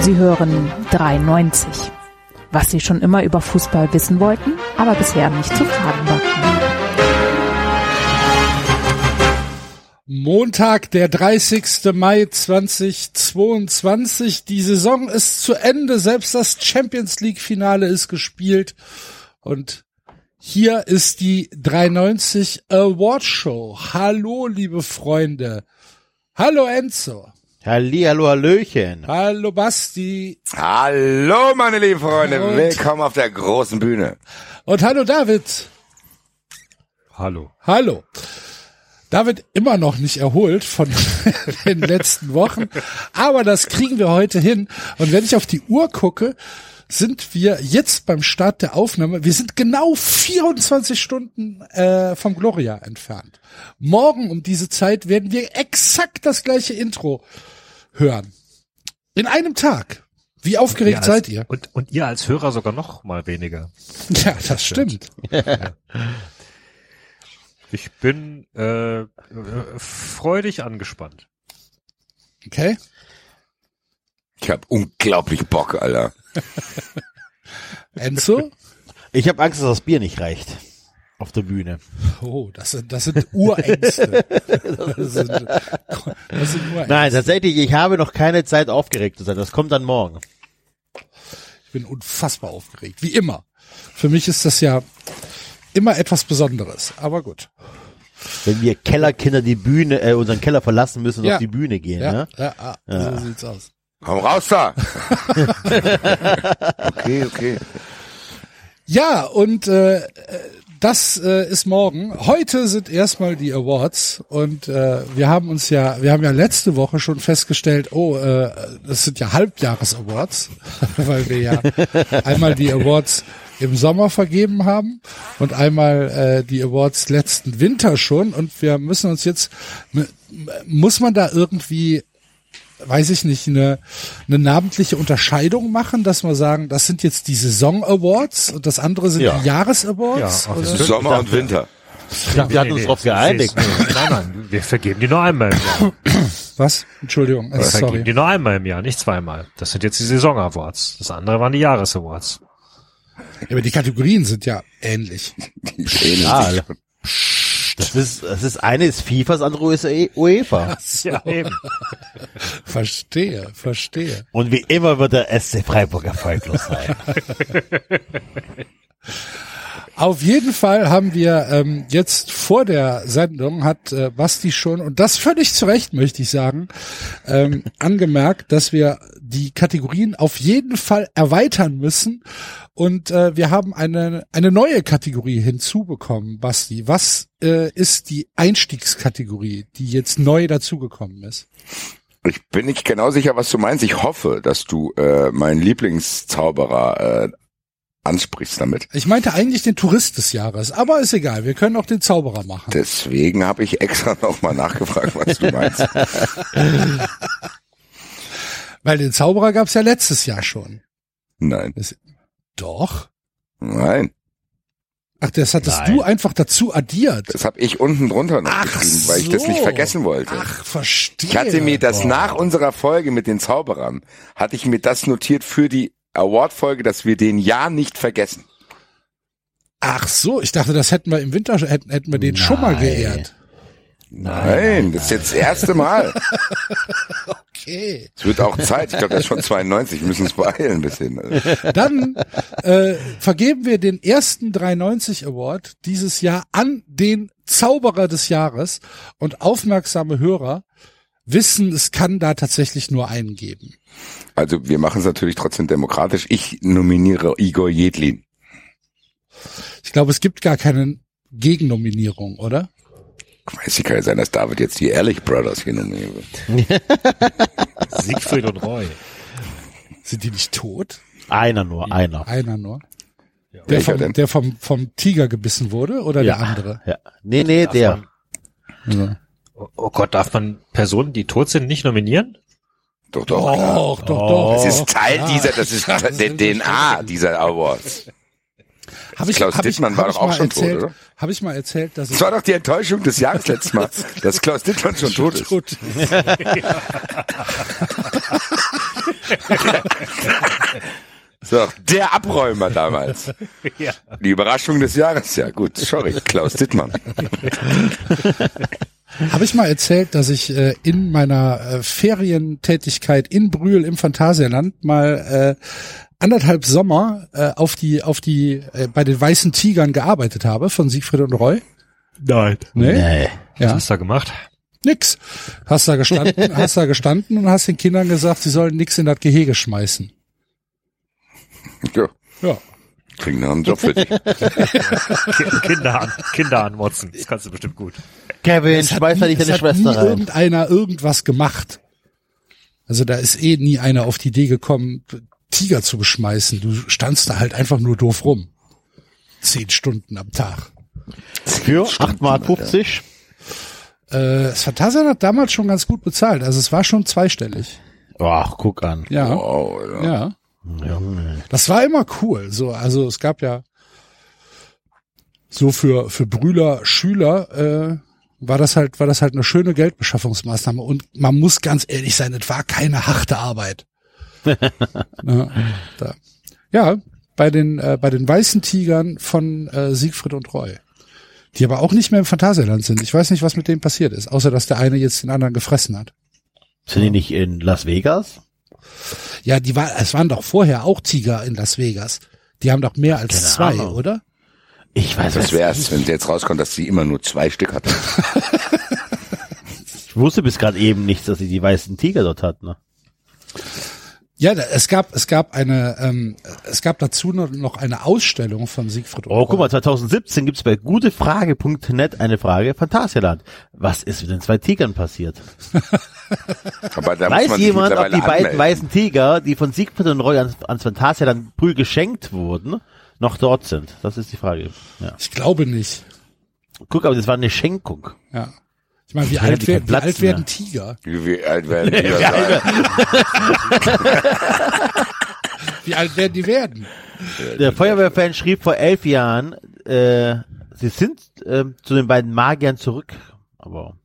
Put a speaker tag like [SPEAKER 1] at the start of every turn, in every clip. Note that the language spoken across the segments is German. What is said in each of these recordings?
[SPEAKER 1] Sie hören 93. Was Sie schon immer über Fußball wissen wollten, aber bisher nicht zu fragen wagten.
[SPEAKER 2] Montag, der 30. Mai 2022. Die Saison ist zu Ende. Selbst das Champions League Finale ist gespielt. Und hier ist die 93 Award Show. Hallo, liebe Freunde. Hallo, Enzo.
[SPEAKER 3] Halli, hallo, hallöchen.
[SPEAKER 2] Hallo, Basti.
[SPEAKER 4] Hallo, meine lieben Freunde.
[SPEAKER 2] Und-
[SPEAKER 4] Willkommen auf der großen Bühne.
[SPEAKER 2] Und hallo, David.
[SPEAKER 5] Hallo.
[SPEAKER 2] Hallo. David immer noch nicht erholt von den letzten Wochen, aber das kriegen wir heute hin. Und wenn ich auf die Uhr gucke, sind wir jetzt beim Start der Aufnahme. Wir sind genau 24 Stunden äh, vom Gloria entfernt. Morgen um diese Zeit werden wir exakt das gleiche Intro hören. In einem Tag. Wie aufgeregt
[SPEAKER 5] als,
[SPEAKER 2] seid ihr?
[SPEAKER 5] Und, und ihr als Hörer sogar noch mal weniger.
[SPEAKER 2] Ja, das stimmt.
[SPEAKER 5] Ich bin äh, äh, freudig angespannt.
[SPEAKER 2] Okay.
[SPEAKER 4] Ich hab unglaublich Bock, Alter.
[SPEAKER 2] Enzo?
[SPEAKER 3] Ich habe Angst, dass das Bier nicht reicht auf der Bühne.
[SPEAKER 2] Oh, das sind, das sind Urängste. das sind, das sind Urängste.
[SPEAKER 3] Nein, tatsächlich, ich habe noch keine Zeit aufgeregt zu sein. Das kommt dann morgen.
[SPEAKER 2] Ich bin unfassbar aufgeregt, wie immer. Für mich ist das ja immer etwas Besonderes, aber gut.
[SPEAKER 3] Wenn wir Kellerkinder die Bühne, äh, unseren Keller verlassen müssen und
[SPEAKER 2] Ja.
[SPEAKER 3] auf die Bühne gehen.
[SPEAKER 2] Ja,
[SPEAKER 3] Ne?
[SPEAKER 2] ja, ah, so sieht's aus.
[SPEAKER 4] Komm raus da. okay, okay.
[SPEAKER 2] Ja, und äh, äh, das äh, ist morgen. Heute sind erstmal die Awards und äh, wir haben uns ja, wir haben ja letzte Woche schon festgestellt, oh, äh, das sind ja Halbjahres-Awards, weil wir ja einmal die Awards im Sommer vergeben haben und einmal äh, die Awards letzten Winter schon und wir müssen uns jetzt, m- m- muss man da irgendwie weiß ich nicht, eine, eine namentliche Unterscheidung machen, dass wir sagen, das sind jetzt die Saison-Awards und das andere sind
[SPEAKER 3] Ja.
[SPEAKER 2] die Jahres-Awards?
[SPEAKER 5] Ja, auch
[SPEAKER 2] oder?
[SPEAKER 5] das-
[SPEAKER 4] Sommer und Winter.
[SPEAKER 3] Ich dachte, wir hatten uns drauf geeinigt.
[SPEAKER 5] Nein, nein, wir vergeben die nur einmal im Jahr.
[SPEAKER 2] Was? Entschuldigung, äh,
[SPEAKER 5] Wir vergeben
[SPEAKER 2] sorry.
[SPEAKER 5] die nur einmal im Jahr, nicht zweimal. Das sind jetzt die Saison-Awards. Das andere waren die Jahres-Awards.
[SPEAKER 2] Aber die Kategorien sind ja ähnlich.
[SPEAKER 3] Ja, das ist, das ist eine ist FIFA, das andere ist E- UEFA.
[SPEAKER 5] Ja, eben.
[SPEAKER 2] Verstehe, verstehe.
[SPEAKER 3] Und wie immer wird der SC Freiburg erfolglos sein.
[SPEAKER 2] Auf jeden Fall haben wir ähm, jetzt vor der Sendung hat äh, Basti schon und das völlig zu Recht möchte ich sagen ähm, angemerkt, dass wir die Kategorien auf jeden Fall erweitern müssen und äh, wir haben eine eine neue Kategorie hinzubekommen, Basti. Was äh, ist die Einstiegskategorie, die jetzt neu dazugekommen ist?
[SPEAKER 4] Ich bin nicht genau sicher, was du meinst. Ich hoffe, dass du äh, meinen Lieblingszauberer äh, ansprichst damit.
[SPEAKER 2] Ich meinte eigentlich den Tourist des Jahres, aber ist egal, wir können auch den Zauberer machen.
[SPEAKER 4] Deswegen habe ich extra nochmal nachgefragt, was du meinst.
[SPEAKER 2] Weil den Zauberer gab es ja letztes Jahr schon.
[SPEAKER 4] Nein,
[SPEAKER 2] Doch.
[SPEAKER 4] nein.
[SPEAKER 2] Ach, das hattest
[SPEAKER 3] Nein.
[SPEAKER 2] du einfach dazu addiert.
[SPEAKER 4] Das habe ich unten drunter noch
[SPEAKER 2] Ach
[SPEAKER 4] geschrieben, weil ich das nicht
[SPEAKER 2] so.
[SPEAKER 4] vergessen wollte.
[SPEAKER 2] Ach, verstehe.
[SPEAKER 4] Ich hatte mir das
[SPEAKER 2] Boah.
[SPEAKER 4] nach unserer Folge mit den Zauberern, hatte ich mir das notiert für die Award-Folge, dass wir den ja nicht vergessen.
[SPEAKER 2] Ach so, ich dachte, das hätten wir im Winter, hätten, hätten wir den schon mal
[SPEAKER 3] Nein.
[SPEAKER 2] geehrt.
[SPEAKER 4] Nein, das ist jetzt das erste Mal.
[SPEAKER 2] Okay.
[SPEAKER 4] Es wird auch Zeit. Ich glaube, das ist schon 92. Wir müssen uns beeilen ein bisschen.
[SPEAKER 2] Dann äh, vergeben wir den ersten 93 Award dieses Jahr an den Zauberer des Jahres und aufmerksame Hörer wissen, es kann da tatsächlich nur einen geben.
[SPEAKER 4] Also wir machen es natürlich trotzdem demokratisch. Ich nominiere Igor Jedlin.
[SPEAKER 2] Ich glaube, es gibt gar keine Gegennominierung, oder?
[SPEAKER 4] Weiß ich, kann ja sein, dass David jetzt die Ehrlich Brothers hier nominiert wird.
[SPEAKER 5] Siegfried und Roy.
[SPEAKER 2] Sind die nicht tot?
[SPEAKER 3] Einer nur, einer.
[SPEAKER 2] Einer nur. Der,
[SPEAKER 4] Welcher
[SPEAKER 2] vom,
[SPEAKER 4] denn?
[SPEAKER 2] der vom, vom Tiger gebissen wurde oder der andere?
[SPEAKER 3] Ja. Nee, nee, der.
[SPEAKER 5] Oh oh Gott, darf man Personen, die tot sind, nicht nominieren?
[SPEAKER 4] Doch, doch. klar.
[SPEAKER 2] Doch, doch, doch.
[SPEAKER 4] Das ist Teil
[SPEAKER 2] Ja.
[SPEAKER 4] dieser, das ist
[SPEAKER 2] Oh. Ah. Das
[SPEAKER 4] der
[SPEAKER 2] sind
[SPEAKER 4] DNA dieser Awards.
[SPEAKER 2] Hab ich,
[SPEAKER 4] Klaus
[SPEAKER 2] hab
[SPEAKER 4] Dittmann
[SPEAKER 2] ich,
[SPEAKER 4] war
[SPEAKER 2] hab
[SPEAKER 4] doch
[SPEAKER 2] ich
[SPEAKER 4] auch
[SPEAKER 2] mal
[SPEAKER 4] schon tot,
[SPEAKER 2] erzählt,
[SPEAKER 4] oder?
[SPEAKER 2] Habe ich mal erzählt, dass ich
[SPEAKER 4] Das war doch die Enttäuschung des Jahres letztes Mal, dass Klaus Dittmann schon tot ist.
[SPEAKER 2] tot
[SPEAKER 4] So, der Abräumer damals.
[SPEAKER 5] Ja.
[SPEAKER 4] Die Überraschung des Jahres, ja gut, sorry, Klaus Dittmann.
[SPEAKER 2] Habe ich mal erzählt, dass ich äh, in meiner äh, Ferientätigkeit in Brühl im Phantasialand mal äh, anderthalb Sommer äh, auf die auf die äh, bei den weißen Tigern gearbeitet habe von Siegfried und Roy? ne?
[SPEAKER 5] Nein.
[SPEAKER 2] Nee,
[SPEAKER 3] Nee.
[SPEAKER 5] Was
[SPEAKER 2] ja,
[SPEAKER 5] hast du da gemacht?
[SPEAKER 2] nix. Hast da gestanden, hast da gestanden und hast den Kindern gesagt, sie sollen nix in das Gehege schmeißen.
[SPEAKER 4] Ja,
[SPEAKER 2] Ja.
[SPEAKER 4] kriegen noch einen Job für dich.
[SPEAKER 5] Ki- Kinder an, Kinder an Watson. Das kannst du bestimmt gut.
[SPEAKER 3] Kevin,
[SPEAKER 2] Es hat
[SPEAKER 3] schmeiß da
[SPEAKER 2] nie- es
[SPEAKER 3] nicht deine
[SPEAKER 2] hat nie
[SPEAKER 3] Schwester rein.
[SPEAKER 2] irgendeiner irgendwas gemacht. Also da ist eh nie einer auf die Idee gekommen, Tiger zu beschmeißen. Du standst da halt einfach nur doof rum. Zehn Stunden am Tag.
[SPEAKER 3] Für 8 Mark 50.
[SPEAKER 2] Äh, das Phantasialand hat damals schon ganz gut bezahlt. Also es war schon zweistellig.
[SPEAKER 3] Ach, guck an.
[SPEAKER 2] Ja,
[SPEAKER 4] Wow, ja.
[SPEAKER 2] ja. Das war immer cool. So, also es gab ja so für für Brühler Schüler äh, war das halt war das halt eine schöne Geldbeschaffungsmaßnahme und man muss ganz ehrlich sein, es war keine harte Arbeit. ja, da. ja, bei den äh, bei den weißen Tigern von äh, Siegfried und Roy, die aber auch nicht mehr im Phantasialand sind. Ich weiß nicht, was mit denen passiert ist, außer dass der eine jetzt den anderen gefressen hat.
[SPEAKER 3] Sind die nicht in Las Vegas?
[SPEAKER 2] Ja, die war, es waren doch vorher auch Tiger in Las Vegas. Die haben doch mehr als
[SPEAKER 3] Keine
[SPEAKER 2] zwei,
[SPEAKER 3] Ahnung.
[SPEAKER 2] oder?
[SPEAKER 3] Ich weiß es
[SPEAKER 4] Das Also wär's,
[SPEAKER 3] nicht.
[SPEAKER 4] wenn sie jetzt rauskommt, dass sie immer nur zwei Stück hatte.
[SPEAKER 3] Ich wusste bis gerade eben nicht, dass sie die weißen Tiger dort hat. Ne?
[SPEAKER 2] Ja, da, es gab, es gab eine, ähm, es gab dazu noch- noch eine Ausstellung von Siegfried
[SPEAKER 3] Oh, guck
[SPEAKER 2] Obern.
[SPEAKER 3] mal, 2017 gibt's bei gutefrage.net eine Frage. Phantasialand. Was ist mit den zwei Tigern passiert?
[SPEAKER 4] Aber da muss
[SPEAKER 3] Weiß
[SPEAKER 4] man sich
[SPEAKER 3] jemand, ob
[SPEAKER 4] mittlerweile
[SPEAKER 3] die beiden
[SPEAKER 4] anmelden.
[SPEAKER 3] weißen Tiger, die von Siegfried und Roy ans, ans Phantasialand Brühl geschenkt wurden, noch dort sind? Das ist die Frage. Ja.
[SPEAKER 2] Ich glaube nicht.
[SPEAKER 3] Guck, aber das war eine Schenkung.
[SPEAKER 2] Ja. Ich meine, wie
[SPEAKER 3] Ja, die
[SPEAKER 2] alt,
[SPEAKER 3] keinen
[SPEAKER 2] werden, wie
[SPEAKER 3] Platz
[SPEAKER 2] alt werden
[SPEAKER 3] mehr.
[SPEAKER 2] Tiger?
[SPEAKER 4] Wie alt werden die da sein?
[SPEAKER 2] Wie alt werden die werden?
[SPEAKER 4] Äh,
[SPEAKER 3] Der Feuerwehrfan schrieb vor elf Jahren, äh, sie sind äh, zu den beiden Magiern zurück. Aber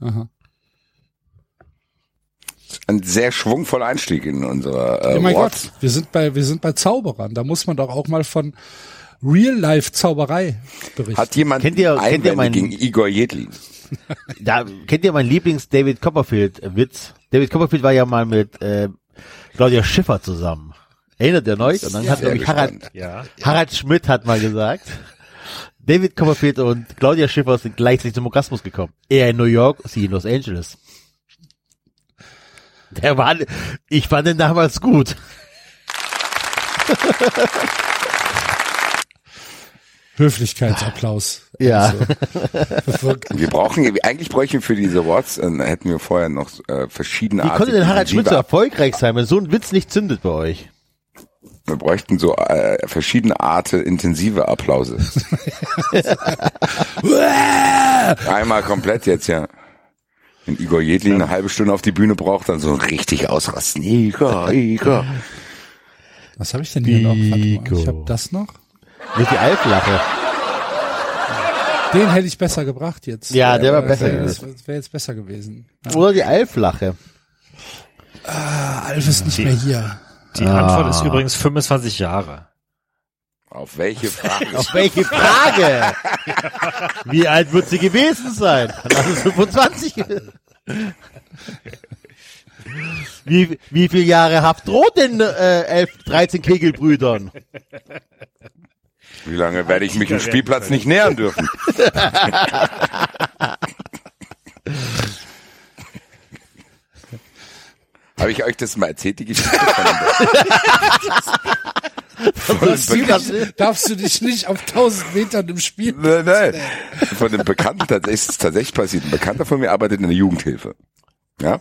[SPEAKER 2] Aha.
[SPEAKER 4] Ein sehr schwungvoller Einstieg in unsere äh,
[SPEAKER 2] oh mein
[SPEAKER 4] Awards.
[SPEAKER 2] Gott, wir sind bei, wir sind bei Zauberern. Da muss man doch auch mal von Real-Life-Zauberei berichten.
[SPEAKER 4] Hat jemand
[SPEAKER 3] Kennt ihr- kennt ihr
[SPEAKER 4] Einwände
[SPEAKER 3] meinen-
[SPEAKER 4] gegen Igor Jedlin?
[SPEAKER 3] da kennt ihr meinen Lieblings-David Copperfield-Witz? David Copperfield war ja mal mit äh, Claudia Schiffer zusammen. Erinnert ihr euch? Und dann hat
[SPEAKER 4] Sehr
[SPEAKER 3] nämlich Harald,
[SPEAKER 4] gespannt.
[SPEAKER 5] Ja.
[SPEAKER 3] Harald Schmidt hat mal gesagt, David Copperfield und Claudia Schiffer sind gleichzeitig zum Orgasmus gekommen. Er in New York, sie in Los Angeles. Der war, ich fand ihn damals gut.
[SPEAKER 2] Höflichkeitsapplaus.
[SPEAKER 3] Ja.
[SPEAKER 2] Also,
[SPEAKER 4] Wir brauchen, eigentlich bräuchten wir für diese Awards, äh, hätten wir vorher noch äh, verschiedene
[SPEAKER 3] Wie konnte denn Harald Schmidt so erfolgreich sein, wenn so ein Witz nicht zündet bei euch?
[SPEAKER 4] Wir bräuchten so äh, verschiedene Arten intensive Applause. Einmal komplett jetzt, ja. Wenn Igor Jedlin eine halbe Stunde auf die Bühne braucht, dann so richtig ausrasten. Igor, Igor.
[SPEAKER 2] was habe ich denn hier noch? Warte mal, ich
[SPEAKER 3] Nico.
[SPEAKER 2] habe das noch.
[SPEAKER 3] Mit die Alflache.
[SPEAKER 2] Den hätte ich besser gebracht jetzt.
[SPEAKER 3] Ja, der war besser
[SPEAKER 2] Wäre
[SPEAKER 3] gewesen.
[SPEAKER 2] jetzt, wär jetzt besser gewesen.
[SPEAKER 3] Oder die Alflache.
[SPEAKER 2] Ah, Alf ist nicht mehr hier.
[SPEAKER 5] Die
[SPEAKER 2] Ah.
[SPEAKER 5] Antwort ist übrigens 25 Jahre.
[SPEAKER 4] Auf welche Frage?
[SPEAKER 3] Auf welche Frage? Wie alt wird sie gewesen sein? Das ist 25. Wie, wie viel Jahre Haft droht den äh, 11, 13 Kegelbrüdern?
[SPEAKER 4] Wie lange werde ich mich dem Spielplatz nicht nähern dürfen? Habe ich euch das mal erzählt, die Geschichte? Von dem-
[SPEAKER 3] Das
[SPEAKER 4] von dem
[SPEAKER 3] sieht
[SPEAKER 4] Bekannten?
[SPEAKER 3] aus-
[SPEAKER 2] Darfst du dich nicht auf 1000 Metern im Spiel?
[SPEAKER 4] Nein, nein. Von einem Bekannten tatsächlich, ist es tatsächlich passiert. Ein Bekannter von mir arbeitet in der Jugendhilfe. Ja.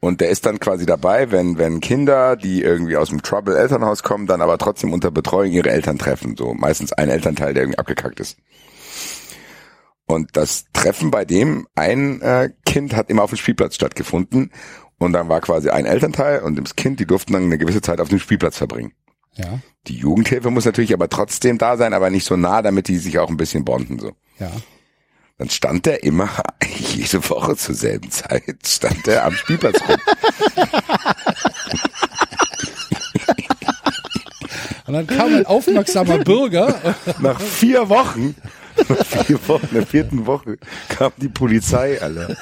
[SPEAKER 4] Und der ist dann quasi dabei, wenn, wenn Kinder, die irgendwie aus dem Trouble-Elternhaus kommen, dann aber trotzdem unter Betreuung ihre Eltern treffen. So meistens ein Elternteil, der irgendwie abgekackt ist. Und das Treffen bei dem, ein äh, Kind hat immer auf dem Spielplatz stattgefunden. Und dann war quasi ein Elternteil und das Kind, die durften dann eine gewisse Zeit auf dem Spielplatz verbringen.
[SPEAKER 2] Ja,
[SPEAKER 4] Die Jugendhilfe muss natürlich aber trotzdem da sein, aber nicht so nah, damit die sich auch ein bisschen bonden so.
[SPEAKER 2] ja.
[SPEAKER 4] dann stand er immer jede Woche zur selben Zeit, stand er am Spielplatz rum.
[SPEAKER 2] Und dann kam ein aufmerksamer Bürger.
[SPEAKER 4] Nach vier Wochen, nach vier Wochen, in der vierten Woche kam die Polizei, Alter.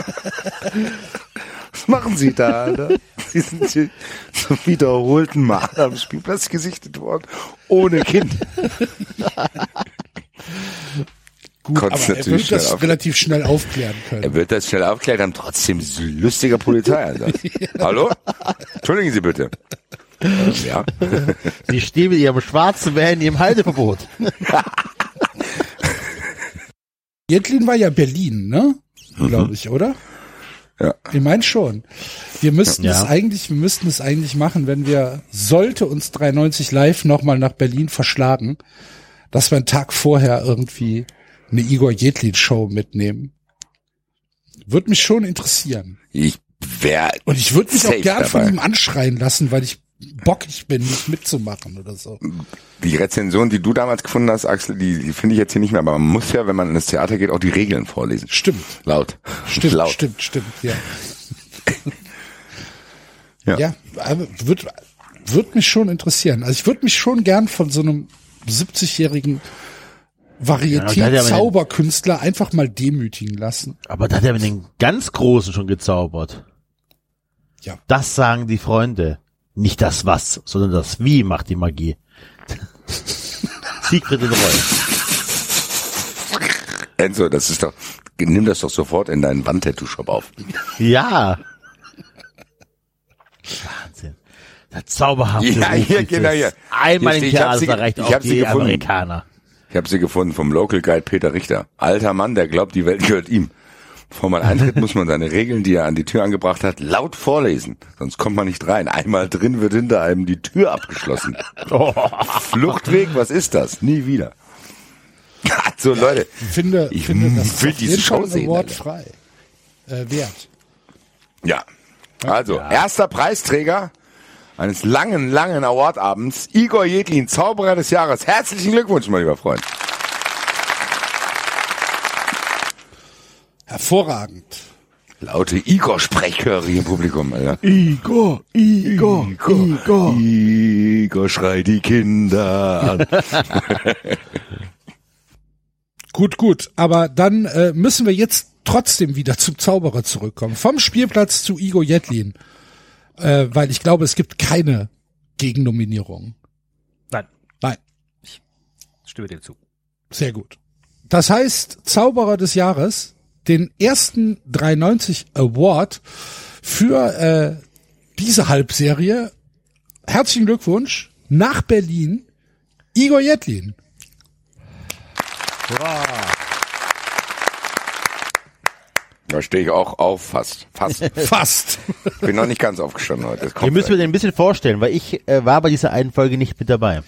[SPEAKER 4] Was machen Sie da, Alter? Sie sind hier zum wiederholten Mal am Spielplatz gesichtet worden, ohne Kind.
[SPEAKER 2] Gut,
[SPEAKER 4] Konntest
[SPEAKER 2] aber er
[SPEAKER 4] natürlich
[SPEAKER 2] wird das
[SPEAKER 4] schnell auf-
[SPEAKER 2] relativ schnell aufklären
[SPEAKER 4] Er
[SPEAKER 2] können.
[SPEAKER 4] wird das schnell aufklären, dann trotzdem lustiger Polizeieinsatz. Hallo? Entschuldigen Sie bitte. Ähm, Ja.
[SPEAKER 3] Sie stehen mit ihrem schwarzen Van im Halteverbot.
[SPEAKER 2] Jettlin war ja Berlin, ne? Glaube ich, oder?
[SPEAKER 4] Mhm. Ja.
[SPEAKER 2] Ich meine schon. Wir müssten
[SPEAKER 3] Ja.
[SPEAKER 2] es eigentlich, wir müssten es eigentlich machen, wenn wir, sollte uns 93 live nochmal nach Berlin verschlagen, dass wir einen Tag vorher irgendwie eine Igor Jedlin Show mitnehmen. Würde mich schon interessieren.
[SPEAKER 4] Ich wäre
[SPEAKER 2] Und ich würde mich
[SPEAKER 4] Safe
[SPEAKER 2] auch gern von
[SPEAKER 4] dabei.
[SPEAKER 2] ihm anschreien lassen, weil ich bockig bin, nicht mitzumachen oder so.
[SPEAKER 4] Die Rezension, die du damals gefunden hast, Axel, die, die finde ich jetzt hier nicht mehr, aber man muss ja, wenn man ins Theater geht, auch die Regeln vorlesen.
[SPEAKER 2] Stimmt,
[SPEAKER 4] Laut.
[SPEAKER 2] stimmt,
[SPEAKER 4] Laut.
[SPEAKER 2] stimmt, stimmt, ja.
[SPEAKER 4] Ja.
[SPEAKER 2] Ja, aber wird, wird mich schon interessieren. Also ich würde mich schon gern von so einem 70-jährigen
[SPEAKER 3] Ja, der hat ja aber den-
[SPEAKER 2] Varieté-Zauberkünstler einfach mal demütigen lassen.
[SPEAKER 3] Aber da hat er mit den ganz Großen schon gezaubert.
[SPEAKER 2] Ja.
[SPEAKER 3] Das sagen die Freunde. Nicht das Was, sondern das Wie macht die Magie. Siegfried und Roy.
[SPEAKER 4] Enzo, das ist doch, nimm das doch sofort in deinen Wandtattoo-Shop auf.
[SPEAKER 3] Ja. Wahnsinn. Der zauberhafte
[SPEAKER 4] Ja,
[SPEAKER 3] Ruf
[SPEAKER 4] hier,
[SPEAKER 3] dieses
[SPEAKER 4] genau hier.
[SPEAKER 3] Einmal
[SPEAKER 4] Hier
[SPEAKER 3] im
[SPEAKER 4] steht, ich hab
[SPEAKER 3] Theater
[SPEAKER 4] sie-
[SPEAKER 3] erreicht
[SPEAKER 4] ich
[SPEAKER 3] auch
[SPEAKER 4] hab sie
[SPEAKER 3] die
[SPEAKER 4] gefunden.
[SPEAKER 3] Amerikaner.
[SPEAKER 4] Ich habe sie gefunden vom Local Guide Peter Richter. Alter Mann, der glaubt, die Welt gehört ihm. Bevor man eintritt, muss man seine Regeln, die er an die Tür angebracht hat, laut vorlesen. Sonst kommt man nicht rein. Einmal drin wird hinter einem die Tür abgeschlossen. Fluchtweg, was ist das? Nie wieder. Also Leute,
[SPEAKER 2] Ich finde,
[SPEAKER 4] Ich
[SPEAKER 2] finde das ist
[SPEAKER 4] will
[SPEAKER 2] auf
[SPEAKER 4] diese
[SPEAKER 2] jeden Fall
[SPEAKER 4] Show
[SPEAKER 2] ein
[SPEAKER 4] sehen,
[SPEAKER 2] Award
[SPEAKER 4] Alter.
[SPEAKER 2] frei. Äh, wert.
[SPEAKER 4] Ja. Also, erster Preisträger eines langen, langen Awardabends, Igor Jedlin, Zauberer des Jahres. Herzlichen Glückwunsch, mein lieber Freund.
[SPEAKER 2] Hervorragend.
[SPEAKER 4] Laute Igor-Sprechchöre hier im Publikum, Alter.
[SPEAKER 3] Igor, Igor, Igor.
[SPEAKER 4] Igor schreit die Kinder an.
[SPEAKER 2] Gut, gut. Aber dann äh, müssen wir jetzt trotzdem wieder zum Zauberer zurückkommen. Vom Spielplatz zu Igor Jedlin. Äh, weil ich glaube, es gibt keine Gegennominierung.
[SPEAKER 5] Nein,
[SPEAKER 2] Nein.
[SPEAKER 5] stimme dem zu.
[SPEAKER 2] Sehr gut. Das heißt, Zauberer des Jahres, den ersten 93 Award für äh, diese Halbserie. Herzlichen Glückwunsch nach Berlin, Igor Jedlin.
[SPEAKER 4] Da stehe ich auch auf, fast. Fast.
[SPEAKER 2] Fast.
[SPEAKER 4] Bin noch nicht ganz aufgestanden heute. Das kommt
[SPEAKER 3] Ihr müsst mir den ein bisschen vorstellen, weil ich äh, war bei dieser einen Folge nicht mit dabei.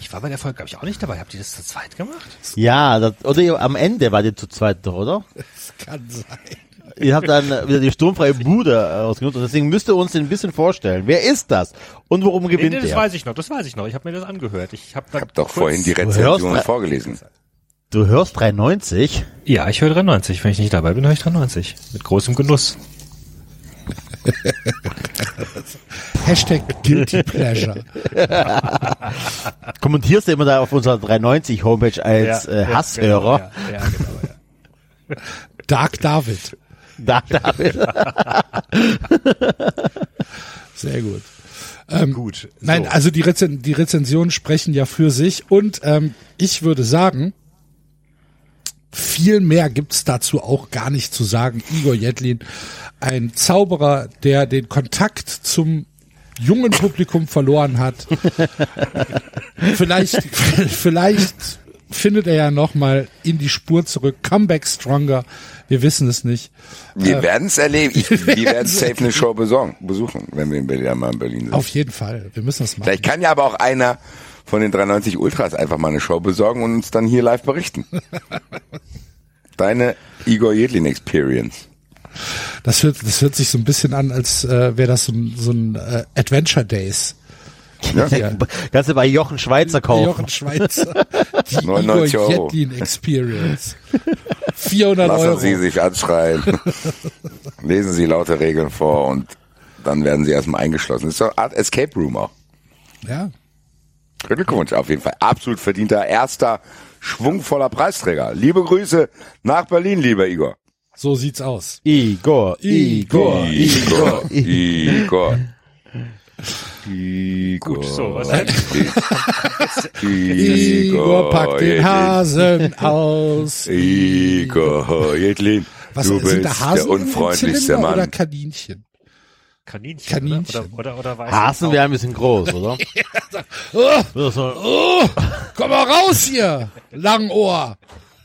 [SPEAKER 5] Ich war bei der Folge, glaube ich, auch nicht dabei. Habt ihr das zu zweit gemacht?
[SPEAKER 3] Ja, das, oder ihr, am Ende wart ihr zu zweit doch, oder?
[SPEAKER 2] Das kann sein.
[SPEAKER 3] Ihr habt dann äh, wieder die sturmfreie Bude äh, ausgenutzt und deswegen müsst ihr uns den ein bisschen vorstellen. Wer ist das? Und worum
[SPEAKER 5] Nee,
[SPEAKER 3] gewinnt
[SPEAKER 5] nee, das
[SPEAKER 3] er?
[SPEAKER 5] weiß ich noch, das weiß ich noch. Ich habe mir das angehört. Ich habe
[SPEAKER 4] Ich hab doch vorhin die Rezension
[SPEAKER 3] hörst-
[SPEAKER 4] vorgelesen.
[SPEAKER 3] Du hörst 93?
[SPEAKER 5] Ja, ich höre 93. Wenn ich nicht dabei bin, höre ich 93. Mit großem Genuss.
[SPEAKER 2] Hashtag Guilty Pleasure.
[SPEAKER 3] Kommentierst du immer da auf unserer 93 Homepage als äh, Hasshörer?
[SPEAKER 5] Genau, ja, ja, genau, ja.
[SPEAKER 2] Dark David.
[SPEAKER 3] Da, da,
[SPEAKER 2] Sehr gut. Ähm,
[SPEAKER 5] Gut.
[SPEAKER 2] Nein, also die, Rezen die Rezensionen sprechen ja für sich und ähm, ich würde sagen, viel mehr gibt's dazu auch gar nicht zu sagen. Igor Jedlin, ein Zauberer, der den Kontakt zum jungen Publikum verloren hat. vielleicht, vielleicht findet er ja noch mal in die Spur zurück. Comeback stronger. Wir wissen es nicht.
[SPEAKER 4] Wir werden's erleben. Ich, wir werden safe eine Show besorgen, besuchen, wenn wir in Berlin mal in Berlin sind.
[SPEAKER 2] Auf jeden Fall. Wir müssen das machen.
[SPEAKER 4] Vielleicht kann ja aber auch einer von den 93 Ultras einfach mal eine Show besorgen und uns dann hier live berichten. Deine Igor Jedlin Experience.
[SPEAKER 2] Das hört, das hört sich so ein bisschen an, als äh, wäre das so ein, so ein äh, Adventure Days. Ja.
[SPEAKER 3] Kannst du bei Jochen Schweizer kaufen.
[SPEAKER 2] Jochen Schweizer. Die
[SPEAKER 4] 99
[SPEAKER 2] Igor
[SPEAKER 4] Euro.
[SPEAKER 2] Jetlin Experience. 400
[SPEAKER 4] Lassen
[SPEAKER 2] Euro.
[SPEAKER 4] Sie sich anschreien. Lesen Sie laute Regeln vor und dann werden Sie erstmal eingeschlossen. Das ist so eine Art Escape Room auch.
[SPEAKER 2] Ja.
[SPEAKER 4] Glückwunsch auf jeden Fall. Absolut verdienter, erster, schwungvoller Preisträger. Liebe Grüße nach Berlin, lieber Igor.
[SPEAKER 2] So sieht's aus.
[SPEAKER 3] Igor, Igor, Igor.
[SPEAKER 4] Igor. Igor.
[SPEAKER 5] Gut, so, was denn?
[SPEAKER 2] Igor packt den
[SPEAKER 4] Jedlin.
[SPEAKER 2] Hasen aus.
[SPEAKER 4] Igor Jedlin.
[SPEAKER 2] Was
[SPEAKER 4] du
[SPEAKER 2] sind
[SPEAKER 4] bist
[SPEAKER 2] da Hasen in
[SPEAKER 4] der
[SPEAKER 2] dem
[SPEAKER 4] unfreundlichste
[SPEAKER 2] Zylinder oder
[SPEAKER 4] Mann.
[SPEAKER 2] Kaninchen?
[SPEAKER 5] Kaninchen,
[SPEAKER 2] Kaninchen.
[SPEAKER 5] Oder, oder, oder weiß
[SPEAKER 3] Hasen wäre ein bisschen groß, oder?
[SPEAKER 2] Oh,
[SPEAKER 3] Oder, so,
[SPEAKER 2] komm mal raus hier, Langohr.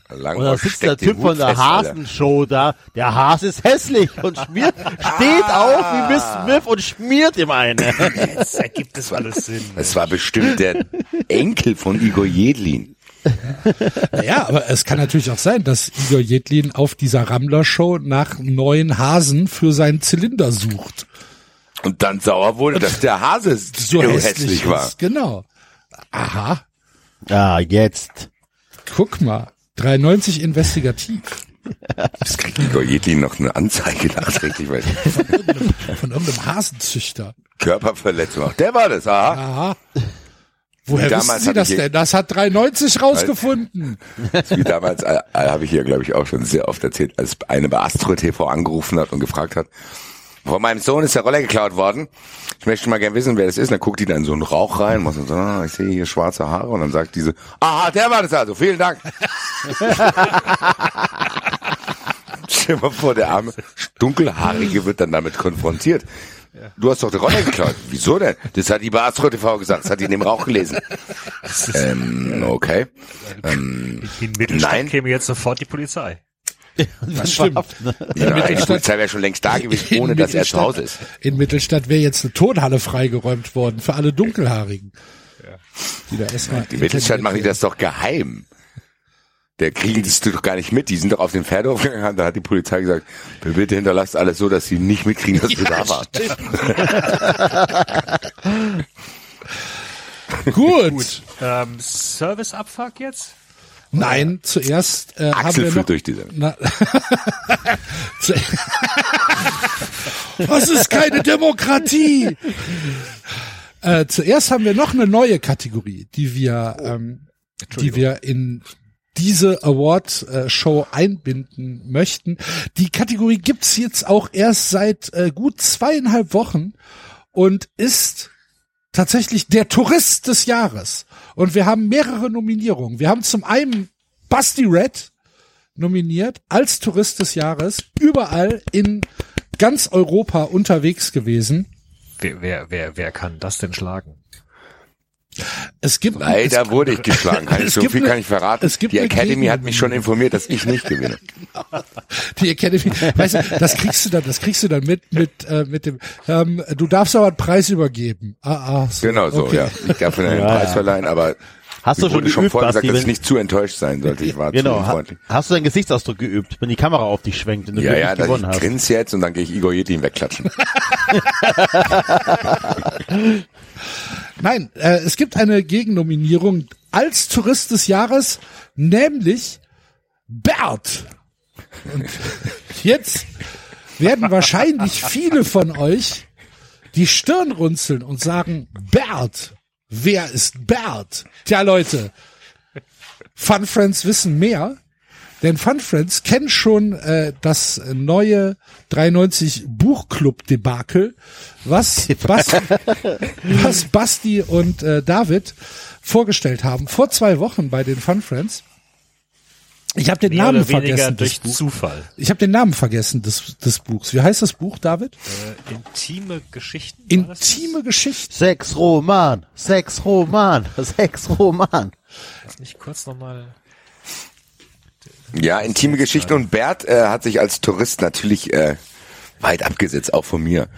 [SPEAKER 3] oder
[SPEAKER 4] Langohr
[SPEAKER 3] sitzt
[SPEAKER 4] Oh, steckt
[SPEAKER 3] der
[SPEAKER 4] den
[SPEAKER 3] Typ von
[SPEAKER 4] Hut
[SPEAKER 3] der
[SPEAKER 4] fest, Alter.
[SPEAKER 3] Hasenshow da. Der Hase ist hässlich und schmiert, steht auf wie Miss Smith und schmiert ihm eine.
[SPEAKER 5] Das ergibt es alles Sinn. ne?
[SPEAKER 4] Es war bestimmt der Enkel von Igor Jedlin.
[SPEAKER 2] Ja, aber es kann natürlich auch sein, dass Igor Jedlin auf dieser Rammler-Show nach neuen Hasen für seinen Zylinder sucht.
[SPEAKER 4] Und dann sauer wurde, dass der Hase so hässlich
[SPEAKER 2] ist.
[SPEAKER 4] war.
[SPEAKER 2] Genau. Aha,
[SPEAKER 3] Ja, Ah, jetzt.
[SPEAKER 2] guck mal. 93 investigativ.
[SPEAKER 4] Das kriegt Igor Jedlin noch eine Anzeige nachträglich, weil
[SPEAKER 2] Von irgendeinem Hasenzüchter.
[SPEAKER 4] Körperverletzung. Der war das, aha.
[SPEAKER 5] Ah.
[SPEAKER 2] Aha. Woher
[SPEAKER 4] Damals
[SPEAKER 2] wissen Sie
[SPEAKER 4] hatte
[SPEAKER 2] das
[SPEAKER 4] ich- Halt.
[SPEAKER 2] denn? Das hat 93 rausgefunden.
[SPEAKER 4] Wie damals äh, äh, habe ich hier, glaube ich, auch schon sehr oft erzählt, als eine bei Astro TV angerufen hat und gefragt hat, von meinem Sohn ist der Roller geklaut worden. Ich möchte mal gerne wissen, wer das ist. Und dann guckt die dann in so einen Rauch rein, muss und so, ah, ich sehe hier schwarze Haare. Und dann sagt diese, aha, der war das also, vielen Dank. Stell dir mal vor, der arme Dunkelhaarige wird dann damit konfrontiert. Du hast doch den Roller geklaut. Wieso denn? Das hat die bei Astro TV gesagt, das hat die in dem Rauch gelesen. ähm, okay. Ähm,
[SPEAKER 5] In Mittelstadt
[SPEAKER 4] Nein.
[SPEAKER 5] käme jetzt sofort die Polizei.
[SPEAKER 2] Das stimmt.
[SPEAKER 4] Ja, die Polizei wäre schon längst da gewesen, ohne dass er zu Hause ist.
[SPEAKER 2] In Mittelstadt wäre jetzt eine Turnhalle freigeräumt worden für alle Dunkelhaarigen. Die da erstmal
[SPEAKER 4] In Mittelstadt machen die das doch geheim. Der kriegen das doch gar nicht mit. Die sind doch auf den Pferdehof gegangen. Da hat die Polizei gesagt, bitte hinterlasst alles so, dass sie nicht mitkriegen, dass wir da waren.
[SPEAKER 2] Gut.
[SPEAKER 5] Ähm, Service-Abfuck jetzt?
[SPEAKER 2] Nein, zuerst äh, haben
[SPEAKER 4] Axel
[SPEAKER 2] wir noch,
[SPEAKER 4] führt durch diese.
[SPEAKER 2] Na, Zu- Was ist keine Demokratie? Äh, zuerst haben wir noch eine neue Kategorie, die wir, ähm, die wir in diese Award-Show einbinden möchten. Die Kategorie gibt's jetzt auch erst seit äh, gut zweieinhalb Wochen und ist tatsächlich der Tourist des Jahres. Und wir haben mehrere Nominierungen. Wir haben zum einen Basti Red, nominiert als Tourist des Jahres, überall in ganz Europa unterwegs gewesen.
[SPEAKER 5] Wer, wer, wer, wer kann das denn schlagen?
[SPEAKER 2] Es gibt
[SPEAKER 4] Leider wurde ich geschlagen. Kann ich,
[SPEAKER 2] Es
[SPEAKER 4] so
[SPEAKER 2] gibt
[SPEAKER 4] viel
[SPEAKER 2] ne-
[SPEAKER 4] kann ich verraten.
[SPEAKER 2] es gibt
[SPEAKER 4] Die
[SPEAKER 2] ne
[SPEAKER 4] Academy
[SPEAKER 2] Gegen-
[SPEAKER 4] hat mich schon informiert, dass ich nicht gewinne.
[SPEAKER 2] die Academy, weißt du, das kriegst du dann, das kriegst du dann mit mit äh, mit dem. Ähm, du darfst aber einen Preis übergeben. Ah, ah, so,
[SPEAKER 4] Genau so,
[SPEAKER 2] okay.
[SPEAKER 4] ja. Ich darf mir einen Preis verleihen, aber
[SPEAKER 3] Hast
[SPEAKER 4] mir
[SPEAKER 3] du schon
[SPEAKER 4] wurde schon
[SPEAKER 3] geübt,
[SPEAKER 4] vorher gesagt,
[SPEAKER 3] Basti,
[SPEAKER 4] dass ich
[SPEAKER 3] wenn-
[SPEAKER 4] nicht zu enttäuscht sein sollte. Ich war zu
[SPEAKER 3] Genau. Ha
[SPEAKER 4] unfreundlich.
[SPEAKER 3] hast du deinen Gesichtsausdruck geübt, wenn die Kamera auf dich schwenkt und du
[SPEAKER 4] Ja,
[SPEAKER 3] wirklich
[SPEAKER 4] ja, dass ich
[SPEAKER 3] gewonnen hast?
[SPEAKER 4] grins jetzt und dann gehe ich Igor Jedlin wegklatschen.
[SPEAKER 2] Nein, äh, es gibt eine Gegennominierung als Tourist des Jahres, nämlich Bert. Und jetzt werden wahrscheinlich viele von euch die Stirn runzeln und sagen, Bert, wer ist Bert? Tja, Leute, Fun Friends wissen mehr. Denn Fun Friends kennt schon äh, das neue 93 Buchclub-Debakel, was, Bas was Basti und äh, David vorgestellt haben vor zwei Wochen bei den Fun Friends. Ich habe den
[SPEAKER 5] Mehr
[SPEAKER 2] Namen
[SPEAKER 5] oder weniger
[SPEAKER 2] vergessen. des
[SPEAKER 5] durch
[SPEAKER 2] Buch-
[SPEAKER 5] Zufall.
[SPEAKER 2] Ich habe den Namen vergessen des, des Buchs. Wie heißt das Buch, David?
[SPEAKER 5] Äh, intime Geschichten? war das?
[SPEAKER 2] Intime Geschichten.
[SPEAKER 3] Sex Roman, Sex Roman, Sex Roman.
[SPEAKER 5] Lass mich kurz nochmal...
[SPEAKER 4] Ja, intime Geschichten und Bert äh, hat sich als Tourist natürlich äh, weit abgesetzt, auch von mir.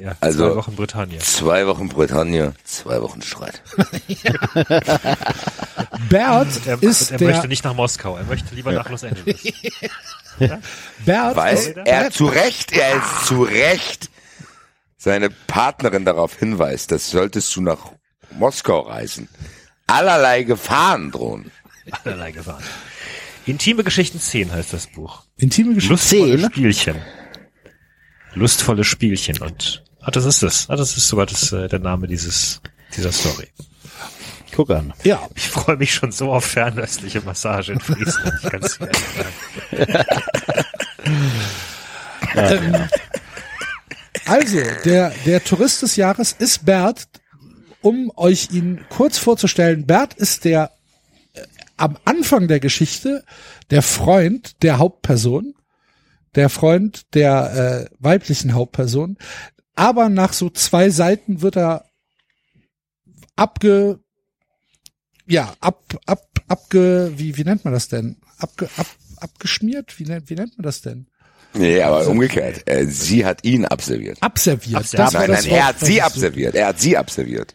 [SPEAKER 5] Ja,
[SPEAKER 4] Also-
[SPEAKER 5] zwei Wochen Bretagne.
[SPEAKER 4] Zwei Wochen Bretagne, zwei Wochen Streit.
[SPEAKER 2] Bert
[SPEAKER 5] Er,
[SPEAKER 2] ist
[SPEAKER 5] er
[SPEAKER 2] der
[SPEAKER 5] möchte nicht nach Moskau, er möchte lieber nach Los Angeles.
[SPEAKER 2] Bert
[SPEAKER 4] Weil
[SPEAKER 2] ist
[SPEAKER 4] er zu Recht, er ist zu Recht seine Partnerin darauf hinweist, das solltest du nach Moskau reisen. Allerlei Gefahren drohen.
[SPEAKER 5] Allerlei gefahren. Intime Geschichten 10 heißt das Buch.
[SPEAKER 2] Intime Geschichte.
[SPEAKER 5] Lustvolle
[SPEAKER 3] 10?
[SPEAKER 5] Spielchen. Lustvolle Spielchen und ah, das ist es. Ah, das ist sogar das, äh, der Name dieses dieser Story.
[SPEAKER 3] Guck an.
[SPEAKER 2] Ja,
[SPEAKER 5] Ich freue mich schon so auf fernöstliche Massage in Friesland. Ich kann's dir ehrlich sagen.
[SPEAKER 2] also der, der Tourist des Jahres ist Bert. Um euch ihn kurz vorzustellen, Bert ist der äh, am Anfang der Geschichte der Freund der Hauptperson, der Freund der äh, weiblichen Hauptperson, aber nach so zwei Seiten wird er abge ja, ab, ab, abge, wie, wie nennt man das denn? Abge, ab, abgeschmiert? Wie nennt, wie nennt man das denn?
[SPEAKER 4] Nee, aber umgekehrt. Äh, sie hat ihn abserviert.
[SPEAKER 2] Abserviert.
[SPEAKER 5] Abserviert.
[SPEAKER 2] war
[SPEAKER 4] Nein,
[SPEAKER 2] das
[SPEAKER 4] nein, er
[SPEAKER 2] Wort,
[SPEAKER 4] hat
[SPEAKER 2] was
[SPEAKER 4] sie
[SPEAKER 2] ich so-
[SPEAKER 4] abserviert. Er hat sie abserviert.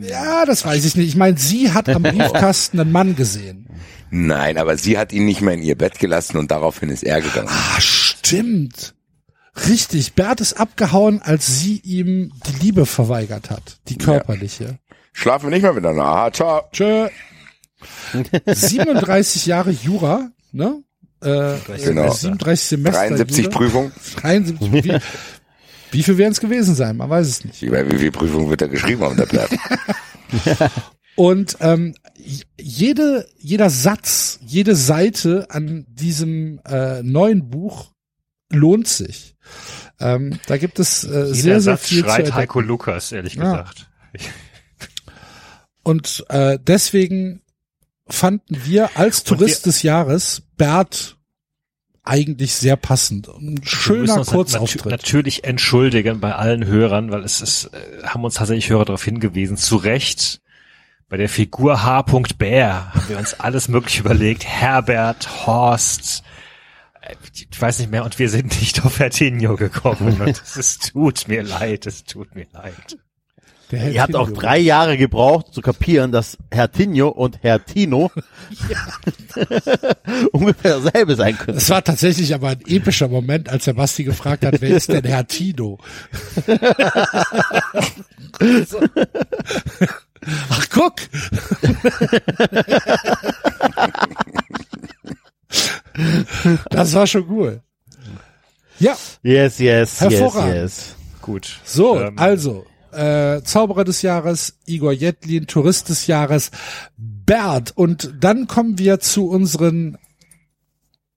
[SPEAKER 2] Ja, das weiß ich nicht. Ich meine, sie hat am Briefkasten einen Mann gesehen.
[SPEAKER 4] Nein, aber sie hat ihn nicht mehr in ihr Bett gelassen und daraufhin ist er gegangen.
[SPEAKER 2] Ah, stimmt. Richtig, Bert ist abgehauen, als sie ihm die Liebe verweigert hat. Die körperliche.
[SPEAKER 4] Schlafen wir nicht mehr miteinander. Aha, ciao.
[SPEAKER 2] Tschö. 37 Jahre Jura, ne? Äh,
[SPEAKER 4] Genau.
[SPEAKER 2] 37 Semester.
[SPEAKER 4] 73
[SPEAKER 2] Jura.
[SPEAKER 4] Prüfung.
[SPEAKER 2] 73. Wie, wie viel werden es gewesen sein? Man weiß es nicht.
[SPEAKER 4] Über wie viel Prüfung wird da geschrieben haben, der Blatt?
[SPEAKER 2] Und ähm, j- jede, jeder Satz, jede Seite an diesem äh, neuen Buch lohnt sich. Ähm, da gibt es äh, sehr,
[SPEAKER 5] Jeder
[SPEAKER 2] sehr
[SPEAKER 5] Satz
[SPEAKER 2] viel zu
[SPEAKER 5] schreit halt
[SPEAKER 2] entdecken.
[SPEAKER 5] Heiko Lukas, ehrlich
[SPEAKER 2] Ja.
[SPEAKER 5] gesagt. Ich,
[SPEAKER 2] Und äh, deswegen fanden wir als
[SPEAKER 5] Und
[SPEAKER 2] Tourist des Jahres Bert eigentlich sehr passend. Ein
[SPEAKER 5] wir müssen
[SPEAKER 2] schöner
[SPEAKER 5] uns nat- natu-
[SPEAKER 2] Kurzauftritt.
[SPEAKER 5] natürlich entschuldigen bei allen Hörern, weil es ist, äh, haben uns tatsächlich Hörer darauf hingewiesen, zu Recht. Bei der Figur H. Bär haben wir uns alles möglich überlegt. Herbert, Horst, äh, ich weiß nicht mehr, und wir sind nicht auf Hertinho gekommen. Und es ist- tut mir leid, es tut mir leid.
[SPEAKER 2] Der Herr
[SPEAKER 3] Ihr habt auch
[SPEAKER 2] Tilio.
[SPEAKER 3] drei Jahre gebraucht zu kapieren, dass Hertinho und Hertino ungefähr dasselbe sein können.
[SPEAKER 2] Es war tatsächlich aber ein epischer Moment, als der Basti gefragt hat, wer ist denn Herr Tino? Ach, guck! Das war schon cool. Ja,
[SPEAKER 3] Yes, yes, yes,
[SPEAKER 2] Hervorragend.
[SPEAKER 3] yes.
[SPEAKER 5] Gut.
[SPEAKER 2] so,
[SPEAKER 5] Ähm,
[SPEAKER 2] also, äh, Zauberer des Jahres, Igor Jetlin, Tourist des Jahres, Bert. Und dann kommen wir zu unseren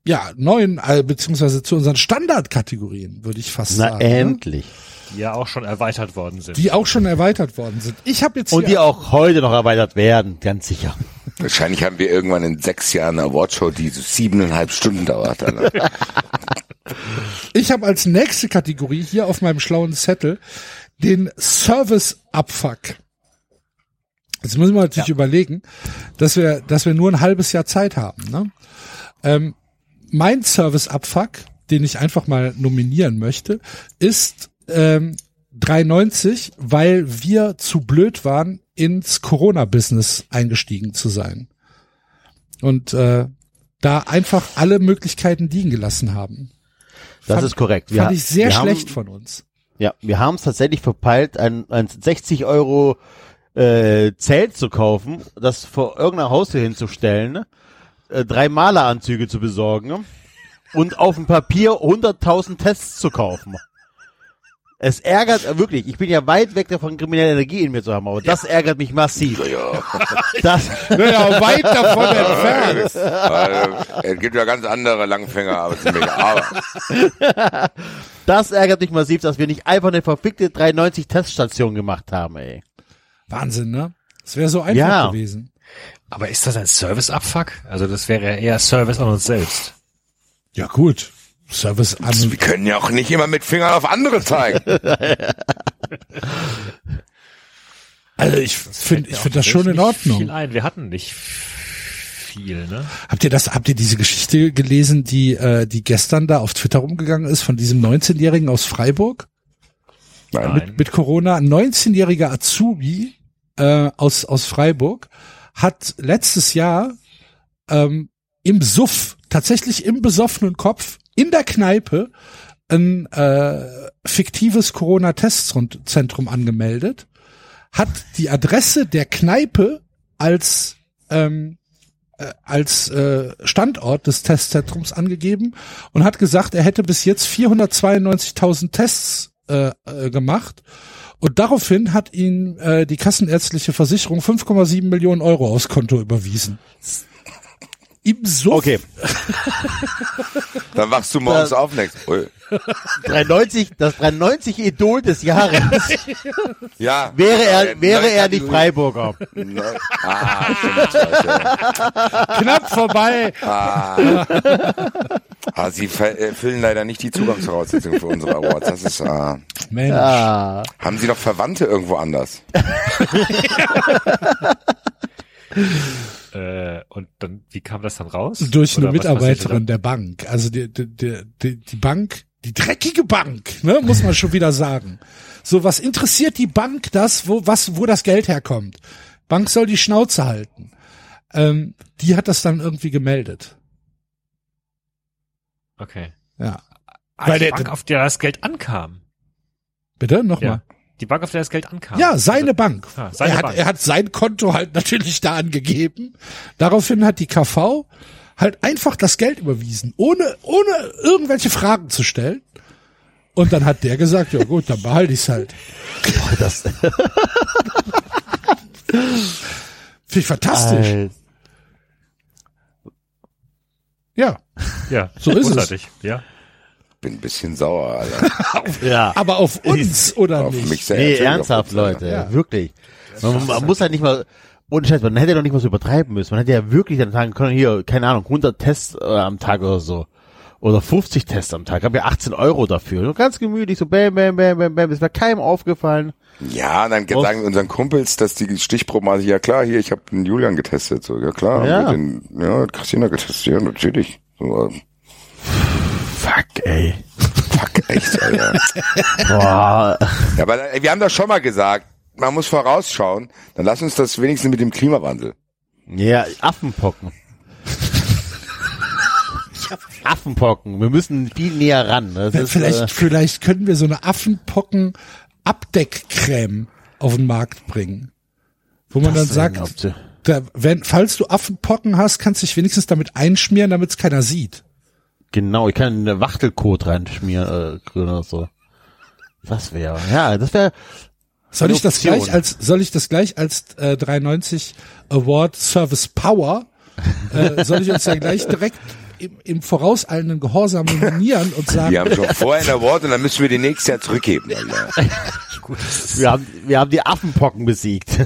[SPEAKER 2] ja, neuen, äh, beziehungsweise zu unseren Standardkategorien, würde ich fast
[SPEAKER 3] Na, ähm?
[SPEAKER 2] sagen. ne?
[SPEAKER 3] endlich.
[SPEAKER 5] Die ja auch schon erweitert worden sind.
[SPEAKER 2] Die auch schon erweitert worden sind. Ich habe jetzt
[SPEAKER 3] Und die
[SPEAKER 2] hier,
[SPEAKER 3] auch heute noch erweitert werden, ganz sicher.
[SPEAKER 4] Wahrscheinlich haben wir irgendwann in sechs Jahren eine Awardshow, die so siebeneinhalb Stunden dauert. Alter.
[SPEAKER 2] ich habe als nächste Kategorie hier auf meinem schlauen Zettel den Service-Abfuck. Jetzt müssen wir natürlich überlegen, dass wir, dass wir nur ein halbes Jahr Zeit haben. Ne? Ähm, mein Service-Abfuck, den ich einfach mal nominieren möchte, ist ähm, 3,90, weil wir zu blöd waren, ins Corona-Business eingestiegen zu sein. Und äh, da einfach alle Möglichkeiten liegen gelassen haben.
[SPEAKER 3] Das
[SPEAKER 2] Fand-
[SPEAKER 3] ist korrekt.
[SPEAKER 2] Fand ich sehr
[SPEAKER 3] wir
[SPEAKER 2] schlecht
[SPEAKER 3] Haben,
[SPEAKER 2] von uns.
[SPEAKER 3] ja, wir haben es tatsächlich verpeilt, ein, ein 60 Euro äh, Zelt zu kaufen, das vor irgendeiner Haustür hinzustellen, äh, drei Maleranzüge zu besorgen und auf dem Papier 100.000 Tests zu kaufen. Es ärgert äh, wirklich. Ich bin ja weit weg davon, kriminelle Energie in mir zu haben, aber das ärgert mich massiv. Das,
[SPEAKER 2] Naja, weit davon entfernt.
[SPEAKER 4] Äh, es gibt ja ganz andere Langfänger, aber es ist mega. Aber
[SPEAKER 3] das ärgert mich massiv, dass wir nicht einfach eine verfickte 93 Teststation gemacht haben, ey.
[SPEAKER 2] Wahnsinn, ne? Es wäre so einfach
[SPEAKER 3] Ja.
[SPEAKER 2] gewesen.
[SPEAKER 5] Aber ist das ein Service-Abfuck? Also das wäre ja eher Service an uns selbst.
[SPEAKER 2] Ja, gut. Service an.
[SPEAKER 4] also, wir können ja auch nicht immer mit Fingern auf andere zeigen.
[SPEAKER 2] Also ich finde ich
[SPEAKER 5] Ja,
[SPEAKER 2] finde das
[SPEAKER 5] fällt
[SPEAKER 2] schon
[SPEAKER 5] mir
[SPEAKER 2] in
[SPEAKER 5] nicht Viel
[SPEAKER 2] Ordnung.
[SPEAKER 5] ein. Wir hatten nicht viel, ne?
[SPEAKER 2] Habt ihr das, habt ihr diese Geschichte gelesen, die, äh, die gestern da auf Twitter rumgegangen ist von diesem 19-Jährigen aus Freiburg?
[SPEAKER 4] Nein.
[SPEAKER 5] Nein.
[SPEAKER 2] mit Corona. Ein 19-jähriger Azubi äh, aus, aus Freiburg hat letztes Jahr ähm, im Suff, tatsächlich im besoffenen Kopf, in der Kneipe ein äh, fiktives Corona-Testzentrum angemeldet, hat die Adresse der Kneipe als ähm, äh, als äh, Standort des Testzentrums angegeben und hat gesagt, er hätte bis jetzt 492.000 Tests äh, äh, gemacht. Und daraufhin hat ihn äh, die kassenärztliche Versicherung 5,7 Millionen Euro aufs Konto überwiesen. Ihm so
[SPEAKER 3] Okay,
[SPEAKER 4] Dann wachst du morgens
[SPEAKER 3] Da-
[SPEAKER 4] auf next. Oh,
[SPEAKER 3] 93, das 93 Idol des Jahres
[SPEAKER 4] Ja.
[SPEAKER 3] wäre er,
[SPEAKER 4] Neue-
[SPEAKER 3] wäre
[SPEAKER 4] neue
[SPEAKER 3] er nicht
[SPEAKER 4] Kategorie.
[SPEAKER 3] Freiburger.
[SPEAKER 4] Neu- Ah, stimmt, scheiße.
[SPEAKER 2] knapp vorbei.
[SPEAKER 4] ah. ah, sie ver- erfüllen leider nicht die Zugangsvoraussetzungen für unsere Awards. Das ist, ah.
[SPEAKER 2] Mensch.
[SPEAKER 3] Ah,
[SPEAKER 4] Haben Sie noch Verwandte irgendwo anders?
[SPEAKER 5] Äh, und dann, wie kam das dann raus?
[SPEAKER 2] Durch eine
[SPEAKER 5] Oder was
[SPEAKER 2] Mitarbeiterin
[SPEAKER 5] passierte
[SPEAKER 2] der Bank. Also die, die, die, die die Bank, die dreckige Bank, ne, muss man schon wieder sagen. So, was interessiert die Bank das, wo, was, wo das Geld herkommt? Bank soll die Schnauze halten. Ähm, die hat das dann irgendwie gemeldet.
[SPEAKER 5] da? Okay.
[SPEAKER 2] Ja.
[SPEAKER 5] Ah,
[SPEAKER 2] Weil
[SPEAKER 5] die
[SPEAKER 2] der-
[SPEAKER 5] Bank, auf der das Geld ankam.
[SPEAKER 2] Bitte? Nochmal.
[SPEAKER 5] Ja. Die Bank, auf der das Geld ankam.
[SPEAKER 2] Ja, seine Bank.
[SPEAKER 5] Ah, seine
[SPEAKER 2] er, hat,
[SPEAKER 5] Bank.
[SPEAKER 2] er hat sein Konto halt natürlich da angegeben. Daraufhin hat die KV halt einfach das Geld überwiesen, ohne, ohne irgendwelche Fragen zu stellen. Und dann hat der gesagt, ja gut, dann behalte ich's halt.
[SPEAKER 3] das,
[SPEAKER 2] Finde ich fantastisch. Ja.
[SPEAKER 5] Ja,
[SPEAKER 2] So ist es.
[SPEAKER 5] großartig. Ja.
[SPEAKER 4] Bin ein bisschen sauer, Alter.
[SPEAKER 3] ja.
[SPEAKER 2] Aber auf uns, oder
[SPEAKER 4] Auf
[SPEAKER 2] nicht?
[SPEAKER 4] mich selbst.
[SPEAKER 3] Nee,
[SPEAKER 4] Entschuldigung,
[SPEAKER 3] ernsthaft,
[SPEAKER 4] auf uns,
[SPEAKER 3] Leute,
[SPEAKER 2] Ja.
[SPEAKER 3] wirklich. Man, man muss halt nicht mal, ohne Scheiß, man hätte doch nicht mal so übertreiben müssen. Man hätte ja wirklich dann sagen können, hier, keine Ahnung, 100 Tests äh, am Tag oder so. Oder 50 Tests am Tag. Hab ja 18 Euro dafür. So ganz gemütlich, so bam, bam, bam, bam, bam. Es wäre keinem aufgefallen.
[SPEAKER 4] Ja, dann
[SPEAKER 3] Brauchst-
[SPEAKER 4] sagen wir unseren Kumpels, dass die Stichproben machen, ja klar, hier, ich habe den Julian getestet, so, ja klar,
[SPEAKER 3] Ja.
[SPEAKER 4] ja. den, ja, Christina getestet, ja, natürlich. So, ähm,
[SPEAKER 3] Fuck, ey.
[SPEAKER 4] fuck, echt, Alter.
[SPEAKER 3] Boah.
[SPEAKER 4] ja, aber äh, wir haben das schon mal gesagt, man muss vorausschauen, dann lass uns das wenigstens mit dem Klimawandel.
[SPEAKER 3] Ja, Affenpocken. Affenpocken. Wir müssen viel näher ran. Das ist,
[SPEAKER 2] vielleicht,
[SPEAKER 3] äh,
[SPEAKER 2] vielleicht können wir so eine Affenpocken-Abdeckcreme auf den Markt bringen. Wo man
[SPEAKER 3] das
[SPEAKER 2] dann sagt,
[SPEAKER 3] wäre eine Option.
[SPEAKER 2] da, wenn, falls du Affenpocken hast, kannst du dich wenigstens damit einschmieren, damit es keiner sieht.
[SPEAKER 3] Genau, ich kann eine Wachtelkot reinschmieren, äh, grün oder so. Das wäre, ja, das wäre,
[SPEAKER 2] Soll
[SPEAKER 3] Eine
[SPEAKER 2] ich das
[SPEAKER 3] Option.
[SPEAKER 2] gleich als soll ich das gleich als äh, 93 Award Service Power äh, soll ich uns dann gleich direkt im, im vorauseilenden Gehorsam nominieren und sagen,
[SPEAKER 4] Wir haben schon vorher ein Award und dann müssen wir den nächsten Jahr zurückgeben. Alter.
[SPEAKER 5] Gut.
[SPEAKER 3] wir haben, wir haben die Affenpocken besiegt.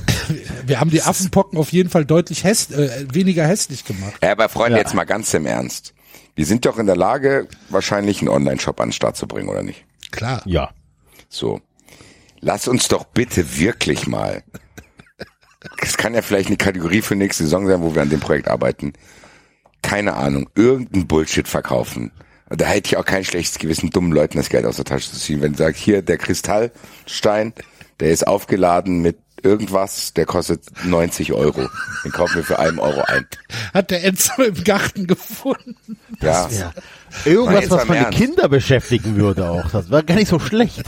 [SPEAKER 2] wir haben die Affenpocken auf jeden Fall deutlich häss äh, weniger hässlich gemacht.
[SPEAKER 4] Ja, aber Freunde, jetzt mal ganz im Ernst. Wir sind doch in der Lage, wahrscheinlich einen Online-Shop an den Start zu bringen, oder nicht?
[SPEAKER 2] Klar.
[SPEAKER 3] Ja.
[SPEAKER 4] So. Lass uns doch bitte wirklich mal. Es kann ja vielleicht eine Kategorie für nächste Saison sein, wo wir an dem Projekt arbeiten. Keine Ahnung, irgendeinen Bullshit verkaufen. Und da hätte ich auch kein schlechtes Gewissen, dummen Leuten das Geld aus der Tasche zu ziehen, wenn du sagst, hier der Kristallstein, der ist aufgeladen mit irgendwas, der kostet 90 Euro. Den kaufen wir für einen Euro ein.
[SPEAKER 2] Hat der Enzo im Garten gefunden.
[SPEAKER 4] Ja,
[SPEAKER 3] ja.
[SPEAKER 4] Nein,
[SPEAKER 3] Irgendwas,
[SPEAKER 4] jetzt
[SPEAKER 3] was
[SPEAKER 4] mal im
[SPEAKER 3] meine
[SPEAKER 4] Ernst.
[SPEAKER 3] Kinder beschäftigen würde auch. Das war gar nicht so schlecht.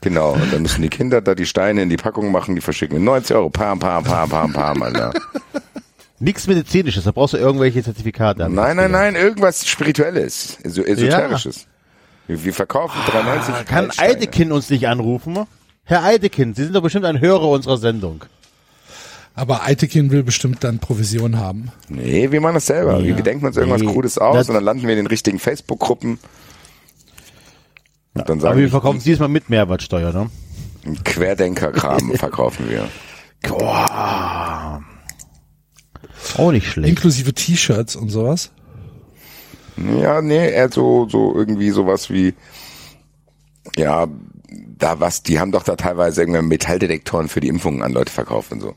[SPEAKER 4] genau. Und dann müssen die Kinder da die Steine in die Packung machen, die verschicken mit 90 Euro. Pam, pam, pam, pam, pam, Alter.
[SPEAKER 3] Nichts Medizinisches, da brauchst du irgendwelche Zertifikate.
[SPEAKER 4] Nein, nein, nein, irgendwas Spirituelles, so Esoterisches. Wir, wir verkaufen 93
[SPEAKER 3] Ah, Kann
[SPEAKER 4] Goldsteine.
[SPEAKER 3] Eidekin uns nicht anrufen? Herr Eidekin, Sie sind doch bestimmt ein Hörer unserer Sendung.
[SPEAKER 2] Aber Eitekin will bestimmt dann Provision haben.
[SPEAKER 4] Nee, wir machen das selber.
[SPEAKER 3] Ja.
[SPEAKER 4] Wir denken uns irgendwas
[SPEAKER 3] Nee.
[SPEAKER 4] Krudes aus
[SPEAKER 3] Das-
[SPEAKER 4] und dann landen wir in den richtigen Facebook-Gruppen. Und dann
[SPEAKER 3] Aber
[SPEAKER 4] sagen
[SPEAKER 3] wir
[SPEAKER 4] wir,
[SPEAKER 3] verkaufen es diesmal mit Mehrwertsteuer, ne?
[SPEAKER 4] einen Querdenker-Kram verkaufen wir.
[SPEAKER 3] Auch nicht schlecht.
[SPEAKER 2] Inklusive T-Shirts und sowas.
[SPEAKER 4] Ja, nee, eher so, so irgendwie sowas wie, ja, da was, die haben doch da teilweise irgendwelche Metalldetektoren für die Impfungen an Leute verkauft und so.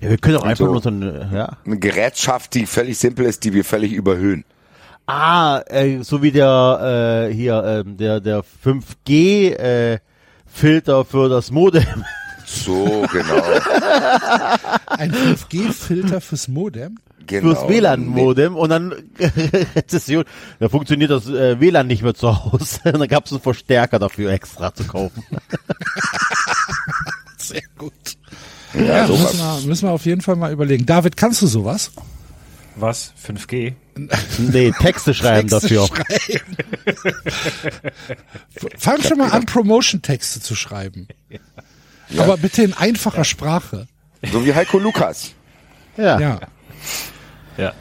[SPEAKER 3] Ja, wir können auch einfach
[SPEAKER 4] so.
[SPEAKER 3] nur so eine, ja.
[SPEAKER 4] Eine Gerätschaft, die völlig simpel ist, die wir völlig überhöhen.
[SPEAKER 3] Ah, äh, so wie der äh, hier ähm, der der 5G äh, Filter für das Modem.
[SPEAKER 4] So, genau.
[SPEAKER 2] Ein 5G-Filter fürs Modem.
[SPEAKER 4] genau.
[SPEAKER 3] Fürs WLAN-Modem und dann Rezession. Da funktioniert das äh, WLAN nicht mehr zu Hause. Und dann gab es einen Verstärker dafür extra zu kaufen.
[SPEAKER 2] Sehr gut. Ja,
[SPEAKER 4] Ja,
[SPEAKER 2] müssen,
[SPEAKER 4] sowas.
[SPEAKER 2] wir, müssen wir auf jeden Fall mal überlegen. David, kannst du sowas?
[SPEAKER 5] Was? 5G?
[SPEAKER 3] Nee, Texte schreiben
[SPEAKER 2] Texte
[SPEAKER 3] dafür.
[SPEAKER 2] schreiben. Fang schon mal an, Promotion-Texte zu schreiben. Aber bitte in einfacher Sprache.
[SPEAKER 4] So wie Heiko Lukas.
[SPEAKER 3] Ja.
[SPEAKER 2] Ja.
[SPEAKER 5] Ja.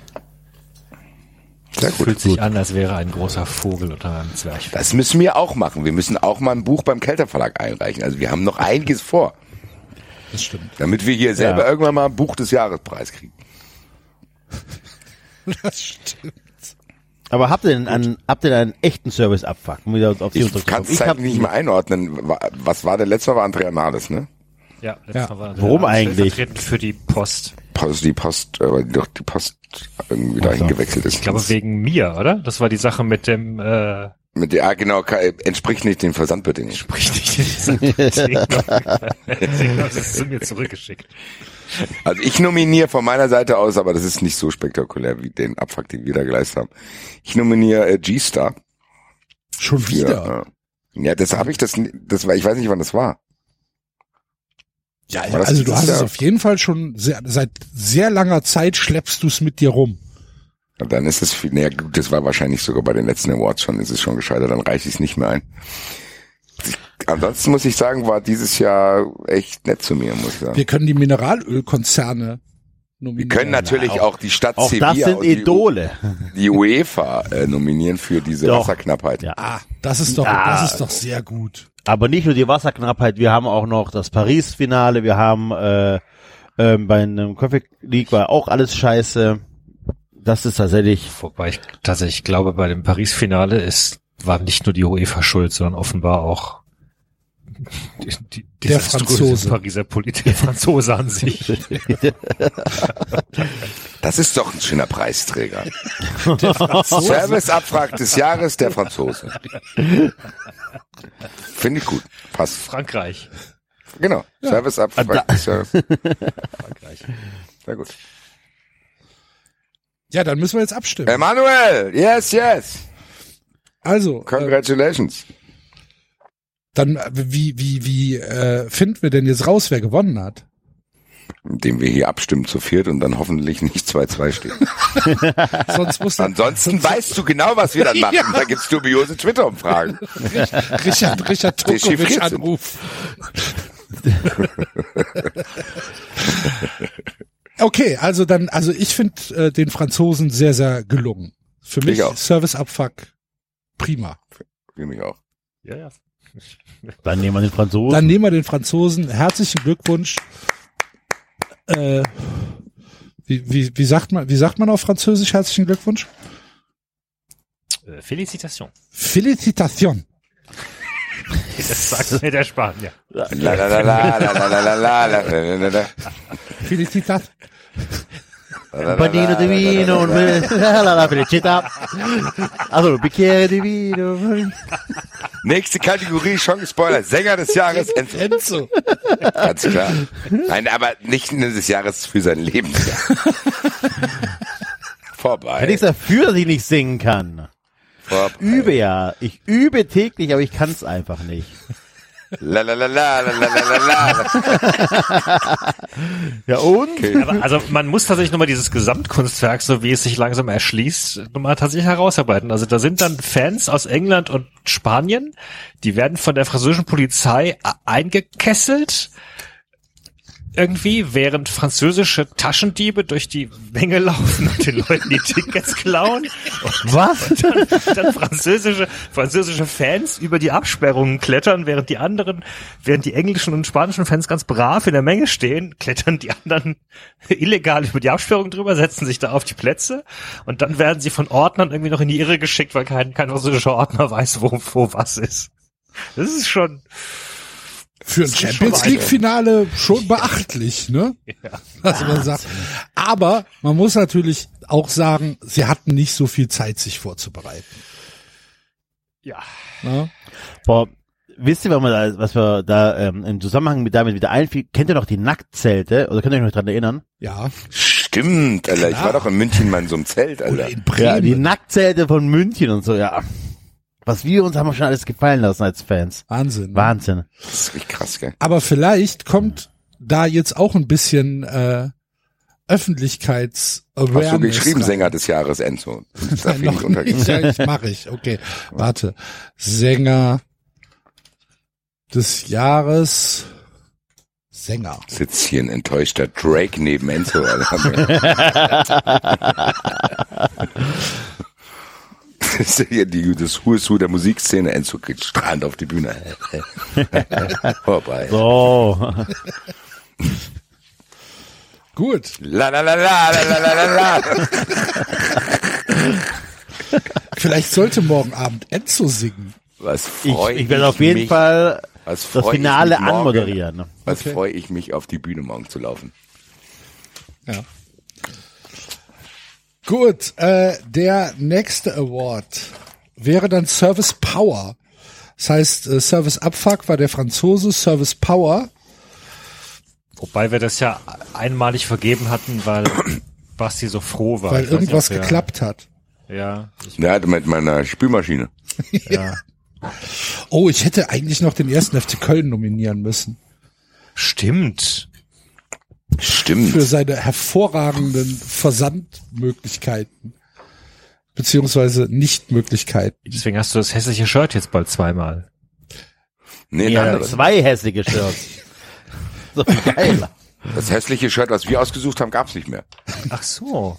[SPEAKER 4] Sehr gut.
[SPEAKER 5] Fühlt sich an, als wäre ein großer Vogel unter einem Zwerchfell.
[SPEAKER 4] Das müssen wir auch machen. Wir müssen auch mal ein Buch beim Kelter Verlag einreichen. Also wir haben noch einiges vor,
[SPEAKER 2] Das stimmt.
[SPEAKER 4] damit wir hier selber irgendwann mal ein Buch des Jahrespreis kriegen.
[SPEAKER 2] Das stimmt.
[SPEAKER 3] Aber habt ihr denn einen, habt ihr denn einen echten Service-Abfuck? Um wieder auf die
[SPEAKER 4] Ich
[SPEAKER 3] Unterkunft
[SPEAKER 4] kann
[SPEAKER 3] zu kommen.
[SPEAKER 4] es
[SPEAKER 3] hab-
[SPEAKER 4] nicht mehr einordnen. Wa- Was war der letzte? Mal War Andrea Nahles, ne?
[SPEAKER 5] Ja,
[SPEAKER 2] Ja.
[SPEAKER 5] letztes Mal war
[SPEAKER 3] Warum
[SPEAKER 5] der
[SPEAKER 3] eigentlich?
[SPEAKER 5] stellvertretend für die Post.
[SPEAKER 4] Post, die Post, äh, weil doch die Post irgendwie dahin gewechselt ist.
[SPEAKER 5] Ich glaube wegen mir, oder? Das war die Sache mit dem äh,
[SPEAKER 4] Mit der, ah, genau, ka- entspricht nicht den Versandbedingungen.
[SPEAKER 5] sprich nicht deswegen haben sie es zu mir zurückgeschickt.
[SPEAKER 4] Also ich nominiere von meiner Seite aus, aber das ist nicht so spektakulär wie den Abfuck, den wir da geleistet haben. Ich nominiere äh, G-Star.
[SPEAKER 2] Schon
[SPEAKER 4] für,
[SPEAKER 2] wieder.
[SPEAKER 4] äh, Ja, das habe ich das, n- das war, ich weiß nicht, wann das war.
[SPEAKER 2] Ja,
[SPEAKER 4] Aber das
[SPEAKER 2] also
[SPEAKER 4] ist
[SPEAKER 2] du
[SPEAKER 4] das
[SPEAKER 2] hast
[SPEAKER 4] ja-
[SPEAKER 2] es auf jeden Fall schon sehr, seit sehr langer Zeit schleppst du es mit dir rum.
[SPEAKER 4] Und dann ist es viel, naja, gut, das war wahrscheinlich sogar bei den letzten Awards schon, ist es schon gescheitert, dann reiche ich es nicht mehr ein. Ansonsten muss ich sagen, war dieses Jahr echt nett zu mir, muss ich sagen.
[SPEAKER 2] Wir können die Mineralölkonzerne nominieren.
[SPEAKER 4] Wir können natürlich auch, die Stadt
[SPEAKER 3] Auch
[SPEAKER 4] Sevilla
[SPEAKER 3] das sind
[SPEAKER 4] und die, U-
[SPEAKER 3] Idole.
[SPEAKER 4] die UEFA äh, nominieren für diese
[SPEAKER 3] Doch.
[SPEAKER 4] Wasserknappheit.
[SPEAKER 3] Ja.
[SPEAKER 2] Ah, das ist doch,
[SPEAKER 3] Ah.
[SPEAKER 2] das ist doch sehr gut.
[SPEAKER 3] Aber nicht nur die Wasserknappheit, wir haben auch noch das Paris-Finale, wir haben äh, ähm, bei einem Coffee League war auch alles scheiße. Das ist tatsächlich
[SPEAKER 5] Wobei ich tatsächlich glaube, bei dem Paris-Finale ist war nicht nur die UEFA schuld, sondern offenbar auch die, die,
[SPEAKER 2] Der
[SPEAKER 5] desaströse
[SPEAKER 2] Franzose.
[SPEAKER 5] Pariser Politiker, der Franzose an sich.
[SPEAKER 4] Das ist doch ein schöner Preisträger.
[SPEAKER 2] So,
[SPEAKER 4] Serviceabfrag des Jahres der Franzose. Finde ich gut. Passt.
[SPEAKER 5] Frankreich.
[SPEAKER 4] Genau. Serviceabfrag des Jahres. Sehr gut.
[SPEAKER 2] ja, dann müssen wir jetzt abstimmen.
[SPEAKER 4] Emanuel! Äh, Yes, yes!
[SPEAKER 2] also, äh,
[SPEAKER 4] Congratulations.
[SPEAKER 2] dann äh, wie wie wie äh, finden wir denn jetzt raus, wer gewonnen hat?
[SPEAKER 4] Indem wir hier abstimmen zu viert und dann hoffentlich nicht 2-2 stehen.
[SPEAKER 2] Sonst muss dann
[SPEAKER 4] Ansonsten weißt du genau, was wir dann machen.
[SPEAKER 2] Ja.
[SPEAKER 4] Da gibt's dubiose Twitter-Umfragen.
[SPEAKER 2] Richard Richard
[SPEAKER 4] Der
[SPEAKER 2] Tokovic
[SPEAKER 4] chiffriert sind.
[SPEAKER 2] anrufen. Okay, also dann, also ich finde äh, den Franzosen sehr, sehr gelungen. Für mich
[SPEAKER 4] auch.
[SPEAKER 2] Service-Abfuck prima.
[SPEAKER 4] Für mich auch.
[SPEAKER 5] Ja, ja.
[SPEAKER 3] Dann nehmen wir den Franzosen.
[SPEAKER 2] Dann nehmen wir den Franzosen. Herzlichen Glückwunsch. Äh, wie, wie, wie, sagt man, wie sagt man auf Französisch herzlichen Glückwunsch?
[SPEAKER 5] Äh, Felicitation.
[SPEAKER 2] Felicitation.
[SPEAKER 5] Das sagt mir der Spanier.
[SPEAKER 4] La, la, la, la, la, la, la, la, la, la, la, la.
[SPEAKER 2] Felicitation.
[SPEAKER 3] Un panino di vino, un la la la felicità. Also, Bicchiere di vino.
[SPEAKER 4] Nächste Kategorie, schon gespoilert. Sänger des Jahres, Enzo.
[SPEAKER 2] Enzo.
[SPEAKER 4] Ganz klar. Nein, aber nicht nur des Jahres für sein Leben.
[SPEAKER 3] Kann
[SPEAKER 4] Vorbei.
[SPEAKER 3] nichts dafür, dass ich nicht singen kann.
[SPEAKER 4] Vorbei.
[SPEAKER 3] Übe ja. Ich übe täglich, aber ich kann es einfach nicht.
[SPEAKER 4] La, la, la, la, la, la, la, la, la.
[SPEAKER 3] Ja und?
[SPEAKER 5] Aber also man muss tatsächlich nochmal dieses Gesamtkunstwerk, so wie es sich langsam erschließt, nochmal tatsächlich herausarbeiten. Also da sind dann Fans aus England und Spanien, die werden von der französischen Polizei a- eingekesselt. Irgendwie, während französische Taschendiebe durch die Menge laufen und den Leuten die Tickets klauen
[SPEAKER 3] Was?
[SPEAKER 5] dann französische, französische Fans über die Absperrungen klettern, während die anderen, während die englischen und spanischen Fans ganz brav in der Menge stehen, klettern die anderen illegal über die Absperrung drüber, setzen sich da auf die Plätze und dann werden sie von Ordnern irgendwie noch in die Irre geschickt, weil kein, kein französischer Ordner weiß, wo, wo was ist. Das ist schon,
[SPEAKER 2] Für ein
[SPEAKER 5] Das ist schon
[SPEAKER 2] Champions League Finale schon beachtlich, ne? Was man sagt. Aber man muss natürlich auch sagen, sie hatten nicht so viel Zeit, sich vorzubereiten.
[SPEAKER 5] ja.
[SPEAKER 2] Ne?
[SPEAKER 3] Boah, wisst ihr, was wir da, was wir da ähm, im Zusammenhang mit damit wieder einfiel? Kennt ihr noch die Nacktzelte? Oder könnt ihr euch noch dran erinnern?
[SPEAKER 2] Ja.
[SPEAKER 4] Stimmt, Alter. Ich
[SPEAKER 2] Klar.
[SPEAKER 4] Äh, war doch in München mal in so einem Zelt, Alter.
[SPEAKER 2] Oder in
[SPEAKER 3] Ja, die
[SPEAKER 2] Bremen.
[SPEAKER 3] Nacktzelte von München und so, ja. Was wir uns haben wir schon alles gefallen lassen als Fans.
[SPEAKER 2] Wahnsinn. ne?
[SPEAKER 3] Wahnsinn.
[SPEAKER 4] Das ist richtig krass, gell?
[SPEAKER 2] Aber vielleicht kommt da jetzt auch ein bisschen äh, Öffentlichkeits Awareness.
[SPEAKER 4] Hast du geschrieben,
[SPEAKER 2] rein.
[SPEAKER 4] Sänger des Jahres, Enzo? Das ist
[SPEAKER 2] Nein,
[SPEAKER 4] dafür nicht
[SPEAKER 2] Äh, noch nicht.
[SPEAKER 4] untergegangen.
[SPEAKER 2] Ja, ich mache ich. Okay, warte. Sänger des Jahres. Sänger.
[SPEAKER 4] Sitzt hier ein enttäuschter Drake neben Enzo. Alter. Das ist ja die, das Who is Who der Musikszene. Enzo geht strahlend auf die Bühne. Vorbei.
[SPEAKER 3] So.
[SPEAKER 2] Gut.
[SPEAKER 4] La la la la la la la la la.
[SPEAKER 2] Vielleicht sollte morgen Abend Enzo singen.
[SPEAKER 4] Was
[SPEAKER 3] Ich,
[SPEAKER 4] freu
[SPEAKER 3] ich werde auf jeden
[SPEAKER 4] mich,
[SPEAKER 3] Fall
[SPEAKER 4] was
[SPEAKER 3] das
[SPEAKER 4] freu ich
[SPEAKER 3] Finale
[SPEAKER 4] mich morgen-
[SPEAKER 3] anmoderieren.
[SPEAKER 4] Was
[SPEAKER 2] Okay.
[SPEAKER 4] freue ich mich, auf die Bühne morgen zu laufen.
[SPEAKER 2] Ja. Gut, äh, der nächste Award wäre dann Service Power. Das heißt, äh, Service Abfuck war der Franzose, Service Power.
[SPEAKER 5] Ah, Wobei wir das ja einmalig vergeben hatten, weil Basti so froh war.
[SPEAKER 2] weil
[SPEAKER 5] Ich weiß nicht,
[SPEAKER 2] irgendwas
[SPEAKER 5] ob wir-
[SPEAKER 2] geklappt hat.
[SPEAKER 5] Ja, ich,
[SPEAKER 4] Ja, mit meiner Spülmaschine.
[SPEAKER 5] ja.
[SPEAKER 2] Oh, ich hätte eigentlich noch den ersten FC Köln nominieren müssen
[SPEAKER 5] Stimmt.
[SPEAKER 4] Stimmt.
[SPEAKER 2] für seine hervorragenden Versandmöglichkeiten beziehungsweise Nichtmöglichkeiten.
[SPEAKER 5] Deswegen hast du das hässliche Shirt jetzt bald zweimal.
[SPEAKER 4] Nee,
[SPEAKER 3] Wir
[SPEAKER 4] ein
[SPEAKER 3] haben
[SPEAKER 4] anderes.
[SPEAKER 3] zwei hässliche Shirts. so geil.
[SPEAKER 4] Das hässliche Shirt, was wir ausgesucht haben, gab's nicht mehr.
[SPEAKER 5] Ach so.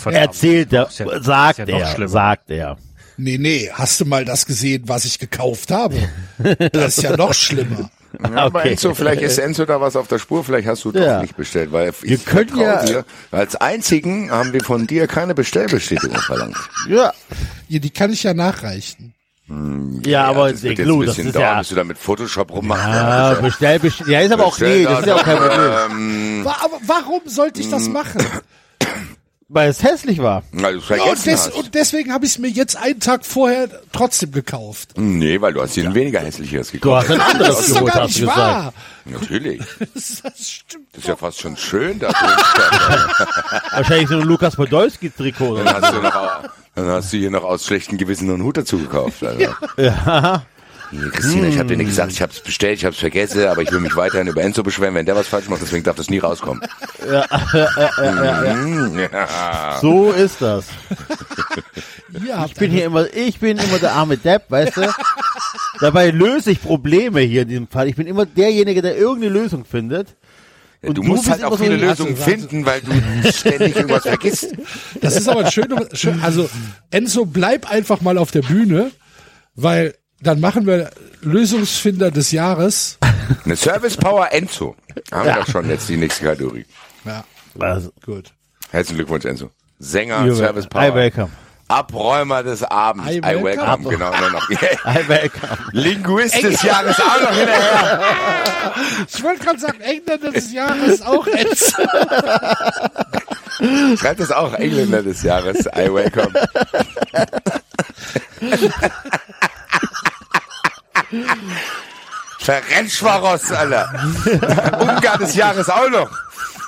[SPEAKER 5] Verdammt.
[SPEAKER 3] Erzählt er,
[SPEAKER 5] Ist ja- ist
[SPEAKER 3] sagt
[SPEAKER 5] ja noch
[SPEAKER 3] er,
[SPEAKER 5] schlimmer.
[SPEAKER 3] sagt er.
[SPEAKER 2] Nee, nee, hast du mal das gesehen, was ich gekauft habe? Das ist ja noch schlimmer.
[SPEAKER 4] Ja, Aber
[SPEAKER 3] Okay.
[SPEAKER 4] Enzo, vielleicht ist Enzo da was auf der Spur, vielleicht hast du
[SPEAKER 3] Ja.
[SPEAKER 4] doch nicht bestellt, weil ich
[SPEAKER 3] Wir können
[SPEAKER 4] vertraue
[SPEAKER 3] ja-
[SPEAKER 4] dir, als einzigen haben wir von dir keine Bestellbestätigung verlangt.
[SPEAKER 3] Ja.
[SPEAKER 2] Ja, die kann ich ja nachreichen.
[SPEAKER 3] Ja, aber
[SPEAKER 4] das wird
[SPEAKER 3] der
[SPEAKER 4] jetzt
[SPEAKER 3] Glue,
[SPEAKER 4] ein
[SPEAKER 3] das
[SPEAKER 4] bisschen
[SPEAKER 3] ist
[SPEAKER 4] dauern,
[SPEAKER 3] ja.
[SPEAKER 4] bis du da mit Photoshop rummachst.
[SPEAKER 3] Ah, bestell, bestell. Ja, ist aber auch, nee, das ist ja auch kein Problem.
[SPEAKER 4] Problem.
[SPEAKER 2] Wa- Aber warum sollte ich das machen?
[SPEAKER 3] Weil es hässlich war.
[SPEAKER 4] Weil du's
[SPEAKER 2] Ja, und,
[SPEAKER 4] vergessen
[SPEAKER 2] des,
[SPEAKER 4] hast.
[SPEAKER 2] und deswegen habe ich es mir jetzt einen Tag vorher trotzdem gekauft.
[SPEAKER 4] nee, weil du hast dir ein weniger hässliches
[SPEAKER 3] Du
[SPEAKER 4] gekauft.
[SPEAKER 3] hast ein anderes
[SPEAKER 2] Das ist doch
[SPEAKER 3] geholt,
[SPEAKER 2] gar
[SPEAKER 3] hast du
[SPEAKER 2] nicht
[SPEAKER 3] gesagt.
[SPEAKER 2] wahr.
[SPEAKER 4] Natürlich.
[SPEAKER 2] Das,
[SPEAKER 4] Das
[SPEAKER 2] das stimmt.
[SPEAKER 4] ist ja fast schon schön da drin.
[SPEAKER 3] Wahrscheinlich so ein Lukas Podolski-Trikot. oder
[SPEAKER 4] Dann hast du noch, dann hast du hier noch aus schlechtem Gewissen noch einen Hut dazu gekauft. Also. Ja. Christina, ich habe dir nicht
[SPEAKER 3] Hm.
[SPEAKER 4] gesagt, ich habe es bestellt, ich habe es vergessen, aber ich will mich weiterhin über Enzo beschweren, wenn der was falsch macht, deswegen darf das nie rauskommen. Mhm, ja.
[SPEAKER 3] So ist das.
[SPEAKER 2] Ihr habt
[SPEAKER 3] Ich bin hier immer, ich bin immer der arme Depp, weißt du? Dabei löse ich Probleme hier in diesem Fall. Ich bin immer derjenige, der irgendeine Lösung findet. Und du
[SPEAKER 4] Du musst
[SPEAKER 3] bist
[SPEAKER 4] halt
[SPEAKER 3] immer
[SPEAKER 4] auch
[SPEAKER 3] so
[SPEAKER 4] viele
[SPEAKER 3] ein-
[SPEAKER 4] Lösungen
[SPEAKER 2] Warte, warte.
[SPEAKER 4] finden, weil du ständig irgendwas vergisst.
[SPEAKER 2] Das ist aber ein schöner, schön, also Enzo, bleib einfach mal auf der Bühne, weil dann machen wir Lösungsfinder des Jahres.
[SPEAKER 4] Eine Service Power Enzo. Haben wir doch schon jetzt die nächste Kategorie.
[SPEAKER 2] Ja,
[SPEAKER 3] Also,
[SPEAKER 2] gut.
[SPEAKER 4] Herzlichen Glückwunsch, Enzo. Sänger,
[SPEAKER 3] You're
[SPEAKER 4] Service
[SPEAKER 3] welcome.
[SPEAKER 4] Power.
[SPEAKER 3] I welcome.
[SPEAKER 4] Abräumer des Abends.
[SPEAKER 2] I
[SPEAKER 4] I
[SPEAKER 2] welcome.
[SPEAKER 4] welcome. Genau, nur noch.
[SPEAKER 3] I welcome.
[SPEAKER 4] Linguist des Jahres auch noch hinterher.
[SPEAKER 2] Ich wollte gerade sagen, Engländer des Jahres auch Enzo.
[SPEAKER 4] Schreibt das auch Engländer des Jahres. I welcome. Ferencvaros, Alter. Ungarn des Jahres auch noch.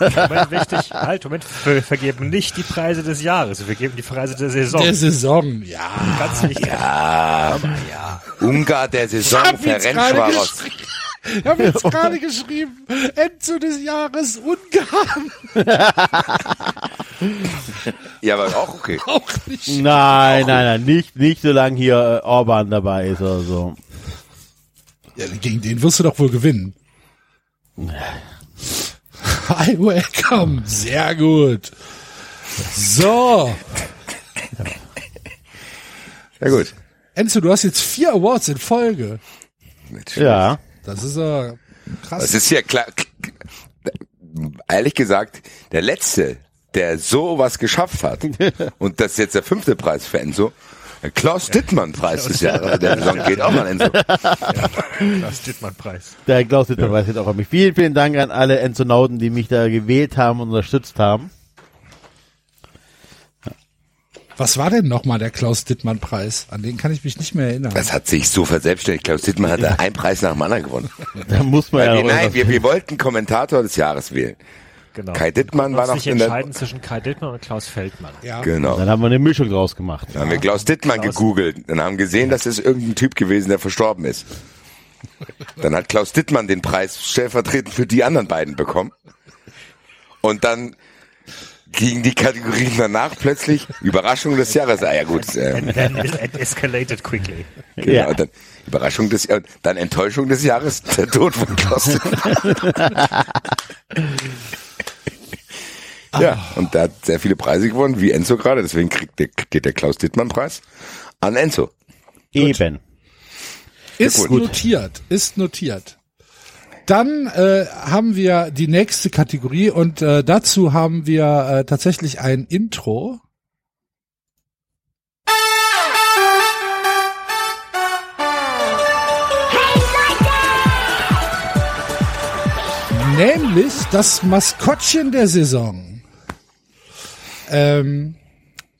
[SPEAKER 5] Moment, wichtig. Halt, Moment. Wir vergeben nicht die Preise des Jahres. Wir vergeben die Preise der Saison.
[SPEAKER 2] Der Saison, ja.
[SPEAKER 5] Ganz wichtig.
[SPEAKER 4] Ungar der Saison,
[SPEAKER 2] hab jetzt gerade
[SPEAKER 4] Ferencvaros.
[SPEAKER 2] geschrieben. Ich habe jetzt gerade geschrieben, Enzo des Jahres Ungarn.
[SPEAKER 4] Ja, aber auch okay.
[SPEAKER 2] Auch nicht.
[SPEAKER 3] Nein, nein, nein, nicht, nicht so lange hier äh, Orban dabei ist oder so.
[SPEAKER 2] Ja, gegen den wirst du doch wohl gewinnen. I welcome. Sehr gut. So.
[SPEAKER 4] Ja gut.
[SPEAKER 2] Enzo, du hast jetzt vier Awards in Folge.
[SPEAKER 3] Ja.
[SPEAKER 2] Das ist äh, ja krass.
[SPEAKER 4] Das ist ja klar. Ehrlich gesagt, der letzte, der sowas geschafft hat, und das ist jetzt der fünfte Preis für Enzo, der Klaus Dittmann-Preis des Jahres. Der Saison geht auch mal Enzo.
[SPEAKER 5] Das steht mein Preis.
[SPEAKER 3] Der Klaus Ditter weiß jetzt auch an mich. Vielen, vielen Dank an alle Enzonauten, die mich da gewählt haben und unterstützt haben.
[SPEAKER 2] Was war denn nochmal der Klaus Dittmann Preis? An den kann ich mich nicht mehr erinnern.
[SPEAKER 4] Das hat sich so verselbstständigt. Klaus Dittmann hat da einen Preis nach dem anderen gewonnen.
[SPEAKER 3] Da muss man ja
[SPEAKER 4] Weil wir,
[SPEAKER 3] noch
[SPEAKER 4] nein, wir, wir wollten Kommentator des Jahres wählen.
[SPEAKER 5] Genau.
[SPEAKER 4] Kai Dittmann
[SPEAKER 5] Wir konnten uns
[SPEAKER 4] war noch
[SPEAKER 5] nicht
[SPEAKER 4] in der-
[SPEAKER 5] entscheiden zwischen Kai Dittmann und Klaus Feldmann.
[SPEAKER 2] Ja.
[SPEAKER 4] Genau.
[SPEAKER 3] Dann haben wir eine Mischung draus gemacht.
[SPEAKER 4] Dann haben wir Klaus Dittmann
[SPEAKER 5] Klaus-
[SPEAKER 4] gegoogelt und haben gesehen, dass es irgendein Typ gewesen, der verstorben ist. Dann hat Klaus Dittmann den Preis stellvertretend für die anderen beiden bekommen. Und dann gingen die Kategorien danach plötzlich Überraschung des Jahres. Ah ja gut, ähm,
[SPEAKER 5] Then it escalated quickly.
[SPEAKER 4] genau. Und dann Überraschung des Jahres, dann Enttäuschung des Jahres, der Tod von Klaus Dittmann. ja, und der hat sehr viele Preise gewonnen, wie Enzo gerade. Deswegen kriegt der, geht der Klaus Dittmann-Preis an Enzo.
[SPEAKER 3] Eben.
[SPEAKER 2] Ist
[SPEAKER 4] Glückwunsch.
[SPEAKER 2] notiert, ist notiert. Dann äh, haben wir die nächste Kategorie und äh, dazu haben wir äh, tatsächlich ein Intro. Nämlich das Maskottchen der Saison. Ähm,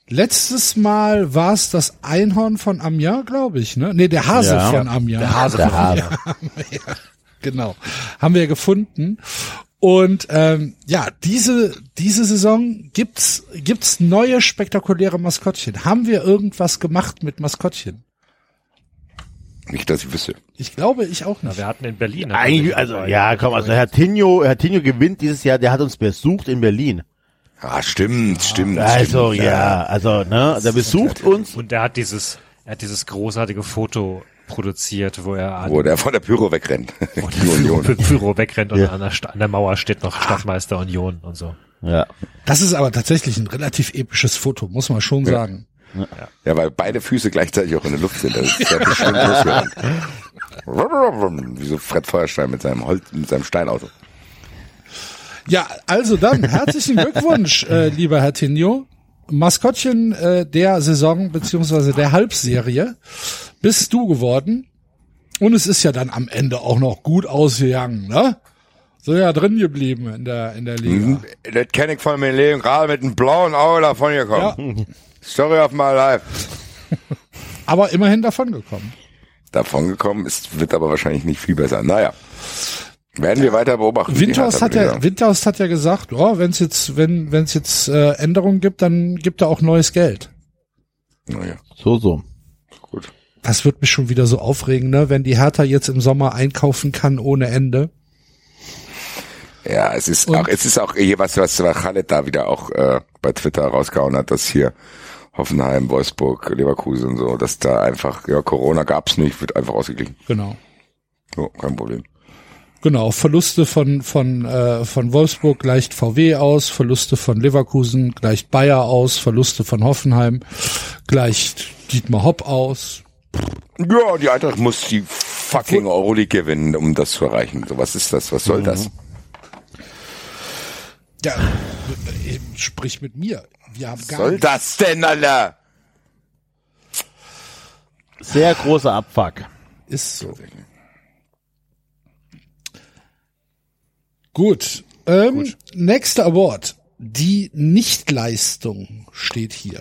[SPEAKER 2] letztes Mal war es das Einhorn von Amiens, glaube ich, ne? Nee, der Hase
[SPEAKER 3] Ja.
[SPEAKER 2] von Amiens.
[SPEAKER 4] Also
[SPEAKER 3] Der Hase.
[SPEAKER 2] Genau. Haben wir gefunden. Und ähm, ja, diese, diese Saison gibt's, gibt's neue spektakuläre Maskottchen. Haben wir irgendwas gemacht mit Maskottchen?
[SPEAKER 4] Nicht, dass ich wüsste.
[SPEAKER 2] Ich glaube, ich auch
[SPEAKER 5] Na,
[SPEAKER 2] nicht.
[SPEAKER 5] wir hatten in Berlin.
[SPEAKER 3] Eigentlich, also, ja, komm, also Herr Tinho, Herr Tinho gewinnt dieses Jahr, der hat uns besucht in Berlin.
[SPEAKER 4] Ah, stimmt, stimmt.
[SPEAKER 3] Also,
[SPEAKER 4] stimmt,
[SPEAKER 3] ja, also, ne, der besucht uns.
[SPEAKER 5] Und er hat dieses, er hat dieses großartige Foto produziert, wo er an
[SPEAKER 4] Wo der von der Pyro wegrennt. Die Union.
[SPEAKER 5] Py- Pyro wegrennt und
[SPEAKER 3] Ja.
[SPEAKER 5] an, der Sta- an der Mauer steht noch Stadtmeister Union und so.
[SPEAKER 3] Ja.
[SPEAKER 2] Das ist aber tatsächlich ein relativ episches Foto, muss man schon sagen.
[SPEAKER 4] Ja, weil beide Füße gleichzeitig auch in der Luft sind. Das ist ja bestimmt losgegangen. Wie so Fred Feuerstein mit seinem Holz, mit seinem Steinauto.
[SPEAKER 2] Ja, also dann herzlichen Glückwunsch, äh, lieber Herr Tinio. Maskottchen äh, der Saison beziehungsweise der Halbserie bist du geworden. Und es ist ja dann am Ende auch noch gut ausgegangen, ne? So ja drin geblieben in der in der Liga.
[SPEAKER 4] Das kenne ich von meinem Leben, gerade mit einem blauen Auge davon gekommen. Story of my life.
[SPEAKER 2] Aber immerhin davon gekommen.
[SPEAKER 4] Davon gekommen ist, wird aber wahrscheinlich nicht viel besser. Naja. Werden wir weiter beobachten.
[SPEAKER 2] Windhaus hat ja
[SPEAKER 4] ja.
[SPEAKER 2] Windhaus hat ja gesagt, oh, wenn es jetzt wenn wenn es jetzt äh, Änderungen gibt, dann gibt er auch neues Geld.
[SPEAKER 4] Naja,
[SPEAKER 3] So, so.
[SPEAKER 4] gut.
[SPEAKER 2] Das wird mich schon wieder so aufregen, ne? Wenn die Hertha jetzt im Sommer einkaufen kann ohne Ende.
[SPEAKER 4] Ja, es ist
[SPEAKER 2] Und-
[SPEAKER 4] auch, es ist auch hier was, was Khaled da wieder auch äh, bei Twitter rausgehauen hat, dass hier Hoffenheim, Wolfsburg, Leverkusen und so, dass da einfach, ja, Corona gab's nicht, wird einfach ausgeglichen.
[SPEAKER 2] Genau.
[SPEAKER 4] So, kein Problem.
[SPEAKER 2] Genau, Verluste von, von, äh, von Wolfsburg gleicht VW aus, Verluste von Leverkusen gleicht Bayer aus, Verluste von Hoffenheim gleicht Dietmar Hopp aus.
[SPEAKER 4] Ja, die Eintracht muss die fucking Euroleague gewinnen, um das zu erreichen. So, was ist das? Was
[SPEAKER 3] Mhm.
[SPEAKER 4] soll das?
[SPEAKER 2] Ja, äh, sprich mit mir. Wir haben gar
[SPEAKER 4] Soll
[SPEAKER 2] nichts.
[SPEAKER 4] das denn, Alter?
[SPEAKER 3] Sehr großer Abfuck.
[SPEAKER 2] Ist so. Gut. Ähm, Nächster Award. Die Nichtleistung steht hier.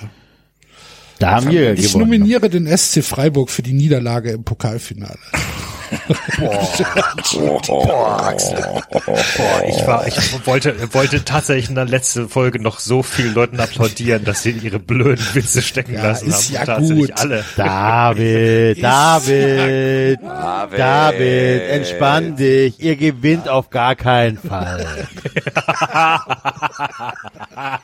[SPEAKER 3] Da haben wir
[SPEAKER 2] Ich
[SPEAKER 3] gewonnen. ne?
[SPEAKER 2] nominiere den SC Freiburg für die Niederlage im Pokalfinale.
[SPEAKER 4] Oh,
[SPEAKER 5] Ich war, ich wollte, wollte tatsächlich in der letzten Folge noch so vielen Leuten applaudieren, dass sie ihre blöden Witze stecken
[SPEAKER 2] Ja,
[SPEAKER 5] lassen
[SPEAKER 2] ist
[SPEAKER 5] haben.
[SPEAKER 2] ja
[SPEAKER 5] Und tatsächlich
[SPEAKER 2] gut.
[SPEAKER 5] alle.
[SPEAKER 3] David, David,
[SPEAKER 4] David.
[SPEAKER 3] David, entspann dich. Ihr gewinnt auf gar keinen Fall.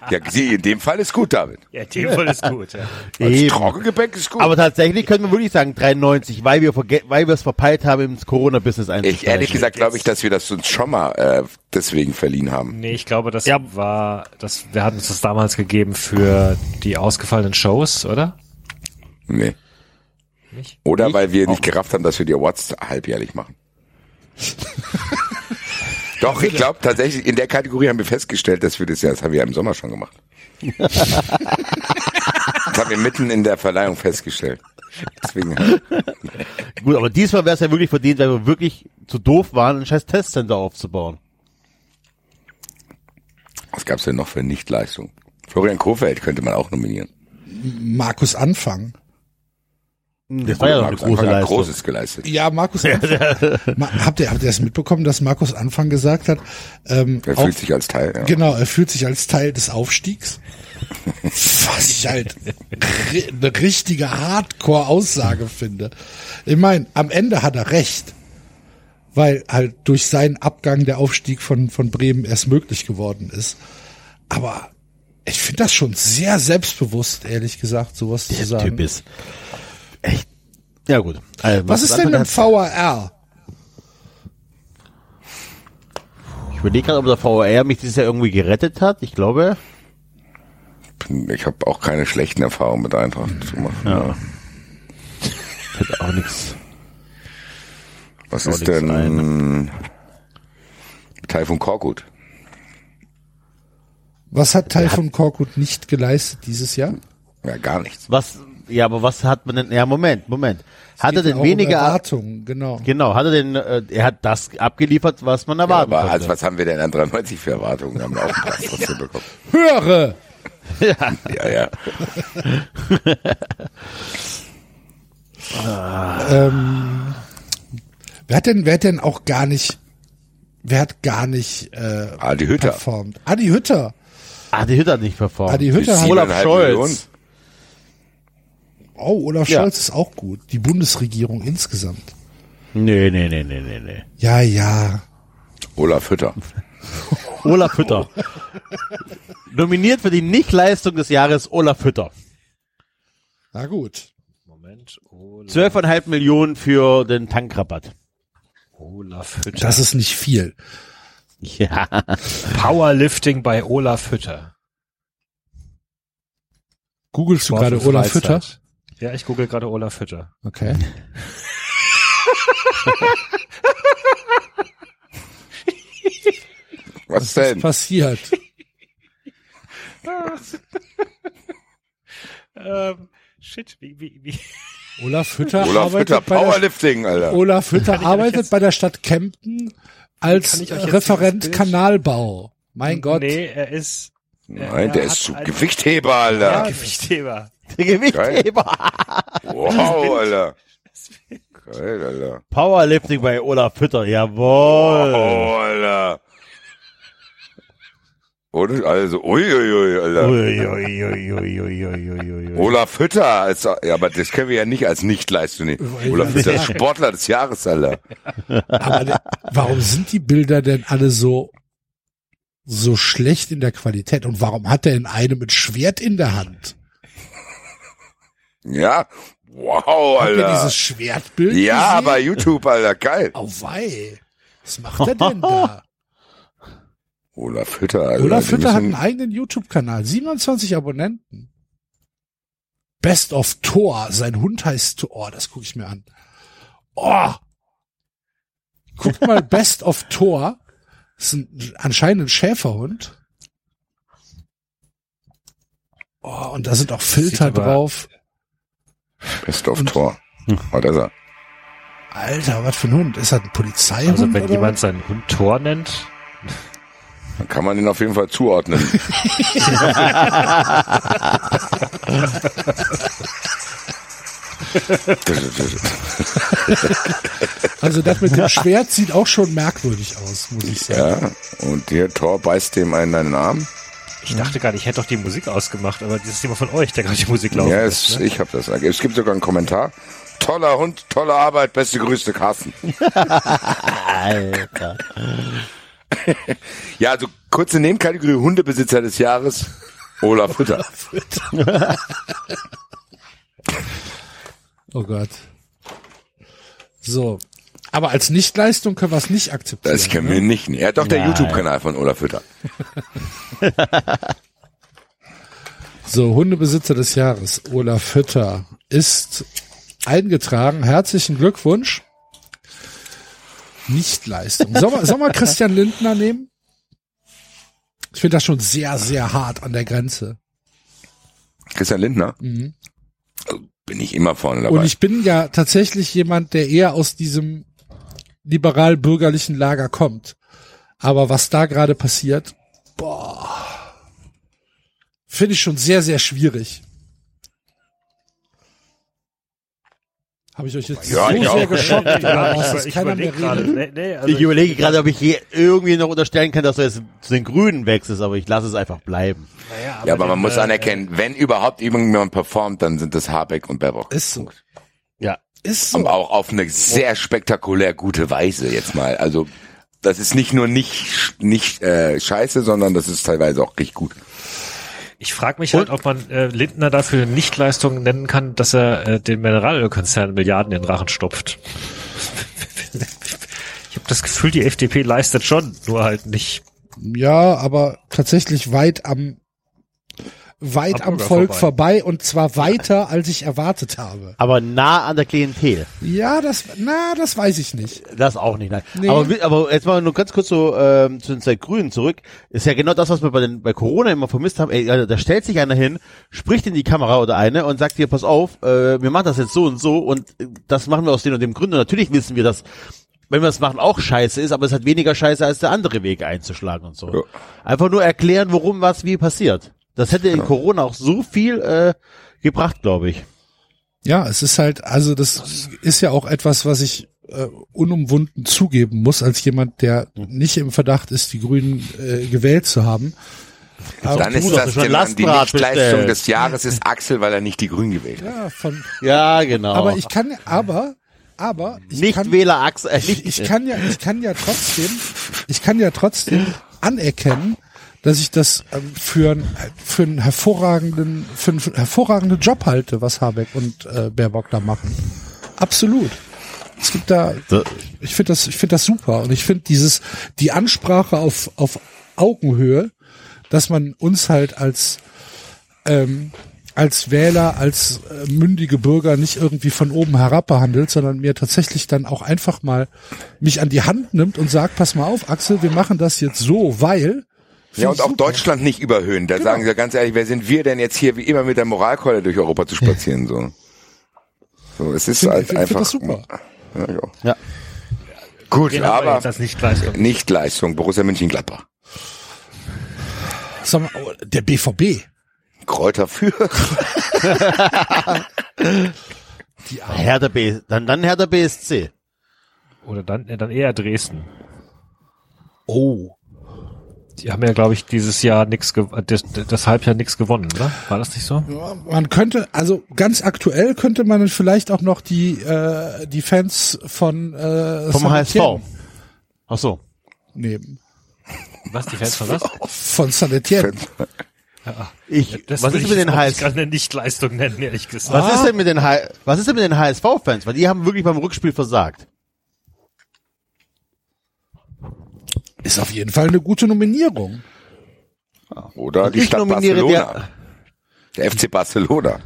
[SPEAKER 4] Ja, sieh, in dem Fall ist gut, David.
[SPEAKER 5] Ja, dem voll ist gut. Ja.
[SPEAKER 4] Als
[SPEAKER 3] Eben.
[SPEAKER 4] Trockengebäck ist gut.
[SPEAKER 3] Aber tatsächlich können wir wirklich sagen 93, weil wir, verge- weil wir es verpeilt haben, ins Corona-Business einzusteigen.
[SPEAKER 4] ich, ehrlich gesagt glaube ich, dass wir das uns schon mal äh, deswegen verliehen haben.
[SPEAKER 5] Nee, ich glaube, das war, das, wir hatten uns das damals gegeben für die ausgefallenen Shows, oder?
[SPEAKER 4] Nee. Oder weil wir
[SPEAKER 3] Oh.
[SPEAKER 4] nicht gerafft haben, dass wir die Awards halbjährlich machen. Doch, ich glaube tatsächlich, in der Kategorie haben wir festgestellt, dass wir das ja, das haben wir ja im Sommer schon gemacht. das haben wir mitten in der Verleihung festgestellt. Deswegen,
[SPEAKER 3] Gut, aber diesmal wäre es ja wirklich verdient, weil wir wirklich zu doof waren, ein scheiß Testcenter aufzubauen.
[SPEAKER 4] was gab's denn noch für Nichtleistung? Florian Kofeld könnte man auch nominieren.
[SPEAKER 2] Markus Anfang.
[SPEAKER 3] Das war ja doch eine
[SPEAKER 4] Markus
[SPEAKER 3] große
[SPEAKER 4] Anfang hat
[SPEAKER 3] Leistung.
[SPEAKER 4] Großes geleistet.
[SPEAKER 2] Ja, Markus. Ma habt, ihr, habt ihr das mitbekommen, dass Markus Anfang gesagt hat, ähm,
[SPEAKER 4] Er
[SPEAKER 2] auf,
[SPEAKER 4] fühlt sich als Teil. Ja.
[SPEAKER 2] genau, er fühlt sich als Teil des Aufstiegs? Was ich halt ri- eine richtige Hardcore-Aussage finde. Ich meine, am Ende hat er recht. Weil halt durch seinen Abgang der Aufstieg von, von Bremen erst möglich geworden ist. Aber ich finde das schon sehr selbstbewusst, ehrlich gesagt, sowas zu
[SPEAKER 3] Der
[SPEAKER 2] sagen.
[SPEAKER 3] Typ ist echt. Ja gut. Also,
[SPEAKER 2] Was ist denn
[SPEAKER 3] Anfang
[SPEAKER 2] mit
[SPEAKER 3] hat-
[SPEAKER 2] VAR?
[SPEAKER 3] Ich überlege gerade, ob der VR mich dieses Jahr irgendwie gerettet hat. Ich glaube.
[SPEAKER 4] Ich habe auch keine schlechten Erfahrungen mit Eintracht zu machen. Ja.
[SPEAKER 3] Hat auch nichts.
[SPEAKER 4] Was
[SPEAKER 3] Auch
[SPEAKER 4] ist
[SPEAKER 3] nichts
[SPEAKER 4] denn
[SPEAKER 3] ein.
[SPEAKER 4] Taifun Korkut?
[SPEAKER 2] Was hat Taifun Korkut nicht geleistet dieses Jahr?
[SPEAKER 4] Ja, gar nichts.
[SPEAKER 3] Was? Ja, aber was hat man denn? Ja, Moment, Moment. Hat
[SPEAKER 2] Geht
[SPEAKER 3] er
[SPEAKER 2] auch
[SPEAKER 3] denn
[SPEAKER 2] um
[SPEAKER 3] weniger?
[SPEAKER 2] Erwartungen, genau.
[SPEAKER 3] Genau, hat er denn? Äh, er hat das abgeliefert, was man
[SPEAKER 4] Ja,
[SPEAKER 3] erwarten
[SPEAKER 4] aber
[SPEAKER 3] konnte.
[SPEAKER 4] also was haben wir denn an 93 für Erwartungen? Wir haben auch einen Platz trotzdem bekommen.
[SPEAKER 2] Höre!
[SPEAKER 4] Ja, ja.
[SPEAKER 2] Ähm, wer hat denn, wer hat denn auch gar nicht, wer hat gar nicht äh,
[SPEAKER 4] Adi Hütter.
[SPEAKER 2] performt? Adi Hütter.
[SPEAKER 3] Adi Hütter Ah, hat nicht performt.
[SPEAKER 2] Adi
[SPEAKER 4] Mit
[SPEAKER 2] Hütter hat,
[SPEAKER 3] Olaf
[SPEAKER 4] siebeneinhalb
[SPEAKER 3] Scholz.
[SPEAKER 4] Millionen.
[SPEAKER 2] oh, Olaf
[SPEAKER 3] Ja.
[SPEAKER 2] Scholz ist auch gut. Die Bundesregierung insgesamt.
[SPEAKER 3] Nee, nee, nee, nee, nee, nee.
[SPEAKER 2] Ja, ja.
[SPEAKER 4] Olaf Hütter.
[SPEAKER 3] Olaf Hütter. Oh. Nominiert für die Nichtleistung des Jahres Olaf Hütter.
[SPEAKER 2] Na gut.
[SPEAKER 5] Moment, Olaf,
[SPEAKER 3] 12,5 Millionen für den Tankrabatt.
[SPEAKER 5] Olaf Hütter.
[SPEAKER 2] Das ist nicht viel.
[SPEAKER 3] Ja.
[SPEAKER 5] Powerlifting bei Olaf Hütter.
[SPEAKER 2] Googlest du
[SPEAKER 5] Sport
[SPEAKER 2] gerade
[SPEAKER 5] und
[SPEAKER 2] Olaf Hütter?
[SPEAKER 5] Freizeit. Ja, ich google gerade Olaf Hütter.
[SPEAKER 2] Okay.
[SPEAKER 4] Was denn?
[SPEAKER 2] passiert?
[SPEAKER 5] Ähm, shit, wie, wie, wie.
[SPEAKER 2] Olaf Hütter
[SPEAKER 4] Olaf
[SPEAKER 2] arbeitet
[SPEAKER 4] Hütter,
[SPEAKER 2] bei der
[SPEAKER 4] Powerlifting, Alter.
[SPEAKER 2] Olaf Hütter
[SPEAKER 5] ich euch
[SPEAKER 2] arbeitet
[SPEAKER 5] jetzt-
[SPEAKER 2] bei der Stadt Kempten als
[SPEAKER 5] Kann ich euch jetzt
[SPEAKER 2] Referent
[SPEAKER 5] dieses Bild-
[SPEAKER 2] Kanalbau. Mein Gott.
[SPEAKER 5] Nee, er ist ah,
[SPEAKER 4] Nein, der
[SPEAKER 5] Er
[SPEAKER 4] ist
[SPEAKER 5] hat
[SPEAKER 4] zu
[SPEAKER 5] ein-
[SPEAKER 4] Gewichtheber,
[SPEAKER 5] ja.
[SPEAKER 4] Alter.
[SPEAKER 5] Gewichtheber.
[SPEAKER 3] Der Gewichtheber.
[SPEAKER 4] Wow, Alter. Geil, Alter.
[SPEAKER 3] Powerlifting bei Olaf Hütter, jawohl.
[SPEAKER 4] Wow, Alter. Und also, uiuiui, Alter.
[SPEAKER 3] Uiuiuiuiuiuiuiui.
[SPEAKER 4] Hm. Olaf Hütter, als, ja, aber das können wir ja nicht als Nichtleistung nehmen.
[SPEAKER 2] Wollte ich
[SPEAKER 4] Olaf
[SPEAKER 2] gerade
[SPEAKER 4] Hütter ist
[SPEAKER 2] sagen.
[SPEAKER 4] Sportler des Jahres, Alter.
[SPEAKER 2] Aber der, warum sind die Bilder denn alle so, so schlecht in der Qualität? Und warum hat er in einem ein Schwert in der Hand?
[SPEAKER 4] Ja. Wow,
[SPEAKER 2] Habt ihr
[SPEAKER 4] Alter.
[SPEAKER 2] dieses Schwertbild?
[SPEAKER 4] Ja,
[SPEAKER 2] gesehen?
[SPEAKER 4] bei YouTube, Alter, geil.
[SPEAKER 2] Oh, wei. Was macht er denn da?
[SPEAKER 4] Olaf Hütter,
[SPEAKER 5] Also
[SPEAKER 4] Alter.
[SPEAKER 2] Olaf
[SPEAKER 4] die
[SPEAKER 2] Hütter hat einen
[SPEAKER 4] müssen-
[SPEAKER 2] eigenen YouTube-Kanal. 27 Abonnenten. Best of Thor. Sein Hund heißt Thor. Oh, das gucke ich mir an. Oh! Guckt mal Best of Thor. Ist ein, anscheinend ein Schäferhund. Oh, und da sind auch Filter
[SPEAKER 5] Sieht aber-
[SPEAKER 2] drauf.
[SPEAKER 4] Best of Tor. War das er?
[SPEAKER 2] Alter, was für ein Hund? Ist das ein Polizeihund?
[SPEAKER 5] Also wenn
[SPEAKER 2] oder?
[SPEAKER 5] jemand seinen Hund Tor nennt,
[SPEAKER 4] Dann kann man den auf jeden Fall zuordnen.
[SPEAKER 2] also das mit dem Schwert sieht auch schon merkwürdig aus, muss ich sagen.
[SPEAKER 4] ja, und der Tor beißt dem einen in den Arm.
[SPEAKER 5] ich
[SPEAKER 2] Hm.
[SPEAKER 5] dachte gerade, ich hätte doch die Musik ausgemacht, aber das ist jemand von euch, der gerade die Musik laufen
[SPEAKER 4] ja,
[SPEAKER 5] lässt,
[SPEAKER 4] es,
[SPEAKER 5] ne?
[SPEAKER 4] ich habe das. Es gibt sogar einen Kommentar. Toller Hund, tolle Arbeit, beste Grüße, Carsten.
[SPEAKER 3] Alter.
[SPEAKER 4] Ja, also kurze Nebenkategorie Hundebesitzer des Jahres. Olaf Hütter.
[SPEAKER 2] Oh Gott. So. Aber als Nichtleistung können wir es nicht akzeptieren.
[SPEAKER 4] Das können wir nicht. nehmen. Ja, doch, der
[SPEAKER 3] Nein.
[SPEAKER 4] YouTube-Kanal von Olaf Hütter.
[SPEAKER 2] So, Hundebesitzer des Jahres, Olaf Hütter, ist eingetragen. Herzlichen Glückwunsch. Nichtleistung. Soll man, soll man Christian Lindner nehmen? Ich finde das schon sehr, sehr hart an der Grenze.
[SPEAKER 4] Christian Lindner. Also Bin ich immer vorne dabei.
[SPEAKER 2] Und ich bin ja tatsächlich jemand, der eher aus diesem liberal-bürgerlichen Lager kommt. Aber was da gerade passiert, boah, finde ich schon sehr, sehr schwierig. Habe ich euch jetzt
[SPEAKER 4] Ja,
[SPEAKER 2] so
[SPEAKER 4] ich
[SPEAKER 2] sehr
[SPEAKER 4] auch.
[SPEAKER 2] geschockt, ja,
[SPEAKER 5] ich,
[SPEAKER 2] dass
[SPEAKER 5] ich
[SPEAKER 2] keiner
[SPEAKER 5] überlege
[SPEAKER 2] mehr redet.
[SPEAKER 5] gerade. Nee, nee, also
[SPEAKER 3] Ich überlege gerade, ob ich hier irgendwie noch unterstellen kann, dass du jetzt zu den Grünen wechselst, aber ich lasse es einfach bleiben.
[SPEAKER 5] naja,
[SPEAKER 4] Ja, aber man
[SPEAKER 5] den,
[SPEAKER 4] muss
[SPEAKER 5] äh,
[SPEAKER 4] anerkennen, wenn überhaupt irgendjemand performt, dann sind das Habeck und Baerbock.
[SPEAKER 2] Ist so.
[SPEAKER 5] Ja.
[SPEAKER 2] Ist so. Oh.
[SPEAKER 4] Aber auch auf eine sehr spektakulär gute Weise jetzt mal. Also das ist nicht nur nicht nicht äh, scheiße, sondern das ist teilweise auch richtig gut.
[SPEAKER 5] Ich frage mich halt, ob man äh, Lindner dafür eine Nichtleistung nennen kann, dass er äh, den Mineralölkonzern Milliarden in den Rachen stopft. Ich habe das Gefühl, die FDP leistet schon, nur halt nicht.
[SPEAKER 2] Ja, aber tatsächlich weit am weit
[SPEAKER 5] Am
[SPEAKER 2] am
[SPEAKER 5] Bürger
[SPEAKER 2] Volk vorbei. und zwar weiter, als ich erwartet habe.
[SPEAKER 3] Aber nah an der Klientel.
[SPEAKER 2] Ja, das, na, das weiß ich nicht.
[SPEAKER 3] Das auch nicht, nein.
[SPEAKER 2] Nee.
[SPEAKER 3] Aber, wi- aber jetzt mal nur ganz kurz so ähm, zu den zwei Grünen zurück. Ist ja genau das, was wir bei, den, bei Corona immer vermisst haben. Ey, also, da stellt sich einer hin, spricht in die Kamera oder eine und sagt dir, pass auf, äh, wir machen das jetzt so und so und äh, das machen wir aus den und dem Gründen. Und natürlich wissen wir, dass wenn wir das machen, auch scheiße ist, aber es hat weniger scheiße als der andere Weg einzuschlagen und so.
[SPEAKER 4] Ja.
[SPEAKER 3] Einfach nur erklären, worum was wie passiert. Das hätte in Corona auch so viel äh, gebracht, glaube ich.
[SPEAKER 2] Ja, es ist halt, also das ist ja auch etwas, was ich äh, unumwunden zugeben muss, als jemand, der
[SPEAKER 4] Mhm.
[SPEAKER 2] nicht im Verdacht ist, die Grünen äh, gewählt zu haben. Aber
[SPEAKER 4] dann ist
[SPEAKER 3] doch
[SPEAKER 4] das
[SPEAKER 3] schon
[SPEAKER 4] genau die
[SPEAKER 2] äh,
[SPEAKER 3] Lastbrat
[SPEAKER 4] Nichtleistung
[SPEAKER 3] bestellt.
[SPEAKER 4] des Jahres ist Axel, weil er nicht die Grünen gewählt hat.
[SPEAKER 2] ja, von,
[SPEAKER 3] Ja, genau.
[SPEAKER 4] Oh.
[SPEAKER 2] aber ich kann, aber, aber ich
[SPEAKER 3] nicht
[SPEAKER 2] kann,
[SPEAKER 3] Wähler Axel. Äh,
[SPEAKER 2] ich, ich kann ja, ich kann ja trotzdem, ich kann ja trotzdem anerkennen, dass ich das ähm, für, einen- für einen hervorragenden, für einen hervorragenden Job halte, was Habeck und äh, Baerbock da machen. Absolut. Es gibt da,
[SPEAKER 3] Da-
[SPEAKER 2] ich finde das, ich finde das super und ich finde dieses, die Ansprache auf, auf Augenhöhe, dass man uns halt als, ähm, als Wähler, als äh, mündige Bürger nicht irgendwie von oben herab behandelt, sondern mir tatsächlich dann auch einfach mal mich an die Hand nimmt und sagt, pass mal auf, Axel, wir machen das jetzt so, weil.
[SPEAKER 4] Ja, und auch
[SPEAKER 2] Super. Genau.
[SPEAKER 4] Deutschland nicht überhöhen. Da sagen sie ganz ehrlich, wer sind wir denn jetzt hier wie immer mit der Moralkeule durch Europa zu spazieren? So, so es ist
[SPEAKER 2] Ich
[SPEAKER 4] halt
[SPEAKER 2] find- ich
[SPEAKER 4] einfach.
[SPEAKER 2] find das super.
[SPEAKER 4] Ja, ja.
[SPEAKER 3] Ja. Genau,
[SPEAKER 4] Gut,
[SPEAKER 5] Den haben wir
[SPEAKER 4] aber
[SPEAKER 5] jetzt als Nichtleistung.
[SPEAKER 4] Nichtleistung, Borussia Mönchengladbach.
[SPEAKER 2] Sag mal, oh, der BVB.
[SPEAKER 4] Kräuter für.
[SPEAKER 3] Hertha B, dann, dann Hertha BSC.
[SPEAKER 5] Oder dann, äh, dann eher Dresden.
[SPEAKER 2] Oh.
[SPEAKER 5] Die haben ja, glaube ich, dieses Jahr nichts, das, das Halbjahr nichts gewonnen, oder? War das nicht so?
[SPEAKER 2] Man könnte, also ganz aktuell könnte man vielleicht auch noch die, äh, die Fans von äh,
[SPEAKER 3] Vom
[SPEAKER 2] San
[SPEAKER 3] HSV.
[SPEAKER 2] Etienne
[SPEAKER 3] Ach so.
[SPEAKER 2] nehmen.
[SPEAKER 5] Was, die Fans von was?
[SPEAKER 3] Oh,
[SPEAKER 2] Von San Etienne.
[SPEAKER 3] Ich,
[SPEAKER 5] Das
[SPEAKER 3] was
[SPEAKER 5] würde
[SPEAKER 3] ist
[SPEAKER 5] ich
[SPEAKER 3] mit den
[SPEAKER 5] jetzt auch nicht Ah.
[SPEAKER 3] HSV?
[SPEAKER 5] gerade eine Nichtleistung nennen, ehrlich gesagt.
[SPEAKER 3] Was ist denn mit den, H- was ist denn mit den HSV-Fans? Weil die haben wirklich beim Rückspiel versagt.
[SPEAKER 2] Ist auf jeden Fall eine gute Nominierung.
[SPEAKER 4] Oder die
[SPEAKER 3] ich
[SPEAKER 4] Stadt
[SPEAKER 3] nominiere
[SPEAKER 4] Barcelona. Der, FC Barcelona.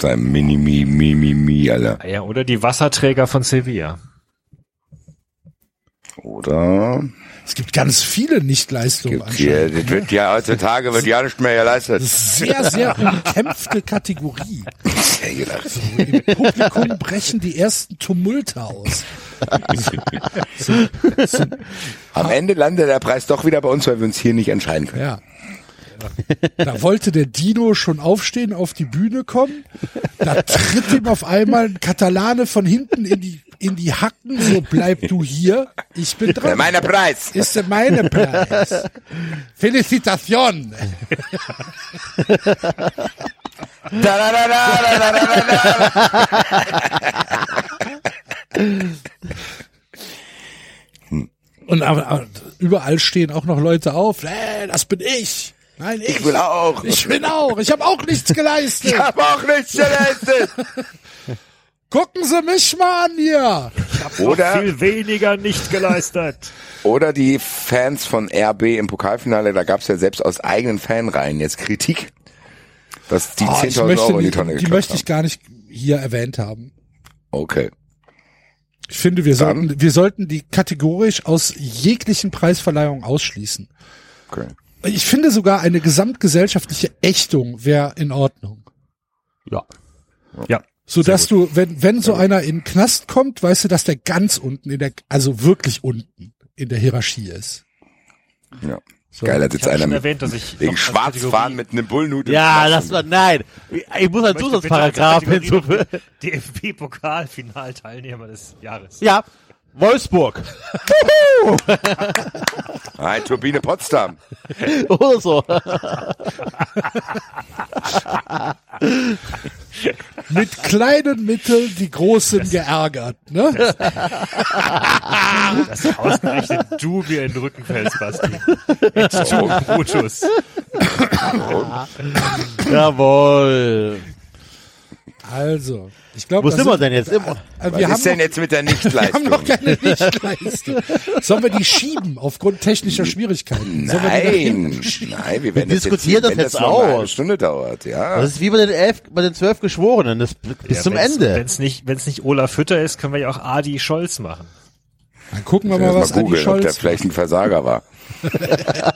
[SPEAKER 4] Sein Mini, Mi, Mi, Mi, Mi, Alter.
[SPEAKER 5] Ah Ja, oder die Wasserträger von Sevilla.
[SPEAKER 4] Oder?
[SPEAKER 2] Es gibt ganz viele Nichtleistungen
[SPEAKER 4] Gibt's hier, das wird ja heutzutage wird ja nicht mehr geleistet.
[SPEAKER 2] sehr, sehr umkämpfte Kategorie.
[SPEAKER 4] Ja, gedacht.
[SPEAKER 2] Im Publikum brechen die ersten Tumulte aus.
[SPEAKER 4] Am Ende landet der Preis doch wieder bei uns, weil wir uns hier nicht entscheiden können.
[SPEAKER 2] Ja. Da wollte der Dino schon aufstehen, auf die Bühne kommen. Da tritt ihm auf einmal ein Katalane von hinten in die, in die Hacken. So bleib du hier. Ich bin
[SPEAKER 4] Ja,
[SPEAKER 2] dran.
[SPEAKER 4] Äh, Meiner Preis.
[SPEAKER 2] Ist meine Preis. Felicitation.
[SPEAKER 4] Da, da, da, da, da, da, da, da.
[SPEAKER 2] Und aber, aber überall stehen auch noch Leute auf. Äh, das bin ich. Nein, ich.
[SPEAKER 4] Ich will auch.
[SPEAKER 2] Ich bin auch. Ich habe auch nichts geleistet.
[SPEAKER 4] Ich habe auch nichts geleistet.
[SPEAKER 2] Gucken Sie mich mal an hier.
[SPEAKER 5] Noch
[SPEAKER 4] Oder,
[SPEAKER 5] viel weniger nicht geleistet.
[SPEAKER 4] oder die Fans von RB im Pokalfinale, da gab's ja selbst aus eigenen Fanreihen jetzt Kritik, dass die
[SPEAKER 2] Ah, ich
[SPEAKER 4] 10.000 Euro in die
[SPEAKER 2] nicht-
[SPEAKER 4] Tonne
[SPEAKER 2] die
[SPEAKER 4] geklappt
[SPEAKER 2] möchte
[SPEAKER 4] haben.
[SPEAKER 2] ich gar nicht hier erwähnt haben.
[SPEAKER 4] Okay.
[SPEAKER 2] Ich finde, wir
[SPEAKER 4] Dann-
[SPEAKER 2] sollten, wir sollten die kategorisch aus jeglichen Preisverleihungen ausschließen.
[SPEAKER 4] okay.
[SPEAKER 2] Ich finde sogar eine gesamtgesellschaftliche Ächtung wäre in Ordnung.
[SPEAKER 3] Ja.
[SPEAKER 5] Ja.
[SPEAKER 2] So dass du, wenn, wenn so einer in den Knast kommt, weißt du, dass der ganz unten in der, also wirklich unten in der Hierarchie ist.
[SPEAKER 4] Ja.
[SPEAKER 2] So.
[SPEAKER 4] Geil, da
[SPEAKER 5] Ich
[SPEAKER 4] sitzt
[SPEAKER 5] habe
[SPEAKER 4] einer
[SPEAKER 5] schon
[SPEAKER 4] mit,
[SPEAKER 5] erwähnt, dass ich
[SPEAKER 4] wegen
[SPEAKER 5] noch als
[SPEAKER 4] Schwarzfahren
[SPEAKER 5] Kategorie
[SPEAKER 4] mit einem Bullnudel.
[SPEAKER 3] Ja, das war, nein. Ich muss einen
[SPEAKER 5] möchte bitte als
[SPEAKER 3] Zusatzparagraf
[SPEAKER 5] Kategorie
[SPEAKER 3] hinzufügen.
[SPEAKER 5] noch den DFB-Pokal-Finalteilnehmer des Jahres.
[SPEAKER 3] Ja, Wolfsburg.
[SPEAKER 4] Nein, Turbine Potsdam.
[SPEAKER 3] Oder so.
[SPEAKER 2] Mit kleinen Mitteln die Großen geärgert, ne?
[SPEAKER 5] Das ausgerechnet du mir in den Rücken fällst, Basti. Jetzt du,
[SPEAKER 4] Oh.
[SPEAKER 5] Brutus.
[SPEAKER 3] Jawohl.
[SPEAKER 2] Also, ich glaube,
[SPEAKER 3] Wo
[SPEAKER 2] das
[SPEAKER 3] sind wir denn jetzt? Immer.
[SPEAKER 2] Also,
[SPEAKER 4] Was
[SPEAKER 2] wir, haben
[SPEAKER 4] ist denn
[SPEAKER 2] noch,
[SPEAKER 4] jetzt mit der
[SPEAKER 2] wir haben
[SPEAKER 4] Nichtleistung?
[SPEAKER 2] noch keine Lichtleiste. Sollen wir die schieben aufgrund technischer Schwierigkeiten? Sollen wir die nach hinten
[SPEAKER 4] Nein, nein, wir werden
[SPEAKER 3] Wir
[SPEAKER 4] das jetzt,
[SPEAKER 3] diskutieren das
[SPEAKER 4] wenn
[SPEAKER 3] jetzt
[SPEAKER 4] das noch eine
[SPEAKER 3] aus.
[SPEAKER 4] halbe Stunde dauert, ja.
[SPEAKER 3] Das ist wie bei den elf, bei den zwölf Geschworenen. Das bis zum Ende.
[SPEAKER 5] Wenn es nicht, wenn's nicht Olaf Hütter ist, können wir ja auch Adi Scholz machen.
[SPEAKER 2] Dann gucken wir
[SPEAKER 4] Erst
[SPEAKER 2] mal, was
[SPEAKER 4] mal
[SPEAKER 2] Adi
[SPEAKER 4] googeln, ob der
[SPEAKER 2] Scholz.
[SPEAKER 4] vielleicht ein Versager war.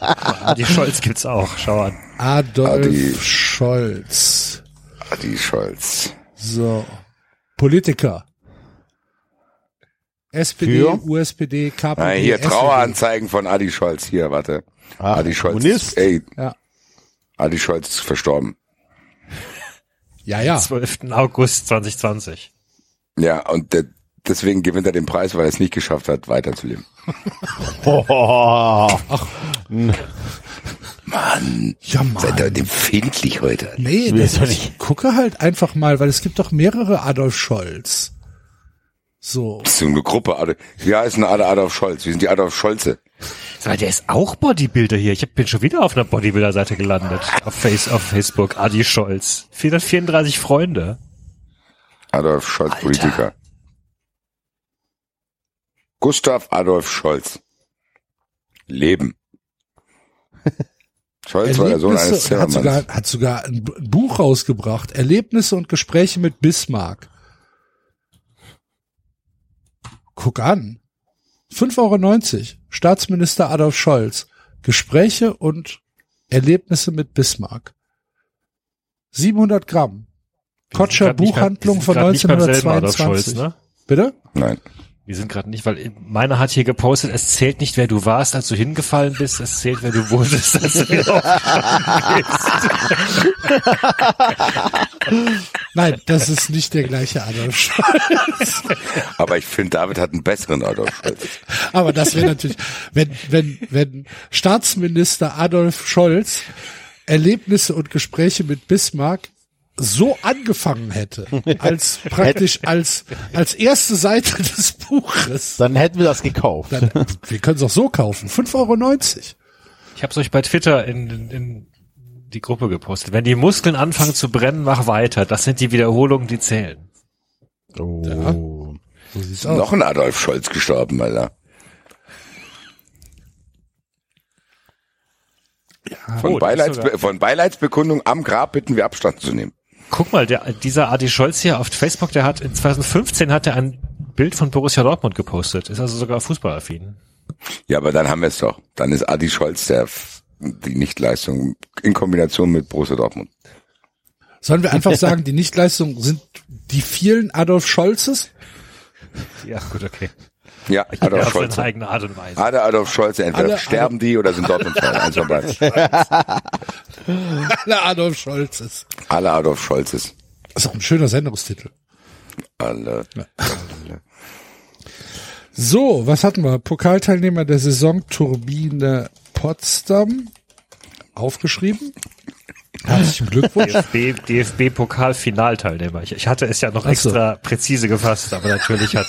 [SPEAKER 3] Ah.
[SPEAKER 5] Adi Scholz gibt's auch. Schau an.
[SPEAKER 2] Adolf
[SPEAKER 4] Adi.
[SPEAKER 2] Scholz.
[SPEAKER 4] Adi Scholz.
[SPEAKER 2] So. Politiker. SPD,
[SPEAKER 3] Für?
[SPEAKER 2] USPD, KPD.
[SPEAKER 4] Nein, hier
[SPEAKER 2] SPD.
[SPEAKER 4] Traueranzeigen von Adi Scholz. Hier, warte.
[SPEAKER 3] Ah,
[SPEAKER 4] Adi Scholz.
[SPEAKER 3] Kommunist.
[SPEAKER 4] Ey,
[SPEAKER 2] Ja,
[SPEAKER 4] Adi Scholz ist verstorben.
[SPEAKER 2] ja. ja.
[SPEAKER 5] 12. August 2020.
[SPEAKER 4] Ja, und de- deswegen gewinnt er den Preis, weil er es nicht geschafft hat, weiterzuleben.
[SPEAKER 3] Oh,
[SPEAKER 4] Mann,
[SPEAKER 2] Ja, Mann.
[SPEAKER 4] seid ihr empfindlich heute?
[SPEAKER 2] Nee,
[SPEAKER 3] will
[SPEAKER 2] das,
[SPEAKER 3] das doch
[SPEAKER 2] ich gucke halt einfach mal, weil es gibt doch mehrere Adolf Scholz. So.
[SPEAKER 4] Das ist so eine Gruppe. Adolf- Ja, ist eine Ad- Adolf Scholz. Wir sind die Adolf Scholze.
[SPEAKER 5] Sag mal, der ist auch Bodybuilder hier. Ich hab- bin schon wieder auf einer Bodybuilder-Seite gelandet. Auf, Face, auf Facebook. Adi Scholz. 434 Freunde.
[SPEAKER 4] Adolf Scholz, Politiker. Gustav Adolf Scholz. Leben. Scholz war der Sohn eines
[SPEAKER 2] hat sogar,
[SPEAKER 4] Zimmermanns.
[SPEAKER 2] hat sogar ein B- Buch rausgebracht. Erlebnisse und Gespräche mit Bismarck. Guck an. 5,90 Euro. Staatsminister Adolf Scholz. Gespräche und Erlebnisse mit Bismarck. 700 Gramm. Kotscher
[SPEAKER 5] Grad nicht mehr-
[SPEAKER 2] Buchhandlung
[SPEAKER 5] wir sind
[SPEAKER 2] von
[SPEAKER 5] grad nicht beim selben
[SPEAKER 2] 1922.
[SPEAKER 5] ne?
[SPEAKER 2] Bitte?
[SPEAKER 4] Nein.
[SPEAKER 5] Wir sind gerade nicht, weil meiner hat hier gepostet, es zählt nicht, wer du warst, als du hingefallen bist, es zählt, wer du wurdest, als du wieder aufgestanden bist.
[SPEAKER 2] Nein, das ist nicht der gleiche Adolf Scholz.
[SPEAKER 4] Aber ich finde, David hat einen besseren Adolf Scholz.
[SPEAKER 2] Aber das wäre natürlich, wenn, wenn, wenn Staatsminister Adolf Scholz Erlebnisse und Gespräche mit Bismarck so angefangen hätte, als praktisch als, als erste Seite des Buches.
[SPEAKER 3] dann hätten wir das gekauft.
[SPEAKER 2] Dann, wir können es auch so kaufen. 5,90 Euro.
[SPEAKER 5] Ich hab's euch bei Twitter in, in, in die Gruppe gepostet. Wenn die Muskeln anfangen zu brennen, mach weiter. Das sind die Wiederholungen, die zählen.
[SPEAKER 3] Oh.
[SPEAKER 2] So sieht's aus.
[SPEAKER 4] Noch ein Adolf Scholz gestorben, Alter. Von,
[SPEAKER 5] Oh, das ist sogar-
[SPEAKER 4] Beileidsbe von Beileidsbekundung am Grab bitten wir Abstand zu nehmen.
[SPEAKER 5] Guck mal, der, dieser Adi Scholz hier auf Facebook, der hat in 2015 hat er ein Bild von Borussia Dortmund gepostet. Ist also sogar fußballaffin.
[SPEAKER 4] Ja, aber dann haben wir es doch. Dann ist Adi Scholz der F- die Nichtleistung in Kombination mit Borussia Dortmund.
[SPEAKER 2] Sollen wir einfach sagen, die Nichtleistungen sind die vielen Adolf Scholzes?
[SPEAKER 5] Ja, gut, okay.
[SPEAKER 4] Ja, Adolf
[SPEAKER 5] Ja, auf
[SPEAKER 4] Scholz.
[SPEAKER 3] halt
[SPEAKER 5] seine eigene Art und Weise.
[SPEAKER 4] Ade Adolf Scholz, entweder
[SPEAKER 2] Alle-
[SPEAKER 4] sterben die oder sind Dortmund-Fan. Eins von beiden.
[SPEAKER 2] Alle Adolf Scholzes.
[SPEAKER 4] Alle Adolf Scholzes.
[SPEAKER 2] Das ist auch ein schöner Sendungstitel.
[SPEAKER 4] Alle.
[SPEAKER 2] So, was hatten wir? Pokalteilnehmer der Saison Turbine Potsdam. Aufgeschrieben. Herzlichen Glückwunsch.
[SPEAKER 5] DFB, DFB-Pokal-Finalteilnehmer. Ich, ich hatte es ja noch
[SPEAKER 2] Ach so.
[SPEAKER 5] extra präzise gefasst, aber natürlich hat,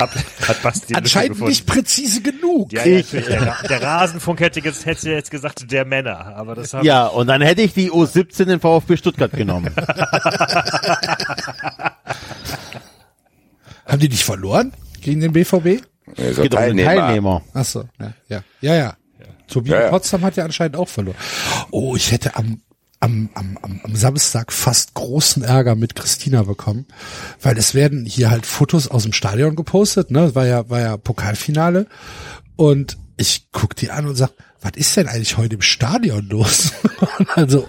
[SPEAKER 5] hat, hat Basti den
[SPEAKER 2] Anscheinend
[SPEAKER 5] Lücken gefunden.
[SPEAKER 2] nicht präzise genug.
[SPEAKER 5] Ja, ja, natürlich. der, Ra- der Rasenfunk hätte jetzt, hätte jetzt gesagt, der Männer. Aber das haben
[SPEAKER 3] Ja, und dann hätte ich die U17 in VfB Stuttgart genommen.
[SPEAKER 2] Haben die nicht verloren gegen den BVB?
[SPEAKER 4] Ja, so
[SPEAKER 3] Geht um den Teilnehmer.
[SPEAKER 2] Ach so, ja, ja, ja. ja. Turbine
[SPEAKER 4] Ja, ja.
[SPEAKER 2] Potsdam hat ja anscheinend auch verloren. Oh, ich hätte am, am, am, am, am Samstag fast großen Ärger mit Christina bekommen, weil es werden hier halt Fotos aus dem Stadion gepostet, ne? War ja, war ja Pokalfinale. Und ich guck die an und sag, was ist denn eigentlich heute im Stadion los? Also, Und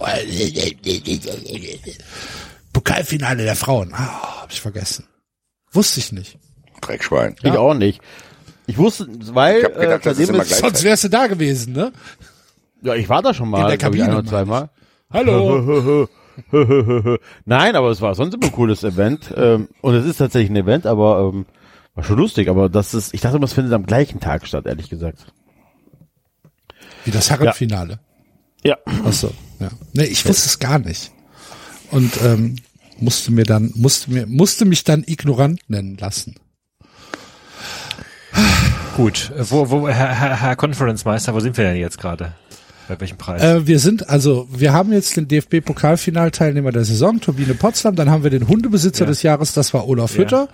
[SPEAKER 2] dann so, Pokalfinale der Frauen. Ah, hab ich vergessen. Wusste ich nicht.
[SPEAKER 4] Dreckschwein.
[SPEAKER 3] Ich auch nicht. Ich wusste, weil
[SPEAKER 4] Ich hab gedacht,
[SPEAKER 3] äh,
[SPEAKER 4] das ist
[SPEAKER 3] seitdem
[SPEAKER 4] immer
[SPEAKER 3] es-
[SPEAKER 4] gleich.
[SPEAKER 2] Sonst wärst du da gewesen, ne?
[SPEAKER 3] Ja, ich war da schon mal.
[SPEAKER 2] In der
[SPEAKER 3] glaub ich,
[SPEAKER 2] Kabine,
[SPEAKER 3] ein oder zweimal.
[SPEAKER 2] Hallo.
[SPEAKER 3] Nein, aber es war sonst immer ein cooles Event. Ähm, und es ist tatsächlich ein Event, aber ähm, war schon lustig. Aber das ist, ich dachte immer, es findet am gleichen Tag statt, ehrlich gesagt.
[SPEAKER 2] Wie das Herrenfinale.
[SPEAKER 3] Ja.
[SPEAKER 2] Ach so, ja. Nee, ich wusste es gar nicht. Und ähm, musste mir dann, musste mir, musste mich dann ignorant nennen lassen.
[SPEAKER 5] Gut, äh, wo, wo, Herr, Herr, Herr Conference-Meister, wo sind wir denn jetzt gerade? Bei welchem Preis?
[SPEAKER 3] Ähm.
[SPEAKER 2] Äh, wir sind, also, wir haben jetzt den DFB-Pokalfinalteilnehmer der Saison, Turbine Potsdam, dann haben wir den Hundebesitzer des Jahres, das war Olaf
[SPEAKER 5] Ja.
[SPEAKER 2] Hütter.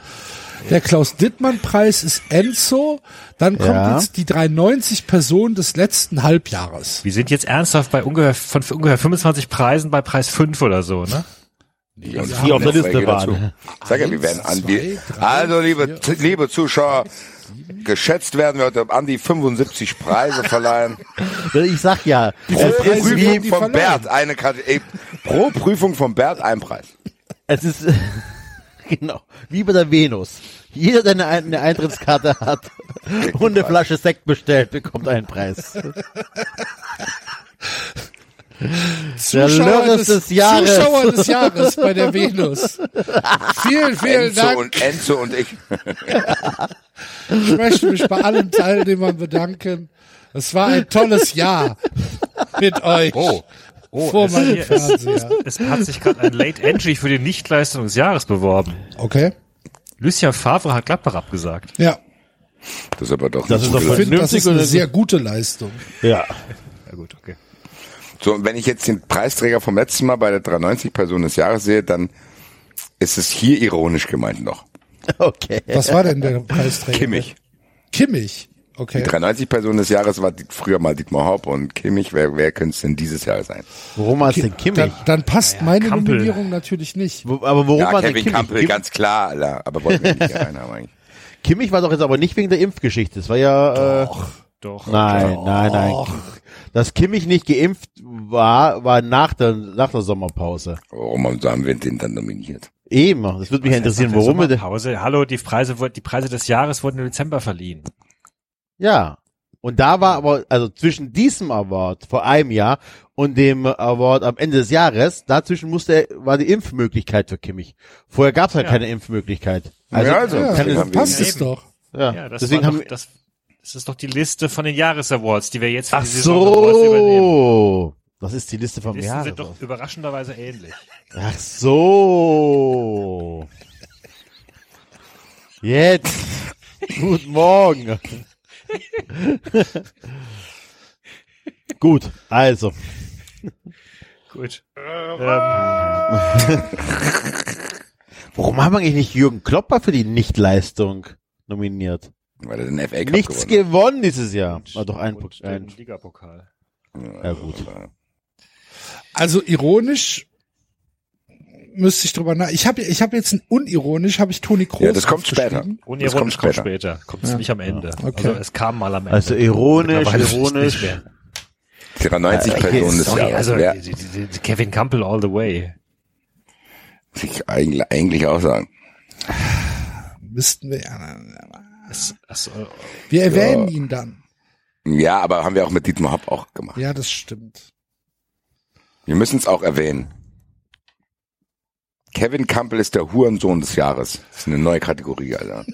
[SPEAKER 2] Der Klaus-Dittmann-Preis ist Enzo. Dann kommt
[SPEAKER 3] Ja.
[SPEAKER 2] jetzt die 93 Person des letzten Halbjahres.
[SPEAKER 5] wir sind jetzt ernsthaft bei ungefähr, von ungefähr 25 Preisen bei Preis 5 oder so, ne?
[SPEAKER 4] Und
[SPEAKER 3] die auf der Liste
[SPEAKER 4] Netzwerke
[SPEAKER 3] waren.
[SPEAKER 4] dazu. Sag ja, wir werden an die.
[SPEAKER 2] zwei, drei,
[SPEAKER 4] Also, liebe, liebe Zuschauer, geschätzt werden wir heute an die 75 Preise verleihen.
[SPEAKER 3] Ich sag ja,
[SPEAKER 4] Pro
[SPEAKER 3] es
[SPEAKER 2] Preise
[SPEAKER 3] ist,
[SPEAKER 2] werden
[SPEAKER 4] Prüfung
[SPEAKER 2] die
[SPEAKER 4] von
[SPEAKER 2] verleihen.
[SPEAKER 4] Bert eine Karte- ey, Pro Prüfung von Bert ein Preis.
[SPEAKER 3] es ist genau, wie bei der Venus. Jeder, der eine, eine Eintrittskarte hat und eine Flasche Sekt bestellt, bekommt einen Preis. Der Lörres des Jahres.
[SPEAKER 2] Zuschauer des Jahres bei der Venus. Vielen, vielen
[SPEAKER 4] Enzo
[SPEAKER 2] Dank.
[SPEAKER 4] und, Enzo und ich.
[SPEAKER 2] Ich möchte mich bei allen Teilnehmern bedanken. Es war ein tolles Jahr mit euch. Vor meinem
[SPEAKER 5] hier ist-
[SPEAKER 2] Fernseher.
[SPEAKER 5] Es hat sich gerade ein Late Entry für die Nichtleistung des Jahres beworben.
[SPEAKER 2] Okay.
[SPEAKER 5] Lucien Favre hat Gladbach abgesagt.
[SPEAKER 2] Ja.
[SPEAKER 4] Das ist aber doch.
[SPEAKER 3] Das
[SPEAKER 4] nicht
[SPEAKER 3] ist
[SPEAKER 4] so
[SPEAKER 3] doch
[SPEAKER 4] viel.
[SPEAKER 2] Ich finde, das ist
[SPEAKER 3] Vernünftig
[SPEAKER 2] eine
[SPEAKER 3] und-
[SPEAKER 2] sehr gute Leistung.
[SPEAKER 3] Ja.
[SPEAKER 5] Ja gut, okay.
[SPEAKER 4] so, und wenn ich jetzt den Preisträger vom letzten Mal bei der 93 Person des Jahres sehe, dann ist es hier ironisch gemeint noch.
[SPEAKER 3] Okay.
[SPEAKER 2] Was war denn der Preisträger?
[SPEAKER 4] Kimmich.
[SPEAKER 2] Kimmich.
[SPEAKER 4] Die
[SPEAKER 2] Okay.
[SPEAKER 4] 93 Person des Jahres war die- früher mal Dietmar Haupt und Kimmich. Wer, wer könnte es denn dieses Jahr sein?
[SPEAKER 3] Worum war es denn Kimmich?
[SPEAKER 2] Dann, dann passt meine
[SPEAKER 5] Kampel.
[SPEAKER 2] Nominierung natürlich nicht.
[SPEAKER 3] Wo- Aber worum
[SPEAKER 4] Ja,
[SPEAKER 3] war denn
[SPEAKER 4] Kevin
[SPEAKER 3] Kimmich?
[SPEAKER 4] Campbell,
[SPEAKER 3] Kim-
[SPEAKER 4] ganz klar, Alter. Aber wollten wir nicht hier reinhaben eigentlich.
[SPEAKER 3] Kimmich war doch jetzt aber nicht wegen der Impfgeschichte. Das war ja. Äh,
[SPEAKER 5] Doch.
[SPEAKER 3] nein, nein, nein. Dass Kimmich nicht geimpft war, war nach der, nach der Sommerpause.
[SPEAKER 4] Warum haben wir den dann nominiert?
[SPEAKER 3] Eben. Das würde mich ja interessieren, warum wir. de-
[SPEAKER 5] Pause. Hallo, die Preise, wurden- die Preise des Jahres wurden im Dezember verliehen.
[SPEAKER 3] Ja. Und da war aber, also zwischen diesem Award vor einem Jahr und dem Award am Ende des Jahres, dazwischen musste er, war die Impfmöglichkeit für Kimmich. Vorher gab es halt
[SPEAKER 5] Ja.
[SPEAKER 3] keine Impfmöglichkeit.
[SPEAKER 4] Ja, also,
[SPEAKER 2] Ja,
[SPEAKER 4] kann
[SPEAKER 3] es-
[SPEAKER 2] dann passt es
[SPEAKER 5] eben.
[SPEAKER 2] doch.
[SPEAKER 3] ja.
[SPEAKER 5] Ja, das,
[SPEAKER 3] deswegen
[SPEAKER 5] war
[SPEAKER 3] haben
[SPEAKER 5] doch, das, das ist doch die Liste von den Jahresawards, die wir jetzt für
[SPEAKER 3] Ach
[SPEAKER 5] die Saison Awards übernehmen.
[SPEAKER 3] so. Das ist die Liste vom
[SPEAKER 5] Listen
[SPEAKER 3] Jahr.
[SPEAKER 5] sind doch überraschenderweise ähnlich.
[SPEAKER 3] Ach so. Jetzt. Guten Morgen. Gut, also.
[SPEAKER 5] Gut. Ähm,
[SPEAKER 3] Warum haben wir eigentlich nicht Jürgen Klopper für die Nichtleistung nominiert?
[SPEAKER 4] Weil er den FA Cup
[SPEAKER 3] Nichts
[SPEAKER 4] gewonnen
[SPEAKER 3] gewonnen dieses Jahr. War doch ein,
[SPEAKER 5] und den
[SPEAKER 3] ein
[SPEAKER 5] Ligapokal.
[SPEAKER 4] hat.
[SPEAKER 3] Ja, gut.
[SPEAKER 4] aber-
[SPEAKER 2] Also ironisch müsste ich drüber nach. Ich habe ich hab jetzt ein unironisch, habe ich Toni Kroos
[SPEAKER 4] Ja, das kommt später.
[SPEAKER 2] aufgeschrieben.
[SPEAKER 5] Ohne
[SPEAKER 4] Das
[SPEAKER 5] Ironen
[SPEAKER 4] kommt
[SPEAKER 5] kommt
[SPEAKER 4] später.
[SPEAKER 5] später. Kommt es nicht am Ende.
[SPEAKER 2] Okay.
[SPEAKER 5] Also es kam mal am Ende.
[SPEAKER 3] Also ironisch,
[SPEAKER 5] Mittlerweile
[SPEAKER 3] ironisch.
[SPEAKER 5] nicht mehr.
[SPEAKER 4] 93
[SPEAKER 3] Okay,
[SPEAKER 4] Personen des
[SPEAKER 5] Sorry,
[SPEAKER 4] Jahres.
[SPEAKER 5] also
[SPEAKER 4] Wer-
[SPEAKER 5] die, die, die Kevin Campbell all the way.
[SPEAKER 4] Ich eigentlich, eigentlich auch sagen.
[SPEAKER 2] Müssten wir, ja-
[SPEAKER 5] Es, es,
[SPEAKER 2] wir erwähnen ihn dann.
[SPEAKER 4] Ja, aber haben wir auch mit Dietmar Hopp auch gemacht.
[SPEAKER 2] Ja, das stimmt.
[SPEAKER 4] Wir müssen es auch erwähnen. Kevin Campbell ist der Hurensohn des Jahres. Das ist eine neue Kategorie, Alter.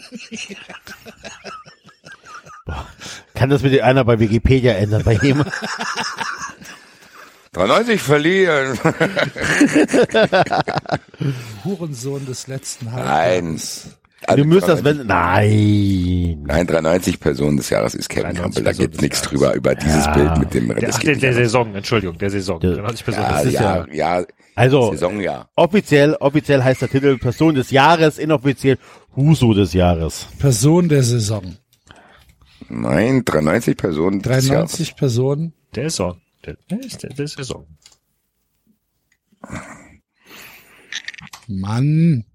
[SPEAKER 3] Kann das bitte einer bei Wikipedia ändern? Bei jedem?
[SPEAKER 4] 93 verliehen.
[SPEAKER 2] Hurensohn des letzten
[SPEAKER 4] Nein.
[SPEAKER 2] Halbjahres.
[SPEAKER 4] Also
[SPEAKER 3] du müsst das,
[SPEAKER 4] 93
[SPEAKER 3] wenn, nein.
[SPEAKER 4] Nein, 93 Personen des Jahres ist Kevin
[SPEAKER 5] 93
[SPEAKER 4] Campbell. Da
[SPEAKER 5] Personen
[SPEAKER 4] geht
[SPEAKER 5] des
[SPEAKER 4] nichts
[SPEAKER 5] Jahres.
[SPEAKER 4] drüber über dieses Bild mit dem.
[SPEAKER 5] der,
[SPEAKER 4] das
[SPEAKER 5] ach,
[SPEAKER 4] geht
[SPEAKER 5] der, der
[SPEAKER 4] nicht.
[SPEAKER 5] Saison, Entschuldigung, der Saison.
[SPEAKER 3] Ja.
[SPEAKER 5] Genau, nicht
[SPEAKER 4] ja,
[SPEAKER 5] besonders.
[SPEAKER 3] ist
[SPEAKER 4] ja, ja,
[SPEAKER 3] Also,
[SPEAKER 4] Saisonjahr.
[SPEAKER 3] Offiziell, offiziell heißt der Titel Person des Jahres, inoffiziell Huso des Jahres.
[SPEAKER 2] Person der Saison.
[SPEAKER 4] Nein, 93 Personen des Jahres.
[SPEAKER 2] 93 Personen.
[SPEAKER 5] Der Saison. Der, der, ist- der, der Saison.
[SPEAKER 2] Mann.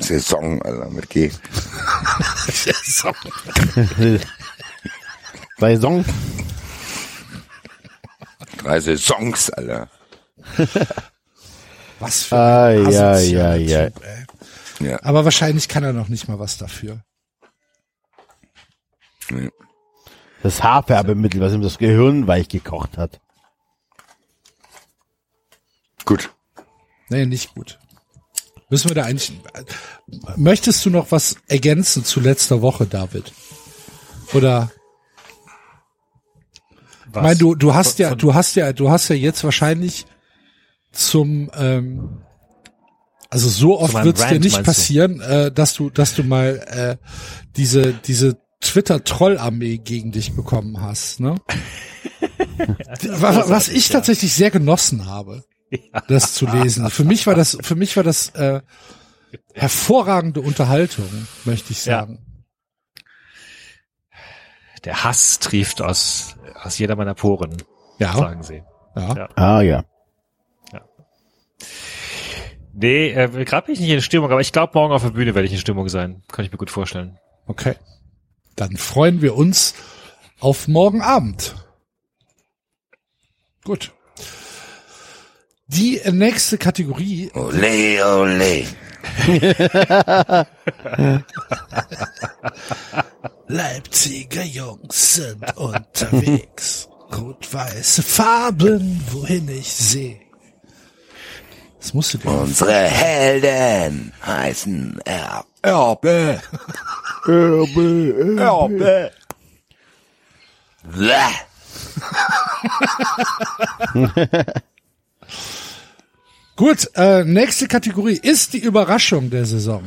[SPEAKER 4] Saison, Alter, mit G.
[SPEAKER 3] Saison.
[SPEAKER 4] Drei Saisons, Alter.
[SPEAKER 2] Was für
[SPEAKER 3] Ah,
[SPEAKER 2] ein
[SPEAKER 3] ja,
[SPEAKER 2] asozialer
[SPEAKER 3] ja, ja.
[SPEAKER 2] Typ, ey.
[SPEAKER 4] Ja.
[SPEAKER 2] Aber wahrscheinlich kann er noch nicht mal was dafür.
[SPEAKER 4] Nee.
[SPEAKER 3] Das Haarfärbemittel, was ihm das Gehirn weich gekocht hat.
[SPEAKER 4] Gut.
[SPEAKER 2] Nee, nicht gut. Müssen wir da eigentlich. Möchtest du noch was ergänzen zu letzter Woche, David? Oder? Ich meine, du, du hast ja, du hast ja, du hast ja jetzt wahrscheinlich zum, ähm, also so oft
[SPEAKER 5] meinem
[SPEAKER 2] wird es dir
[SPEAKER 5] Rant,
[SPEAKER 2] nicht
[SPEAKER 5] meinst du?
[SPEAKER 2] passieren, äh, dass du, dass du mal äh, diese, diese Twitter-Troll-Armee gegen dich bekommen hast, ne? was, was ich tatsächlich sehr genossen habe, das zu lesen. Für mich war das, für mich war das äh, hervorragende Unterhaltung, möchte ich
[SPEAKER 5] Ja.
[SPEAKER 2] sagen.
[SPEAKER 5] Der Hass trieft aus, aus jeder meiner Poren,
[SPEAKER 2] Ja,
[SPEAKER 5] sagen sie.
[SPEAKER 2] ja.
[SPEAKER 5] Ja.
[SPEAKER 3] Ah ja.
[SPEAKER 5] Nee, äh, gerade bin ich nicht in Stimmung, aber ich glaube, morgen auf der Bühne werde ich in Stimmung sein. Kann ich mir gut vorstellen.
[SPEAKER 2] Okay. Dann freuen wir uns auf morgen Abend. Gut. Die nächste Kategorie
[SPEAKER 4] Ole, ole.
[SPEAKER 2] Leipziger Jungs sind unterwegs. Rot-weiße Farben, wohin ich sehe. Das musst du dir
[SPEAKER 4] Unsere Helden heißen Erb. Erbe. Erbe. Erbe.
[SPEAKER 2] Gut, äh, nächste Kategorie ist die Überraschung der Saison.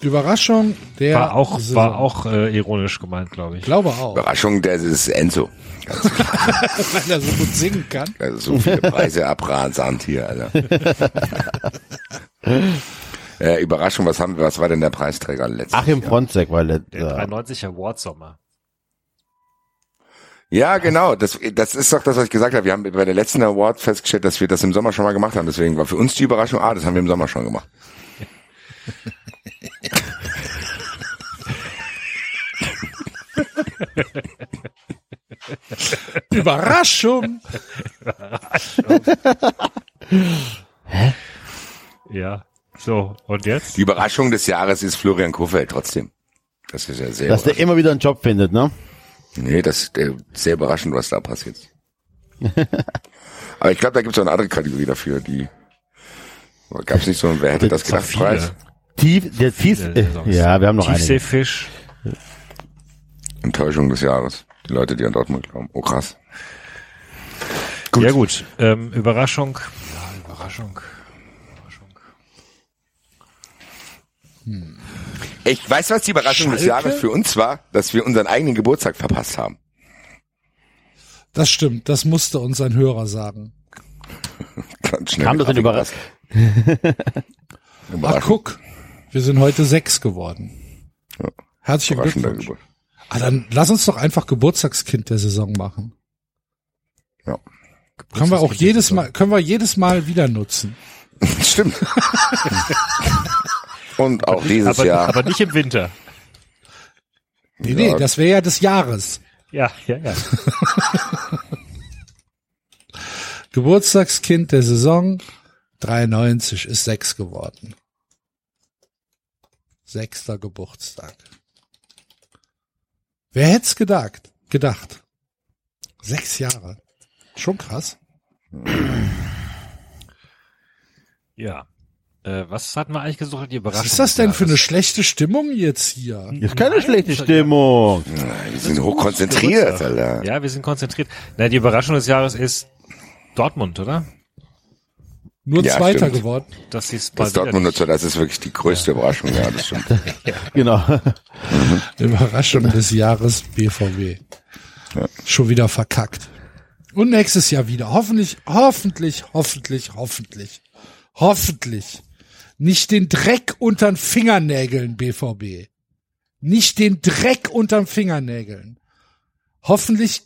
[SPEAKER 2] Überraschung der
[SPEAKER 5] War auch,
[SPEAKER 2] Saison.
[SPEAKER 5] war auch äh, ironisch gemeint, glaube ich.
[SPEAKER 2] Glaube auch,
[SPEAKER 4] Überraschung, das ist Enzo.
[SPEAKER 2] weil er so gut singen kann.
[SPEAKER 4] Also so viele Preise abrasant hier, Alter. äh, Überraschung, was haben wir, was war denn der Preisträger letztes
[SPEAKER 3] Achim
[SPEAKER 4] Jahr?
[SPEAKER 3] Fronzek war äh, letzter.
[SPEAKER 5] Der 93er Awardsommer.
[SPEAKER 4] Ja, genau. Das, das ist doch das, was ich gesagt habe. Wir haben bei der letzten Award festgestellt, dass wir das im Sommer schon mal gemacht haben. Deswegen war für uns die Überraschung, ah, das haben wir im Sommer schon gemacht.
[SPEAKER 2] Überraschung!
[SPEAKER 5] Ja. So, und jetzt?
[SPEAKER 4] Die Überraschung des Jahres ist Florian Kofeld trotzdem. Das ist ja sehr
[SPEAKER 3] Dass der
[SPEAKER 4] überraschend.
[SPEAKER 3] immer wieder einen Job findet, ne?
[SPEAKER 4] Nee, das ist äh, sehr überraschend, was da passiert. Aber ich glaube, da gibt es auch eine andere Kategorie dafür, die gab es nicht so, wer hätte das
[SPEAKER 5] Gibt's doch
[SPEAKER 4] gedacht, Preis.
[SPEAKER 3] Tief, der Tief,
[SPEAKER 5] viele
[SPEAKER 3] äh,
[SPEAKER 5] Saisons.
[SPEAKER 3] ja, wir haben noch einen.
[SPEAKER 5] Tiefseefisch.
[SPEAKER 4] Enttäuschung des Jahres. Die Leute, die an Dortmund glauben. Oh krass.
[SPEAKER 5] Ja gut, ähm, Überraschung. Ja, Überraschung. Überraschung.
[SPEAKER 4] Ich weiß, was die Überraschung des
[SPEAKER 2] Schalke?
[SPEAKER 4] Jahres für uns war, dass wir unseren eigenen Geburtstag verpasst haben.
[SPEAKER 2] Das stimmt, das musste uns ein Hörer sagen. Ah,
[SPEAKER 4] Ganz schnell.
[SPEAKER 3] Kam das denn überra
[SPEAKER 4] Überraschung?
[SPEAKER 2] Ach, guck, wir sind heute sechs geworden. Herzlichen
[SPEAKER 4] Überraschender
[SPEAKER 2] Glückwunsch.
[SPEAKER 4] Geburt.
[SPEAKER 2] Ah, dann lass uns doch einfach Geburtstagskind der Saison machen.
[SPEAKER 4] Ja.
[SPEAKER 2] Können wir auch jedes Mal, können wir jedes Mal wieder nutzen.
[SPEAKER 4] Stimmt. Und auch dieses
[SPEAKER 5] aber,
[SPEAKER 4] Jahr.
[SPEAKER 5] aber nicht im Winter.
[SPEAKER 2] Nee, nee,
[SPEAKER 4] Ja.
[SPEAKER 2] das wäre ja des Jahres.
[SPEAKER 5] Ja, ja, ja.
[SPEAKER 2] Geburtstagskind der Saison 93 ist sechs geworden. Sechster Geburtstag. Wer hätte es gedacht? Gedacht. Sechs Jahre. Schon krass.
[SPEAKER 5] ja. Äh, was hatten wir eigentlich gesucht? Die Überraschung.
[SPEAKER 2] Was ist das denn
[SPEAKER 5] des
[SPEAKER 2] für eine
[SPEAKER 5] Jahres.
[SPEAKER 2] schlechte Stimmung jetzt hier?
[SPEAKER 3] Ist keine schlechte Stimmung.
[SPEAKER 4] wir sind hochkonzentriert, Alter.
[SPEAKER 5] Ja, wir sind konzentriert. Na, die Überraschung des Jahres ist Dortmund, oder?
[SPEAKER 2] Nur
[SPEAKER 4] Ja,
[SPEAKER 2] Zweiter
[SPEAKER 4] stimmt.
[SPEAKER 2] geworden.
[SPEAKER 5] Dass sie es mal
[SPEAKER 4] Das
[SPEAKER 5] wieder nicht-
[SPEAKER 4] Dortmund-Nutzer, das ist wirklich die größte Überraschung. Ja, das stimmt.
[SPEAKER 3] Genau.
[SPEAKER 2] Überraschung des Jahres BVB. Schon wieder verkackt. Und nächstes Jahr wieder. Hoffentlich, hoffentlich, hoffentlich, hoffentlich. Hoffentlich. Nicht den Dreck untern Fingernägeln, BVB. Nicht den Dreck unterm Fingernägeln. Hoffentlich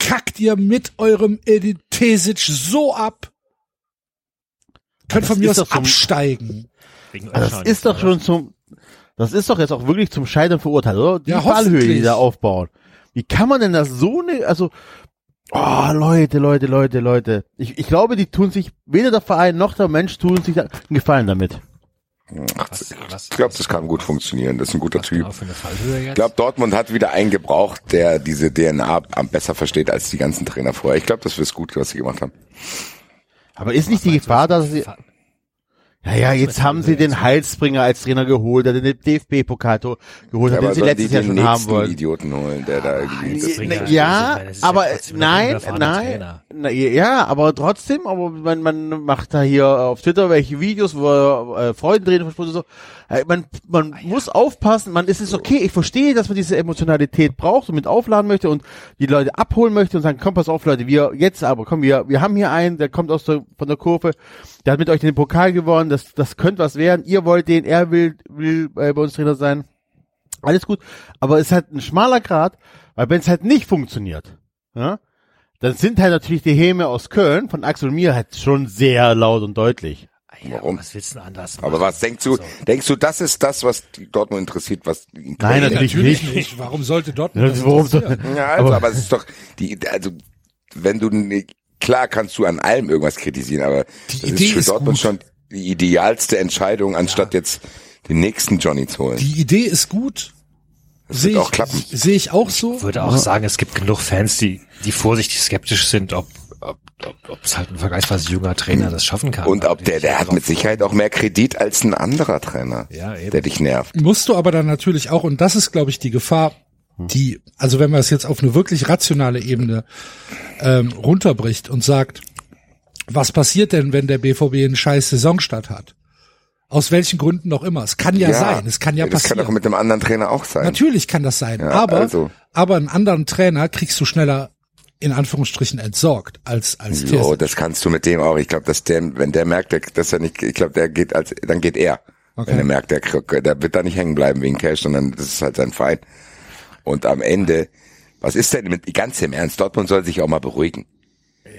[SPEAKER 2] kackt ihr mit eurem Edin Tesic so ab. Könnt von
[SPEAKER 3] Das
[SPEAKER 2] mir
[SPEAKER 3] ist
[SPEAKER 2] aus
[SPEAKER 3] doch so-
[SPEAKER 2] absteigen.
[SPEAKER 5] wegen
[SPEAKER 3] Das
[SPEAKER 5] Öschern
[SPEAKER 3] ist
[SPEAKER 5] jetzt,
[SPEAKER 3] doch
[SPEAKER 5] oder?
[SPEAKER 3] schon zum, das ist doch jetzt auch wirklich zum Scheitern verurteilt, oder? Die
[SPEAKER 2] Ja,
[SPEAKER 3] Fallhöhe, die
[SPEAKER 2] hoffentlich.
[SPEAKER 3] die da aufbauen. Wie kann man denn das so ne, also, oh, Leute, Leute, Leute, Leute. Ich, ich glaube, die tun sich, weder der Verein noch der Mensch tun sich da, einen Gefallen damit.
[SPEAKER 5] Was, was,
[SPEAKER 4] Ich glaube, das kann gut funktionieren. Das ist ein guter
[SPEAKER 5] was
[SPEAKER 4] Typ.
[SPEAKER 5] genau für eine Fallhöhe jetzt?
[SPEAKER 4] Ich glaube, Dortmund hat wieder einen gebraucht, der diese DNA am besser versteht als die ganzen Trainer vorher. Ich glaube, das ist gut, was sie gemacht haben.
[SPEAKER 3] Aber ist nicht
[SPEAKER 5] Was
[SPEAKER 3] die
[SPEAKER 5] meinst du,
[SPEAKER 3] Gefahr,
[SPEAKER 5] was-
[SPEAKER 3] dass sie, ja, ja, jetzt
[SPEAKER 5] meinst du,
[SPEAKER 3] haben
[SPEAKER 5] was
[SPEAKER 3] sie
[SPEAKER 5] meinst
[SPEAKER 3] den
[SPEAKER 5] du?
[SPEAKER 3] Halsbringer als Trainer geholt, der den DFB-Pokal to- geholt hat,
[SPEAKER 4] aber
[SPEAKER 3] den sie
[SPEAKER 4] sollen
[SPEAKER 3] letztes
[SPEAKER 4] die
[SPEAKER 3] Jahr
[SPEAKER 4] den
[SPEAKER 3] schon haben
[SPEAKER 4] nächsten
[SPEAKER 3] wollen.
[SPEAKER 4] Idioten holen, der
[SPEAKER 5] Ah,
[SPEAKER 4] da irgendwie.
[SPEAKER 5] die-
[SPEAKER 4] Das
[SPEAKER 5] Halsbringer.
[SPEAKER 4] bringt-
[SPEAKER 5] Trainer.
[SPEAKER 3] Ja,
[SPEAKER 5] Das ist ja
[SPEAKER 3] aber
[SPEAKER 5] trotzdem noch ein
[SPEAKER 3] nein,
[SPEAKER 5] unerfahrener
[SPEAKER 3] nein,
[SPEAKER 5] Trainer.
[SPEAKER 3] na, ja, aber trotzdem, aber man, man macht da hier auf Twitter welche Videos, wo er, äh, Freuden drehen verspricht und so. Äh, Man,
[SPEAKER 5] Ah,
[SPEAKER 3] man muss aufpassen, man es ist okay, ich verstehe, dass man diese Emotionalität braucht und mit aufladen möchte und die Leute abholen möchte und sagen, komm, pass auf, Leute, wir jetzt aber, komm, wir, wir haben hier einen, der kommt aus der, von der Kurve, der hat mit euch den Pokal gewonnen, das, das könnte was werden, ihr wollt den, er will, will äh, bei uns Trainer sein. Alles gut, aber es ist halt ein schmaler Grad, weil wenn es halt nicht funktioniert, ja, dann sind halt natürlich die Häme aus Köln von Axel und mir halt schon sehr laut und deutlich.
[SPEAKER 5] Ja,
[SPEAKER 4] Warum?
[SPEAKER 5] Was willst du denn anders machen?
[SPEAKER 4] Aber was denkst du,
[SPEAKER 5] So.
[SPEAKER 4] denkst du, das ist das, was Dortmund interessiert, was in Köln-
[SPEAKER 3] Nein, natürlich nicht.
[SPEAKER 2] Warum sollte Dortmund das
[SPEAKER 3] Warum so?
[SPEAKER 2] interessieren?
[SPEAKER 4] Ja, also, aber,
[SPEAKER 3] Aber-
[SPEAKER 4] es ist doch die also wenn du ne- klar kannst du an allem irgendwas kritisieren, aber das
[SPEAKER 2] Idee
[SPEAKER 4] ist für
[SPEAKER 2] ist
[SPEAKER 4] Dortmund
[SPEAKER 2] gut.
[SPEAKER 4] schon die idealste Entscheidung, anstatt jetzt den nächsten Johnny zu holen.
[SPEAKER 2] Die Idee ist gut. Sehe
[SPEAKER 4] auch
[SPEAKER 2] ich,
[SPEAKER 4] klappen.
[SPEAKER 2] sehe ich auch so.
[SPEAKER 5] Ich würde auch sagen, es gibt genug Fans, die, die vorsichtig skeptisch sind, ob ob ob, ob es halt ein vergleichsweise junger Trainer das schaffen kann.
[SPEAKER 4] Und
[SPEAKER 5] Aber
[SPEAKER 4] ob der,
[SPEAKER 5] die-
[SPEAKER 4] der hat mit Sicherheit auch mehr Kredit als ein anderer Trainer,
[SPEAKER 5] Ja, eben.
[SPEAKER 4] der dich nervt.
[SPEAKER 2] musst du aber dann natürlich auch, und das ist, glaube ich, die Gefahr,
[SPEAKER 4] Hm.
[SPEAKER 2] die, also wenn man es jetzt auf eine wirklich rationale Ebene ähm, runterbricht und sagt, was passiert denn, wenn der BVB einen scheiß Saisonstart hat? Aus welchen Gründen auch immer. Es kann ja, sein, es kann ja
[SPEAKER 4] das
[SPEAKER 2] passieren.
[SPEAKER 4] kann doch mit einem anderen Trainer auch sein.
[SPEAKER 2] Natürlich kann das sein,
[SPEAKER 4] Ja,
[SPEAKER 2] aber,
[SPEAKER 4] also.
[SPEAKER 2] aber einen anderen Trainer kriegst du schneller in Anführungsstrichen entsorgt als als
[SPEAKER 4] Jo,
[SPEAKER 2] Terzic.
[SPEAKER 4] das kannst du mit dem auch. Ich glaube, dass der, wenn der merkt, der- dass er nicht, ich glaube, der geht als, dann geht er. Wenn er merkt, der, Krück- der wird da nicht hängen bleiben wegen Cash, sondern das ist halt sein Verein. Und am Ende, was ist denn mit, ganz im Ernst, Dortmund soll sich auch mal beruhigen.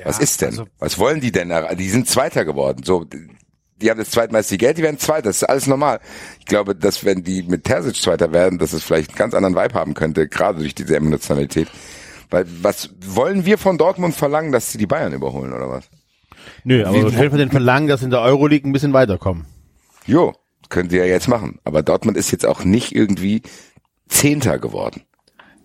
[SPEAKER 4] was ist denn?
[SPEAKER 5] also-
[SPEAKER 4] was wollen die denn? erre- Die sind Zweiter geworden. So, die haben das zweitmeiste Geld, die werden Zweiter. Das ist alles normal. Ich glaube, dass wenn die mit Terzic Zweiter werden, dass es vielleicht einen ganz anderen Vibe haben könnte, gerade durch diese Emotionalität. Weil, was wollen wir von Dortmund verlangen, dass sie die Bayern überholen oder was?
[SPEAKER 3] Nö, aber wir können von denen verlangen, dass sie in der Euroleague ein bisschen weiterkommen.
[SPEAKER 4] Jo, können sie ja jetzt machen. Aber Dortmund ist jetzt auch nicht irgendwie Zehnter geworden.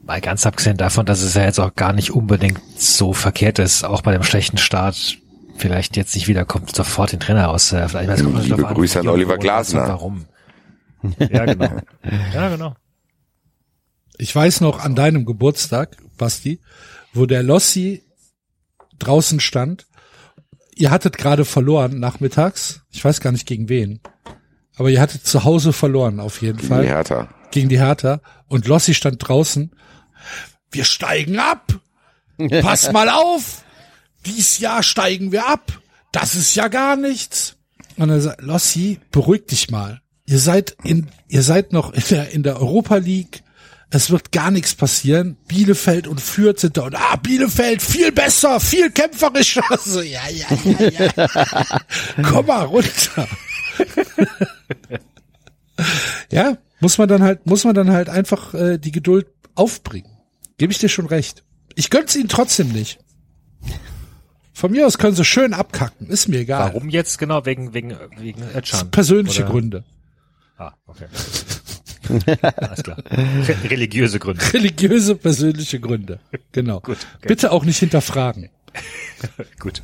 [SPEAKER 5] Mal ganz abgesehen davon, dass es ja jetzt auch gar nicht unbedingt so verkehrt ist, auch bei dem schlechten Start vielleicht jetzt nicht wiederkommt, sofort den Trainer auszuwerfen. Ich weiß, kommt natürlich
[SPEAKER 4] Hm, Liebe
[SPEAKER 5] drauf an,
[SPEAKER 4] Grüße an
[SPEAKER 5] wie und
[SPEAKER 4] Oliver
[SPEAKER 5] wo und was und
[SPEAKER 4] Glasner.
[SPEAKER 5] Warum? Ja, genau. Ja, genau.
[SPEAKER 2] Ich weiß noch an deinem Geburtstag, Basti, wo der Lossi draußen stand. Ihr hattet gerade verloren nachmittags. Ich weiß gar nicht gegen wen. Aber ihr hattet zu Hause verloren auf jeden
[SPEAKER 4] Gegen
[SPEAKER 2] Fall
[SPEAKER 4] die Hertha.
[SPEAKER 2] gegen die Hertha. Und Lossi stand draußen. Wir steigen ab. Pass mal auf. Dies Jahr steigen wir ab. Das ist ja gar nichts. Und er sagt, Lossi, beruhig dich mal. Ihr seid in, ihr seid noch in der, in der Europa League. Es wird gar nichts passieren. Bielefeld und Fürth sind da. Und ah, Bielefeld viel besser, viel kämpferischer. So, ja, ja, ja, ja. Komm mal runter. Ja, muss man dann halt, muss man dann halt einfach äh, die Geduld aufbringen. Gebe ich dir schon recht. Ich gönn's ihnen trotzdem nicht. Von mir aus können sie schön abkacken, ist mir egal.
[SPEAKER 5] Warum jetzt genau? Wegen, wegen, wegen
[SPEAKER 2] Das
[SPEAKER 5] Ötchan?
[SPEAKER 2] sind persönliche
[SPEAKER 5] Oder-
[SPEAKER 2] Gründe.
[SPEAKER 5] Ah, okay. Alles klar. Re religiöse Gründe.
[SPEAKER 2] Religiöse, persönliche Gründe. Genau.
[SPEAKER 5] okay.
[SPEAKER 2] Bitte auch nicht hinterfragen.
[SPEAKER 5] Gut.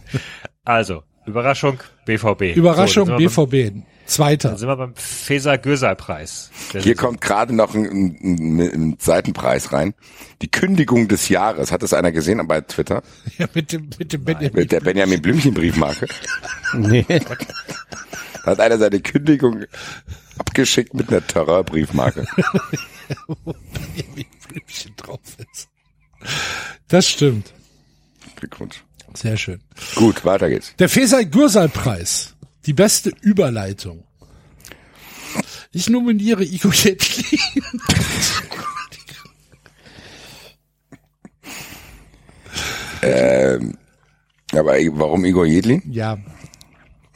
[SPEAKER 5] Also, Überraschung, BVB.
[SPEAKER 2] Überraschung,
[SPEAKER 5] so, dann sind wir
[SPEAKER 2] BVB.
[SPEAKER 5] Beim, dann
[SPEAKER 2] Zweiter.
[SPEAKER 5] sind wir beim Feser-Göser-Preis. Der-
[SPEAKER 4] Hier kommt gerade noch ein, ein, ein, ein Seitenpreis rein. Die Kündigung des Jahres. Hat das einer gesehen bei Twitter?
[SPEAKER 2] Ja, mit dem, mit dem Benjamin.
[SPEAKER 4] Mit der Benjamin Blümchen Briefmarke.
[SPEAKER 3] Nee.
[SPEAKER 4] Da hat einer seine Kündigung abgeschickt mit einer Terror Briefmarke.
[SPEAKER 2] Benjamin Blümchen drauf ist. Das stimmt.
[SPEAKER 4] Glückwunsch.
[SPEAKER 2] Sehr schön.
[SPEAKER 4] Gut, weiter geht's.
[SPEAKER 2] Der Fesai-Gürsal-Preis. Die beste Überleitung. Ich nominiere Igo Jetli.
[SPEAKER 4] Ähm, Aber ey, warum Igor Jedlin?
[SPEAKER 2] Ja,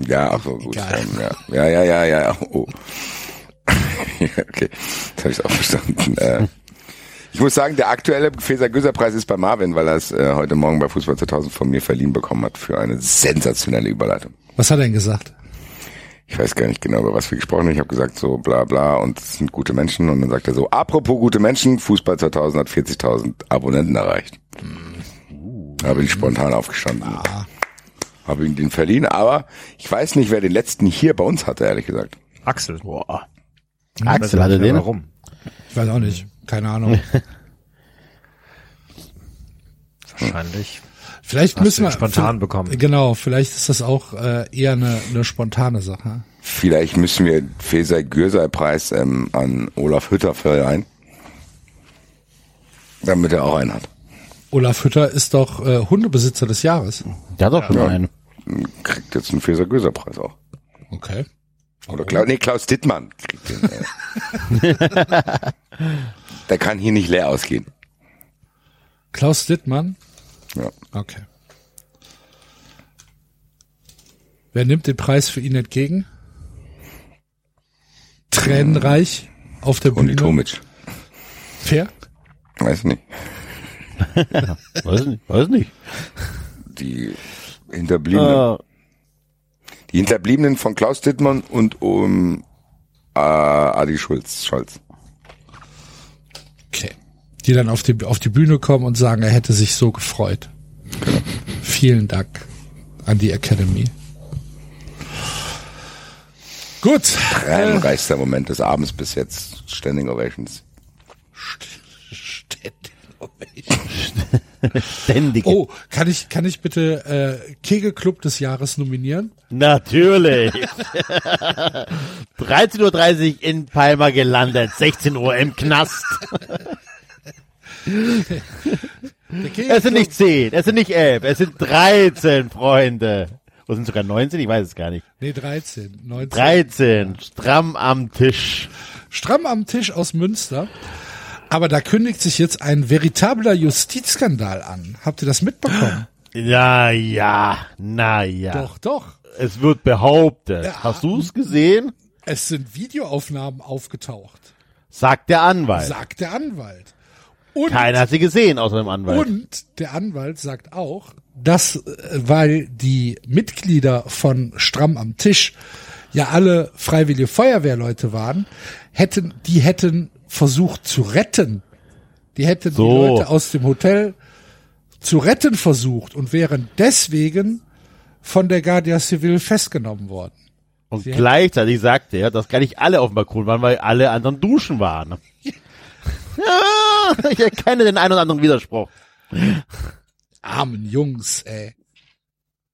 [SPEAKER 4] Ja, ach so, gut.
[SPEAKER 2] Egal.
[SPEAKER 4] Ähm, ja. ja, ja, ja, ja. Oh. Ja, okay, das habe ich auch verstanden. Äh, ich muss sagen, der aktuelle Feser-Göser-Preis ist bei Marvin, weil er es äh, heute Morgen bei Fußball 2000 von mir verliehen bekommen hat für eine sensationelle Überleitung.
[SPEAKER 2] was hat er denn gesagt?
[SPEAKER 4] Ich weiß gar nicht genau, über was wir gesprochen haben. Ich habe gesagt so bla bla und es sind gute Menschen. Und dann sagt er so, apropos gute Menschen, Fußball 2000 hat 40.000 Abonnenten erreicht. Da bin ich spontan aufgestanden. Habe ihm den verliehen, aber ich weiß nicht, wer den letzten hier bei uns hatte, ehrlich gesagt.
[SPEAKER 5] Axel.
[SPEAKER 3] Boah.
[SPEAKER 5] Ich weiß
[SPEAKER 3] Axel
[SPEAKER 5] nicht
[SPEAKER 3] hatte
[SPEAKER 5] mehr,
[SPEAKER 3] den.
[SPEAKER 5] Warum?
[SPEAKER 2] Ich weiß auch nicht. Keine Ahnung.
[SPEAKER 5] Wahrscheinlich.
[SPEAKER 2] Vielleicht
[SPEAKER 5] Hast
[SPEAKER 2] müssen
[SPEAKER 5] du
[SPEAKER 2] wir
[SPEAKER 5] ihn spontan bekommen.
[SPEAKER 2] Genau, vielleicht ist das auch äh, eher eine, eine spontane Sache.
[SPEAKER 4] Vielleicht müssen wir den Feser-Gürsei-Preis ähm, an Olaf Hütter verleihen. Damit er auch einen hat.
[SPEAKER 2] Olaf Hütter ist doch äh, Hundebesitzer des Jahres.
[SPEAKER 3] Der hat doch schon einen.
[SPEAKER 4] Kriegt jetzt einen Feser-Gürsei-Preis auch.
[SPEAKER 2] Okay.
[SPEAKER 4] Oder Klaus, nee, Klaus Dittmann kriegt den. Äh. Der kann hier nicht leer ausgehen.
[SPEAKER 2] Klaus Dittmann.
[SPEAKER 4] Ja.
[SPEAKER 2] Okay. Wer nimmt den Preis für ihn entgegen? Tränenreich auf der
[SPEAKER 4] Und die
[SPEAKER 2] Bühne.
[SPEAKER 4] Tomic.
[SPEAKER 2] Wer?
[SPEAKER 4] Weiß nicht.
[SPEAKER 3] Weiß nicht. Weiß nicht.
[SPEAKER 4] Die Hinterbliebenen.
[SPEAKER 3] Äh,
[SPEAKER 4] Die Hinterbliebenen von Klaus Dittmann und um, äh, Adi Schulz. Scholz.
[SPEAKER 2] Okay. Die dann auf die, auf die Bühne kommen und sagen, er hätte sich so gefreut. Vielen Dank an die Academy. Gut.
[SPEAKER 4] Reihenreichster Moment des Abends bis jetzt. Standing Ovations.
[SPEAKER 3] ständig.
[SPEAKER 2] Oh, kann ich, kann ich bitte äh, Kegelclub des Jahres nominieren?
[SPEAKER 3] Natürlich. 13.30 Uhr in Palma gelandet, 16 Uhr im Knast.
[SPEAKER 2] Der
[SPEAKER 3] Es sind
[SPEAKER 2] Kegelclub,
[SPEAKER 3] Äh, also nicht 10, es sind nicht 11, es sind 13, Freunde. Oder sind es sogar 19? Ich weiß es gar nicht.
[SPEAKER 2] nee, 13, 19.
[SPEAKER 3] 13, stramm am Tisch.
[SPEAKER 2] Stramm am Tisch aus Münster. Aber da kündigt sich jetzt ein veritabler Justizskandal an. Habt ihr das mitbekommen?
[SPEAKER 3] Ja, ja, naja.
[SPEAKER 2] Doch, doch.
[SPEAKER 3] Es wird behauptet.
[SPEAKER 2] Ja.
[SPEAKER 3] Hast du es gesehen?
[SPEAKER 2] Es sind Videoaufnahmen aufgetaucht,
[SPEAKER 3] Sagt der Anwalt.
[SPEAKER 2] sagt der Anwalt. Und
[SPEAKER 3] Keiner hat sie gesehen, außer dem Anwalt.
[SPEAKER 2] Und der Anwalt sagt auch, dass, äh, weil die Mitglieder von Stramm am Tisch ja alle freiwillige Feuerwehrleute waren, hätten, die hätten versucht zu retten. Die hätten
[SPEAKER 3] So.
[SPEAKER 2] die Leute aus dem Hotel zu retten versucht und wären deswegen von der Guardia Civil festgenommen worden.
[SPEAKER 3] Und gleichzeitig sagt er, dass gar nicht alle auf dem Balkon waren, weil alle anderen duschen waren. Ja, ich erkenne den einen oder anderen Widerspruch.
[SPEAKER 2] Armen Jungs, ey.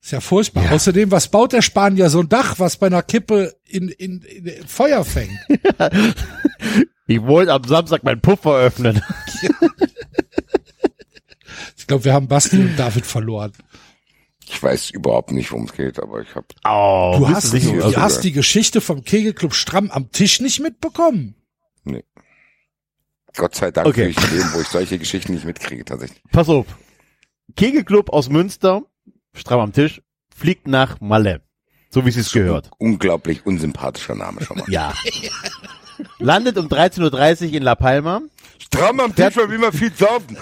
[SPEAKER 2] Ist ja furchtbar. Außerdem, was baut der Spanier? So ein Dach, was bei einer Kippe in, in, in Feuer fängt.
[SPEAKER 3] Ich wollte am Samstag meinen Puffer öffnen.
[SPEAKER 2] Ich glaube, wir haben Basti und David verloren.
[SPEAKER 4] Ich weiß überhaupt nicht, worum es geht, aber ich habe
[SPEAKER 3] Oh,
[SPEAKER 2] Du
[SPEAKER 3] wisst
[SPEAKER 2] hast,
[SPEAKER 3] ihr
[SPEAKER 2] die,
[SPEAKER 3] nicht,
[SPEAKER 2] du
[SPEAKER 3] also-
[SPEAKER 2] hast die Geschichte vom Kegelclub stramm am Tisch nicht mitbekommen.
[SPEAKER 4] Gott sei Dank
[SPEAKER 3] Okay.
[SPEAKER 4] okay. für ich Leben, wo ich solche Geschichten nicht mitkriege tatsächlich.
[SPEAKER 3] Pass auf. Kegelclub aus Münster, stramm am Tisch, fliegt nach Malle. So wie sie es gehört.
[SPEAKER 4] Unglaublich unsympathischer Name schon mal.
[SPEAKER 3] Ja. Landet um 13.30 Uhr in La Palma.
[SPEAKER 4] Stramm am Tisch, weil wir immer viel saufen.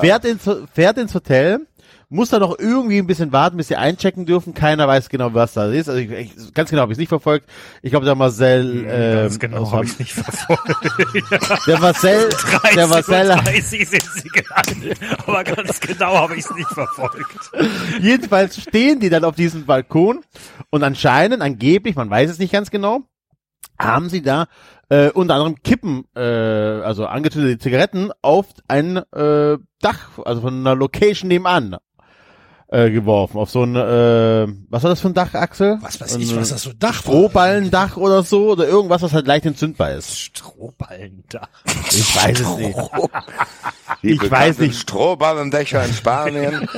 [SPEAKER 4] Wer?
[SPEAKER 3] fährt ins, fährt ins Hotel, muss da noch irgendwie ein bisschen warten, bis sie einchecken dürfen. Keiner weiß genau, was da ist. Also ich, ich, ganz genau habe ich nicht verfolgt. Ich glaube, der Marcel, äh,
[SPEAKER 5] Ganz genau, habe ich nicht verfolgt.
[SPEAKER 3] der Marcel, der Marcel,
[SPEAKER 5] 30 sind sie gelandet, aber ganz genau habe ich es nicht verfolgt.
[SPEAKER 3] jedenfalls stehen die dann auf diesem Balkon und anscheinend, angeblich, man weiß es nicht ganz genau, haben sie da äh, unter anderem Kippen, äh, also angezündete Zigaretten auf ein äh, Dach, also von einer Location nebenan äh, geworfen, auf so ein, äh, was war das für ein Dach, Axel?
[SPEAKER 2] Was weiß ich, was das für ein Dach war.
[SPEAKER 3] Strohballendach oder so oder irgendwas, was halt leicht entzündbar ist.
[SPEAKER 5] Strohballen da.
[SPEAKER 3] Ich weiß es nicht.
[SPEAKER 4] Die
[SPEAKER 3] Ich weiß
[SPEAKER 4] bekannten
[SPEAKER 3] nicht.
[SPEAKER 4] Strohballendächer in Spanien.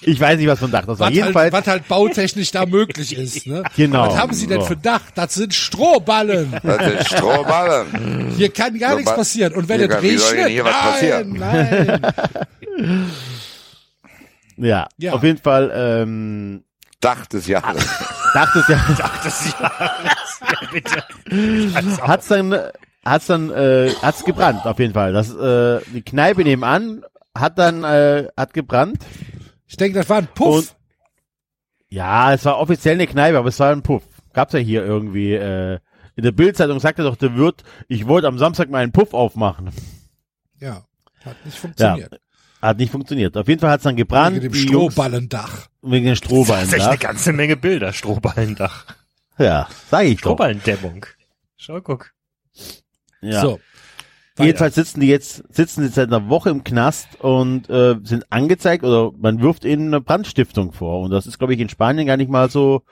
[SPEAKER 3] Ich weiß nicht, was für ein Dach das war.
[SPEAKER 2] Was halt,
[SPEAKER 3] Jedenfalls,
[SPEAKER 2] was halt bautechnisch da möglich ist. Ne?
[SPEAKER 3] Genau.
[SPEAKER 2] Was haben Sie denn
[SPEAKER 3] So.
[SPEAKER 2] für ein Dach? Das sind Strohballen.
[SPEAKER 4] Das sind Strohballen.
[SPEAKER 2] Hier kann gar
[SPEAKER 4] So,
[SPEAKER 2] nichts
[SPEAKER 4] wa-
[SPEAKER 2] passieren. Und wenn
[SPEAKER 4] Hier
[SPEAKER 2] es
[SPEAKER 4] kann- wie soll denn
[SPEAKER 2] regnet,
[SPEAKER 4] hier was
[SPEAKER 2] nein,
[SPEAKER 4] passieren?
[SPEAKER 2] nein.
[SPEAKER 3] ja,
[SPEAKER 2] Ja.
[SPEAKER 3] auf jeden Fall, ähm,
[SPEAKER 4] Dach des Jahres.
[SPEAKER 3] Dach des Jahres
[SPEAKER 5] Das ist ja bitte.
[SPEAKER 3] hat's dann, hat's dann, äh, hat's gebrannt, auf jeden Fall. Das, äh, die Kneipe nebenan hat dann, äh, hat gebrannt.
[SPEAKER 2] Ich denke, das war ein Puff.
[SPEAKER 3] Und- Ja, es war offiziell eine Kneipe, aber es war ein Puff. Gab's ja hier irgendwie, äh, in der Bildzeitung sagte doch der Wirt, ich wollte am Samstag meinen Puff aufmachen.
[SPEAKER 2] ja, hat nicht funktioniert.
[SPEAKER 3] Hat nicht funktioniert. Auf jeden Fall hat's dann gebrannt.
[SPEAKER 2] Wegen dem
[SPEAKER 3] Die Jungs-
[SPEAKER 2] Strohballendach.
[SPEAKER 3] Wegen dem Strohballen.
[SPEAKER 5] Tatsächlich eine ganze Menge Bilder, Strohballendach.
[SPEAKER 3] Ja, sag ich doch.
[SPEAKER 5] Strohballendämmung. Schau, guck.
[SPEAKER 3] Ja.
[SPEAKER 2] So.
[SPEAKER 3] Jedenfalls sitzen die jetzt, sitzen jetzt seit einer Woche im Knast und äh, sind angezeigt oder man wirft ihnen eine Brandstiftung vor. Und das ist, glaube ich, in Spanien gar nicht mal so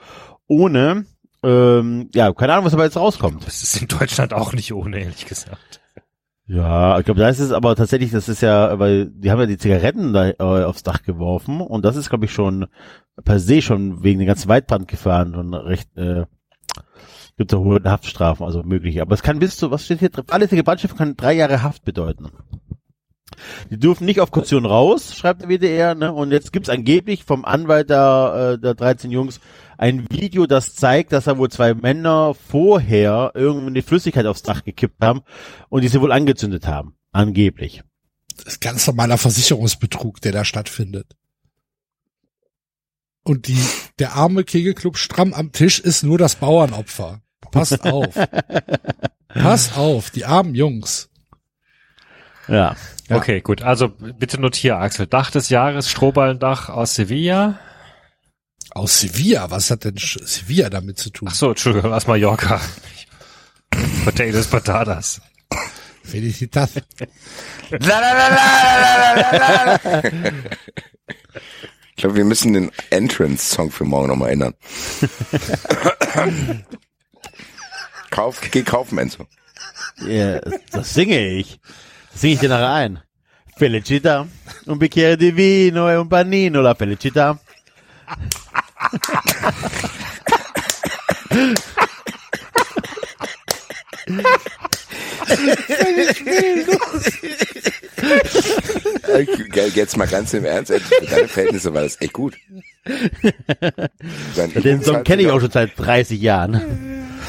[SPEAKER 3] ohne. Ähm, ja, keine Ahnung, was aber jetzt rauskommt.
[SPEAKER 5] Das ist in Deutschland auch nicht ohne, ehrlich gesagt.
[SPEAKER 3] Ja, ich glaube, da ist es aber tatsächlich, das ist ja, weil die haben ja die Zigaretten da äh, aufs Dach geworfen und das ist, glaube ich, schon per se schon wegen der ganzen Weitbrandgefahren schon recht, äh, gibt da hohe Haftstrafen, also möglich. Aber es kann bis zu, was steht hier drin? Alles die Brandstiftung kann drei Jahre Haft bedeuten. Die dürfen nicht auf Kaution raus, schreibt der WDR, ne? Und jetzt gibt's angeblich vom Anwalt der, äh, der 13 Jungs ein Video, das zeigt, dass da wohl zwei Männer vorher irgendeine Flüssigkeit aufs Dach gekippt haben und die sie wohl angezündet haben. Angeblich.
[SPEAKER 2] Das ist ganz normaler Versicherungsbetrug, der da stattfindet. Und die, der arme Kegelclub stramm am Tisch ist nur das Bauernopfer. Passt auf. Passt auf, die armen Jungs.
[SPEAKER 3] Ja.
[SPEAKER 2] Ja.
[SPEAKER 5] Okay, gut. Also bitte notier, Axel. Dach des Jahres, Strohballendach aus Sevilla.
[SPEAKER 2] Aus Sevilla, was hat denn Sch- Sevilla damit zu tun?
[SPEAKER 5] Ach so, Entschuldigung, aus Mallorca. Potatoes, Patatas.
[SPEAKER 2] Felicitas.
[SPEAKER 4] Ich glaube, wir müssen den Entrance-Song für morgen nochmal ändern. Kauf, geh kaufen, Enzo.
[SPEAKER 3] ja das singe ich. Das singe ich dir nachher ein. Felicita. Un bicchiere di vino e un panino la felicita.
[SPEAKER 4] Gell, Äh, Jetzt mal ganz im Ernst, ey, für deine Verhältnisse war das echt gut. Sein
[SPEAKER 3] Den Song kenne ich auch schon seit 30 Jahren.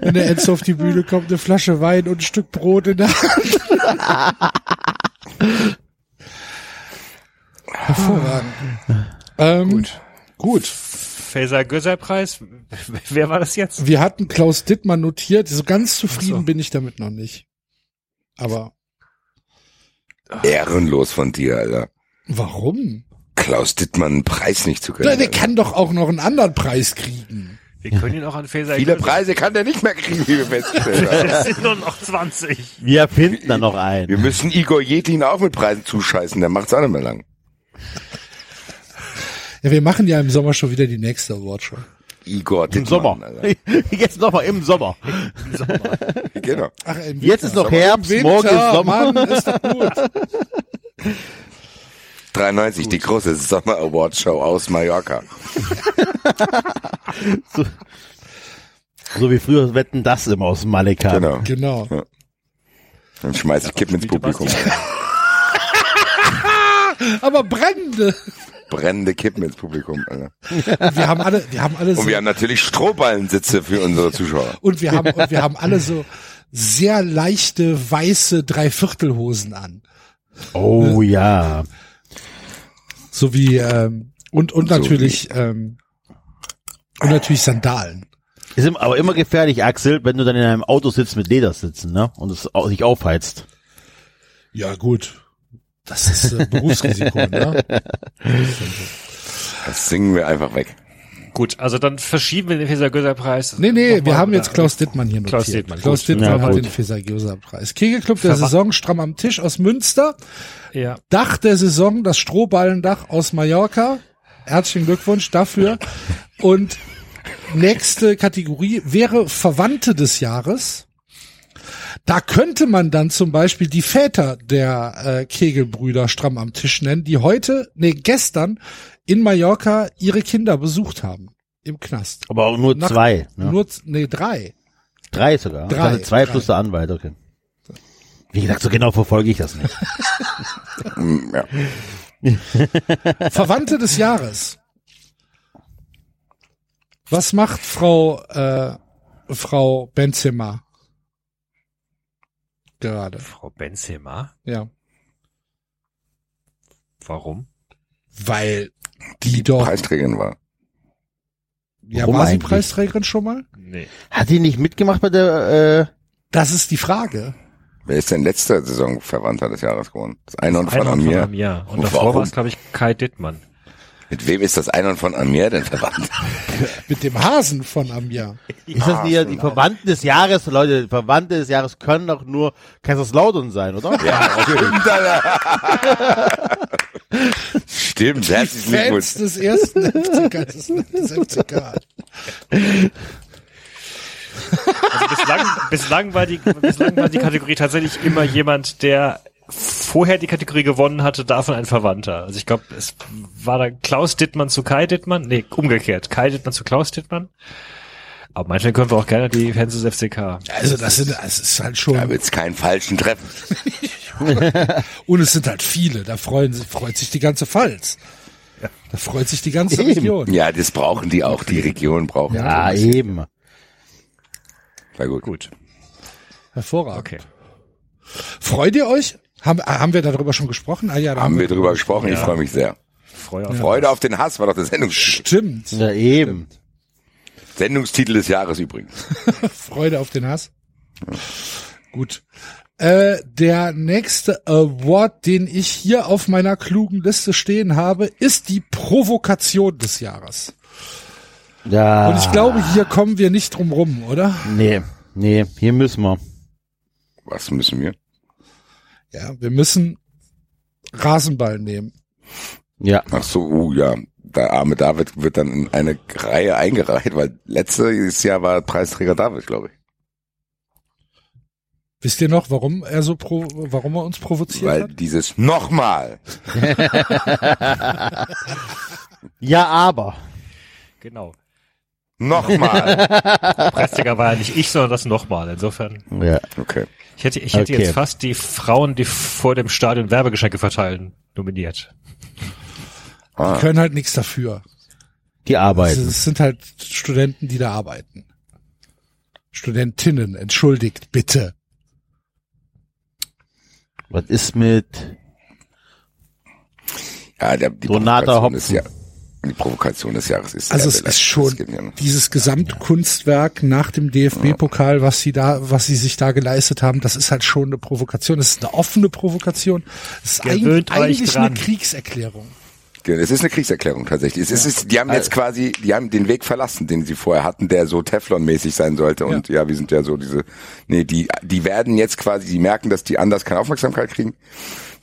[SPEAKER 2] Wenn der Enzo auf die Bühne kommt, eine Flasche Wein und ein Stück Brot in der Hand. Hervorragend. Ähm, gut. Gut.
[SPEAKER 5] Faser Göser Preis. Wer war das jetzt?
[SPEAKER 2] Wir hatten Klaus Dittmann notiert. So ganz zufrieden bin ich damit noch nicht. Aber
[SPEAKER 4] Ehrenlos von dir, Alter.
[SPEAKER 2] warum?
[SPEAKER 4] Klaus Dittmann einen Preis nicht zu
[SPEAKER 2] Der,
[SPEAKER 4] können.
[SPEAKER 2] der
[SPEAKER 4] Alter.
[SPEAKER 2] kann doch auch noch einen anderen Preis kriegen.
[SPEAKER 5] Wir können ihn auch an Faser
[SPEAKER 4] Viele
[SPEAKER 5] Göser-
[SPEAKER 4] Preise kann der nicht mehr kriegen, wie wir feststellen. Alter.
[SPEAKER 5] Es sind nur noch 20.
[SPEAKER 3] Wir finden da noch
[SPEAKER 4] Wir
[SPEAKER 3] einen.
[SPEAKER 4] müssen Igor Jetin auch mit Preisen zuscheißen, der macht's auch nicht mehr lang.
[SPEAKER 2] Ja, wir machen ja im Sommer schon wieder die nächste Awardshow.
[SPEAKER 4] Igor
[SPEAKER 3] Im
[SPEAKER 4] Dittmann.
[SPEAKER 3] Sommer.
[SPEAKER 4] Alter.
[SPEAKER 3] Jetzt nochmal im Sommer.
[SPEAKER 4] Genau.
[SPEAKER 2] Ach, im
[SPEAKER 3] Jetzt ist noch Herbst, morgen ist Sommer.
[SPEAKER 2] Mann, ist doch gut.
[SPEAKER 4] 93, die große Sommer Award Show aus Mallorca.
[SPEAKER 3] So wie früher wetten das immer aus dem Malika.
[SPEAKER 4] Genau.
[SPEAKER 2] Genau.
[SPEAKER 4] Dann schmeiß ich Kippen ins Publikum.
[SPEAKER 2] Aber brennende.
[SPEAKER 4] Brennende Kippen ins Publikum. Alter.
[SPEAKER 2] Wir haben alle, wir haben alle so,
[SPEAKER 4] Und wir haben natürlich Strohballensitze für unsere Zuschauer.
[SPEAKER 2] und wir haben, und wir haben alle so sehr leichte weiße Dreiviertelhosen an.
[SPEAKER 3] Oh ja.
[SPEAKER 2] So wie, ähm, und, und
[SPEAKER 4] So
[SPEAKER 2] natürlich, ähm, und natürlich Sandalen.
[SPEAKER 3] Ist im- aber immer gefährlich, Axel, wenn du dann in einem Auto sitzt mit Ledersitzen, ne? Und es au- sich aufheizt.
[SPEAKER 2] Ja, gut. Das ist äh, Berufsrisiko, ne?
[SPEAKER 4] Das singen wir einfach weg.
[SPEAKER 5] Gut, also dann verschieben wir den Faser Göser Preis.
[SPEAKER 2] Nee, nee, wir haben jetzt
[SPEAKER 5] Klaus.
[SPEAKER 2] Klaus Dittmann hier notiert.
[SPEAKER 5] Klaus
[SPEAKER 2] Klaus
[SPEAKER 5] Dittmann,
[SPEAKER 2] Dittmann,
[SPEAKER 5] gut.
[SPEAKER 3] Ja,
[SPEAKER 2] hat
[SPEAKER 3] gut.
[SPEAKER 2] den Fesagiusa-Preis. Kegelclub der Saison stramm am Tisch aus Münster.
[SPEAKER 5] Ja.
[SPEAKER 2] Dach der Saison, das Strohballendach aus Mallorca. Herzlichen Glückwunsch dafür. Und nächste Kategorie wäre Verwandte des Jahres. Da könnte man dann zum Beispiel die Väter der äh, Kegelbrüder stramm am Tisch nennen, die heute, nee, gestern in Mallorca ihre Kinder besucht haben. Im Knast.
[SPEAKER 3] Aber auch nur
[SPEAKER 2] Nach-
[SPEAKER 3] zwei. Ne?
[SPEAKER 2] Nur, z- nee, drei.
[SPEAKER 3] Drei sogar.
[SPEAKER 2] Drei,
[SPEAKER 3] ich dachte, zwei
[SPEAKER 2] drei.
[SPEAKER 3] plus der Anwalt, okay. Wie gesagt, so genau verfolge ich das nicht.
[SPEAKER 4] Mm, Ja.
[SPEAKER 2] Verwandte des Jahres. Was macht Frau äh, Frau Benzema gerade?
[SPEAKER 5] Frau Benzema,
[SPEAKER 2] Ja,
[SPEAKER 5] warum?
[SPEAKER 2] weil die doch
[SPEAKER 4] Preisträgerin war.
[SPEAKER 2] ja
[SPEAKER 3] Warum
[SPEAKER 2] war sie
[SPEAKER 3] eigentlich?
[SPEAKER 2] Preisträgerin schon mal?
[SPEAKER 5] Nee.
[SPEAKER 3] Hat die nicht mitgemacht bei der,
[SPEAKER 2] Das ist die Frage.
[SPEAKER 3] äh,
[SPEAKER 4] Wer ist denn letzte Saison Verwandter des Jahres geworden? Das Einhorn von
[SPEAKER 5] Einhorn von
[SPEAKER 4] Amir.
[SPEAKER 5] Amir. Und
[SPEAKER 4] Und
[SPEAKER 5] davor
[SPEAKER 4] warum?
[SPEAKER 5] war es, glaube ich, Kai Dittmann.
[SPEAKER 4] Mit wem ist das Einhorn von Amir denn verwandt?
[SPEAKER 2] Mit dem Hasen von Amir.
[SPEAKER 3] Ist das nicht die Verwandten des Jahres? Leute, die Verwandte des Jahres können doch nur Kaiserslautern sein, oder?
[SPEAKER 4] ja, stimmt, Alter. Stimmt, herzlichen
[SPEAKER 2] Fans
[SPEAKER 4] Glückwunsch.
[SPEAKER 2] des ersten FCK, des, des FCK.
[SPEAKER 5] Also bislang, bislang, war die, bislang war die Kategorie tatsächlich immer jemand, der vorher die Kategorie gewonnen hatte, davon ein Verwandter. Also ich glaube, es war dann Klaus Dittmann zu Kai Dittmann. Nee, umgekehrt. Kai Dittmann zu Klaus Dittmann. Aber manchmal können wir auch gerne die Fans des FCK.
[SPEAKER 2] Also das, sind, das ist halt
[SPEAKER 4] Da
[SPEAKER 2] schon,
[SPEAKER 4] wird es keinen falschen treffen.
[SPEAKER 2] und es sind halt viele, da freuen, sich- freut sich die ganze Pfalz. Da freut sich die ganze
[SPEAKER 3] Eben.
[SPEAKER 2] Region.
[SPEAKER 4] Ja, das brauchen die auch, die Region braucht
[SPEAKER 3] Ja,
[SPEAKER 4] das.
[SPEAKER 3] eben.
[SPEAKER 4] Na gut.
[SPEAKER 5] Gut.
[SPEAKER 2] Hervorragend.
[SPEAKER 5] Okay.
[SPEAKER 2] Freut ihr euch? Haben, ah, haben wir darüber schon gesprochen? Ah, ja, da
[SPEAKER 4] Haben wir drüber gesprochen, ich
[SPEAKER 5] Ja.
[SPEAKER 4] freue mich sehr.
[SPEAKER 5] Freude auf
[SPEAKER 4] Freude auf den Hass war doch der Sendungs
[SPEAKER 2] Stimmt.
[SPEAKER 3] Ja, eben.
[SPEAKER 4] Sendungstitel des Jahres übrigens.
[SPEAKER 2] Freude auf den Hass. Gut. Äh, der nächste Award, den ich hier auf meiner klugen Liste stehen habe, ist die Provokation des Jahres.
[SPEAKER 3] Ja.
[SPEAKER 2] Und ich glaube,
[SPEAKER 4] Ah.
[SPEAKER 2] hier kommen wir nicht drum rum, oder?
[SPEAKER 3] Nee, nee, hier müssen wir.
[SPEAKER 4] Was müssen wir?
[SPEAKER 2] Ja, wir müssen Rasenball nehmen.
[SPEAKER 3] Ja.
[SPEAKER 4] Ach so, uh, ja. Der arme David wird dann in eine Reihe eingereiht, weil letztes Jahr war Preisträger David, glaube ich.
[SPEAKER 2] Wisst ihr noch, warum er so pro, warum er uns provoziert
[SPEAKER 4] Weil
[SPEAKER 2] hat?
[SPEAKER 4] dieses nochmal.
[SPEAKER 3] Ja, aber.
[SPEAKER 5] Genau.
[SPEAKER 4] Nochmal.
[SPEAKER 5] Preisträger war ja nicht ich, sondern das nochmal. Insofern.
[SPEAKER 3] Ja.
[SPEAKER 4] Okay.
[SPEAKER 5] Ich hätte, ich hätte
[SPEAKER 3] Okay.
[SPEAKER 5] jetzt fast die Frauen, die vor dem Stadion Werbegeschenke verteilen, nominiert.
[SPEAKER 2] Die
[SPEAKER 4] Ah,
[SPEAKER 2] können halt nichts dafür.
[SPEAKER 3] Die
[SPEAKER 2] Es,
[SPEAKER 3] arbeiten.
[SPEAKER 2] es sind halt Studenten, die da arbeiten. Studentinnen, entschuldigt bitte.
[SPEAKER 3] Was ist mit
[SPEAKER 4] ja, der, die,
[SPEAKER 3] Donata
[SPEAKER 4] Provokation
[SPEAKER 3] Hopfen.
[SPEAKER 4] des Jahr, die Provokation des Jahres ist.
[SPEAKER 2] Also
[SPEAKER 4] sehr
[SPEAKER 2] es
[SPEAKER 4] belastend.
[SPEAKER 2] ist schon
[SPEAKER 4] Das geht ja nicht.
[SPEAKER 2] dieses Gesamtkunstwerk nach dem DFB-Pokal, was sie da, was sie sich da geleistet haben, das ist halt schon eine Provokation. Das ist eine offene Provokation. Das ist eigentlich,
[SPEAKER 5] Gewöhnt euch
[SPEAKER 2] eigentlich
[SPEAKER 5] dran.
[SPEAKER 2] eine Kriegserklärung.
[SPEAKER 4] Genau, Es ist eine Kriegserklärung tatsächlich. Es ist, es ist, die haben jetzt quasi, die haben den Weg verlassen, den sie vorher hatten, der so Teflon-mäßig sein sollte. Und ja, wir sind ja so diese, nee, die, die werden jetzt quasi, die merken, dass die anders keine Aufmerksamkeit kriegen.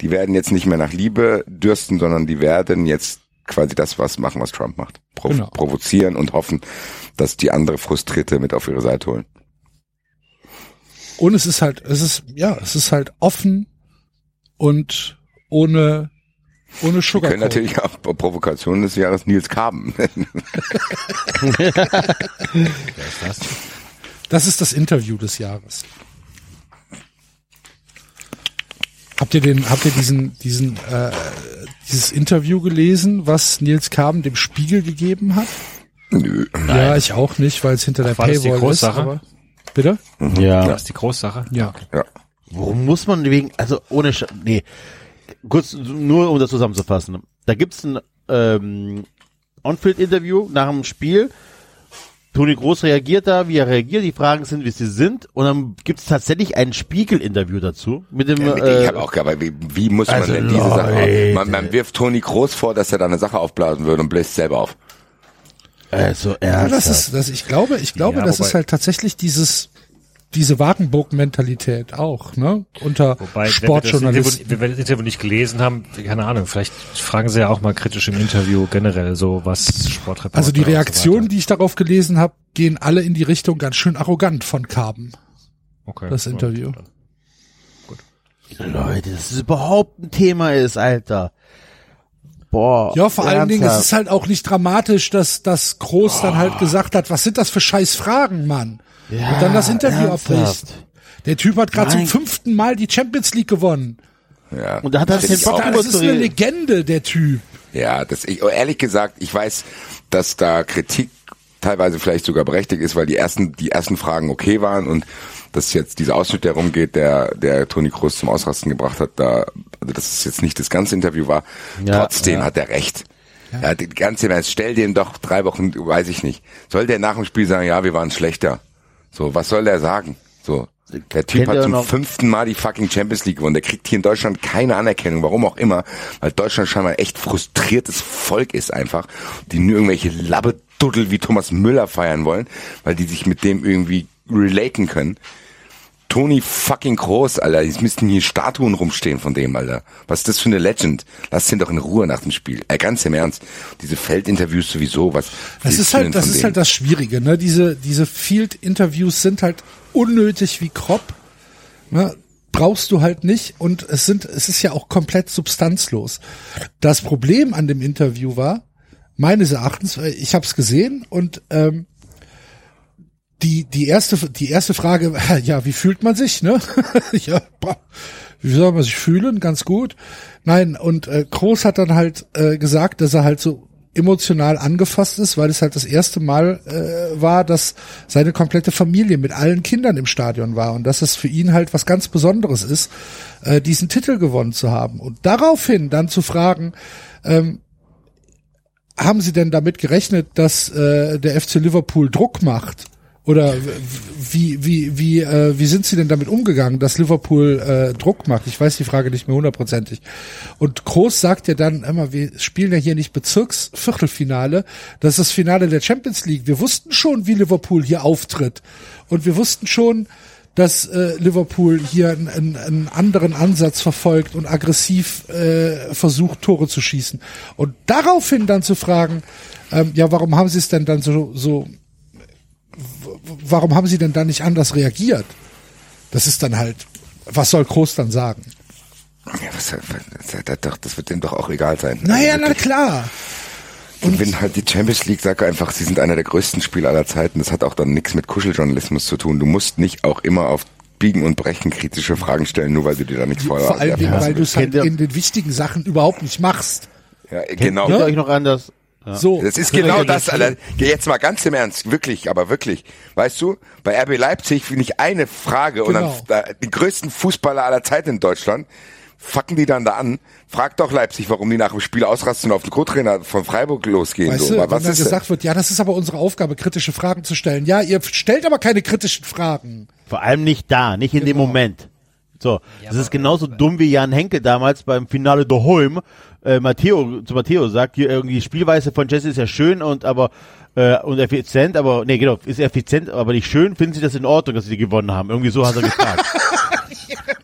[SPEAKER 4] Die werden jetzt nicht mehr nach Liebe dürsten, sondern die werden jetzt quasi das, was machen, was Trump macht. Pro
[SPEAKER 2] Genau.
[SPEAKER 4] Provozieren und hoffen, dass die andere Frustrierte mit auf ihre Seite holen.
[SPEAKER 2] Und es ist halt, es ist, ja, es ist halt offen und ohne, ohne
[SPEAKER 4] Wir
[SPEAKER 2] Sugar.
[SPEAKER 4] können natürlich auch Provokation des Jahres Nils Kaben.
[SPEAKER 2] Das ist das Interview des Jahres. Habt ihr den, habt ihr diesen, diesen, äh, dieses Interview gelesen, was Nils Kaben dem Spiegel gegeben hat?
[SPEAKER 4] Nö.
[SPEAKER 2] Ja, ich auch nicht, weil es hinter der
[SPEAKER 5] war das die
[SPEAKER 2] Paywall ist.
[SPEAKER 5] Großsache?
[SPEAKER 2] Aber bitte?
[SPEAKER 3] Mhm. ja.
[SPEAKER 5] Das ist die Großsache.
[SPEAKER 2] Ja.
[SPEAKER 4] Ja.
[SPEAKER 3] Warum muss man wegen, also ohne, Sch nee, kurz, nur um das zusammenzufassen. Da gibt's ein ähm, On-Field-Interview nach dem Spiel. Toni Groß reagiert da, wie er reagiert, die Fragen sind, wie sie sind. Und dann gibt's tatsächlich ein Spiegel-Interview dazu. Mit dem,
[SPEAKER 4] Ja, mit denen-
[SPEAKER 3] äh,
[SPEAKER 4] ich habe auch gedacht, wie, wie muss man
[SPEAKER 3] also
[SPEAKER 4] denn diese Sache
[SPEAKER 3] Leute.
[SPEAKER 4] man, man wirft Toni Groß vor, dass er da eine Sache aufblasen würde und bläst selber auf.
[SPEAKER 3] also,
[SPEAKER 2] ja
[SPEAKER 3] ernsthaft.
[SPEAKER 2] Ah, das ist, das, ich glaube, ich glaube,
[SPEAKER 5] Ja,
[SPEAKER 2] das
[SPEAKER 5] wobei-
[SPEAKER 2] ist halt tatsächlich dieses, diese Wagenburg-Mentalität auch, ne? Unter
[SPEAKER 5] Wobei,
[SPEAKER 2] Sportjournalisten.
[SPEAKER 5] Wenn wir, das Interview, wenn wir das Interview nicht gelesen haben, keine Ahnung, vielleicht fragen sie ja auch mal kritisch im Interview generell so, was Sportreporter.
[SPEAKER 2] Also die
[SPEAKER 5] und so
[SPEAKER 2] Reaktionen,
[SPEAKER 5] weiter.
[SPEAKER 2] die ich darauf gelesen habe, gehen alle in die Richtung ganz schön arrogant von Kaben,
[SPEAKER 5] okay.
[SPEAKER 2] das
[SPEAKER 5] ja.
[SPEAKER 2] Interview.
[SPEAKER 3] Leute, dass es überhaupt ein Thema ist, Alter. Boah.
[SPEAKER 2] Ja, vor allen Dingen, es
[SPEAKER 3] ernsthaft. Ah.
[SPEAKER 2] ist halt auch nicht dramatisch, dass, dass Groß dann halt gesagt hat, was sind das für scheiß Fragen, Mann?
[SPEAKER 3] Ja,
[SPEAKER 2] und dann das Interview
[SPEAKER 3] ernsthaft.
[SPEAKER 2] abbricht. Der Typ hat gerade zum
[SPEAKER 3] Nein.
[SPEAKER 2] fünften Mal die Champions League gewonnen.
[SPEAKER 4] Ja.
[SPEAKER 3] Und da hat er
[SPEAKER 4] Das
[SPEAKER 3] den
[SPEAKER 4] ist
[SPEAKER 3] Bock
[SPEAKER 4] auch-
[SPEAKER 3] über-
[SPEAKER 2] Das ist eine Legende, der Typ.
[SPEAKER 4] Ja, das ich oh, ehrlich gesagt, ich weiß, dass da Kritik teilweise vielleicht sogar berechtigt ist, weil die ersten die ersten Fragen okay waren und dass jetzt dieser Ausschnitt, der rumgeht, der der Toni Kroos zum Ausrasten gebracht hat, da also dass es jetzt nicht das ganze Interview war,
[SPEAKER 3] Ja,
[SPEAKER 4] trotzdem
[SPEAKER 3] ja.
[SPEAKER 4] hat er recht. Ja, die ganze Welt, stell dem doch drei Wochen, weiß ich nicht. Soll der nach dem Spiel sagen, ja, wir waren schlechter? So, was soll der sagen? So, Der Typ
[SPEAKER 3] Kennt ihr
[SPEAKER 4] hat zum
[SPEAKER 3] noch-
[SPEAKER 4] fünften Mal die fucking Champions League gewonnen. Der kriegt hier in Deutschland keine Anerkennung, warum auch immer, weil Deutschland scheinbar echt frustriertes Volk ist einfach, die nur irgendwelche Labbeduddel wie Thomas Müller feiern wollen, weil die sich mit dem irgendwie relaten können. Toni fucking Groß, Alter. Jetzt müssten hier Statuen rumstehen von dem, Alter. Was ist das für eine Legend? Lass den doch in Ruhe nach dem Spiel. Äh, ganz im Ernst. Diese Feldinterviews sowieso, was
[SPEAKER 2] Das
[SPEAKER 4] willst
[SPEAKER 2] ist
[SPEAKER 4] du denn
[SPEAKER 2] halt, das
[SPEAKER 4] von
[SPEAKER 2] ist
[SPEAKER 4] denen?
[SPEAKER 2] halt das Schwierige, ne? Diese, diese Field-Interviews sind halt unnötig wie Krop. Ne? Brauchst du halt nicht und es sind, es ist ja auch komplett substanzlos. Das Problem an dem Interview war, meines Erachtens, äh, ich habe es gesehen und ähm, die, die erste, die erste Frage, ja, wie fühlt man sich, ne? ja, boah, wie soll man sich fühlen? Ganz gut. Nein, und äh, Groß hat dann halt äh, gesagt, dass er halt so emotional angefasst ist, weil es halt das erste Mal äh, war, dass seine komplette Familie mit allen Kindern im Stadion war und dass es für ihn halt was ganz Besonderes ist, äh, diesen Titel gewonnen zu haben. Und daraufhin dann zu fragen, haben Sie denn damit gerechnet, dass äh, der FC Liverpool Druck macht? Oder w- wie, wie, wie, äh, wie sind Sie denn damit umgegangen, dass Liverpool äh, Druck macht? Ich weiß die Frage nicht mehr hundertprozentig. Und Groß sagt ja dann immer, wir spielen ja hier nicht Bezirksviertelfinale, das ist das Finale der Champions League. Wir wussten schon, wie Liverpool hier auftritt. Und wir wussten schon, dass äh, Liverpool hier einen, einen, einen anderen Ansatz verfolgt und aggressiv äh, versucht, Tore zu schießen. Und daraufhin dann zu fragen, ähm, ja, warum haben sie es denn dann so, so, w- warum haben sie denn dann nicht anders reagiert? Das ist dann halt, was soll Groß dann sagen?
[SPEAKER 4] Ja, was, was, das, doch, das wird dem doch auch egal sein.
[SPEAKER 2] Naja,
[SPEAKER 4] Also,
[SPEAKER 2] na klar.
[SPEAKER 4] Und wenn halt die Champions League sagt einfach, sie sind einer der größten Spieler aller Zeiten, das hat auch dann nichts mit Kuscheljournalismus zu tun. Du musst nicht auch immer auf Biegen und Brechen kritische Fragen stellen, nur weil du dir da nichts vorher
[SPEAKER 2] Vor allen Dingen, weil du es halt
[SPEAKER 3] Kennt ihr-
[SPEAKER 2] in den wichtigen Sachen überhaupt nicht machst.
[SPEAKER 4] Ja,
[SPEAKER 2] halt,
[SPEAKER 3] Kennt ihr
[SPEAKER 2] ne?
[SPEAKER 4] genau.
[SPEAKER 3] euch noch an das? Ja.
[SPEAKER 2] So.
[SPEAKER 4] Das ist genau das, Alter. Jetzt mal ganz im Ernst, wirklich, aber wirklich. Weißt du, bei RB Leipzig finde ich eine Frage
[SPEAKER 2] Genau.
[SPEAKER 4] und dann da- die größten Fußballer aller Zeiten in Deutschland. Fucken die dann da an? Frag doch Leipzig, warum die nach dem Spiel ausrasten und auf den Co-Trainer von Freiburg losgehen.
[SPEAKER 2] Weißt
[SPEAKER 4] so.
[SPEAKER 2] du,
[SPEAKER 4] Aber
[SPEAKER 2] wenn
[SPEAKER 4] was
[SPEAKER 2] dann
[SPEAKER 4] ist denn?
[SPEAKER 2] gesagt wird, ja, das ist aber unsere Aufgabe, kritische Fragen zu stellen. Ja, ihr stellt aber keine kritischen Fragen.
[SPEAKER 3] Vor allem nicht da, nicht in dem Moment. So, das ist genauso dumm wie Jan Henke damals beim Finale daheim äh, Matteo zu Matteo sagt, hier irgendwie die Spielweise von Jesse ist ja schön und aber äh, und effizient, aber nee, genau, ist effizient, aber nicht schön, finden Sie das in Ordnung, dass sie gewonnen haben? Irgendwie so hat er gefragt.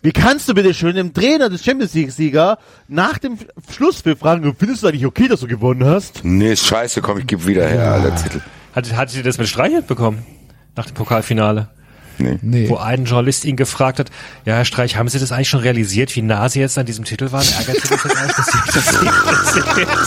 [SPEAKER 3] Wie kannst du bitte schön dem Trainer des Champions League Sieger nach dem F- Schlusspfiff fragen, findest du eigentlich okay, dass du gewonnen hast?
[SPEAKER 4] Nee, ist scheiße, komm, ich geb wieder her, Alter, Titel.
[SPEAKER 5] Hat, hattet ihr das mit Streichert bekommen? Nach dem Pokalfinale?
[SPEAKER 2] Nee.
[SPEAKER 5] Wo ein Journalist ihn gefragt hat, ja, Herr Streich, haben Sie das eigentlich schon realisiert, wie nah Sie jetzt an diesem Titel waren? Ärgert Sie das jetzt eigentlich, dass Sie das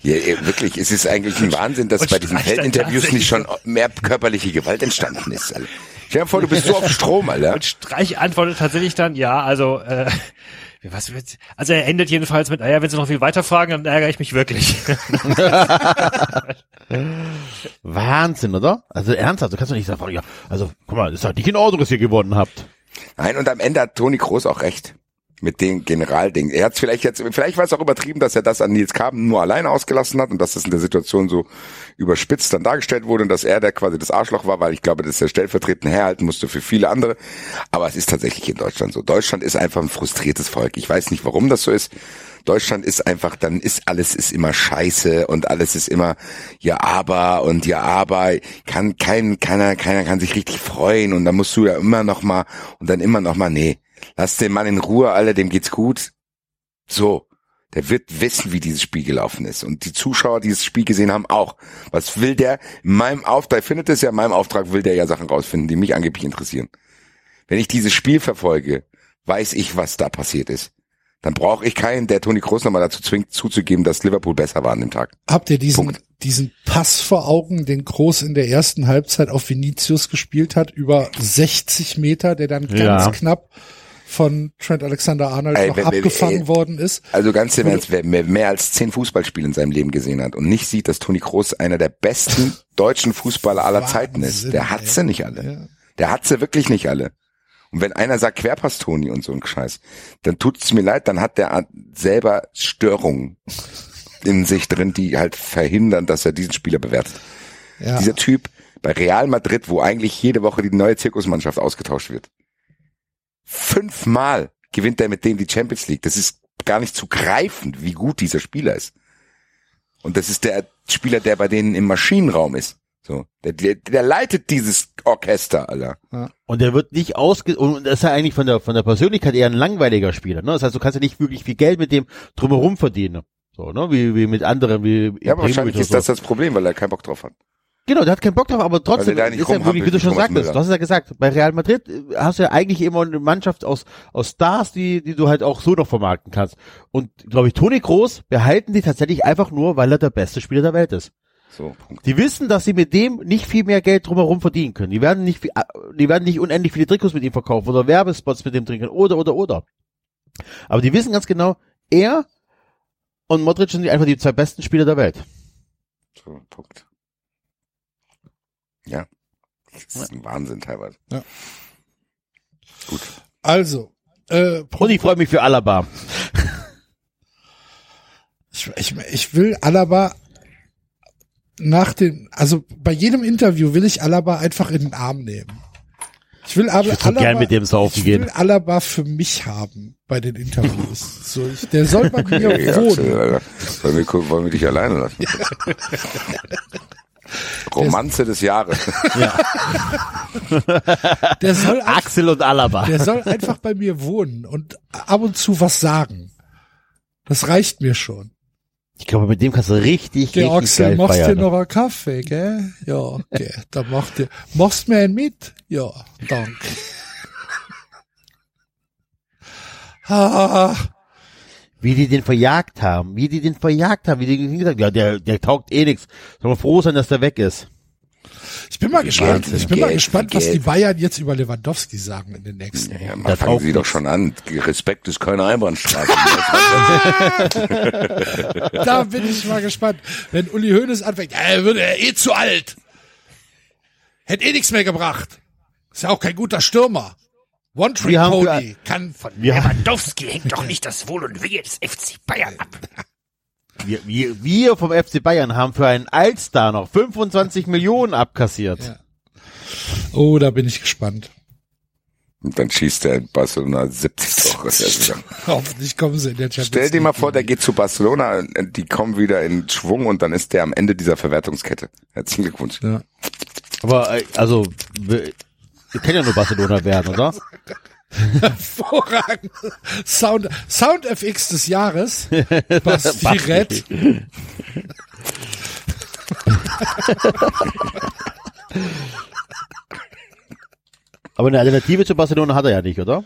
[SPEAKER 4] Ja, ja, wirklich, es ist eigentlich ein Wahnsinn, dass
[SPEAKER 5] Und
[SPEAKER 4] bei diesen
[SPEAKER 5] Streich dann
[SPEAKER 4] Feldinterviews nicht
[SPEAKER 5] tatsächlich-
[SPEAKER 4] schon mehr körperliche Gewalt entstanden ist. Alter. Stell dir vor, du bist so auf Strom, Alter.
[SPEAKER 5] Und Streich antwortet tatsächlich dann, ja, also, äh, wie- was, wird's- also er endet jedenfalls mit, naja, wenn Sie noch viel weiter fragen, dann ärgere ich mich wirklich.
[SPEAKER 3] Wahnsinn, oder? Also ernsthaft, du kannst doch nicht sagen, ja, also guck mal, ist doch nicht in Ordnung, dass ihr gewonnen habt.
[SPEAKER 4] Nein, und am Ende hat Toni Groß auch recht. Mit dem Generalding. Er hat vielleicht jetzt, vielleicht war es auch übertrieben, dass er das an Nils Kaben nur alleine ausgelassen hat und dass das in der Situation so überspitzt dann dargestellt wurde und dass er der quasi das Arschloch war, weil ich glaube, dass er stellvertretend herhalten musste für viele andere. Aber es ist tatsächlich in Deutschland so. Deutschland ist einfach ein frustriertes Volk. Ich weiß nicht, warum das so ist. Deutschland ist einfach, dann ist alles ist immer scheiße und alles ist immer ja aber und ja aber kann kein keiner keiner kann sich richtig freuen und dann musst du ja immer noch mal und dann immer noch mal nee lass den Mann in Ruhe alle dem geht's gut so der wird wissen, wie dieses Spiel gelaufen ist. Und die Zuschauer, die dieses Spiel gesehen haben, auch. Was will der? In meinem Auftrag, findet es ja, in meinem Auftrag will der ja Sachen rausfinden, die mich angeblich interessieren. Wenn ich dieses Spiel verfolge, weiß ich, was da passiert ist dann brauche ich keinen, der Toni Kroos nochmal dazu zwingt, zuzugeben, dass Liverpool besser war an dem Tag.
[SPEAKER 2] Habt ihr diesen,
[SPEAKER 4] Punkt.
[SPEAKER 2] diesen Pass vor Augen, den Groß in der ersten Halbzeit auf Vinicius gespielt hat, über 60 Meter, der dann ganz
[SPEAKER 3] Ja.
[SPEAKER 2] knapp von Trent Alexander-Arnold
[SPEAKER 4] Ey,
[SPEAKER 2] noch
[SPEAKER 4] ey, ey,
[SPEAKER 2] abgefangen
[SPEAKER 4] ey.
[SPEAKER 2] worden ist?
[SPEAKER 4] Also ganz im Ernst, wer mehr, mehr als zehn Fußballspiele in seinem Leben gesehen hat und nicht sieht, dass Toni Kroos einer der besten deutschen Fußballer aller Zeiten ist, der hat sie
[SPEAKER 2] ey.
[SPEAKER 4] nicht alle.
[SPEAKER 2] Ja.
[SPEAKER 4] Der hat sie wirklich nicht alle. Und wenn einer sagt Querpass Toni und so ein Scheiß, dann tut's mir leid, dann hat der selber Störungen in sich drin, die halt verhindern, dass er diesen Spieler bewertet.
[SPEAKER 2] Ja.
[SPEAKER 4] Dieser Typ, bei Real Madrid, wo eigentlich jede Woche die neue Zirkusmannschaft ausgetauscht wird. Fünfmal gewinnt er mit denen die Champions League. Das ist gar nicht zu greifen, wie gut dieser Spieler ist. Und das ist der Spieler, der bei denen im Maschinenraum ist. So, der, der, der leitet dieses Orchester, Alter.
[SPEAKER 3] Und der wird nicht ausge, und das ist ja eigentlich von der, von der Persönlichkeit eher ein langweiliger Spieler, ne? Das heißt, du kannst ja nicht wirklich viel Geld mit dem drumherum verdienen. So, ne? Wie, wie mit anderen, wie,
[SPEAKER 4] Ja, aber
[SPEAKER 3] Ibrahimovic
[SPEAKER 4] wahrscheinlich
[SPEAKER 3] oder
[SPEAKER 4] ist das das Problem, weil er keinen Bock drauf hat.
[SPEAKER 3] Genau, der hat keinen Bock drauf, aber trotzdem
[SPEAKER 4] Weil er da nicht
[SPEAKER 3] ist er wirklich,
[SPEAKER 4] rumhampelt ne?
[SPEAKER 3] wie du schon
[SPEAKER 4] wie Thomas
[SPEAKER 3] sagtest,
[SPEAKER 4] Müller.
[SPEAKER 3] du hast es ja gesagt, bei Real Madrid äh, hast du ja eigentlich immer eine Mannschaft aus, aus Stars, die, die du halt auch so noch vermarkten kannst. Und glaube ich, Toni Groß behalten die tatsächlich einfach nur, weil er der beste Spieler der Welt ist.
[SPEAKER 4] So, Punkt.
[SPEAKER 3] Die wissen, dass sie mit dem nicht viel mehr Geld drumherum verdienen können. Die werden nicht, viel- äh, die werden nicht unendlich viele Trikots mit ihm verkaufen oder Werbespots mit ihm trinken oder, oder, oder. Aber die wissen ganz genau, er und Modric sind einfach die zwei besten Spieler der Welt.
[SPEAKER 4] So, Punkt. Ja. Das ist ein Wahnsinn teilweise.
[SPEAKER 2] Also, äh,
[SPEAKER 3] Und ich freue mich für Alaba.
[SPEAKER 2] Ich, ich, ich will Alaba nach dem, also bei jedem Interview will ich Alaba einfach in den Arm nehmen. Ich will aber
[SPEAKER 3] Ich würde so gern mit dem saufen
[SPEAKER 2] ich
[SPEAKER 3] gehen.
[SPEAKER 2] will Alaba für mich haben bei den Interviews. so, ich, der soll bei mir
[SPEAKER 4] Ja, Axel,
[SPEAKER 2] wohnen.
[SPEAKER 4] Alter. wollen, wir, gu- wollen wir dich alleine lassen? Romanze des Jahres.
[SPEAKER 2] Der soll, ein-
[SPEAKER 3] Axel und Alaba.
[SPEAKER 2] der soll einfach bei mir wohnen und ab und zu was sagen. Das reicht mir schon.
[SPEAKER 3] Ich glaube, mit dem kannst du richtig,
[SPEAKER 2] Der
[SPEAKER 3] richtig
[SPEAKER 2] Axel,
[SPEAKER 3] geil
[SPEAKER 2] machst dir
[SPEAKER 3] feiern.
[SPEAKER 2] noch einen Kaffee, gell? Ja, okay. Da macht dir, machst mir einen mit? Ja, danke. Ah,
[SPEAKER 3] Wie die den verjagt haben, wie die den verjagt haben, wie die gesagt haben, ja, der, der taugt eh nix. Sollen wir froh sein, dass der weg ist.
[SPEAKER 2] ich bin mal gespannt.
[SPEAKER 4] Wahnsinn.
[SPEAKER 2] Ich bin mal
[SPEAKER 4] Geld,
[SPEAKER 2] gespannt, was
[SPEAKER 4] Geld.
[SPEAKER 2] die Bayern jetzt über Lewandowski sagen in den nächsten.
[SPEAKER 4] Ja,
[SPEAKER 3] Da
[SPEAKER 4] man fangen
[SPEAKER 3] taugt
[SPEAKER 4] Sie doch
[SPEAKER 3] nichts.
[SPEAKER 4] schon an. Respekt ist keine Einbahnstraße.
[SPEAKER 2] Da bin ich mal gespannt. Wenn Uli Hoeneß anfängt, ja, er würde er eh zu alt. Hätte eh nichts mehr gebracht. Ist ja auch kein guter Stürmer. One Trick
[SPEAKER 3] Wir haben
[SPEAKER 2] Pony kann von
[SPEAKER 3] Wir,
[SPEAKER 6] Lewandowski hängt doch nicht das Wohl und Wehe des FC Bayern ab.
[SPEAKER 3] wir, wir, wir vom FC Bayern haben für einen Allstar noch 25 Millionen abkassiert.
[SPEAKER 2] Oh, da bin ich gespannt.
[SPEAKER 4] Und dann schießt er in Barcelona 70 Tore. Das ist ja-
[SPEAKER 2] Hoffentlich kommen sie in der Champions
[SPEAKER 4] Stell dir mal
[SPEAKER 2] League
[SPEAKER 4] vor, der geht zu Barcelona, und die kommen wieder in Schwung und dann ist der am Ende dieser Verwertungskette. Herzlichen Glückwunsch.
[SPEAKER 3] Aber, äh, also, wir, wir können ja nur Barcelona werden, oder?
[SPEAKER 2] Hervorragend. Sound, Sound FX des Jahres. Basti Red.
[SPEAKER 3] Aber eine Alternative zu Barcelona hat er ja nicht, oder?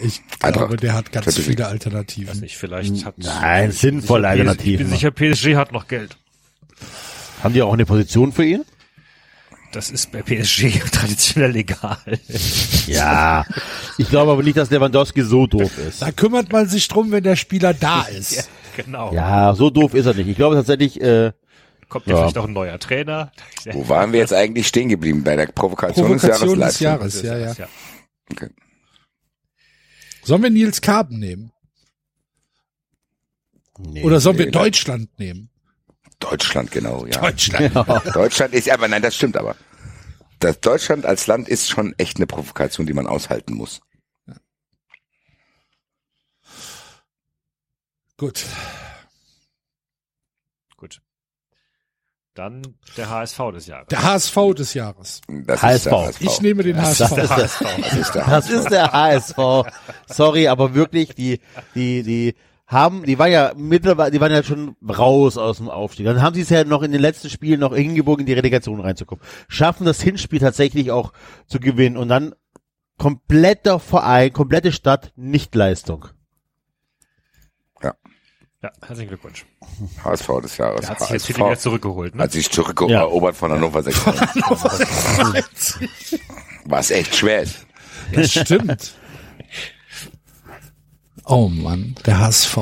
[SPEAKER 2] Ich glaube,
[SPEAKER 4] Eintracht.
[SPEAKER 2] der hat ganz
[SPEAKER 4] Champions League.
[SPEAKER 2] viele
[SPEAKER 5] Weiß
[SPEAKER 2] Alternativen.
[SPEAKER 5] nicht,
[SPEAKER 2] Hm,
[SPEAKER 5] vielleicht hat.
[SPEAKER 3] Nein, sinnvolle
[SPEAKER 5] Ich bin sicher,
[SPEAKER 3] Alternativen.
[SPEAKER 5] Ich bin sicher, PSG hat noch Geld.
[SPEAKER 3] Haben die auch eine Position für ihn?
[SPEAKER 5] Das ist bei PSG traditionell legal.
[SPEAKER 3] Ja. Ich glaube aber nicht, dass Lewandowski so doof ist.
[SPEAKER 2] Da kümmert man sich drum, wenn der Spieler da ist.
[SPEAKER 5] genau.
[SPEAKER 3] Ja, so doof ist er nicht. Ich glaube tatsächlich, äh,
[SPEAKER 5] Kommt ja,
[SPEAKER 3] Ja.
[SPEAKER 5] vielleicht auch ein neuer Trainer.
[SPEAKER 4] Wo waren wir jetzt eigentlich stehen geblieben? Bei der Provokation,
[SPEAKER 2] Provokation des
[SPEAKER 4] des
[SPEAKER 2] Jahres,
[SPEAKER 4] Jahres.
[SPEAKER 2] ja, ja.
[SPEAKER 5] Ja.
[SPEAKER 4] Leipzig. Okay.
[SPEAKER 2] Sollen wir Nils Karben nehmen?
[SPEAKER 3] nee.
[SPEAKER 2] Oder sollen wir
[SPEAKER 4] nee.
[SPEAKER 2] Deutschland nehmen?
[SPEAKER 4] Deutschland, genau, ja.
[SPEAKER 2] Deutschland.
[SPEAKER 4] Deutschland ist, aber nein, das stimmt aber. Das Deutschland als Land ist schon echt eine Provokation, die man aushalten muss.
[SPEAKER 2] Gut.
[SPEAKER 5] Gut. Dann der HSV des Jahres.
[SPEAKER 2] Der HSV des Jahres.
[SPEAKER 4] Das
[SPEAKER 3] HSV.
[SPEAKER 4] Ist der
[SPEAKER 2] Ich nehme den
[SPEAKER 3] das
[SPEAKER 2] HSV.
[SPEAKER 3] ist
[SPEAKER 4] Oh. Das ist der
[SPEAKER 3] Das ist der HSV. Sorry, aber wirklich, die, die, die haben, die waren ja mittlerweile, die waren ja schon raus aus dem Aufstieg. Dann haben sie es ja noch in den letzten Spielen noch hingebogen, in die Relegation reinzukommen. Schaffen das Hinspiel tatsächlich auch zu gewinnen und dann kompletter Verein, komplette Stadt, nicht Leistung.
[SPEAKER 5] Ja, herzlichen Glückwunsch.
[SPEAKER 4] HSV des Jahres.
[SPEAKER 5] Der hat sich jetzt viel wieder zurückgeholt. Ne?
[SPEAKER 4] hat sich zurückerobert von Hannover 96. Was echt schwer ist.
[SPEAKER 2] Das stimmt. Oh Mann, der HSV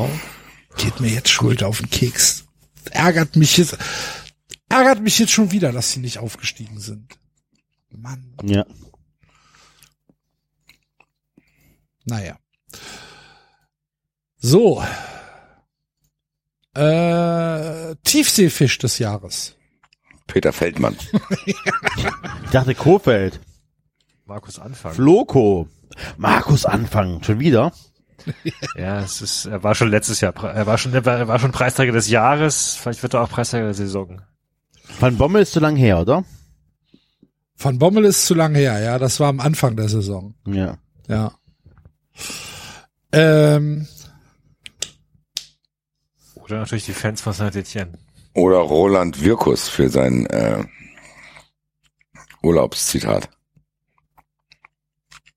[SPEAKER 2] geht mir jetzt schuld auf den Keks. Ärgert mich jetzt, ärgert mich jetzt schon wieder, dass sie nicht aufgestiegen sind. Mann,
[SPEAKER 3] Ja.
[SPEAKER 2] naja. So. Äh, Tiefseefisch des Jahres.
[SPEAKER 4] Peter Feldmann.
[SPEAKER 3] Ich dachte Kofeld.
[SPEAKER 5] Markus anfangen.
[SPEAKER 3] Floco. Markus Anfang. Schon wieder?
[SPEAKER 5] Ja, es ist, er war schon letztes Jahr, pre- er war schon, er war, er war schon Preisträger des Jahres, vielleicht wird er auch Preisträger der Saison.
[SPEAKER 3] Van Bommel ist zu lang her, oder?
[SPEAKER 2] Van Bommel ist zu lange her, ja. Das war am Anfang der Saison.
[SPEAKER 3] Ja.
[SPEAKER 2] Ja. Ähm,
[SPEAKER 5] Oder natürlich die Fans von Saint-Etienne.
[SPEAKER 4] Oder Roland Wirkus für sein äh, Urlaubszitat.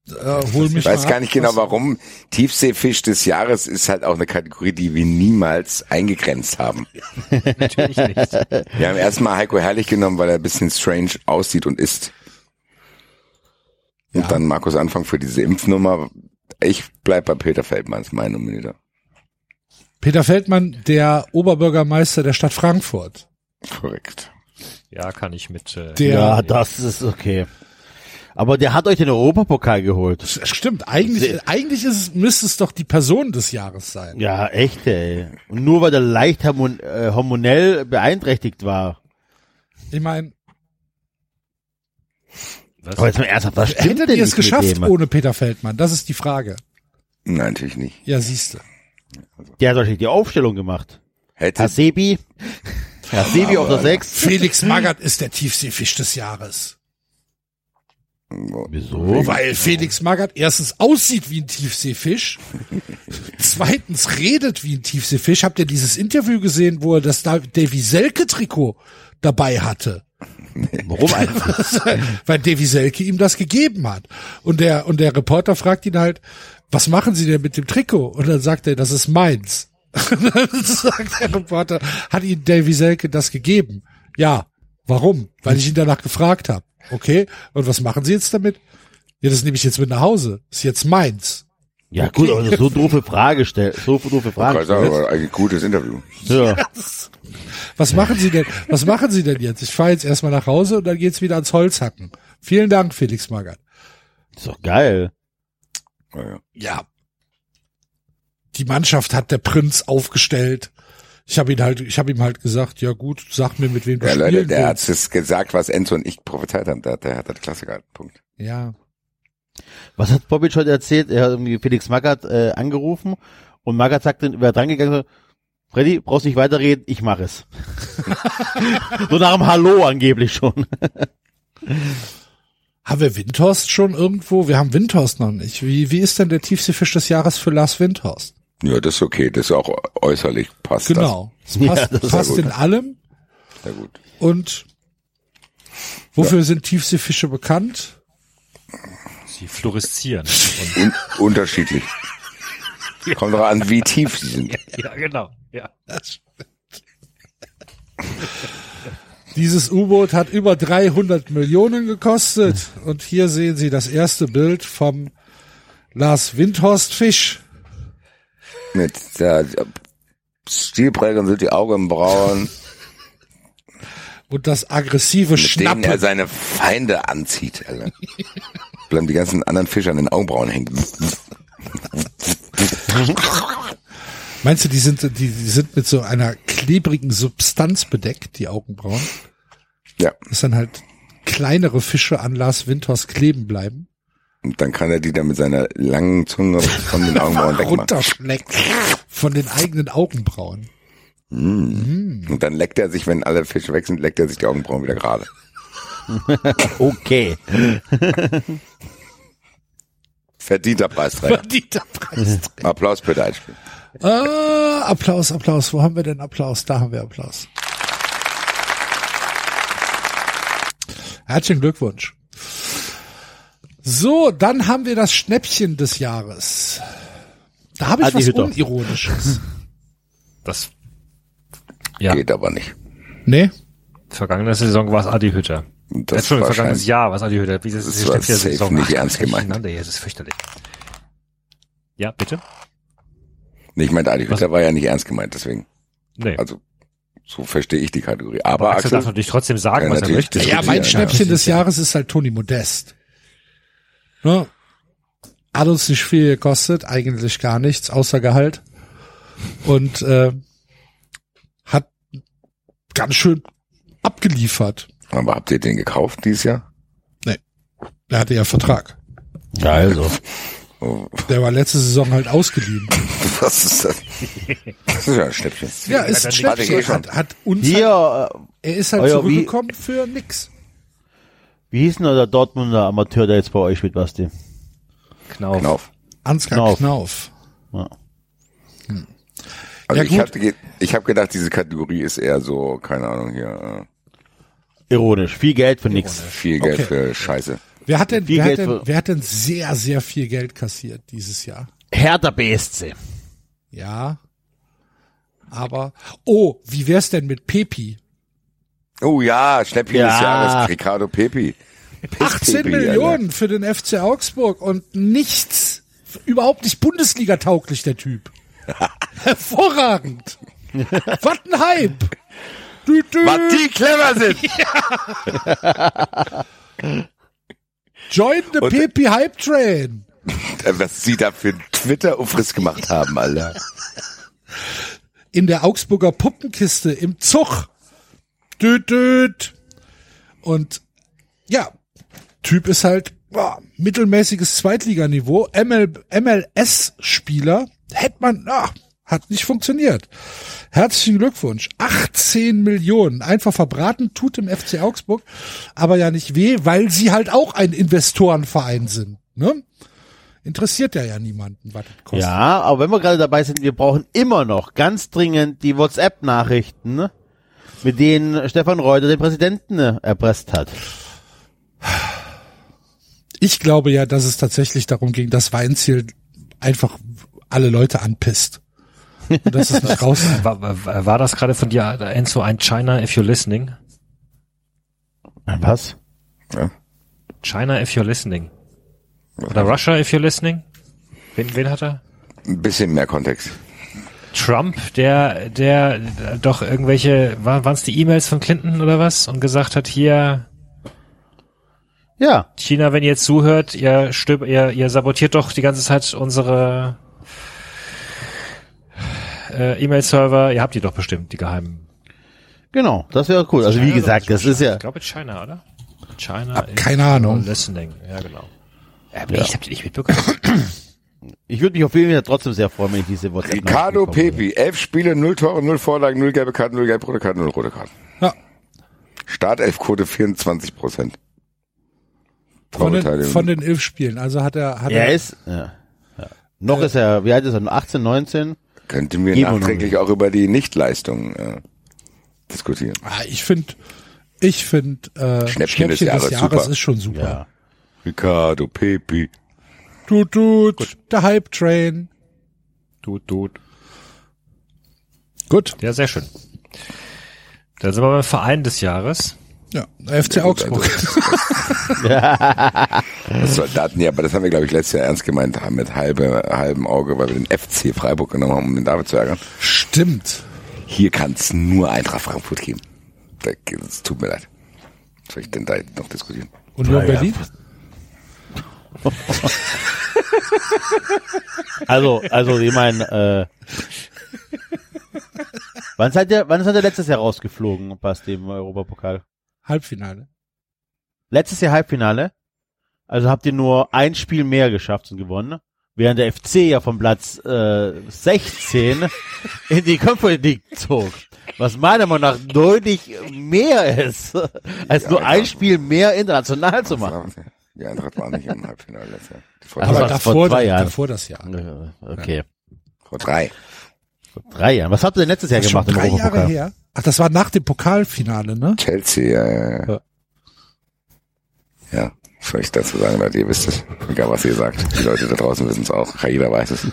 [SPEAKER 2] äh, hol mich
[SPEAKER 4] Ich weiß
[SPEAKER 2] mal
[SPEAKER 4] gar
[SPEAKER 2] ab,
[SPEAKER 4] nicht genau
[SPEAKER 2] was-
[SPEAKER 4] warum. Tiefseefisch des Jahres ist halt auch eine Kategorie, die wir niemals eingegrenzt haben.
[SPEAKER 5] Natürlich nicht.
[SPEAKER 4] Wir haben erstmal Heiko Herrlich genommen, weil er ein bisschen strange aussieht und ist. Und
[SPEAKER 2] Ja.
[SPEAKER 4] dann Markus Anfang für diese Impfnummer. Ich bleib bei Peter Feldmann, ist mein Nominierter.
[SPEAKER 2] Peter Feldmann, der Oberbürgermeister der Stadt Frankfurt.
[SPEAKER 4] Korrekt.
[SPEAKER 5] Ja, kann ich mit. Äh,
[SPEAKER 2] Der-
[SPEAKER 5] ja,
[SPEAKER 3] Ja, das ist okay. Aber der hat euch den Europapokal geholt.
[SPEAKER 2] S- Stimmt, eigentlich,
[SPEAKER 3] Sehr-
[SPEAKER 2] eigentlich ist, es- müsste es doch die Person des Jahres sein.
[SPEAKER 3] Ja, echt, ey. Und nur weil er leicht hormon äh, hormonell beeinträchtigt war.
[SPEAKER 2] Ich meine,
[SPEAKER 5] was?
[SPEAKER 3] Aber jetzt mal ernsthaft, was stimmt
[SPEAKER 2] hättet
[SPEAKER 3] denn
[SPEAKER 2] ihr es
[SPEAKER 3] nicht mit
[SPEAKER 2] geschafft
[SPEAKER 3] dem?
[SPEAKER 2] ohne Peter Feldmann? Das ist die Frage.
[SPEAKER 4] Nein, natürlich nicht.
[SPEAKER 2] Ja, siehst du.
[SPEAKER 3] Der hat euch die Aufstellung gemacht.
[SPEAKER 4] Hätte,
[SPEAKER 3] Hasebi. Hasebi auf der 6.
[SPEAKER 2] Felix Magath ist der Tiefseefisch des Jahres.
[SPEAKER 3] Wieso?
[SPEAKER 2] Weil Felix Magath erstens aussieht wie ein Tiefseefisch, zweitens redet wie ein Tiefseefisch. Habt ihr dieses Interview gesehen, wo er das Da- Davy Selke-Trikot dabei hatte?
[SPEAKER 3] Warum eigentlich?
[SPEAKER 2] Weil Davy Selke ihm das gegeben hat. Und der, und der Reporter fragt ihn halt, was machen Sie denn mit dem Trikot? Und dann sagt er, das ist meins. Und dann sagt der Reporter, hat Ihnen Davy Selke das gegeben? Ja. Warum? Weil ich ihn danach gefragt habe. Okay. Und was machen Sie jetzt damit? Ja, das nehme ich jetzt mit nach Hause. Ist jetzt meins.
[SPEAKER 3] Ja, gut, aber das ist so doofe Frage stellt. So doofe Frage
[SPEAKER 4] ich sagen,
[SPEAKER 3] stellt.
[SPEAKER 4] aber ein gutes Interview.
[SPEAKER 3] Ja.
[SPEAKER 2] Was machen Sie denn? Was machen Sie denn jetzt? Ich fahre jetzt erstmal nach Hause und dann geht's wieder ans Holzhacken. Vielen Dank, Felix Magath.
[SPEAKER 3] Ist doch geil.
[SPEAKER 4] Ja, ja.
[SPEAKER 2] ja, die Mannschaft hat der Prinz aufgestellt. Ich habe ihn halt, ich habe ihm halt gesagt, ja gut, sag mir, mit wem du
[SPEAKER 4] Ja,
[SPEAKER 2] spielen
[SPEAKER 4] Leute, der hat
[SPEAKER 2] willst.
[SPEAKER 4] es gesagt, was Enzo und ich prophezeit haben. Der, der hat das Klasse gehalten. Punkt.
[SPEAKER 2] Ja,
[SPEAKER 3] Was hat Bobic heute erzählt? Er hat irgendwie Felix Magath äh, angerufen und Magath sagt dann, wer dran gegangen ist, Freddy, brauchst nicht weiterreden, ich mache es. so nach dem Hallo angeblich schon.
[SPEAKER 2] haben wir Windhorst schon irgendwo? Wir haben Windhorst noch nicht. Wie wie ist denn der tiefste Fisch des Jahres für Lars Windhorst?
[SPEAKER 4] Ja, das ist okay. Das ist auch äußerlich passt.
[SPEAKER 2] Genau, es
[SPEAKER 3] Ja,
[SPEAKER 2] passt,
[SPEAKER 3] das ist
[SPEAKER 2] passt
[SPEAKER 4] ja gut.
[SPEAKER 2] in allem.
[SPEAKER 4] Das. Sehr gut.
[SPEAKER 2] Und wofür sind Tiefseefische bekannt?
[SPEAKER 5] Sie fluoreszieren. Und,
[SPEAKER 4] Un unterschiedlich. Kommt doch an, wie tief sie sind.
[SPEAKER 5] ja, genau. Ja.
[SPEAKER 2] Dieses U-Boot hat über 300 Millionen gekostet. Und hier sehen Sie das erste Bild vom Lars Windhorst Fisch.
[SPEAKER 4] Mit der Stilprägung sind die Augenbrauen,
[SPEAKER 2] Und das aggressive
[SPEAKER 4] mit denen er
[SPEAKER 2] Schnappen.
[SPEAKER 4] seine Feinde anzieht. Alter. Bleiben die ganzen anderen Fische an den Augenbrauen hängen.
[SPEAKER 2] Meinst du, die sind, die, die sind mit so einer klebrigen Substanz bedeckt, die Augenbrauen?
[SPEAKER 4] Ja,
[SPEAKER 2] Dass dann halt kleinere Fische an Lars Windhorst kleben bleiben.
[SPEAKER 4] und dann kann er die dann mit seiner langen Zunge von den Augenbrauen wegmachen.
[SPEAKER 2] Runterschlecken von den eigenen Augenbrauen.
[SPEAKER 4] Und dann leckt er sich, wenn alle Fische weg sind, leckt er sich die Augenbrauen wieder gerade.
[SPEAKER 3] Okay.
[SPEAKER 4] Verdienter Preisträger.
[SPEAKER 2] Verdienter Preis.
[SPEAKER 4] Applaus bitte einspielen.
[SPEAKER 2] Ah, Applaus, Applaus. Wo haben wir denn Applaus? Da haben wir Applaus. Herzlichen Glückwunsch. So, dann haben wir das Schnäppchen des Jahres. Da habe ich
[SPEAKER 3] Adi
[SPEAKER 2] was
[SPEAKER 3] Hütter.
[SPEAKER 2] Unironisches.
[SPEAKER 5] Das. Ja,
[SPEAKER 4] Geht aber nicht.
[SPEAKER 2] nee?
[SPEAKER 5] vergangene Saison war es Adi Hütter.
[SPEAKER 4] Das
[SPEAKER 5] Jetzt schon
[SPEAKER 4] war
[SPEAKER 5] vergangenes
[SPEAKER 4] scheinbar-
[SPEAKER 5] Jahr war es Adi Hütter. Dieses
[SPEAKER 4] Das war safe nicht ernst gemeint.
[SPEAKER 5] Das ist fürchterlich. Ja, bitte?
[SPEAKER 4] Nee, ich meinte, Adi
[SPEAKER 5] Was?
[SPEAKER 4] Hütter war ja nicht ernst gemeint, deswegen.
[SPEAKER 5] Nee.
[SPEAKER 4] Also, so verstehe ich die Kategorie. Aber,
[SPEAKER 5] Axel
[SPEAKER 4] Axel,
[SPEAKER 5] darf natürlich trotzdem sagen,
[SPEAKER 4] Ja,
[SPEAKER 5] was er
[SPEAKER 4] natürlich.
[SPEAKER 5] möchte.
[SPEAKER 2] Ja,
[SPEAKER 4] Diskutieren,
[SPEAKER 2] mein
[SPEAKER 4] ja.
[SPEAKER 2] Schnäppchen des Jahres ist halt Toni Modest. Ne? Hat uns nicht viel gekostet, eigentlich gar nichts, außer Gehalt. Und äh, hat ganz schön abgeliefert.
[SPEAKER 4] Aber habt ihr den gekauft dieses Jahr?
[SPEAKER 2] Der hatte ja Vertrag.
[SPEAKER 3] Ja, also.
[SPEAKER 4] Oh,
[SPEAKER 2] Der war letzte Saison halt ausgeliehen.
[SPEAKER 4] was ist das? Das ist ja ein Schnäppchen.
[SPEAKER 2] Ja, ist ein
[SPEAKER 4] Hatte ich eh
[SPEAKER 2] Schnäppchen.
[SPEAKER 4] schon.
[SPEAKER 2] Hat, hat uns halt,
[SPEAKER 3] Hier, äh,
[SPEAKER 2] er ist halt
[SPEAKER 3] Euer wie-
[SPEAKER 2] zurückgekommen für nix.
[SPEAKER 3] wie hieß denn der Dortmunder Amateur, der jetzt bei euch spielt, Basti?
[SPEAKER 5] Knauf.
[SPEAKER 4] Genau.
[SPEAKER 2] Ansgar Knauf.
[SPEAKER 3] Knauf.
[SPEAKER 2] Ja.
[SPEAKER 3] Ja.
[SPEAKER 4] Also
[SPEAKER 2] Ja,
[SPEAKER 4] ich
[SPEAKER 2] gut.
[SPEAKER 4] hatte, ge- ich habe gedacht, diese Kategorie ist eher so, keine Ahnung hier,
[SPEAKER 3] Ironisch. Viel Geld für nix.
[SPEAKER 4] äh, viel Geld
[SPEAKER 2] Okay.
[SPEAKER 4] für Scheiße.
[SPEAKER 2] Wer hat denn,
[SPEAKER 3] Viel
[SPEAKER 2] wer hat
[SPEAKER 3] Geld
[SPEAKER 2] denn,
[SPEAKER 3] für-
[SPEAKER 2] wer hat denn sehr, sehr viel Geld kassiert dieses Jahr?
[SPEAKER 3] Hertha BSC.
[SPEAKER 2] Ja. Aber, oh, wie wär's denn mit Pepi?
[SPEAKER 4] Oh ja, Schnäppchen
[SPEAKER 3] Ja.
[SPEAKER 4] des Jahres, Ricardo Pepi.
[SPEAKER 2] 18
[SPEAKER 4] Pepi,
[SPEAKER 2] Millionen für den FC Augsburg und nichts. Überhaupt nicht Bundesliga tauglich, der Typ. Hervorragend. Was ein Hype. Dü, dü.
[SPEAKER 4] Alter. Was die clever sind!
[SPEAKER 2] Join the
[SPEAKER 4] Und-
[SPEAKER 2] Pepi Hype Train.
[SPEAKER 4] Äh, Was sie da für einen Twitter-Ufriss gemacht haben, Alter.
[SPEAKER 2] In der Augsburger Puppenkiste im Zug. Düt, düt. Und ja, Typ ist halt boah, mittelmäßiges Zweitliganiveau. ML, MLS-Spieler. Hätte man, ah, hat nicht funktioniert. Herzlichen Glückwunsch. 18 Millionen. Einfach verbraten, tut im FC Augsburg aber ja nicht weh, weil sie halt auch ein Investorenverein sind. Ne? Interessiert ja ja niemanden, was das kostet.
[SPEAKER 3] Ja, aber wenn wir gerade dabei sind, wir brauchen immer noch ganz dringend die WhatsApp-Nachrichten, ne? mit denen Stefan Reuter den Präsidenten ne, erpresst hat.
[SPEAKER 2] ich glaube ja, dass es tatsächlich darum ging, dass Weinziel einfach alle Leute anpisst. Und dass es nicht raus.
[SPEAKER 5] War, war, war das gerade von dir, äh, Enzo, ein China, if you're listening?
[SPEAKER 3] Was?
[SPEAKER 5] China, if you're listening. Oder Russia, if you're listening? Wen, wen hat er?
[SPEAKER 4] Ein bisschen mehr Kontext.
[SPEAKER 5] Trump, der, der doch irgendwelche, waren es die E-Mails von Clinton oder was? Und gesagt hat, hier,
[SPEAKER 3] Ja,
[SPEAKER 5] China, wenn ihr zuhört, ihr, stöb, ihr, ihr sabotiert doch die ganze Zeit unsere äh, E-Mail-Server. Ihr habt die doch bestimmt, die geheimen.
[SPEAKER 3] genau. Das wäre cool. Also wie
[SPEAKER 5] China,
[SPEAKER 3] gesagt,
[SPEAKER 5] oder?
[SPEAKER 3] das ist ja.
[SPEAKER 5] Ich glaube China, oder? China. is
[SPEAKER 2] keine Ahnung.
[SPEAKER 5] Listening, ja genau. Aber Ich hab die nicht mitbekommen.
[SPEAKER 3] Ich würde mich auf jeden Fall trotzdem sehr freuen, wenn ich diese WhatsApp.
[SPEAKER 4] Ricardo Pepi, elf Spiele, null Tore, null Vorlagen, null gelbe Karten, null gelbe rote Karten, null rote Karten.
[SPEAKER 2] Ja,
[SPEAKER 4] Startelfquote 24 Prozent.
[SPEAKER 2] von, den, von den elf Spielen. Also hat er, hat
[SPEAKER 3] Er
[SPEAKER 2] er,
[SPEAKER 3] ist. Ja. Ja. Noch ist er, wie alt ist er? 18, 19?
[SPEAKER 4] Könnten wir
[SPEAKER 3] Geben wir
[SPEAKER 4] nachträglich auch über die Nichtleistung äh, diskutieren.
[SPEAKER 2] Ah, ich finde, ich finde, äh,
[SPEAKER 4] Schnäppchen des
[SPEAKER 2] Schnäppchen des Jahres,
[SPEAKER 4] Jahres, super.
[SPEAKER 2] ist schon super.
[SPEAKER 3] Ja.
[SPEAKER 4] Ricardo Pepi.
[SPEAKER 2] Tut, tut, der Hype Train.
[SPEAKER 5] Tut, tut.
[SPEAKER 2] Gut.
[SPEAKER 5] Ja, sehr schön. Dann sind wir beim Verein des Jahres.
[SPEAKER 2] Ja, also- FC Augsburg.
[SPEAKER 4] Das Soldaten, ja, aber das haben wir, glaube ich, letztes Jahr ernst gemeint, haben mit halbe, halbem Auge, weil wir den FC Freiburg genommen haben, um den David zu ärgern.
[SPEAKER 2] Stimmt.
[SPEAKER 4] Hier kann es nur Eintracht Frankfurt geben. Da- Es tut mir leid. Was soll ich denn da jetzt noch diskutieren?
[SPEAKER 2] Union Berlin?
[SPEAKER 3] Also, also ich meine, äh, wann seid ihr, wann seid ihr letztes Jahr rausgeflogen, Basti, im Europapokal?
[SPEAKER 2] Halbfinale.
[SPEAKER 3] Letztes Jahr Halbfinale. Also habt ihr nur ein Spiel mehr geschafft und gewonnen. Während der FC ja vom Platz äh, 16 in die Conference League zog. Was meiner Meinung nach deutlich mehr ist, als nur
[SPEAKER 4] Ja,
[SPEAKER 3] ein
[SPEAKER 4] ja.
[SPEAKER 3] Spiel mehr international zu machen.
[SPEAKER 4] Die Eintracht war nicht im Halbfinale letztes Jahr. Die Vor,
[SPEAKER 3] Also-
[SPEAKER 2] Aber
[SPEAKER 3] war
[SPEAKER 2] davor,
[SPEAKER 3] vor zwei Jahren.
[SPEAKER 2] davor das Jahr.
[SPEAKER 3] Okay.
[SPEAKER 4] vor drei.
[SPEAKER 3] Drei Jahren. Was habt ihr denn letztes Jahr
[SPEAKER 2] Das ist schon
[SPEAKER 3] gemacht im
[SPEAKER 2] drei Jahre
[SPEAKER 3] Europapokal?
[SPEAKER 2] her. Ach, das war nach dem Pokalfinale, ne?
[SPEAKER 4] Chelsea, äh,
[SPEAKER 2] Ja.
[SPEAKER 4] ja. Ja, was soll ich dazu sagen, Leute? Ihr wisst es. Egal, was ihr sagt. Die Leute da draußen wissen es auch. Jeder weiß es.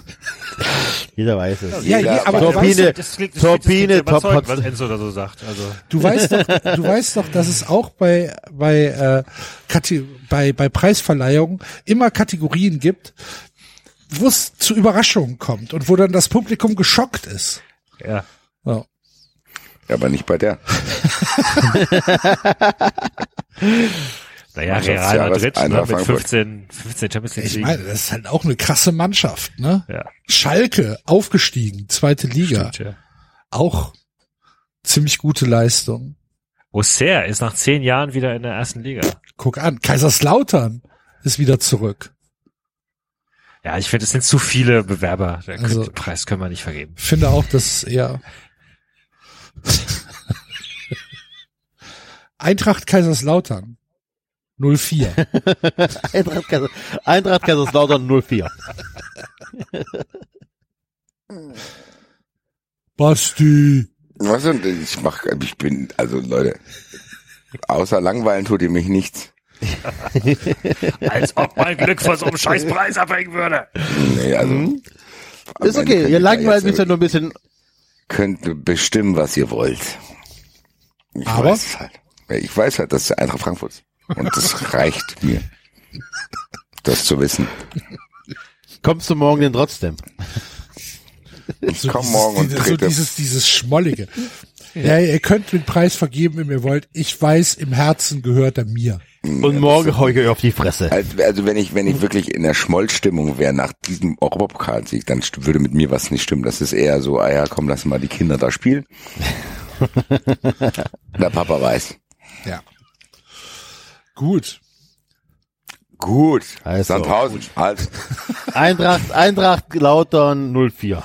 [SPEAKER 3] Jeder weiß es.
[SPEAKER 2] Ja,
[SPEAKER 4] Jeder
[SPEAKER 2] ja, aber
[SPEAKER 3] weiß-
[SPEAKER 2] weißt du,
[SPEAKER 3] Turbine, Turbine,
[SPEAKER 5] überzeugend,
[SPEAKER 3] Top-
[SPEAKER 5] was Enzo da so sagt. Also
[SPEAKER 2] Du weißt doch, du weißt doch, dass es auch bei bei äh, Kate- bei bei Preisverleihungen immer Kategorien gibt, wo es zu Überraschungen kommt und wo dann das Publikum geschockt ist.
[SPEAKER 5] ja,
[SPEAKER 2] Ja.
[SPEAKER 4] Ja, aber nicht bei der.
[SPEAKER 5] naja,
[SPEAKER 4] Mannschaft des
[SPEAKER 5] Real
[SPEAKER 4] Jahres,
[SPEAKER 5] Madrid ne,
[SPEAKER 4] Eintracht
[SPEAKER 5] mit
[SPEAKER 4] Frankfurt.
[SPEAKER 5] 15, 15 Champions League.
[SPEAKER 2] Ich meine, das ist halt auch eine krasse Mannschaft, ne?
[SPEAKER 5] ja,
[SPEAKER 2] Schalke aufgestiegen, zweite Liga,
[SPEAKER 5] stimmt, ja.
[SPEAKER 2] auch ziemlich gute Leistung.
[SPEAKER 5] Auxerre ist nach zehn Jahren wieder in der ersten Liga.
[SPEAKER 2] Guck an, Kaiserslautern ist wieder zurück.
[SPEAKER 5] Ja, ich finde, es sind zu viele Bewerber. Der
[SPEAKER 2] Also-
[SPEAKER 5] den Preis können wir nicht vergeben.
[SPEAKER 2] Finde auch, dass eher Eintracht Kaiserslautern 04.
[SPEAKER 3] Eintracht, Kaisers Eintracht Kaiserslautern 04.
[SPEAKER 2] Basti.
[SPEAKER 4] Was und ich mach, ich bin, also Leute, außer langweilen tut ihr mich nichts.
[SPEAKER 5] Als ob mein Glück von so einem scheiß Preis abhängen würde.
[SPEAKER 4] Nee, also. am
[SPEAKER 3] Ist
[SPEAKER 4] Ende
[SPEAKER 3] okay,
[SPEAKER 4] könnt
[SPEAKER 3] ihr langweilt
[SPEAKER 4] da
[SPEAKER 3] mich
[SPEAKER 4] jetzt-
[SPEAKER 3] ja nur ein bisschen.
[SPEAKER 4] Könnt bestimmen, was ihr wollt. Ich
[SPEAKER 2] Aber?
[SPEAKER 4] weiß es halt. Ja, Ich weiß halt, das ist der Eintracht Frankfurt. ist. Und das reicht mir. Das zu wissen.
[SPEAKER 3] Kommst du morgen denn trotzdem?
[SPEAKER 4] Ich
[SPEAKER 2] So
[SPEAKER 4] komm
[SPEAKER 2] dieses,
[SPEAKER 4] morgen und
[SPEAKER 2] diese- so
[SPEAKER 4] trete.
[SPEAKER 2] dieses, dieses Schmollige. ja. ihr könnt den Preis vergeben, wenn ihr wollt. Ich weiß, im Herzen gehört er mir.
[SPEAKER 3] Und morgen hau ich euch auf die Fresse.
[SPEAKER 4] also, also wenn ich, wenn
[SPEAKER 3] Mhm.
[SPEAKER 4] ich wirklich in der Schmollstimmung wäre nach diesem Europapokalsieg, dann st- würde mit mir was nicht stimmen. Das ist eher so, ah ja, komm, lass mal die Kinder da spielen. der Papa weiß.
[SPEAKER 2] Ja. Gut.
[SPEAKER 4] Gut.
[SPEAKER 3] Also,
[SPEAKER 4] Sandhausen. Halt.
[SPEAKER 3] Eintracht, Eintracht Lautern 04.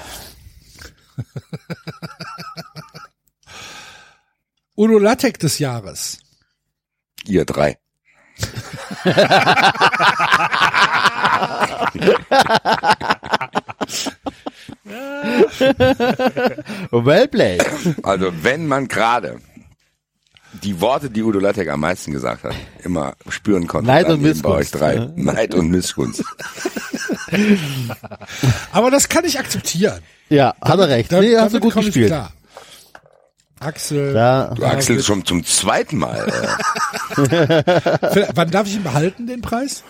[SPEAKER 2] Udo Lattek des Jahres.
[SPEAKER 4] Ihr drei.
[SPEAKER 3] Well played.
[SPEAKER 4] Also wenn man gerade die Worte, die Udo Lattek am meisten gesagt hat, immer spüren konnte.
[SPEAKER 3] Neid
[SPEAKER 4] dann
[SPEAKER 3] und
[SPEAKER 4] eben Bei euch
[SPEAKER 3] Missgunst,
[SPEAKER 4] drei.
[SPEAKER 3] ne?
[SPEAKER 4] Neid und Missgunst.
[SPEAKER 2] Aber das kann ich akzeptieren.
[SPEAKER 3] Ja, hat er recht. Nee, hast du
[SPEAKER 2] damit
[SPEAKER 3] gut
[SPEAKER 2] komm ich
[SPEAKER 3] gespielt.
[SPEAKER 2] klar. Axel,
[SPEAKER 3] Da,
[SPEAKER 4] Du Axel schon zum zweiten Mal. Äh,
[SPEAKER 2] Vielleicht- wann darf ich ihn behalten, den Preis?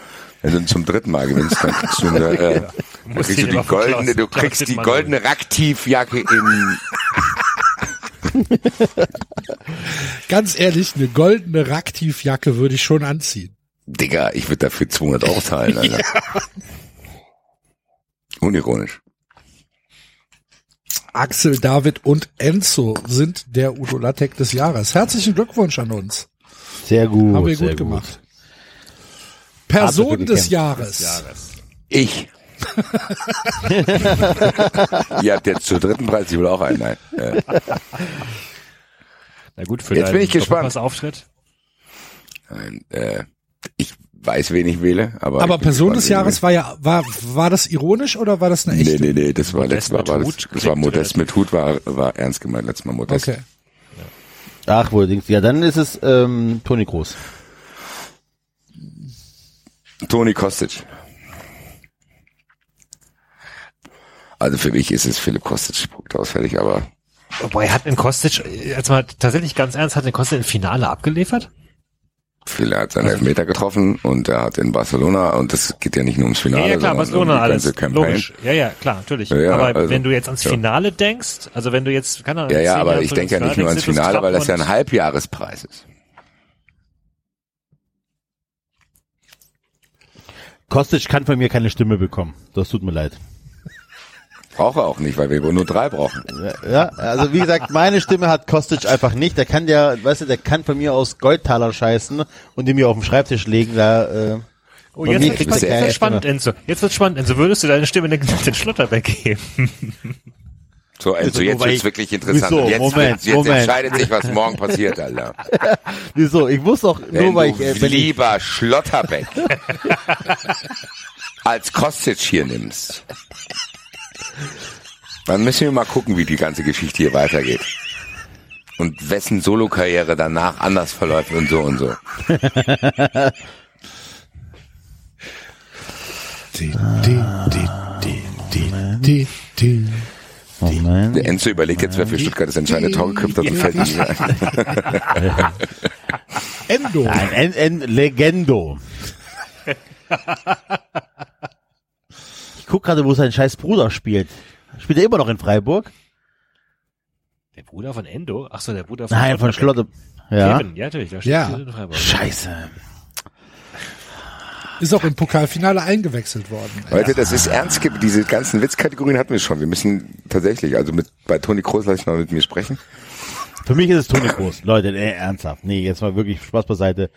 [SPEAKER 4] wenn du zum dritten Mal gewinnst, dann kriegst du, eine, äh, dann
[SPEAKER 5] Muss
[SPEAKER 4] kriegst du
[SPEAKER 5] ich
[SPEAKER 4] die
[SPEAKER 5] aber von Klaus-
[SPEAKER 4] goldene, du
[SPEAKER 5] Klaus
[SPEAKER 4] kriegst die
[SPEAKER 5] Dittmann
[SPEAKER 4] goldene Raktivjacke in
[SPEAKER 2] Ganz ehrlich, eine goldene Raktivjacke würde ich schon anziehen.
[SPEAKER 4] Digga, ich würde dafür 200 Euro zahlen, Alter. Unironisch.
[SPEAKER 2] Axel, David und Enzo sind der Udo Lattek des Jahres. Herzlichen Glückwunsch an uns.
[SPEAKER 3] sehr gut.
[SPEAKER 2] Haben wir
[SPEAKER 3] sehr
[SPEAKER 2] gut gemacht. Person
[SPEAKER 3] Absolut
[SPEAKER 2] des
[SPEAKER 3] gekämpft.
[SPEAKER 2] Jahres.
[SPEAKER 4] Ich. Ihr habt jetzt zu dritten Preis, ich will auch einen. Nein. Äh,
[SPEAKER 5] Na gut, für
[SPEAKER 4] Jetzt bin
[SPEAKER 5] deinen
[SPEAKER 4] ich gespannt.
[SPEAKER 5] Auftritt.
[SPEAKER 4] nein äh, ich weiß, wen ich wähle, aber.
[SPEAKER 2] Aber
[SPEAKER 4] ich bin
[SPEAKER 2] Person
[SPEAKER 4] gespannt,
[SPEAKER 2] des
[SPEAKER 4] wen du
[SPEAKER 2] Jahres war ja, war, war das ironisch oder war das eine
[SPEAKER 4] Nee,
[SPEAKER 2] echte?
[SPEAKER 4] nee, nee, das war
[SPEAKER 5] Modest
[SPEAKER 4] letztes Mal, war
[SPEAKER 5] mit
[SPEAKER 4] das,
[SPEAKER 5] Hut
[SPEAKER 4] das war
[SPEAKER 5] klingt
[SPEAKER 4] Modest
[SPEAKER 5] relativ-
[SPEAKER 4] mit Hut, war, war ernst gemeint, letztes Mal Modest.
[SPEAKER 2] Okay.
[SPEAKER 3] Ach, wohl, Dings. Ja, dann ist es ähm, Toni Groß.
[SPEAKER 4] Toni Kostic. Also für mich ist es Philipp Kostic, Punkt ausfällig, aber
[SPEAKER 5] Wobei, hat in Kostic, äh, jetzt mal tatsächlich ganz ernst, hat in Kostic im Finale abgeliefert?
[SPEAKER 4] Phil hat
[SPEAKER 5] Also-
[SPEAKER 4] seinen Elfmeter getroffen und er hat in Barcelona, und das geht ja nicht nur ums Finale,
[SPEAKER 5] Ja, ja klar,
[SPEAKER 4] sondern
[SPEAKER 5] Barcelona
[SPEAKER 4] um die ganze
[SPEAKER 5] alles.
[SPEAKER 4] Campaign.
[SPEAKER 5] Logisch. Ja, ja, klar, natürlich.
[SPEAKER 4] Ja, ja,
[SPEAKER 5] aber
[SPEAKER 4] also,
[SPEAKER 5] wenn du jetzt ans
[SPEAKER 4] ja.
[SPEAKER 5] Finale denkst, also wenn du jetzt, keine Ahnung,
[SPEAKER 4] Ja,
[SPEAKER 5] in
[SPEAKER 4] ja,
[SPEAKER 5] zehn
[SPEAKER 4] aber
[SPEAKER 5] Jahren
[SPEAKER 4] ich
[SPEAKER 5] zurück
[SPEAKER 4] denke ja nicht nur ans
[SPEAKER 5] denkst, ist
[SPEAKER 4] Finale,
[SPEAKER 5] knapp
[SPEAKER 4] weil das ja
[SPEAKER 5] und-
[SPEAKER 4] ein Halbjahrespreis ist.
[SPEAKER 3] Kostic kann von mir keine Stimme bekommen. Das tut mir leid.
[SPEAKER 4] Brauche auch nicht, weil wir wohl nur drei brauchen.
[SPEAKER 3] Ja, also wie gesagt, meine Stimme hat Kostic einfach nicht. Der kann ja, weißt du, der kann von mir aus Goldtaler scheißen und die mir auf den Schreibtisch legen. Da, äh,
[SPEAKER 5] Oh,
[SPEAKER 3] Bei
[SPEAKER 5] jetzt
[SPEAKER 3] mir
[SPEAKER 5] wird's
[SPEAKER 3] kriegt
[SPEAKER 5] jetzt
[SPEAKER 4] er
[SPEAKER 5] wird's
[SPEAKER 4] keine
[SPEAKER 5] spannend, Enzo. Jetzt wird's spannend, Enzo. Würdest du deine Stimme den, den Schlotterbeck geben?
[SPEAKER 4] So, also jetzt
[SPEAKER 3] wobei
[SPEAKER 4] wird's
[SPEAKER 3] ich-
[SPEAKER 4] wirklich interessant.
[SPEAKER 3] Wieso?
[SPEAKER 4] Und jetzt
[SPEAKER 3] Moment,
[SPEAKER 4] wird's- jetzt
[SPEAKER 3] Moment.
[SPEAKER 4] entscheidet sich, was morgen passiert, Alter.
[SPEAKER 3] wieso? Ich wusste auch
[SPEAKER 4] Wenn
[SPEAKER 3] nur, weil ich,
[SPEAKER 4] du
[SPEAKER 3] äh, wenn ich
[SPEAKER 4] lieber Schlotterbeck als Kostic hier nimmst, dann müssen wir mal gucken, wie die ganze Geschichte hier weitergeht. Und wessen Solokarriere danach anders verläuft und so und so.
[SPEAKER 3] Moment.
[SPEAKER 4] Der Enzo überlegt jetzt, wer für Stuttgart das entscheidende Tor gekriegt hat und fällt nicht mehr ein.
[SPEAKER 2] Endo.
[SPEAKER 3] Ein en, en Legendo. Ich guck gerade, wo sein scheiß Bruder spielt. Spielt er immer noch in Freiburg?
[SPEAKER 5] Der Bruder von Endo? Ach so, der Bruder von
[SPEAKER 3] Nein, von Schlotte. Ja.
[SPEAKER 5] Kevin, ja, natürlich. Der
[SPEAKER 2] Ja.
[SPEAKER 5] spielt in Freiburg.
[SPEAKER 3] Scheiße.
[SPEAKER 2] Ist auch im Pokalfinale eingewechselt worden.
[SPEAKER 4] Leute, das ist ernst. ge- Diese ganzen Witzkategorien hatten wir schon. Wir müssen tatsächlich, also mit, bei Toni Kroos lasse ich noch mit mir sprechen.
[SPEAKER 3] Für mich ist es Toni Groß. Leute, nee, ernsthaft. Nee, jetzt mal wirklich Spaß beiseite.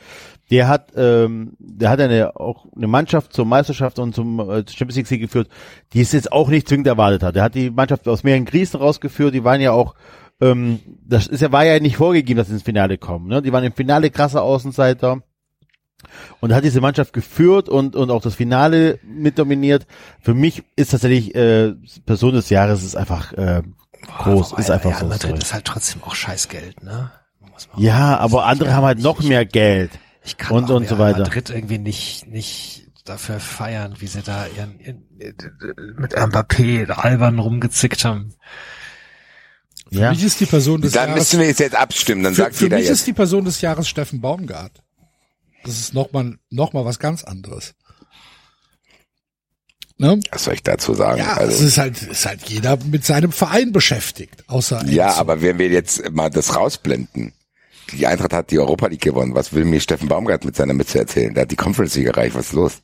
[SPEAKER 3] Der hat, ähm, der hat eine, auch eine Mannschaft zur Meisterschaft und zum äh, Champions League Sieg geführt, die es jetzt auch nicht zwingend erwartet hat. Der hat die Mannschaft aus mehreren Krisen rausgeführt, die waren ja auch, ähm, das ist ja, war ja nicht vorgegeben, dass sie ins Finale kommen, ne? Die waren im Finale krasse Außenseiter. Und hat diese Mannschaft geführt und, und auch das Finale mit dominiert. Für mich ist tatsächlich äh, Person des Jahres ist einfach äh, groß,
[SPEAKER 5] Boah,
[SPEAKER 3] ist
[SPEAKER 5] wobei,
[SPEAKER 3] einfach
[SPEAKER 5] ja,
[SPEAKER 3] so.
[SPEAKER 5] Madrid
[SPEAKER 3] sorry.
[SPEAKER 5] ist halt trotzdem auch scheiß Geld, ne? Muss man-
[SPEAKER 2] Oh,
[SPEAKER 3] Ja, aber andere haben halt noch mehr Geld.
[SPEAKER 5] Ich kann
[SPEAKER 3] und-
[SPEAKER 5] auch
[SPEAKER 3] und
[SPEAKER 5] Real
[SPEAKER 3] so weiter.
[SPEAKER 5] Madrid irgendwie nicht, nicht dafür feiern, wie sie da ihren, ihren mit Mbappé albern rumgezickt haben.
[SPEAKER 3] Ja.
[SPEAKER 2] Für mich ist die Person des
[SPEAKER 4] Dann
[SPEAKER 2] Jahres.
[SPEAKER 4] müssen wir jetzt, jetzt abstimmen, dann
[SPEAKER 2] Für,
[SPEAKER 4] sagt
[SPEAKER 2] für
[SPEAKER 4] jeder
[SPEAKER 2] mich
[SPEAKER 4] jetzt.
[SPEAKER 2] ist die Person des Jahres Steffen Baumgart. Das ist nochmal noch mal was ganz anderes. Ne?
[SPEAKER 4] Was soll ich dazu sagen?
[SPEAKER 2] Ja, es
[SPEAKER 4] also,
[SPEAKER 2] ist halt, ist halt jeder mit seinem Verein beschäftigt, außer
[SPEAKER 4] ja,
[SPEAKER 2] Enzo.
[SPEAKER 4] aber wenn wir jetzt mal das rausblenden, die Eintracht hat die Europa League gewonnen. Was will mir Steffen Baumgart mit seiner Mütze erzählen? Der hat die Conference League erreicht. Was ist los?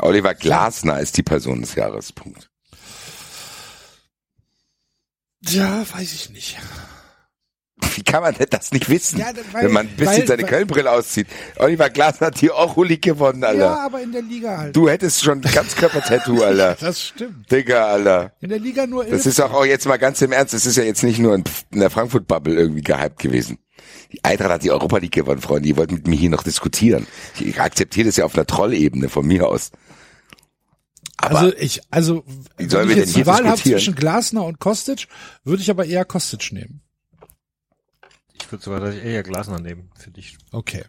[SPEAKER 4] Oliver Glasner ist die Person des Jahres. Punkt.
[SPEAKER 2] Ja, weiß ich nicht.
[SPEAKER 4] Wie kann man denn das nicht wissen,
[SPEAKER 2] Ja, weil-
[SPEAKER 4] wenn man ein bisschen
[SPEAKER 2] weil-
[SPEAKER 4] seine
[SPEAKER 2] weil-
[SPEAKER 4] Kölnbrille auszieht? Oliver Glasner hat die Euro League gewonnen, Alter.
[SPEAKER 2] Ja, aber in der Liga halt.
[SPEAKER 4] Also- Du hättest schon ein Ganzkörper-Tattoo, Alter.
[SPEAKER 2] Das stimmt.
[SPEAKER 4] Digga, Alter.
[SPEAKER 2] In der Liga nur
[SPEAKER 4] Das ist auch, auch jetzt mal ganz im Ernst, das ist ja jetzt nicht nur in, in der Frankfurt-Bubble irgendwie gehypt gewesen. Die Eintracht hat die Europa League gewonnen, Freunde. Ihr wollt mit mir hier noch diskutieren. Ich akzeptiere das ja auf einer Trollebene von mir aus. Aber
[SPEAKER 2] also ich, also wenn
[SPEAKER 4] sollen
[SPEAKER 2] ich
[SPEAKER 4] wir
[SPEAKER 2] jetzt
[SPEAKER 4] denn
[SPEAKER 2] die
[SPEAKER 4] hier
[SPEAKER 2] Wahl habe
[SPEAKER 4] diskutieren?
[SPEAKER 2] zwischen Glasner und Kostic, würde ich aber eher Kostic nehmen.
[SPEAKER 5] Ich würde sogar eher Glasner nehmen, finde ich.
[SPEAKER 2] Okay.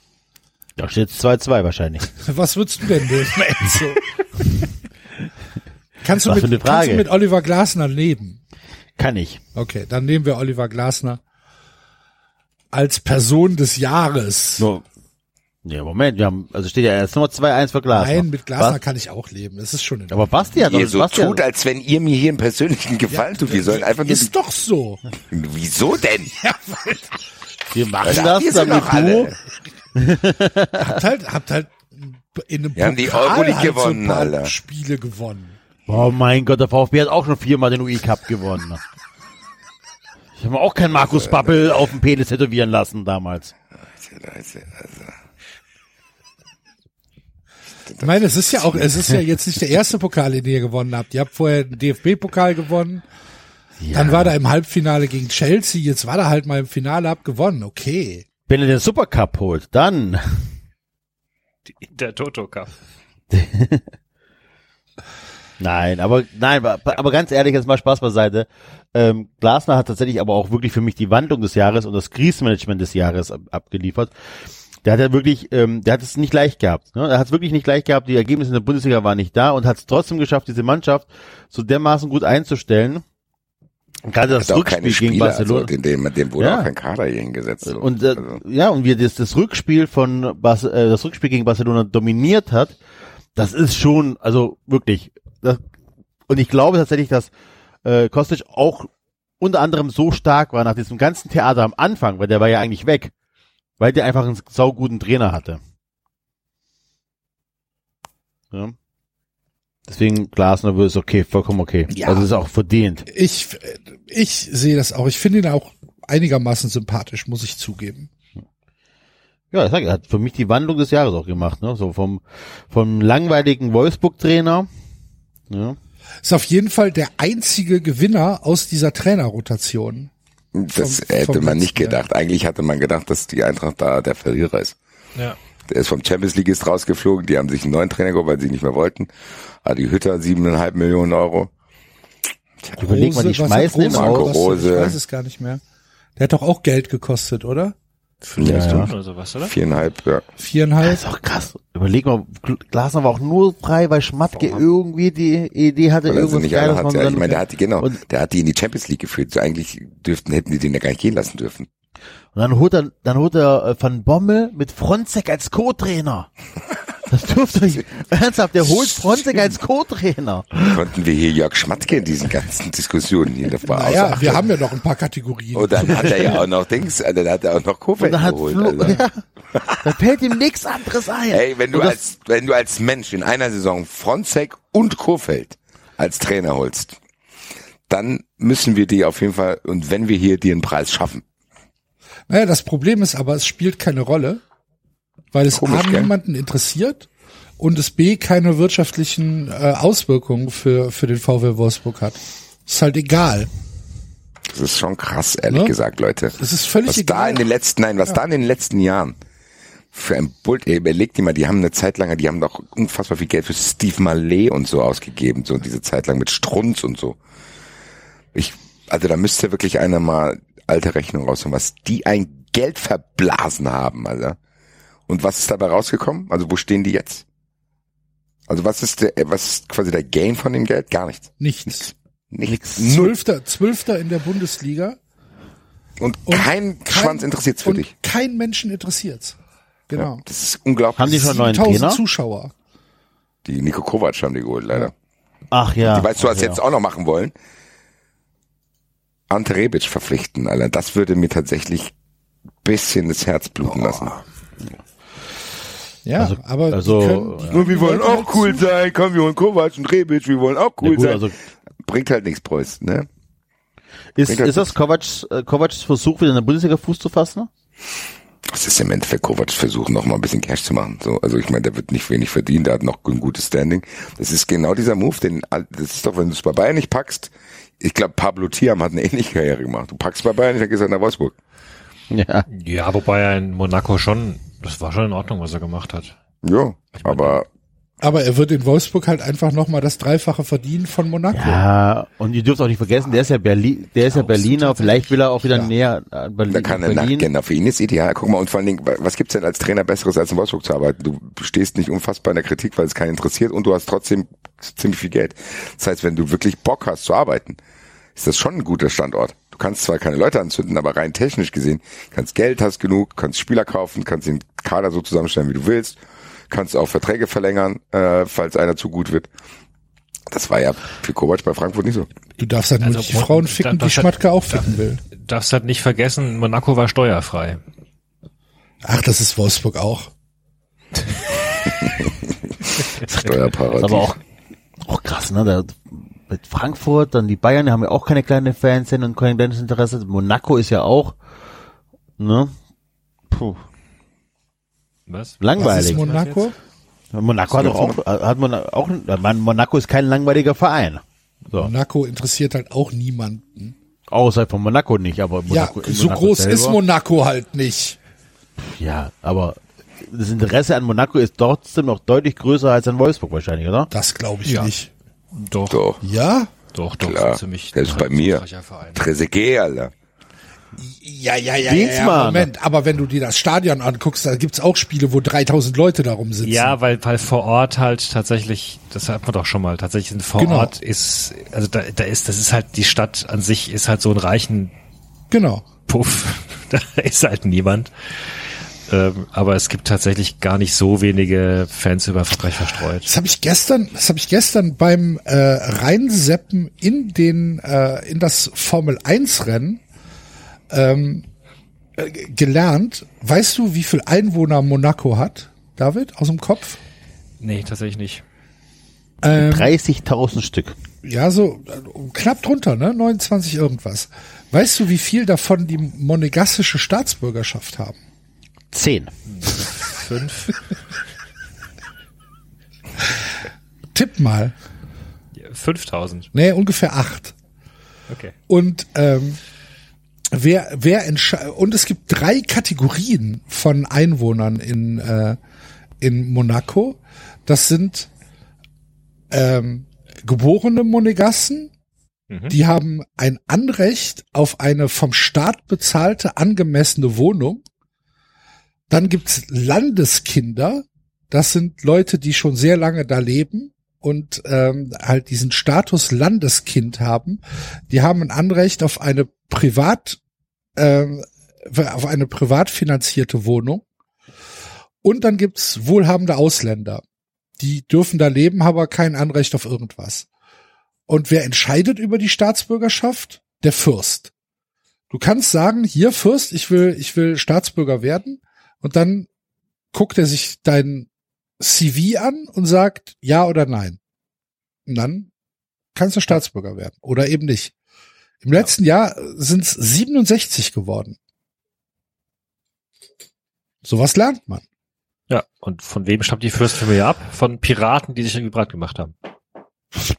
[SPEAKER 3] Da steht 2-2 wahrscheinlich.
[SPEAKER 2] Was würdest du denn nehmen, Enzo? kannst, du
[SPEAKER 3] Was
[SPEAKER 2] mit,
[SPEAKER 3] für eine
[SPEAKER 2] kannst
[SPEAKER 3] Frage.
[SPEAKER 2] du mit Oliver Glasner leben?
[SPEAKER 3] Kann ich.
[SPEAKER 2] Okay, dann nehmen wir Oliver Glasner als Person des Jahres.
[SPEAKER 3] So. Ja, Moment, wir haben, also steht ja erst Nummer 2-1 für Glasner.
[SPEAKER 2] Nein, mit Glasner
[SPEAKER 3] Bas-
[SPEAKER 2] kann ich auch leben. Das ist schon in
[SPEAKER 3] aber Basti hat
[SPEAKER 4] ihr
[SPEAKER 3] doch,
[SPEAKER 4] so
[SPEAKER 3] Basti
[SPEAKER 4] tut,
[SPEAKER 3] hat,
[SPEAKER 4] als wenn ihr mir hier einen persönlichen Gefallen tut. Wir sollen einfach nur...
[SPEAKER 2] Ist doch so.
[SPEAKER 4] Wieso denn?
[SPEAKER 3] wir machen
[SPEAKER 4] Alter,
[SPEAKER 3] das,
[SPEAKER 4] wir sind
[SPEAKER 3] damit
[SPEAKER 4] doch
[SPEAKER 3] du,
[SPEAKER 4] alle.
[SPEAKER 2] Habt halt, habt halt in einem
[SPEAKER 4] Wir haben die
[SPEAKER 2] Pokal
[SPEAKER 4] Euroleague
[SPEAKER 2] halt so ein
[SPEAKER 4] gewonnen,
[SPEAKER 2] paar
[SPEAKER 4] Alter.
[SPEAKER 2] Spiele gewonnen.
[SPEAKER 3] oh mein Gott, der VfB hat auch schon viermal den UI Cup gewonnen. Ich habe mir auch keinen Markus Babbel auf dem Penis tätowieren lassen damals.
[SPEAKER 2] Ich meine, es ist ja auch, es ist ja jetzt nicht der erste Pokal, den ihr gewonnen habt. Ihr habt vorher den DFB-Pokal gewonnen. Dann war da im Halbfinale gegen Chelsea. Jetzt war da halt mal im Finale habt gewonnen. Okay.
[SPEAKER 3] Wenn er den Supercup holt, dann,
[SPEAKER 5] Der Toto Cup.
[SPEAKER 3] Nein, aber nein, aber, aber ganz ehrlich, jetzt mal Spaß beiseite. Ähm, Glasner hat tatsächlich aber auch wirklich für mich die Wandlung des Jahres und das Krisenmanagement des Jahres ab, abgeliefert. Der hat ja wirklich, ähm, der hat es nicht leicht gehabt. Ne? Er hat es wirklich nicht leicht gehabt. Die Ergebnisse in der Bundesliga waren nicht da und hat es trotzdem geschafft, diese Mannschaft so dermaßen gut einzustellen. Und Gerade das
[SPEAKER 4] Hat auch keine
[SPEAKER 3] Rückspiel gegen
[SPEAKER 4] Spieler, also,
[SPEAKER 3] Barcelona.
[SPEAKER 4] in dem, in dem wurde
[SPEAKER 3] Ja.
[SPEAKER 4] auch kein Kader hier hingesetzt. So.
[SPEAKER 3] Und äh,
[SPEAKER 4] also,
[SPEAKER 3] ja, und wie er das, das Rückspiel von Bas äh, das Rückspiel gegen Barcelona dominiert hat, das ist schon, also wirklich. Das, und ich glaube tatsächlich, dass äh, Kostic auch unter anderem so stark war nach diesem ganzen Theater am Anfang, weil der war ja eigentlich weg, weil der einfach einen sauguten Trainer hatte. Ja. Deswegen Glasner ist okay, vollkommen okay.
[SPEAKER 2] Ja.
[SPEAKER 3] Also ist auch verdient.
[SPEAKER 2] Ich, ich sehe das auch. Ich finde ihn auch einigermaßen sympathisch, muss ich zugeben.
[SPEAKER 3] Ja, ich sag, er hat für mich die Wandlung des Jahres auch gemacht, ne? So vom, vom langweiligen Wolfsburg-Trainer. Ja.
[SPEAKER 2] Ist auf jeden Fall der einzige Gewinner aus dieser Trainerrotation.
[SPEAKER 4] das
[SPEAKER 2] vom-
[SPEAKER 4] hätte
[SPEAKER 2] vom
[SPEAKER 4] man nicht
[SPEAKER 2] letzten Jahr.
[SPEAKER 4] gedacht. Eigentlich hatte man gedacht, dass die Eintracht da der Verlierer ist.
[SPEAKER 5] Ja.
[SPEAKER 4] Der ist vom Champions League ist rausgeflogen. Die haben sich einen neuen Trainer geholt, weil sie ihn nicht mehr wollten. Adi Hütter, siebeneinhalb Millionen Euro.
[SPEAKER 3] Überleg mal, die
[SPEAKER 2] Rose, was hat
[SPEAKER 3] schmeißen
[SPEAKER 2] Rose
[SPEAKER 3] immer
[SPEAKER 4] Marco
[SPEAKER 2] gekostet?
[SPEAKER 4] Rose.
[SPEAKER 2] Ich weiß es gar nicht mehr. Der hat doch auch Geld gekostet, oder?
[SPEAKER 4] Ja,
[SPEAKER 3] ja.
[SPEAKER 5] Oder sowas, oder?
[SPEAKER 4] Viereinhalb, ja.
[SPEAKER 3] Das
[SPEAKER 2] Viereinhalb.
[SPEAKER 3] ist auch krass. Überleg mal, Gl- Glasner war auch nur frei, weil Schmatke irgendwie die Idee hatte,
[SPEAKER 4] Weil er sie
[SPEAKER 3] irgendwas
[SPEAKER 4] nicht
[SPEAKER 3] Geiles
[SPEAKER 4] alle hat.
[SPEAKER 3] machen
[SPEAKER 4] Ja,
[SPEAKER 3] zu
[SPEAKER 4] ich meine, der hat die, genau,
[SPEAKER 3] Und-
[SPEAKER 4] der hat die in die Champions League geführt. So, eigentlich dürften, hätten die den ja gar nicht gehen lassen dürfen.
[SPEAKER 3] Und dann holt er, dann holt er äh, Van Bommel mit Fronzek als Co-Trainer. Das dürfte nicht. Ernsthaft, der holt Fronzek als Co-Trainer.
[SPEAKER 4] Konnten wir hier Jörg Schmatke in diesen ganzen Diskussionen hier noch mal
[SPEAKER 2] Naja,
[SPEAKER 4] außer-
[SPEAKER 2] wir haben Ah ja noch ein paar Kategorien.
[SPEAKER 4] Und dann hat er ja auch noch Dings, Alter, dann hat er auch noch
[SPEAKER 3] Und
[SPEAKER 4] Kofeld
[SPEAKER 3] da hat
[SPEAKER 4] geholt, also.
[SPEAKER 3] Flo,
[SPEAKER 4] Alter.
[SPEAKER 3] ja, da fällt ihm nichts anderes ein.
[SPEAKER 4] Ey, wenn du
[SPEAKER 3] Und das-
[SPEAKER 4] als, wenn du als Mensch in einer Saison Fronzek und Kofeld als Trainer holst, dann müssen wir dir auf jeden Fall, und wenn wir hier dir einen Preis schaffen.
[SPEAKER 2] Naja, das Problem ist aber, es spielt keine Rolle, weil es
[SPEAKER 4] Komisch,
[SPEAKER 2] A,
[SPEAKER 4] gell?
[SPEAKER 2] niemanden interessiert und es B, keine wirtschaftlichen äh, Auswirkungen für, für den VW Wolfsburg hat. Ist halt egal.
[SPEAKER 4] Das ist schon krass, ehrlich
[SPEAKER 2] Ne?
[SPEAKER 4] gesagt, Leute.
[SPEAKER 2] Es ist völlig
[SPEAKER 4] was da
[SPEAKER 2] egal.
[SPEAKER 4] in den letzten, nein, was da in den letzten Jahren für ein Bull, ey, überleg dir mal, die haben eine Zeit lang, die haben doch unfassbar viel Geld für Steve Mallet und so ausgegeben, so diese Zeit lang mit Strunz und so. Ich, also da müsste wirklich einer mal alte Rechnung rausholen, was die ein Geld verblasen haben, Alter. Und was ist dabei rausgekommen? Also wo stehen die jetzt? Also was ist der, was ist quasi der Gain von dem Geld? Gar nichts.
[SPEAKER 2] Nichts.
[SPEAKER 4] Nichts. Null.
[SPEAKER 2] Zwölfter, Zwölfter in der Bundesliga.
[SPEAKER 4] Und, kein, Schwanz interessiert's für
[SPEAKER 2] und
[SPEAKER 4] dich.
[SPEAKER 2] Kein Menschen interessiert's. Genau.
[SPEAKER 4] Das ist unglaublich.
[SPEAKER 3] Haben die schon neuen
[SPEAKER 2] 1000
[SPEAKER 3] Trainer?
[SPEAKER 2] Zuschauer.
[SPEAKER 4] Die Nico Kovac haben die geholt, leider.
[SPEAKER 3] Ach ja.
[SPEAKER 4] Die weißt du, was
[SPEAKER 3] ja.
[SPEAKER 4] jetzt auch noch machen wollen? Ante Rebic verpflichten, Alter. Das würde mir tatsächlich ein bisschen das Herz bluten lassen.
[SPEAKER 2] Ja,
[SPEAKER 3] Also-
[SPEAKER 2] aber
[SPEAKER 3] also,
[SPEAKER 2] die können, die
[SPEAKER 3] ja.
[SPEAKER 4] Und wir wollen
[SPEAKER 2] Leute
[SPEAKER 4] auch
[SPEAKER 2] halt
[SPEAKER 4] cool
[SPEAKER 2] zu-
[SPEAKER 4] sein. Komm, wir holen Kovac und Rebic, wir wollen auch cool
[SPEAKER 3] Ja, gut,
[SPEAKER 4] sein.
[SPEAKER 3] also
[SPEAKER 4] Bringt halt nichts, Preuß, ne?
[SPEAKER 3] ist,
[SPEAKER 4] Bringt halt
[SPEAKER 3] ist das Kovacs, äh, Kovacs Versuch, wieder in der Bundesliga Fuß zu fassen?
[SPEAKER 4] Das ist im Endeffekt Kovac versuchen, noch mal ein bisschen Cash zu machen. So, also ich meine, der wird nicht wenig verdienen, der hat noch ein gutes Standing. Das ist genau dieser Move, den all- das ist doch, wenn du es bei Bayern nicht packst. Ich glaube, Pablo Thiam hat eine ähnliche Karriere gemacht. Du packst bei Bayern nicht, dann gehst du nach Wolfsburg.
[SPEAKER 3] Ja.
[SPEAKER 5] Ja, wobei er in Monaco schon, das war schon in Ordnung, was er gemacht hat.
[SPEAKER 4] Ja, aber
[SPEAKER 2] Aber er wird in Wolfsburg halt einfach nochmal das Dreifache verdienen von Monaco.
[SPEAKER 3] Ja, und ihr dürft auch nicht vergessen, der ist ja Berlin, der ist ja Berliner, vielleicht will er auch wieder näher an Berlin.
[SPEAKER 4] da kann er
[SPEAKER 3] Berlin.
[SPEAKER 4] nachgehen. Für ihn ist ideal. Guck mal, und vor allen Dingen, wa- was gibt's denn als Trainer Besseres, als in Wolfsburg zu arbeiten? Du stehst nicht unfassbar in der Kritik, weil es keinen interessiert und du hast trotzdem ziemlich viel Geld. Das heißt, wenn du wirklich Bock hast zu arbeiten, ist das schon ein guter Standort. Du kannst zwar keine Leute anzünden, aber rein technisch gesehen, kannst Geld, hast genug, kannst Spieler kaufen, kannst den Kader so zusammenstellen, wie du willst, kannst auch Verträge verlängern, äh, falls einer zu gut wird. Das war ja für Kovac bei Frankfurt nicht so.
[SPEAKER 2] Du darfst halt nur
[SPEAKER 5] Also,
[SPEAKER 2] nicht die Frauen
[SPEAKER 5] da-
[SPEAKER 2] ficken,
[SPEAKER 5] da-
[SPEAKER 2] die Schmatke auch ficken will.
[SPEAKER 5] Darfst halt nicht vergessen, Monaco war steuerfrei.
[SPEAKER 2] Ach, das ist Wolfsburg auch.
[SPEAKER 3] Ist
[SPEAKER 4] Steuerparadies.
[SPEAKER 3] aber auch, auch krass, ne? Da, mit Frankfurt, dann die Bayern, die haben ja auch keine kleinen Fans hin und kein kleines Interesse. Monaco ist ja auch, ne? Puh,
[SPEAKER 5] Was?
[SPEAKER 2] Was ist
[SPEAKER 3] langweilig.
[SPEAKER 2] Monaco?
[SPEAKER 3] Monaco hat doch auch, hat man auch, man, Monaco ist kein langweiliger Verein. So.
[SPEAKER 2] Monaco interessiert halt auch niemanden.
[SPEAKER 3] Außerhalb von Monaco nicht, aber Monaco,
[SPEAKER 2] ja, so groß ist
[SPEAKER 3] Monaco.
[SPEAKER 2] Monaco halt nicht.
[SPEAKER 3] selber- Ja, aber das Interesse an Monaco ist trotzdem noch deutlich größer als an Wolfsburg wahrscheinlich, oder?
[SPEAKER 2] Das glaube ich
[SPEAKER 5] Ja.
[SPEAKER 2] nicht.
[SPEAKER 5] Doch, doch,
[SPEAKER 4] Doch.
[SPEAKER 2] Ja?
[SPEAKER 5] doch.
[SPEAKER 4] Klar.
[SPEAKER 5] so ziemlich
[SPEAKER 4] Der ist bei mir.
[SPEAKER 5] erfolgreicher Verein.
[SPEAKER 4] Trezeguet, Alter.
[SPEAKER 2] Ja, ja, ja,
[SPEAKER 3] Dienstmann.
[SPEAKER 2] Moment, aber wenn du dir das Stadion anguckst, da gibt's auch Spiele, wo 3000 Leute darum sitzen.
[SPEAKER 5] Ja, weil, weil vor Ort halt tatsächlich, das hat man doch schon mal, tatsächlich sind vor
[SPEAKER 2] Genau.
[SPEAKER 5] Ort ist, also da, da ist, das ist halt, die Stadt an sich ist halt so ein reichen
[SPEAKER 2] Genau.
[SPEAKER 5] Puff, da ist halt niemand. Ähm, aber es gibt tatsächlich gar nicht so wenige Fans über Frankreich verstreut.
[SPEAKER 2] Das habe ich gestern, das habe ich gestern beim äh, Reinseppen in den äh, in das Formel 1 Rennen ähm, äh, g- gelernt. Weißt du, wie viel Einwohner Monaco hat? David aus dem Kopf?
[SPEAKER 5] Nee, tatsächlich nicht.
[SPEAKER 3] 30.000 Stück.
[SPEAKER 2] Ja, so äh, knapp drunter, ne? 29 irgendwas. Weißt du, wie viel davon die monegassische Staatsbürgerschaft haben?
[SPEAKER 3] Zehn.
[SPEAKER 5] Fünf?
[SPEAKER 2] Tipp mal.
[SPEAKER 5] 5000.
[SPEAKER 2] Nee, ungefähr acht.
[SPEAKER 5] Okay.
[SPEAKER 2] Und ähm, wer, wer entscheidet, und es gibt drei Kategorien von Einwohnern in, äh, in Monaco. Das sind ähm, geborene Monegassen, die haben ein Anrecht auf eine vom Staat bezahlte, angemessene Wohnung. Dann gibt's Landeskinder, das sind Leute, die schon sehr lange da leben und ähm, halt diesen Status Landeskind haben. Die haben ein Anrecht auf eine privat ähm, auf eine privat finanzierte Wohnung. Und dann gibt's wohlhabende Ausländer. Die dürfen da leben, haben aber kein Anrecht auf irgendwas. Und wer entscheidet über die Staatsbürgerschaft? Der Fürst. Du kannst sagen, hier Fürst, ich will, ich will Staatsbürger werden. Und dann guckt er sich dein CV an und sagt ja oder nein. Und dann kannst du Staatsbürger werden oder eben nicht. Im letzten Jahr sind es 67 geworden. Sowas lernt man.
[SPEAKER 5] Ja, und von wem stammt die Fürstenfamilie ab? Von Piraten, die sich irgendwie breit gemacht haben.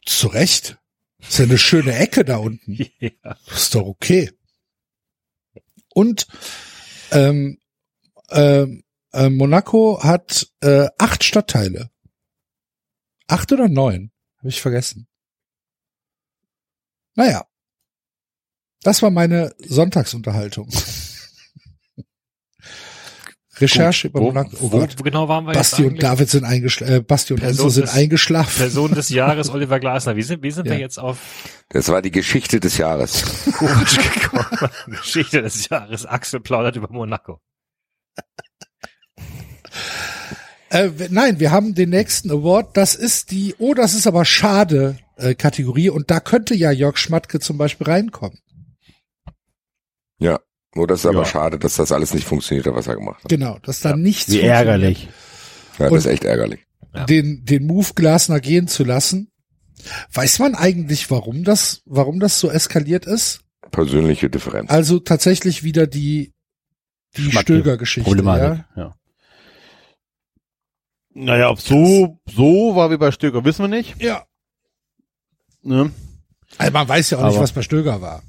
[SPEAKER 2] Zu Recht. Ist ja eine schöne Ecke da unten.
[SPEAKER 5] ja.
[SPEAKER 2] Ist doch okay. Und ähm, ähm, äh, Monaco hat äh, acht Stadtteile. Acht oder neun? Habe ich vergessen. Naja. Das war meine Sonntagsunterhaltung. Recherche über
[SPEAKER 5] wo,
[SPEAKER 2] Monaco. Oh
[SPEAKER 5] wo,
[SPEAKER 2] Gott.
[SPEAKER 5] wo genau waren wir
[SPEAKER 2] Basti
[SPEAKER 5] jetzt
[SPEAKER 2] und David sind eingeschlafen. Äh, Basti und
[SPEAKER 5] Person
[SPEAKER 2] Enzo sind
[SPEAKER 5] des-
[SPEAKER 2] eingeschlafen.
[SPEAKER 5] Person des Jahres Oliver Glasner. Wie sind, wie sind
[SPEAKER 2] Ja.
[SPEAKER 5] wir jetzt auf
[SPEAKER 4] Das war die Geschichte des Jahres.
[SPEAKER 5] Courage gekommen? Geschichte des Jahres. Axel plaudert über Monaco.
[SPEAKER 2] Äh, w- nein, wir haben den nächsten Award. Das ist die, oh, das ist aber schade äh, Kategorie und da könnte ja Jörg Schmatke zum Beispiel reinkommen.
[SPEAKER 4] Ja. Nur das ist aber
[SPEAKER 5] Ja.
[SPEAKER 4] schade, dass das alles nicht funktioniert hat, was er gemacht hat.
[SPEAKER 2] Genau, dass da nichts
[SPEAKER 3] Wie
[SPEAKER 2] funktioniert.
[SPEAKER 3] ärgerlich.
[SPEAKER 4] Ja, das ist echt ärgerlich.
[SPEAKER 5] Ja.
[SPEAKER 2] den den Move Glasner gehen zu lassen. Weiß man eigentlich, warum das, warum das so eskaliert ist?
[SPEAKER 4] Persönliche Differenz.
[SPEAKER 2] Also tatsächlich wieder die die
[SPEAKER 3] Schmatke.
[SPEAKER 2] Stöger-Geschichte.
[SPEAKER 3] Problematik.
[SPEAKER 2] Ja?
[SPEAKER 3] Ja. Naja, ob so, so war wie bei Stöcker, wissen wir nicht.
[SPEAKER 2] ja,
[SPEAKER 3] Ne?
[SPEAKER 2] also man weiß ja auch nicht,
[SPEAKER 3] Aber-
[SPEAKER 2] was bei Stöger war.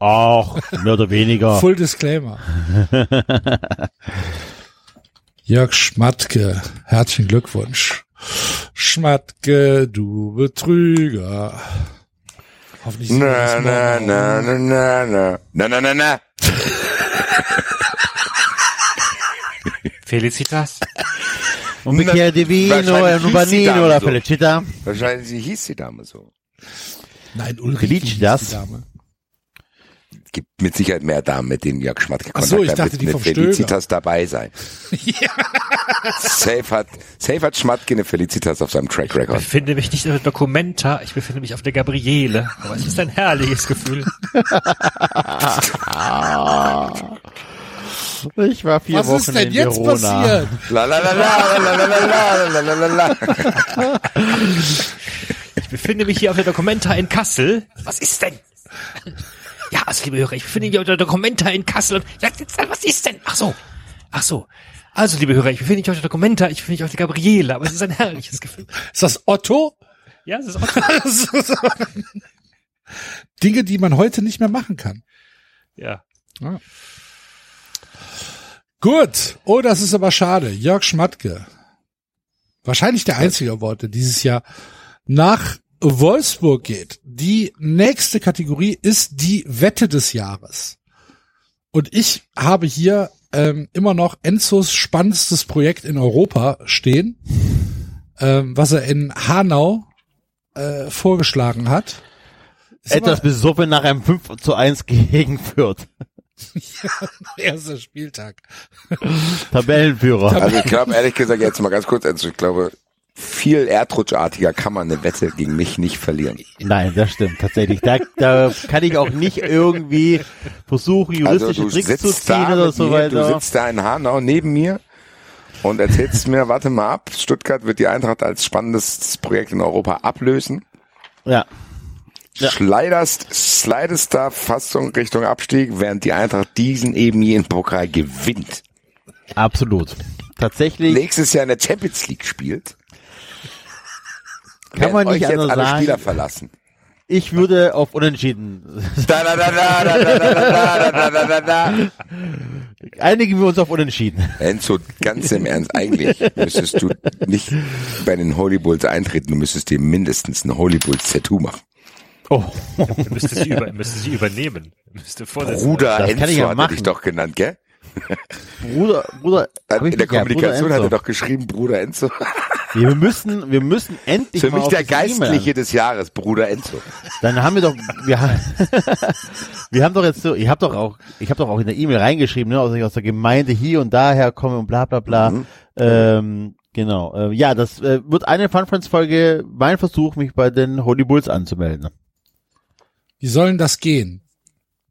[SPEAKER 3] Auch mehr oder weniger.
[SPEAKER 2] Full Disclaimer. Jörg Schmatke, herzlichen Glückwunsch. Schmatke, du Betrüger. Hoffentlich sind wir
[SPEAKER 4] Na,
[SPEAKER 2] Also, das
[SPEAKER 4] na,
[SPEAKER 2] morgen
[SPEAKER 4] na,
[SPEAKER 2] auch.
[SPEAKER 4] na, na, na. Na, na, na, na.
[SPEAKER 5] Felicitas.
[SPEAKER 3] Und Bikea Divino,
[SPEAKER 4] Wahrscheinlich
[SPEAKER 3] El Nubanin
[SPEAKER 4] hieß die
[SPEAKER 3] oder
[SPEAKER 4] Dame so.
[SPEAKER 3] Felicita.
[SPEAKER 4] Wahrscheinlich hieß die Dame so.
[SPEAKER 2] Nein, Ulrike
[SPEAKER 3] Glitsch
[SPEAKER 2] hieß
[SPEAKER 3] das?
[SPEAKER 2] die Dame.
[SPEAKER 4] Gibt mit Sicherheit mehr Damen, mit denen Jörg Schmatke
[SPEAKER 2] Ach
[SPEAKER 4] Kontakt
[SPEAKER 2] so, ich
[SPEAKER 4] hat,
[SPEAKER 2] dachte,
[SPEAKER 4] wird
[SPEAKER 2] die
[SPEAKER 4] eine
[SPEAKER 2] vom Stöger.
[SPEAKER 4] Felicitas dabei sein. Safe hat, safe hat Schmatke eine Felicitas auf seinem Track
[SPEAKER 5] Ich
[SPEAKER 4] Record.
[SPEAKER 5] befinde mich nicht auf der Documenta, ich befinde mich auf der Gabriele. Aber es ist ein herrliches Gefühl.
[SPEAKER 3] Ich war vier
[SPEAKER 2] Was
[SPEAKER 3] Wochen
[SPEAKER 2] ist denn
[SPEAKER 3] in
[SPEAKER 2] jetzt
[SPEAKER 3] Verona.
[SPEAKER 2] passiert?
[SPEAKER 4] La, la, la, la, la, la, la, la, la, la, la, la.
[SPEAKER 5] Ich befinde mich hier auf der Documenta in Kassel.
[SPEAKER 6] Was ist denn?
[SPEAKER 5] Ja, also liebe Hörer, ich befinde mich auf der Documenta in Kassel. Und, ja, jetzt, was ist denn? Ach so. Ach so. Also, liebe Hörer, ich befinde mich auf der Documenta, ich befinde mich auf der Gabriele, aber es ist ein herrliches Gefühl.
[SPEAKER 2] Ist das Otto?
[SPEAKER 5] Ja, es ist auch
[SPEAKER 2] Das ist- Dinge, die man heute nicht mehr machen kann.
[SPEAKER 5] Ja.
[SPEAKER 2] Gut. Oh, das ist aber schade. Jörg Schmatke. Wahrscheinlich der einzige Award, der dieses Jahr nach Wolfsburg geht. Die nächste Kategorie ist die Wette des Jahres. Und ich habe hier ähm, immer noch Enzos spannendstes Projekt in Europa stehen, ähm, was er in Hanau äh, vorgeschlagen hat. Ist
[SPEAKER 3] Etwas besoffen nach einem 5 zu 1 gegen Fürth.
[SPEAKER 2] aber erster Spieltag.
[SPEAKER 3] Tabellenführer.
[SPEAKER 4] Also ich glaube, ehrlich gesagt, jetzt mal ganz kurz, also ich glaube, viel erdrutschartiger kann man eine Wette gegen mich nicht verlieren.
[SPEAKER 3] Nein, das stimmt tatsächlich. Da, da kann ich auch nicht irgendwie versuchen,
[SPEAKER 4] Also
[SPEAKER 3] juristische
[SPEAKER 4] du
[SPEAKER 3] Tricks zu
[SPEAKER 4] sitzt
[SPEAKER 3] ziehen
[SPEAKER 4] da,
[SPEAKER 3] oder
[SPEAKER 4] mit
[SPEAKER 3] so
[SPEAKER 4] mir, du
[SPEAKER 3] weiter.
[SPEAKER 4] sitzt da in Hanau neben mir und erzählst mir, warte mal ab, Stuttgart wird die Eintracht als spannendes Projekt in Europa ablösen.
[SPEAKER 3] Ja. Ja.
[SPEAKER 4] Schleiderst, slidest da fast so in Richtung Abstieg, während die Eintracht diesen eben jeden Pokal gewinnt.
[SPEAKER 3] Absolut. Tatsächlich
[SPEAKER 4] Nächstes Jahr in der Champions League spielt.
[SPEAKER 3] kann man
[SPEAKER 4] Werden
[SPEAKER 3] nicht
[SPEAKER 4] euch jetzt
[SPEAKER 3] anders
[SPEAKER 4] alle
[SPEAKER 3] sagen.
[SPEAKER 4] Spieler verlassen.
[SPEAKER 3] Ich würde auf Unentschieden.
[SPEAKER 4] Da, da, da, da, da, da, da, da, da, da, da, da.
[SPEAKER 3] Einigen wir uns auf Unentschieden.
[SPEAKER 4] Enzo, ganz im Ernst, eigentlich müsstest du nicht bei den Holy Bulls eintreten, du müsstest dir mindestens ein Holy Bulls Tattoo machen.
[SPEAKER 3] Oh.
[SPEAKER 5] Er müsste sie, über, er müsste sie übernehmen. Er müsste vorsitzen.
[SPEAKER 4] Bruder
[SPEAKER 3] Das kann
[SPEAKER 4] Enzo
[SPEAKER 3] ich ja
[SPEAKER 4] hat er
[SPEAKER 3] machen.
[SPEAKER 4] dich doch genannt, gell?
[SPEAKER 3] Bruder, Bruder. hab ich
[SPEAKER 4] In der
[SPEAKER 3] nicht gehabt.
[SPEAKER 4] Kommunikation
[SPEAKER 3] Bruder
[SPEAKER 4] hat er
[SPEAKER 3] Enzo.
[SPEAKER 4] doch geschrieben, Bruder Enzo.
[SPEAKER 3] Wir müssen, wir müssen endlich
[SPEAKER 4] Für
[SPEAKER 3] mal
[SPEAKER 4] mich
[SPEAKER 3] auf
[SPEAKER 4] der
[SPEAKER 3] das E-Mail an.
[SPEAKER 4] Geistliche des Jahres, Bruder Enzo.
[SPEAKER 3] Dann haben wir doch, wir haben, wir haben doch jetzt so, ich habe doch auch, ich habe doch auch in der E-Mail reingeschrieben, ne, aus, aus der Gemeinde hier und daher komme und bla bla bla. Ähm, genau. Äh, ja, das äh, wird eine Fun Friends Folge, mein Versuch, mich bei den Holy Bulls anzumelden.
[SPEAKER 2] Wie sollen das gehen?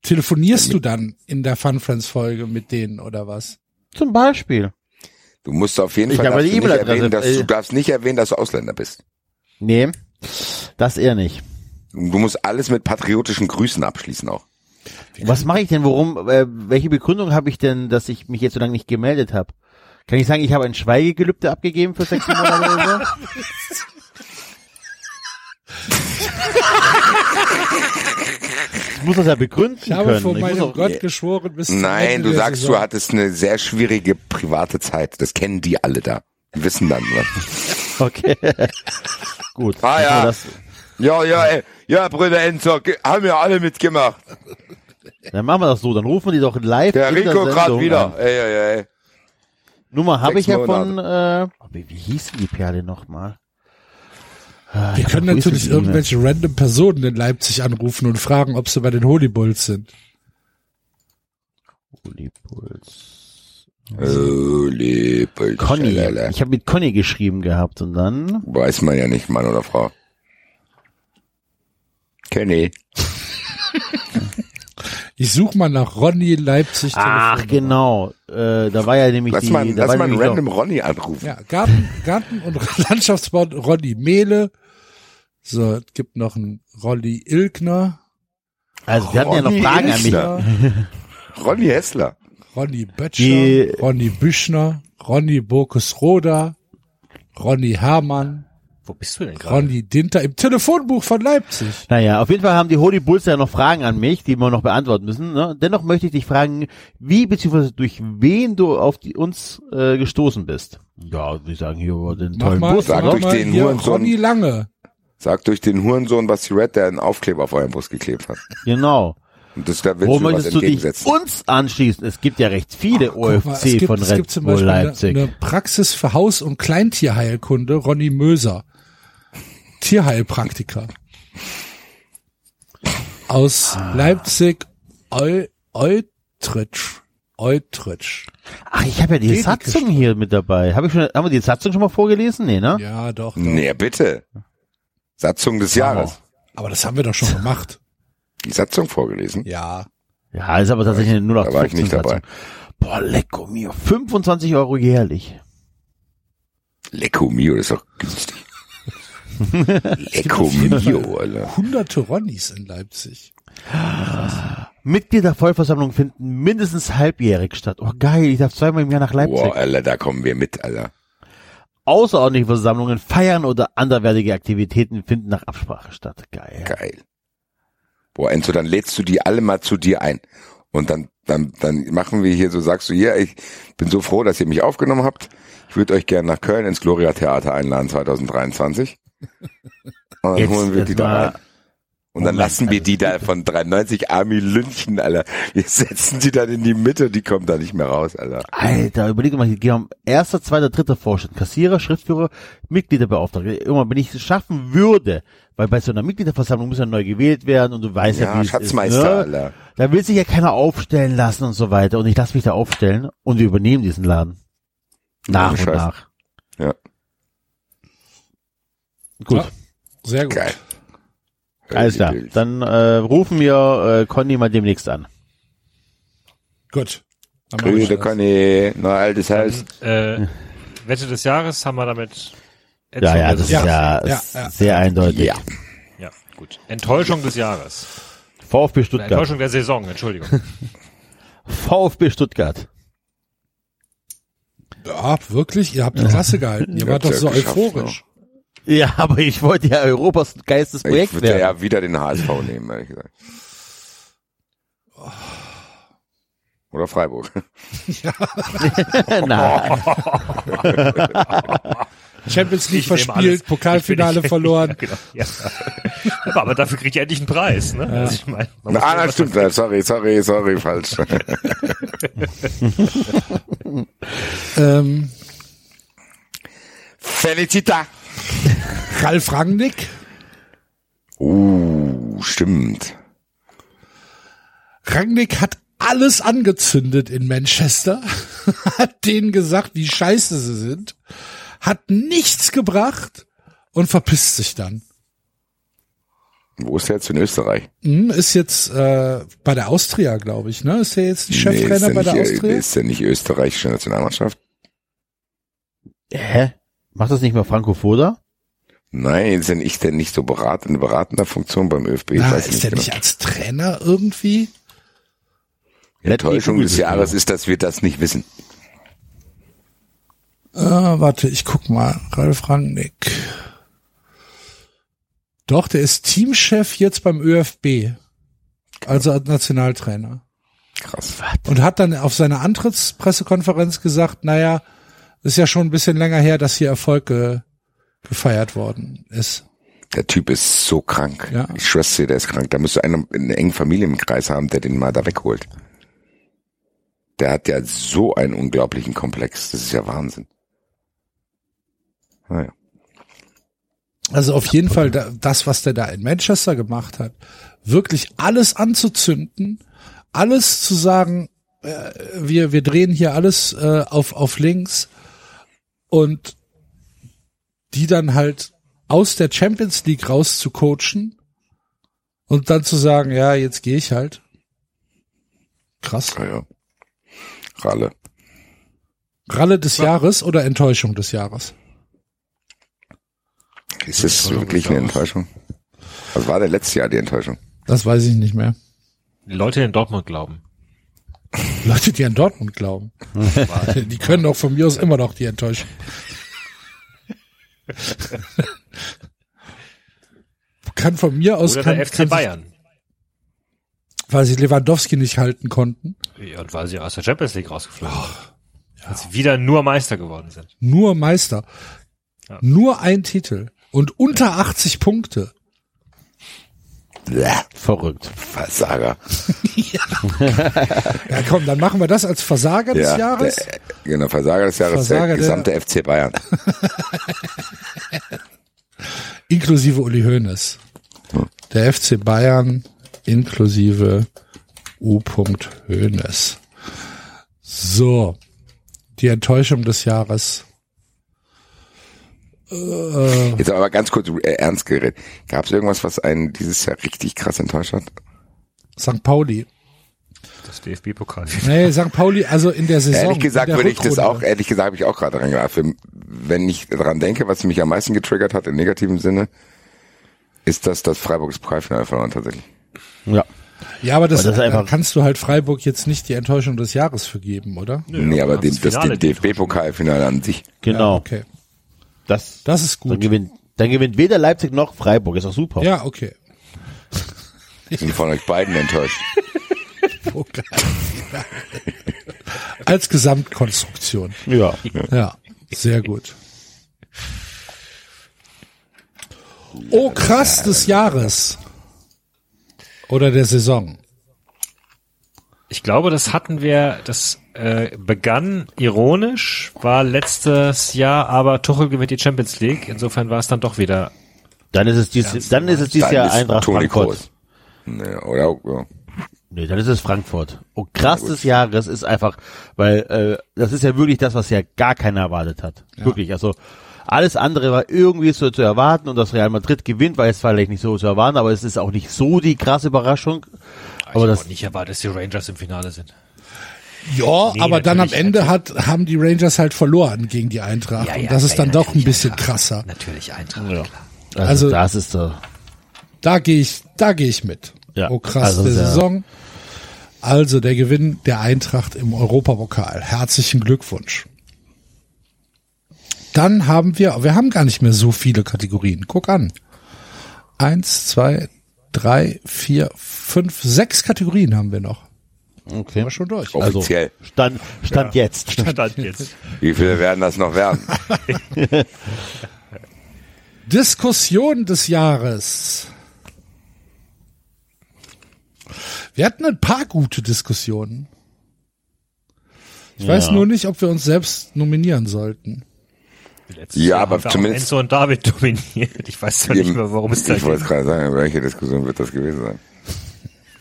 [SPEAKER 2] Telefonierst du dann in der Fun Friends Folge mit denen oder was?
[SPEAKER 3] Zum Beispiel.
[SPEAKER 4] Du musst auf jeden
[SPEAKER 3] Ich
[SPEAKER 4] Fall
[SPEAKER 3] habe die
[SPEAKER 4] darfst
[SPEAKER 3] Äh.
[SPEAKER 4] du nicht
[SPEAKER 3] E-Mail-Adresse,
[SPEAKER 4] erwähnen, dass
[SPEAKER 3] äh.
[SPEAKER 4] du darfst nicht erwähnen, dass du Ausländer bist.
[SPEAKER 3] Nee, das eher nicht.
[SPEAKER 4] Du musst alles mit patriotischen Grüßen abschließen auch.
[SPEAKER 3] Was mache ich denn? Worum? Äh, welche Begründung habe ich denn, dass ich mich jetzt so lange nicht gemeldet habe? Kann ich sagen, ich habe ein Schweigegelübde abgegeben für sechs Monate oder so? Ich muss das ja begründen
[SPEAKER 2] Ich habe
[SPEAKER 3] können.
[SPEAKER 2] vor
[SPEAKER 3] ich muss
[SPEAKER 2] meinem
[SPEAKER 3] auch,
[SPEAKER 2] Gott geschworen, bis zum
[SPEAKER 4] Nein,
[SPEAKER 2] Ende
[SPEAKER 4] du
[SPEAKER 2] der
[SPEAKER 4] sagst,
[SPEAKER 2] Saison.
[SPEAKER 4] du hattest eine sehr schwierige private Zeit. Das kennen die alle da. Die wissen dann was.
[SPEAKER 3] Okay. Gut.
[SPEAKER 4] Ah, ja.
[SPEAKER 3] Das,
[SPEAKER 4] Ja, ja, ey, ja, Brüder Enzo, ge- haben ja alle mitgemacht.
[SPEAKER 3] dann machen wir das so. Dann rufen wir die doch live.
[SPEAKER 4] Der
[SPEAKER 3] in
[SPEAKER 4] Rico gerade
[SPEAKER 3] Sendung
[SPEAKER 4] wieder.
[SPEAKER 3] An.
[SPEAKER 4] Ey, ey, ey.
[SPEAKER 3] Nummer habe
[SPEAKER 4] Sechs
[SPEAKER 3] ich ja von. Äh, oh, wie, wie hieß die Perle Ah, nochmal?
[SPEAKER 2] Wir können
[SPEAKER 3] Wo ist
[SPEAKER 2] natürlich
[SPEAKER 3] die E-Mail?
[SPEAKER 2] irgendwelche random Personen in Leipzig anrufen und fragen, ob sie bei den Holy Bulls sind.
[SPEAKER 3] Uli Puls.
[SPEAKER 4] Oh, liebe
[SPEAKER 3] Conny.
[SPEAKER 4] Schalala.
[SPEAKER 3] Ich habe mit Conny geschrieben gehabt und dann.
[SPEAKER 4] Weiß man ja nicht, Mann oder Frau. Kenny.
[SPEAKER 2] Ich suche mal nach Ronny Leipzig.
[SPEAKER 3] Ach
[SPEAKER 2] Telefonnummer.
[SPEAKER 3] genau, äh, da war ja nämlich
[SPEAKER 4] Lass
[SPEAKER 3] die,
[SPEAKER 4] mal,
[SPEAKER 3] da
[SPEAKER 4] lass
[SPEAKER 3] war
[SPEAKER 4] mal einen
[SPEAKER 3] nämlich
[SPEAKER 4] random
[SPEAKER 3] auch,
[SPEAKER 4] Ronny anrufen.
[SPEAKER 2] Ja, Garten, Garten und Landschaftsbau Ronny Mehle. So, es gibt noch einen Rolli Ilkner,
[SPEAKER 3] also wir hatten ja noch
[SPEAKER 4] Ronny
[SPEAKER 3] Fragen an mich.
[SPEAKER 4] Ilsner. Ronny Hessler.
[SPEAKER 2] Ronny Böttcher,
[SPEAKER 3] Die-
[SPEAKER 2] Ronny Büchner, Ronny Bokus Roda, Ronny Hermann,
[SPEAKER 5] Wo bist du denn gerade?
[SPEAKER 2] Ronny Dinter im Telefonbuch von Leipzig.
[SPEAKER 3] Naja, auf jeden Fall haben die Holy Bulls ja noch Fragen an mich, die wir noch beantworten müssen. Ne? Dennoch möchte ich dich fragen, wie bzw. durch wen du auf die, uns äh, gestoßen bist. Ja, wir sagen hier über den
[SPEAKER 2] Mach
[SPEAKER 3] tollen
[SPEAKER 2] mal,
[SPEAKER 3] Bus.
[SPEAKER 4] Sag
[SPEAKER 2] mach
[SPEAKER 4] durch
[SPEAKER 2] mal
[SPEAKER 4] den
[SPEAKER 2] hier
[SPEAKER 4] Hurensohn.
[SPEAKER 2] Ronny Lange.
[SPEAKER 4] Sag durch den Hurensohn Basti Red, der einen Aufkleber auf euren Bus geklebt hat.
[SPEAKER 3] Genau.
[SPEAKER 4] Und das, da willst
[SPEAKER 3] Wo
[SPEAKER 4] du was
[SPEAKER 3] möchtest du Oh, dich
[SPEAKER 4] entgegensetzen.
[SPEAKER 3] uns anschließen? Es gibt ja recht viele
[SPEAKER 2] Guck mal,
[SPEAKER 3] OFC von
[SPEAKER 2] es gibt
[SPEAKER 3] Red
[SPEAKER 2] zum
[SPEAKER 3] Bull
[SPEAKER 2] Beispiel eine,
[SPEAKER 3] Leipzig.
[SPEAKER 2] eine Praxis für Haus- und Kleintierheilkunde, Ronny Möser. Tierheilpraktiker. Aus
[SPEAKER 4] Ah.
[SPEAKER 2] Leipzig, Eu- Eutritsch. Eutritsch.
[SPEAKER 3] Ach, ich habe ja die
[SPEAKER 2] Dänisch
[SPEAKER 3] Satzung hier mit dabei. Hab ich schon, haben wir die Satzung schon mal vorgelesen? Nee, ne?
[SPEAKER 2] Ja, doch. doch.
[SPEAKER 4] Nee, bitte. Satzung des Jahres.
[SPEAKER 2] Aber das haben wir doch schon gemacht.
[SPEAKER 4] Die Satzung vorgelesen.
[SPEAKER 2] Ja.
[SPEAKER 3] Ja, ist aber tatsächlich eine
[SPEAKER 4] Da war ich
[SPEAKER 3] 0815
[SPEAKER 4] nicht dabei.
[SPEAKER 3] Satzung. Boah, lecko mio. 25 Euro jährlich.
[SPEAKER 4] Lecco Mio, das ist doch günstig. Lecco Mio, Alter.
[SPEAKER 2] Hunderte Ronnys in Leipzig.
[SPEAKER 3] Mitglied der Vollversammlung finden mindestens halbjährig statt. Oh geil, ich darf zweimal im Jahr nach Leipzig.
[SPEAKER 4] Wow, Alter, da kommen wir mit, Alter.
[SPEAKER 3] Außerordentliche Versammlungen, Feiern oder anderweitige Aktivitäten finden nach Absprache statt. Geil.
[SPEAKER 4] Geil. Boah, Enzo, dann lädst du die alle mal zu dir ein. Und dann, dann, dann machen wir hier so, sagst du, ja, ich bin so froh, dass ihr mich aufgenommen habt. Ich würde euch gerne nach Köln ins Gloria Theater einladen 2023. Und dann
[SPEAKER 3] Jetzt
[SPEAKER 4] holen wir die
[SPEAKER 3] erst
[SPEAKER 4] da
[SPEAKER 3] mal-
[SPEAKER 4] rein. Und dann
[SPEAKER 3] Moment,
[SPEAKER 4] lassen wir
[SPEAKER 3] also-
[SPEAKER 4] die da von 93 Army lynchen, Alter. Wir setzen die dann in die Mitte, die kommen da nicht mehr raus, Alter.
[SPEAKER 3] Alter, überleg mal, hier haben erster, zweiter, dritter Vorstand, Kassierer, Schriftführer, Mitgliederbeauftragter. Irgendwann, wenn ich es schaffen würde, weil bei so einer Mitgliederversammlung muss ja neu gewählt werden und du weißt ja,
[SPEAKER 4] Ja,
[SPEAKER 3] wie es ist.
[SPEAKER 4] Schatzmeister,
[SPEAKER 3] Ne?
[SPEAKER 4] Alter.
[SPEAKER 3] Da will sich ja keiner aufstellen lassen und so weiter. Und ich lasse mich da aufstellen und wir übernehmen diesen Laden. Nach
[SPEAKER 4] Ohne
[SPEAKER 3] und
[SPEAKER 4] Scheiß.
[SPEAKER 3] nach.
[SPEAKER 4] Ja.
[SPEAKER 3] Gut,
[SPEAKER 2] Ja, sehr gut.
[SPEAKER 4] Geil.
[SPEAKER 3] alles klar.
[SPEAKER 4] Hölle, Alter.
[SPEAKER 3] Dann äh, rufen wir äh, Conny mal demnächst an.
[SPEAKER 2] Gut. Dann machen wir
[SPEAKER 4] Grüße,
[SPEAKER 2] das.
[SPEAKER 4] Conny, neues altes Haus.
[SPEAKER 5] Äh, Wette des Jahres haben wir damit.
[SPEAKER 3] Ja, ja, das ist ja,
[SPEAKER 2] Ja, ja,
[SPEAKER 3] ist
[SPEAKER 2] ja.
[SPEAKER 3] sehr eindeutig.
[SPEAKER 4] Ja.
[SPEAKER 5] ja, gut. Enttäuschung des Jahres.
[SPEAKER 3] VfB Stuttgart.
[SPEAKER 5] Enttäuschung der Saison, Entschuldigung.
[SPEAKER 3] VfB Stuttgart.
[SPEAKER 2] Ja, wirklich? Ihr habt die Klasse gehalten. Ihr wart doch
[SPEAKER 4] habt's ja
[SPEAKER 2] so
[SPEAKER 4] geschafft,
[SPEAKER 2] euphorisch.
[SPEAKER 3] Ja, aber ich wollte ja Europas geilstes
[SPEAKER 4] Ich
[SPEAKER 3] Projekt
[SPEAKER 4] würde
[SPEAKER 3] werden.
[SPEAKER 4] ja wieder den HSV nehmen, ehrlich gesagt. Oder Freiburg.
[SPEAKER 3] Nein.
[SPEAKER 2] Champions League
[SPEAKER 5] Ich nehme alles.
[SPEAKER 2] verspielt, Pokalfinale
[SPEAKER 5] Ich bin-
[SPEAKER 2] verloren.
[SPEAKER 5] Ja, genau. ja. aber, aber dafür kriege ich endlich einen Preis. Ne? Also ich meine, man muss
[SPEAKER 4] Ah,
[SPEAKER 5] ja
[SPEAKER 4] nein,
[SPEAKER 5] was-
[SPEAKER 4] stimmt. nein, Sorry, sorry, sorry, falsch.
[SPEAKER 2] Ähm,
[SPEAKER 4] Felicita.
[SPEAKER 2] Ralf Rangnick.
[SPEAKER 4] Uh, stimmt.
[SPEAKER 2] Rangnick hat alles angezündet in Manchester, hat denen gesagt, wie scheiße sie sind, hat nichts gebracht und verpisst sich dann.
[SPEAKER 4] Wo ist der jetzt in Österreich?
[SPEAKER 2] Hm, Ist jetzt äh, bei der Austria, glaube ich, ne? Ist der jetzt nicht
[SPEAKER 4] Nee, ist
[SPEAKER 2] Cheftrainer
[SPEAKER 4] der
[SPEAKER 2] bei der
[SPEAKER 4] nicht,
[SPEAKER 2] Austria?
[SPEAKER 4] Ist der nicht österreichische Nationalmannschaft?
[SPEAKER 3] Hä? Macht das nicht mehr Franco Foda?
[SPEAKER 4] Nein, sind ich denn nicht so beraten, in beratender Funktion beim ÖFB? Ich
[SPEAKER 2] Na,
[SPEAKER 4] weiß
[SPEAKER 2] ist
[SPEAKER 4] nicht
[SPEAKER 2] der
[SPEAKER 4] genau.
[SPEAKER 2] nicht als Trainer irgendwie?
[SPEAKER 4] Die Enttäuschung des Jahres ist, dass wir das nicht wissen.
[SPEAKER 2] Äh, warte, ich guck mal. Ralf Rangnick. Doch, der ist Teamchef jetzt beim ÖFB. Also als Nationaltrainer.
[SPEAKER 4] Krass.
[SPEAKER 2] Und hat dann auf seiner Antrittspressekonferenz gesagt, naja, ist ja schon ein bisschen länger her, dass hier Erfolg äh, gefeiert worden ist.
[SPEAKER 4] Der Typ ist so krank.
[SPEAKER 2] Ja.
[SPEAKER 4] Ich schwör's dir, der ist krank. Da musst du einen, einen engen Familienkreis haben, der den mal da wegholt. Der hat ja so einen unglaublichen Komplex. Das ist ja Wahnsinn. Ah Naja.
[SPEAKER 2] Also auf jeden Fall da, das, was der da in Manchester gemacht hat, wirklich alles anzuzünden, alles zu sagen, äh, wir wir drehen hier alles äh, auf auf links und die dann halt aus der Champions League raus zu coachen und dann zu sagen, ja, jetzt gehe ich halt. Krass.
[SPEAKER 4] Naja. Ah Ralle.
[SPEAKER 2] Ralle des Jahres oder Enttäuschung des Jahres?
[SPEAKER 4] Ist es wirklich eine Enttäuschung? Was war denn letztes Jahr die Enttäuschung?
[SPEAKER 2] Das weiß ich nicht mehr.
[SPEAKER 5] Die Leute in Dortmund glauben.
[SPEAKER 2] Leute, die an Dortmund glauben. die können auch von mir aus immer noch die enttäuschen. kann von mir aus
[SPEAKER 5] Oder
[SPEAKER 2] kann,
[SPEAKER 5] der FC
[SPEAKER 2] kann
[SPEAKER 5] Bayern.
[SPEAKER 2] Sich, weil sie Lewandowski nicht halten konnten.
[SPEAKER 5] Ja, und weil sie aus der Champions League rausgeflogen
[SPEAKER 2] Oh,
[SPEAKER 5] sind. Weil sie wieder nur Meister geworden sind.
[SPEAKER 2] Nur Meister.
[SPEAKER 5] Ja.
[SPEAKER 2] Nur ein Titel. Und unter 80 Punkte.
[SPEAKER 4] Bleh,
[SPEAKER 3] Verrückt.
[SPEAKER 4] Versager.
[SPEAKER 2] Ja komm, dann machen wir das als Versager des Jahres.
[SPEAKER 4] Der, genau, Versager des Jahres,
[SPEAKER 2] Versager
[SPEAKER 4] der
[SPEAKER 2] der-
[SPEAKER 4] gesamte FC Bayern.
[SPEAKER 2] inklusive Uli Hoeneß. Der FC Bayern inklusive U. Hoeneß. So, die Enttäuschung des Jahres.
[SPEAKER 4] Jetzt aber ganz kurz äh, ernst geredet. Gab es irgendwas, was einen dieses Jahr richtig krass enttäuscht hat?
[SPEAKER 2] St. Pauli.
[SPEAKER 5] Das DFB-Pokal.
[SPEAKER 2] Nee, St. Pauli, also in der Saison.
[SPEAKER 4] Ehrlich gesagt
[SPEAKER 2] in der
[SPEAKER 4] würde ich das auch,
[SPEAKER 2] Rückrunde.
[SPEAKER 4] ehrlich gesagt habe ich auch gerade dran gedacht. Für- Wenn ich dran denke, was mich am meisten getriggert hat im negativen Sinne, ist das das Freiburgs Pokalfinale verloren tatsächlich.
[SPEAKER 3] Ja.
[SPEAKER 2] Ja, aber das,
[SPEAKER 3] Weil das
[SPEAKER 2] da
[SPEAKER 3] einfach-
[SPEAKER 2] kannst du halt Freiburg jetzt nicht die Enttäuschung des Jahres vergeben, oder?
[SPEAKER 4] nee, aber dem,
[SPEAKER 5] das
[SPEAKER 4] das,
[SPEAKER 5] Finale, ne?
[SPEAKER 4] dem DFB-Pokalfinale an sich.
[SPEAKER 3] Genau.
[SPEAKER 2] Ja, okay.
[SPEAKER 3] Das,
[SPEAKER 2] Das ist
[SPEAKER 3] dann,
[SPEAKER 2] gut.
[SPEAKER 3] gewinnt, dann gewinnt weder Leipzig noch Freiburg. Ist auch super.
[SPEAKER 2] Ja, okay.
[SPEAKER 4] Sind von euch beiden enttäuscht.
[SPEAKER 2] Pokal. Als Gesamtkonstruktion.
[SPEAKER 3] ja.
[SPEAKER 2] Ja, sehr gut. Oh, krass des Jahres. Oder der Saison.
[SPEAKER 5] Ich glaube, das hatten wir, das äh, begann ironisch, war letztes Jahr, aber Tuchel gewinnt die Champions League. Insofern war es dann doch wieder.
[SPEAKER 3] Dann ist es dies, dann ist es dies
[SPEAKER 4] genau. Dann
[SPEAKER 3] Jahr
[SPEAKER 4] ist
[SPEAKER 3] Eintracht
[SPEAKER 4] Toni
[SPEAKER 3] Frankfurt.
[SPEAKER 4] Kroos. Nee, oder, ja.
[SPEAKER 3] Nee, dann ist es Frankfurt. Und krass des Jahres ist einfach, weil äh, das ist ja wirklich das, was ja gar keiner erwartet hat. Wirklich. Also alles andere war irgendwie so zu erwarten und dass Real Madrid gewinnt, war jetzt vielleicht nicht so zu erwarten, aber es ist auch nicht so die krasse Überraschung. Aber
[SPEAKER 5] ich
[SPEAKER 3] das,
[SPEAKER 5] hab auch nicht erwartet, dass die Rangers im Finale sind.
[SPEAKER 2] Ja,
[SPEAKER 5] Nee,
[SPEAKER 2] aber dann am
[SPEAKER 5] natürlich.
[SPEAKER 2] Ende hat, haben die Rangers halt verloren gegen die Eintracht. und das ist dann doch ein bisschen krasser.
[SPEAKER 5] Natürlich Eintracht.
[SPEAKER 3] ja. also,
[SPEAKER 5] Ja.
[SPEAKER 2] Also-
[SPEAKER 3] das ist so.
[SPEAKER 2] Da gehe ich, da gehe ich mit.
[SPEAKER 3] Ja,
[SPEAKER 2] oh, krass
[SPEAKER 3] also
[SPEAKER 2] der
[SPEAKER 3] sehr-
[SPEAKER 2] Saison. Also der Gewinn der Eintracht im Europapokal. Herzlichen Glückwunsch. Dann haben wir, wir haben gar nicht mehr so viele Kategorien. Guck an. Eins, zwei, drei, vier, fünf, sechs Kategorien haben wir noch.
[SPEAKER 3] Okay.
[SPEAKER 2] War schon durch.
[SPEAKER 3] Also
[SPEAKER 4] Offiziell.
[SPEAKER 3] stand, stand jetzt.
[SPEAKER 5] Stand jetzt.
[SPEAKER 4] Wie viele werden das noch werden?
[SPEAKER 2] Diskussion des Jahres. Wir hatten ein paar gute Diskussionen. Ich weiß nur nicht, ob wir uns selbst nominieren sollten.
[SPEAKER 5] Letztes
[SPEAKER 4] Ja,
[SPEAKER 5] Jahr
[SPEAKER 4] aber
[SPEAKER 5] haben wir auch
[SPEAKER 4] zumindest-
[SPEAKER 5] Enzo und David dominiert. Ich weiß ja nicht mehr, warum es da
[SPEAKER 4] Ich wollte
[SPEAKER 5] ging.
[SPEAKER 4] gerade sagen, welche Diskussion wird das gewesen sein?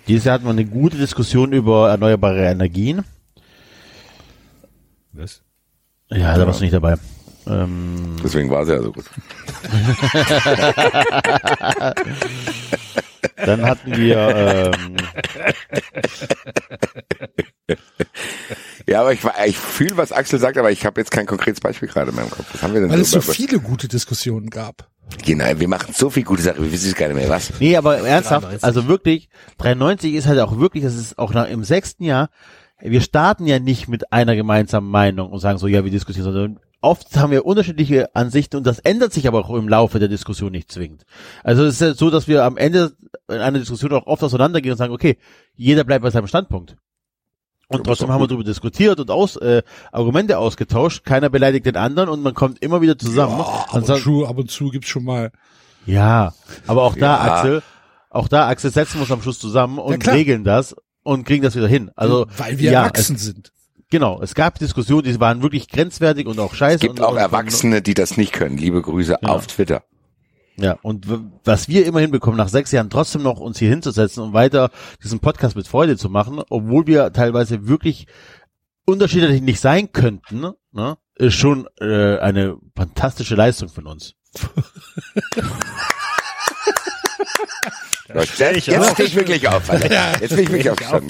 [SPEAKER 3] Dieses Jahr hatten wir eine gute Diskussion über erneuerbare Energien.
[SPEAKER 5] Was?
[SPEAKER 3] Ja, da warst du nicht dabei. Ähm,
[SPEAKER 4] Deswegen war sie ja so gut.
[SPEAKER 3] Dann hatten wir ähm,
[SPEAKER 4] Ja, aber ich, war- ich fühle, was Axel sagt, aber ich habe jetzt kein konkretes Beispiel gerade in meinem Kopf. Was haben wir denn
[SPEAKER 2] Weil es so
[SPEAKER 4] über-
[SPEAKER 2] viele gute Diskussionen gab.
[SPEAKER 4] Genau, wir machen so viel gute Sachen, wir wissen gar nicht mehr was.
[SPEAKER 3] Nee, aber ernsthaft,
[SPEAKER 5] 93.
[SPEAKER 3] also wirklich, 93 ist halt auch wirklich, das ist auch nach, im sechsten Jahr, wir starten ja nicht mit einer gemeinsamen Meinung und sagen so, ja, wir diskutieren, sondern oft haben wir unterschiedliche Ansichten und das ändert sich aber auch im Laufe der Diskussion nicht zwingend. Also es ist ja so, dass wir am Ende in einer Diskussion auch oft auseinandergehen und sagen, okay, jeder bleibt bei seinem Standpunkt. Und
[SPEAKER 4] Das ist
[SPEAKER 3] trotzdem
[SPEAKER 4] doch
[SPEAKER 3] haben wir
[SPEAKER 4] gut.
[SPEAKER 3] darüber diskutiert und aus, äh, Argumente ausgetauscht, keiner beleidigt den anderen und man kommt immer wieder zusammen.
[SPEAKER 2] Ab
[SPEAKER 3] Und
[SPEAKER 2] und,
[SPEAKER 3] so-
[SPEAKER 2] zu, ab und zu gibt's schon mal.
[SPEAKER 3] ja, aber auch da,
[SPEAKER 4] Ja.
[SPEAKER 3] Axel, auch da, Axel, setzen wir uns am Schluss zusammen
[SPEAKER 2] Ja,
[SPEAKER 3] und
[SPEAKER 2] klar.
[SPEAKER 3] regeln das und kriegen das wieder hin. Also,
[SPEAKER 2] weil wir
[SPEAKER 3] ja,
[SPEAKER 2] erwachsen sind.
[SPEAKER 3] Es, genau, es gab Diskussionen, die waren wirklich grenzwertig und auch scheiße.
[SPEAKER 4] Es gibt
[SPEAKER 3] und,
[SPEAKER 4] auch
[SPEAKER 3] und,
[SPEAKER 4] Erwachsene, die das nicht können. Liebe Grüße
[SPEAKER 3] Ja.
[SPEAKER 4] auf Twitter.
[SPEAKER 3] Ja, und w- was wir immer hinbekommen, nach sechs Jahren trotzdem noch uns hier hinzusetzen und weiter diesen Podcast mit Freude zu machen, obwohl wir teilweise wirklich unterschiedlich nicht sein könnten, ne, ist schon äh, eine fantastische Leistung von uns.
[SPEAKER 4] Jetzt
[SPEAKER 5] steh ich
[SPEAKER 4] jetzt
[SPEAKER 5] auf.
[SPEAKER 4] stehe ich wirklich auf. Alter. Jetzt bin ich wirklich aufgestanden.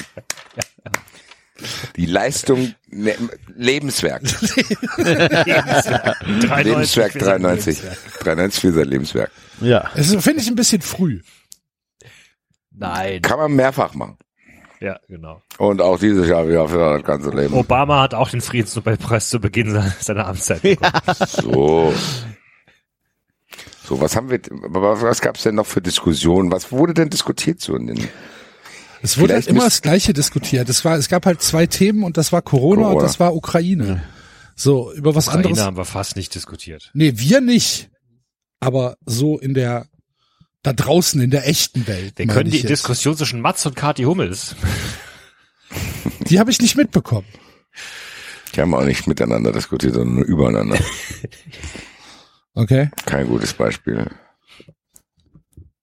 [SPEAKER 4] Die Leistung, ne, Lebenswerk. Lebenswerk 93. 93 für sein Lebenswerk.
[SPEAKER 3] Ja.
[SPEAKER 2] Es ist, finde ich ein bisschen früh.
[SPEAKER 5] Nein.
[SPEAKER 4] Kann man mehrfach machen.
[SPEAKER 5] Ja, genau.
[SPEAKER 4] Und auch dieses Jahr wieder für das ganze Leben.
[SPEAKER 5] Obama hat auch den Friedensnobelpreis zu Beginn se- seiner Amtszeit bekommen.
[SPEAKER 4] So. So, was haben wir, aber was gab's denn noch für Diskussionen? Was wurde denn diskutiert so in den,
[SPEAKER 2] Es wurde
[SPEAKER 4] Vielleicht
[SPEAKER 2] halt immer
[SPEAKER 4] müsst-
[SPEAKER 2] das Gleiche diskutiert. Es war, es gab halt zwei Themen und das war Corona, und
[SPEAKER 4] Corona. das
[SPEAKER 2] das war Ukraine. So, über was
[SPEAKER 5] Ukraine
[SPEAKER 2] anderes.
[SPEAKER 5] haben wir fast nicht diskutiert.
[SPEAKER 2] Nee, wir nicht. Aber so in der, da draußen in der echten Welt.
[SPEAKER 5] Wir
[SPEAKER 2] meine
[SPEAKER 5] können
[SPEAKER 2] ich
[SPEAKER 5] die
[SPEAKER 2] jetzt.
[SPEAKER 5] Diskussion zwischen Mats und Kati Hummels.
[SPEAKER 2] Die habe ich nicht mitbekommen.
[SPEAKER 4] die haben auch nicht miteinander diskutiert, sondern nur übereinander.
[SPEAKER 2] Okay.
[SPEAKER 4] Kein gutes Beispiel.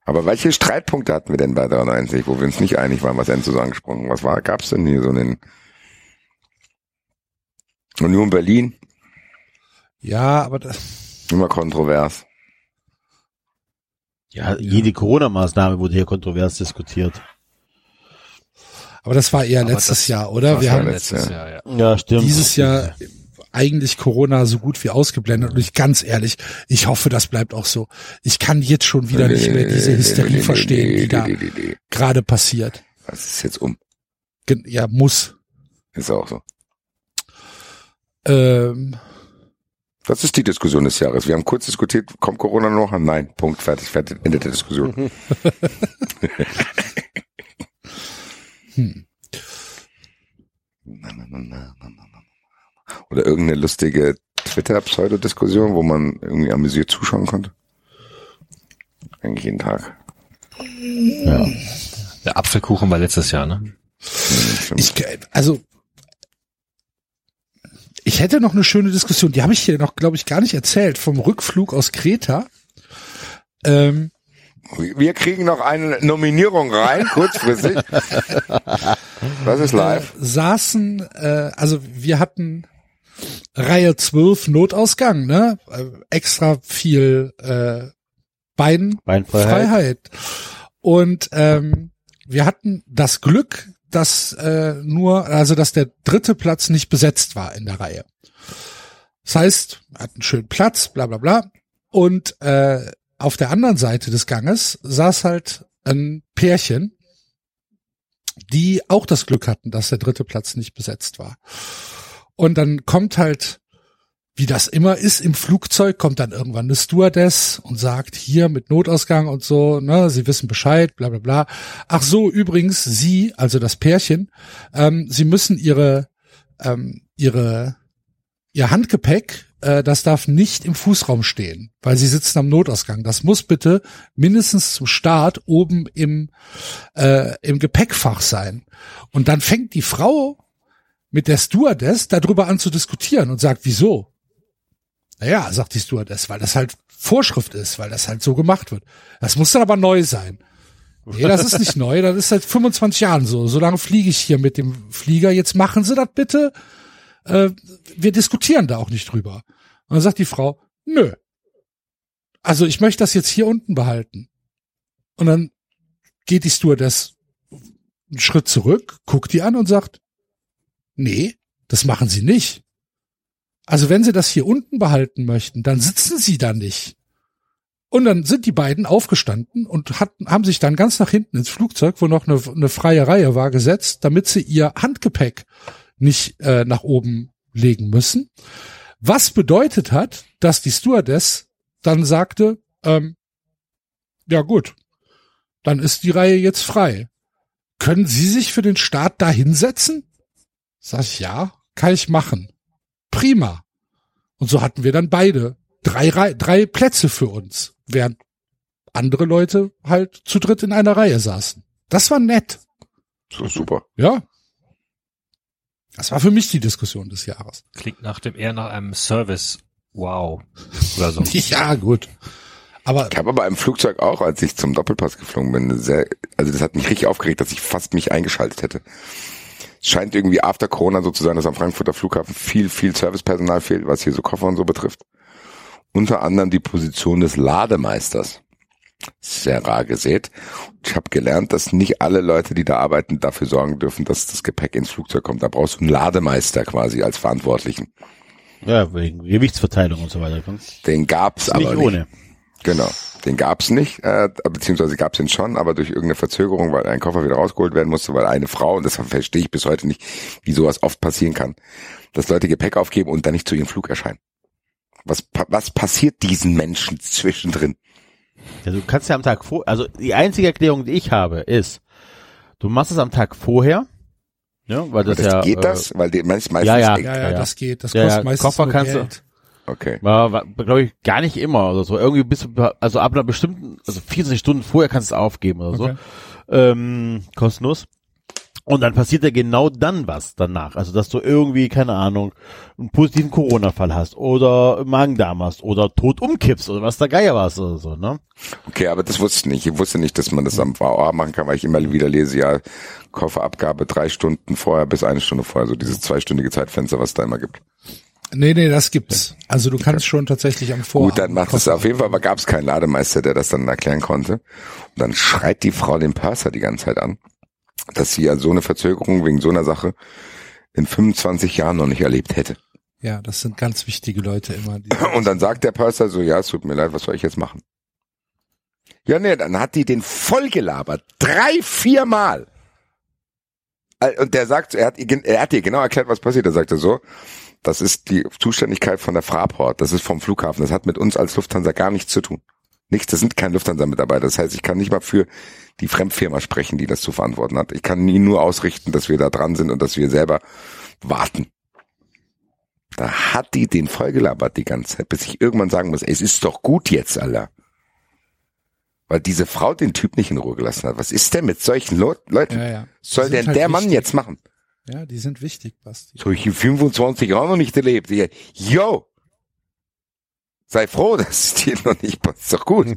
[SPEAKER 4] Aber welche Streitpunkte hatten wir denn bei 93, wo wir uns nicht einig waren, was denn zusammengesprungen? Was war, gab's denn hier so einen Union Berlin?
[SPEAKER 2] Ja, aber das,
[SPEAKER 4] Immer kontrovers.
[SPEAKER 3] Ja, jede Corona-Maßnahme wurde hier kontrovers diskutiert.
[SPEAKER 2] aber das war eher
[SPEAKER 5] Aber
[SPEAKER 2] letztes
[SPEAKER 5] das-
[SPEAKER 2] Jahr, oder?
[SPEAKER 5] Das
[SPEAKER 2] Wir
[SPEAKER 5] war
[SPEAKER 2] haben
[SPEAKER 5] letztes Jahr, ja.
[SPEAKER 3] Ja, stimmt.
[SPEAKER 2] dieses Jahr eigentlich Corona so gut wie ausgeblendet. Und ich ganz ehrlich, ich hoffe, das bleibt auch so. Ich kann jetzt schon wieder nicht mehr diese Hysterie verstehen, die da gerade passiert.
[SPEAKER 4] Das ist jetzt um.
[SPEAKER 2] Gen- Ja, muss.
[SPEAKER 4] Ist auch so.
[SPEAKER 2] Ähm,
[SPEAKER 4] Das ist die Diskussion des Jahres. Wir haben kurz diskutiert, kommt Corona noch? Nein, Punkt, fertig, fertig, Ende der Diskussion.
[SPEAKER 2] hm.
[SPEAKER 4] Na, na, na, na, na, na, na. Oder irgendeine lustige Twitter-Pseudodiskussion, wo man irgendwie amüsiert zuschauen konnte. Eigentlich jeden Tag.
[SPEAKER 3] Ja.
[SPEAKER 5] Der Apfelkuchen war letztes Jahr, ne?
[SPEAKER 2] Ich, ge- also, ich hätte noch eine schöne Diskussion, die habe ich hier noch, glaube ich, gar nicht erzählt, vom Rückflug aus Kreta. Ähm,
[SPEAKER 4] Wir kriegen noch eine Nominierung rein, kurzfristig. Das ist live.
[SPEAKER 2] Äh, saßen, äh, also wir hatten Reihe 12 Notausgang, ne? Äh, extra viel äh, Bein
[SPEAKER 3] Beinfreiheit.
[SPEAKER 2] Freiheit. Und ähm, wir hatten das Glück, dass äh, nur, also dass der dritte Platz nicht besetzt war in der Reihe. Das heißt, wir hatten einen schönen Platz, bla bla bla. Und äh, auf der anderen Seite des Ganges saß halt ein Pärchen, die auch das Glück hatten, dass der dritte Platz nicht besetzt war. Und dann kommt halt wie das immer ist im Flugzeug, kommt dann irgendwann eine Stewardess und sagt hier mit Notausgang und so, ne, sie wissen Bescheid, bla bla bla. Ach so, übrigens, sie, also das Pärchen, ähm, sie müssen ihre, ähm, ihre, ihr Handgepäck, äh, das darf nicht im Fußraum stehen, weil sie sitzen am Notausgang. Das muss bitte mindestens zum Start oben im, äh, im Gepäckfach sein. Und dann fängt die Frau mit der Stewardess darüber an zu diskutieren und sagt, wieso? Naja, sagt die Stewardess, weil das halt Vorschrift ist, weil das halt so gemacht wird. Das muss dann aber neu sein. Nee, das ist nicht neu, das ist seit 25 Jahren so. So lange fliege ich hier mit dem Flieger, jetzt machen Sie das bitte. Äh, wir diskutieren da auch nicht drüber. Und dann sagt die Frau, nö. Also ich möchte das jetzt hier unten behalten. Und dann geht die Stewardess einen Schritt zurück, guckt die an und sagt, nee, das machen Sie nicht. Also wenn Sie das hier unten behalten möchten, dann sitzen Sie da nicht. Und dann sind die beiden aufgestanden und hatten, haben sich dann ganz nach hinten ins Flugzeug, wo noch eine, eine freie Reihe war, gesetzt, damit sie ihr Handgepäck nicht äh, nach oben legen müssen. Was bedeutet hat, dass die Stewardess dann sagte, ähm, ja gut, dann ist die Reihe jetzt frei. Können Sie sich für den Start da hinsetzen? Sag ich, ja, kann ich machen. Prima. Und so hatten wir dann beide drei, Rei- drei Plätze für uns, während andere Leute halt zu dritt in einer Reihe saßen. Das war nett.
[SPEAKER 4] So, super.
[SPEAKER 2] Ja. Das war für mich die Diskussion des Jahres.
[SPEAKER 5] Klingt nach dem eher nach einem Service. Wow. Oder so.
[SPEAKER 2] Ja, gut. Aber
[SPEAKER 4] Ich habe aber im Flugzeug auch, als ich zum Doppelpass geflogen bin, sehr, also das hat mich richtig aufgeregt, dass ich fast mich eingeschaltet hätte. Es scheint irgendwie after Corona so zu sein, dass am Frankfurter Flughafen viel, viel Servicepersonal fehlt, was hier so Koffer und so betrifft. Unter anderem die Position des Lademeisters. Sehr rar gesät. Ich habe gelernt, dass nicht alle Leute, die da arbeiten, dafür sorgen dürfen, dass das Gepäck ins Flugzeug kommt. Da brauchst du einen Lademeister quasi als Verantwortlichen.
[SPEAKER 3] Ja, wegen Gewichtsverteilung und so weiter. Kannst
[SPEAKER 4] Den gab's aber
[SPEAKER 3] nicht
[SPEAKER 4] nicht.
[SPEAKER 3] ohne.
[SPEAKER 4] Genau. Den gab's nicht, äh, beziehungsweise gab's ihn schon, aber durch irgendeine Verzögerung, weil ein Koffer wieder rausgeholt werden musste, weil eine Frau, und das verstehe ich bis heute nicht, wie sowas oft passieren kann, dass Leute Gepäck aufgeben und dann nicht zu ihrem Flug erscheinen. Was, pa- was passiert diesen Menschen zwischendrin?
[SPEAKER 3] Ja, du kannst ja am Tag vor, also die einzige Erklärung, die ich habe, ist, du machst es am Tag vorher, ne, weil das,
[SPEAKER 4] Das
[SPEAKER 3] ja,
[SPEAKER 4] geht
[SPEAKER 3] äh,
[SPEAKER 4] das? Weil die meistens, meistens
[SPEAKER 3] ja, ja.
[SPEAKER 2] ja, ja, das geht. Das
[SPEAKER 3] Ja, ja,
[SPEAKER 2] kostet meistens
[SPEAKER 3] Koffer
[SPEAKER 2] nur
[SPEAKER 3] kannst du-
[SPEAKER 2] Geld.
[SPEAKER 4] Okay.
[SPEAKER 3] war, war glaube ich, gar nicht immer oder so. Irgendwie bist du, also ab einer bestimmten, also 24 Stunden vorher kannst du es aufgeben oder
[SPEAKER 2] Okay.
[SPEAKER 3] so. Ähm, kostenlos. Und dann passiert ja genau dann was danach. Also, dass du irgendwie, keine Ahnung, einen positiven Corona-Fall hast oder Magen-Darm hast oder tot umkippst oder was der Geier warst oder so, ne?
[SPEAKER 4] Okay, aber das wusste ich nicht. Ich wusste nicht, dass man das am VAA machen kann, weil ich immer wieder lese, ja, Kofferabgabe drei Stunden vorher bis eine Stunde vorher, so dieses zweistündige Zeitfenster, was es da immer gibt.
[SPEAKER 2] Nee, nee, das gibt's. Also du kannst schon tatsächlich am Vorabend.
[SPEAKER 4] Gut, dann macht es auf jeden Fall, aber gab es keinen Lademeister, der das dann erklären konnte. Und dann schreit die Frau den Purser die ganze Zeit an, dass sie ja so eine Verzögerung wegen so einer Sache in 25 Jahren noch nicht erlebt hätte.
[SPEAKER 2] Ja, das sind ganz wichtige Leute immer. Die
[SPEAKER 4] Und dann sagt der Purser so, ja, es tut mir leid, was soll ich jetzt machen? Ja, nee, dann hat die den vollgelabert. Drei, viermal. Al- Äh, Und der sagt, so, er hat, ihr gen- er hat ihr genau erklärt, was passiert. Er sagte so, das ist die Zuständigkeit von der Fraport, das ist vom Flughafen, das hat mit uns als Lufthansa gar nichts zu tun. Nichts, das sind keine Lufthansa-Mitarbeiter. Das heißt, ich kann nicht mal für die Fremdfirma sprechen, die das zu verantworten hat. Ich kann ihnen nur ausrichten, dass wir da dran sind und dass wir selber warten. Da hat die den vollgelabert die ganze Zeit, bis ich irgendwann sagen muss, ey, es ist doch gut jetzt, Alter. Weil diese Frau den Typ nicht in Ruhe gelassen hat. Was ist denn mit solchen Lo Leuten?
[SPEAKER 2] ja, ja.
[SPEAKER 4] Was soll
[SPEAKER 2] Die sind
[SPEAKER 4] denn
[SPEAKER 2] halt
[SPEAKER 4] der Mann
[SPEAKER 2] wichtig.
[SPEAKER 4] jetzt machen?
[SPEAKER 2] Ja, die sind wichtig, Basti.
[SPEAKER 4] So ich in 25 Jahren noch nicht erlebt. Ich, yo! Sei froh, dass es dir noch nicht passt. Ist doch gut.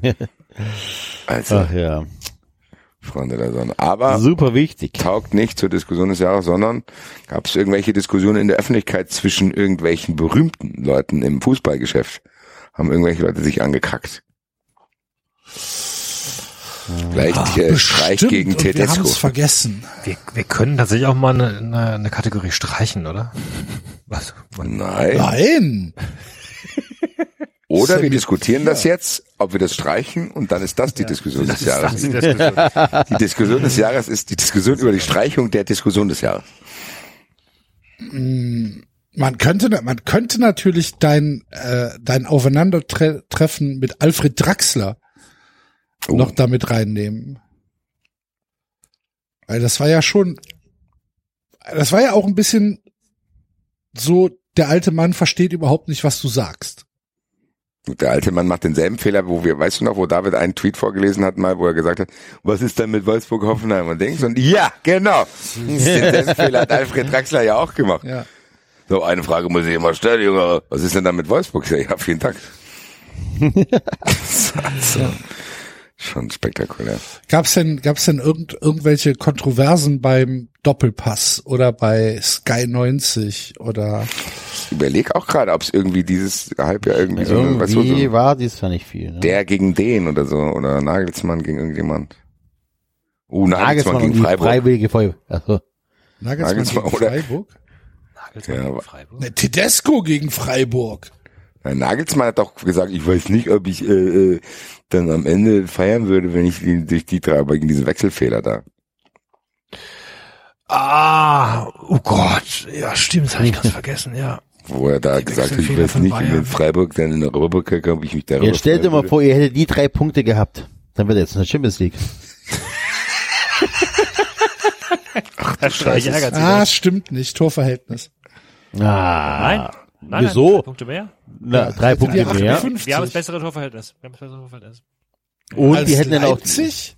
[SPEAKER 4] Also,
[SPEAKER 2] Ah.
[SPEAKER 3] Ach ja.
[SPEAKER 4] Freunde der Sonne. Aber
[SPEAKER 3] Super wichtig.
[SPEAKER 4] taugt nicht zur Diskussion des Jahres, sondern gab es irgendwelche Diskussionen in der Öffentlichkeit zwischen irgendwelchen berühmten Leuten im Fußballgeschäft? Haben irgendwelche Leute sich angekackt? Vielleicht äh, Streich
[SPEAKER 2] Ah, Bestimmt,
[SPEAKER 4] gegen
[SPEAKER 2] und Wir haben es
[SPEAKER 4] Tedesco.
[SPEAKER 2] vergessen.
[SPEAKER 5] Wir, wir können tatsächlich auch mal eine, eine, eine Kategorie streichen, oder? Also, man,
[SPEAKER 2] Ah. Nein.
[SPEAKER 4] Nein. Oder wir
[SPEAKER 2] Semi-
[SPEAKER 4] diskutieren das jetzt, ob wir das streichen und dann ist das die Diskussion des Jahres. Die Diskussion des Jahres ist die Diskussion über die Streichung der Diskussion des Jahres.
[SPEAKER 2] Man könnte, man könnte natürlich dein, äh, dein Aufeinandertreffen mit Alfred Draxler
[SPEAKER 4] Oh.
[SPEAKER 2] noch damit reinnehmen. Weil das war ja schon, das war ja auch ein bisschen so, der alte Mann versteht überhaupt nicht, was du sagst.
[SPEAKER 4] Und Der alte Mann macht denselben Fehler, wo wir, weißt du noch, wo David einen Tweet vorgelesen hat mal, wo er gesagt hat, was ist denn mit Wolfsburg Hoffenheim und Dings? Und ja, genau. denselben Fehler hat Alfred Draxler ja auch gemacht.
[SPEAKER 2] Ja.
[SPEAKER 4] So, eine Frage muss ich immer stellen, Junge. Was ist denn da mit Wolfsburg? Ich sag, Ja, vielen Dank. also, Schon spektakulär.
[SPEAKER 2] Gab's denn, gab's denn irgend, irgendwelche Kontroversen beim Doppelpass oder bei Sky 90 oder
[SPEAKER 4] Ich überleg auch gerade, ob es irgendwie dieses Halbjahr irgendwie so, eine- weißt du, so
[SPEAKER 3] Irgendwie war dies ja nicht viel. Ne?
[SPEAKER 4] Der gegen den oder so. Oder Nagelsmann gegen irgendjemand. Uh, Nagelsmann,
[SPEAKER 3] und die
[SPEAKER 4] gegen Freiburg.
[SPEAKER 3] Freiwillige Feuerwehr. Also,
[SPEAKER 2] Nagelsmann
[SPEAKER 4] Nagelsmann
[SPEAKER 2] gegen
[SPEAKER 4] oder-
[SPEAKER 2] Freiburg?
[SPEAKER 5] Nagelsmann
[SPEAKER 4] Ja,
[SPEAKER 5] gegen
[SPEAKER 4] aber-
[SPEAKER 5] Freiburg.
[SPEAKER 2] Ne, Tedesco gegen Freiburg.
[SPEAKER 4] Weil Nagelsmann hat auch gesagt, ich weiß nicht, ob ich äh, äh, dann am Ende feiern würde, wenn ich die, durch die drei, aber gegen diesen Wechselfehler da.
[SPEAKER 7] Ah, oh Gott. Ja, stimmt, das habe ich ganz vergessen, ja.
[SPEAKER 4] Wo er da gesagt hat, ich
[SPEAKER 7] Wechselfehler
[SPEAKER 4] weiß
[SPEAKER 7] von
[SPEAKER 4] nicht,
[SPEAKER 7] Bayern.
[SPEAKER 4] wenn Freiburg dann in der Europa kommt, ich mich darüber
[SPEAKER 3] Jetzt stellt dir
[SPEAKER 4] freuen
[SPEAKER 3] mal
[SPEAKER 4] würde.
[SPEAKER 3] vor, ihr hättet die drei Punkte gehabt. Dann wäre jetzt in der Champions League.
[SPEAKER 5] Herr Streich ärgert sich.
[SPEAKER 2] Ah, stimmt nicht. Torverhältnis.
[SPEAKER 3] Ah,
[SPEAKER 5] Nein. Nein,
[SPEAKER 3] Wieso?
[SPEAKER 5] Nein, drei Punkte mehr.
[SPEAKER 3] Na, drei Punkte
[SPEAKER 2] die
[SPEAKER 3] mehr.
[SPEAKER 2] 58.
[SPEAKER 5] Wir haben das bessere Torverhältnis. Wir haben das bessere Torverhältnis.
[SPEAKER 3] Und
[SPEAKER 2] Als
[SPEAKER 3] die hätten dann auch.
[SPEAKER 2] Leipzig?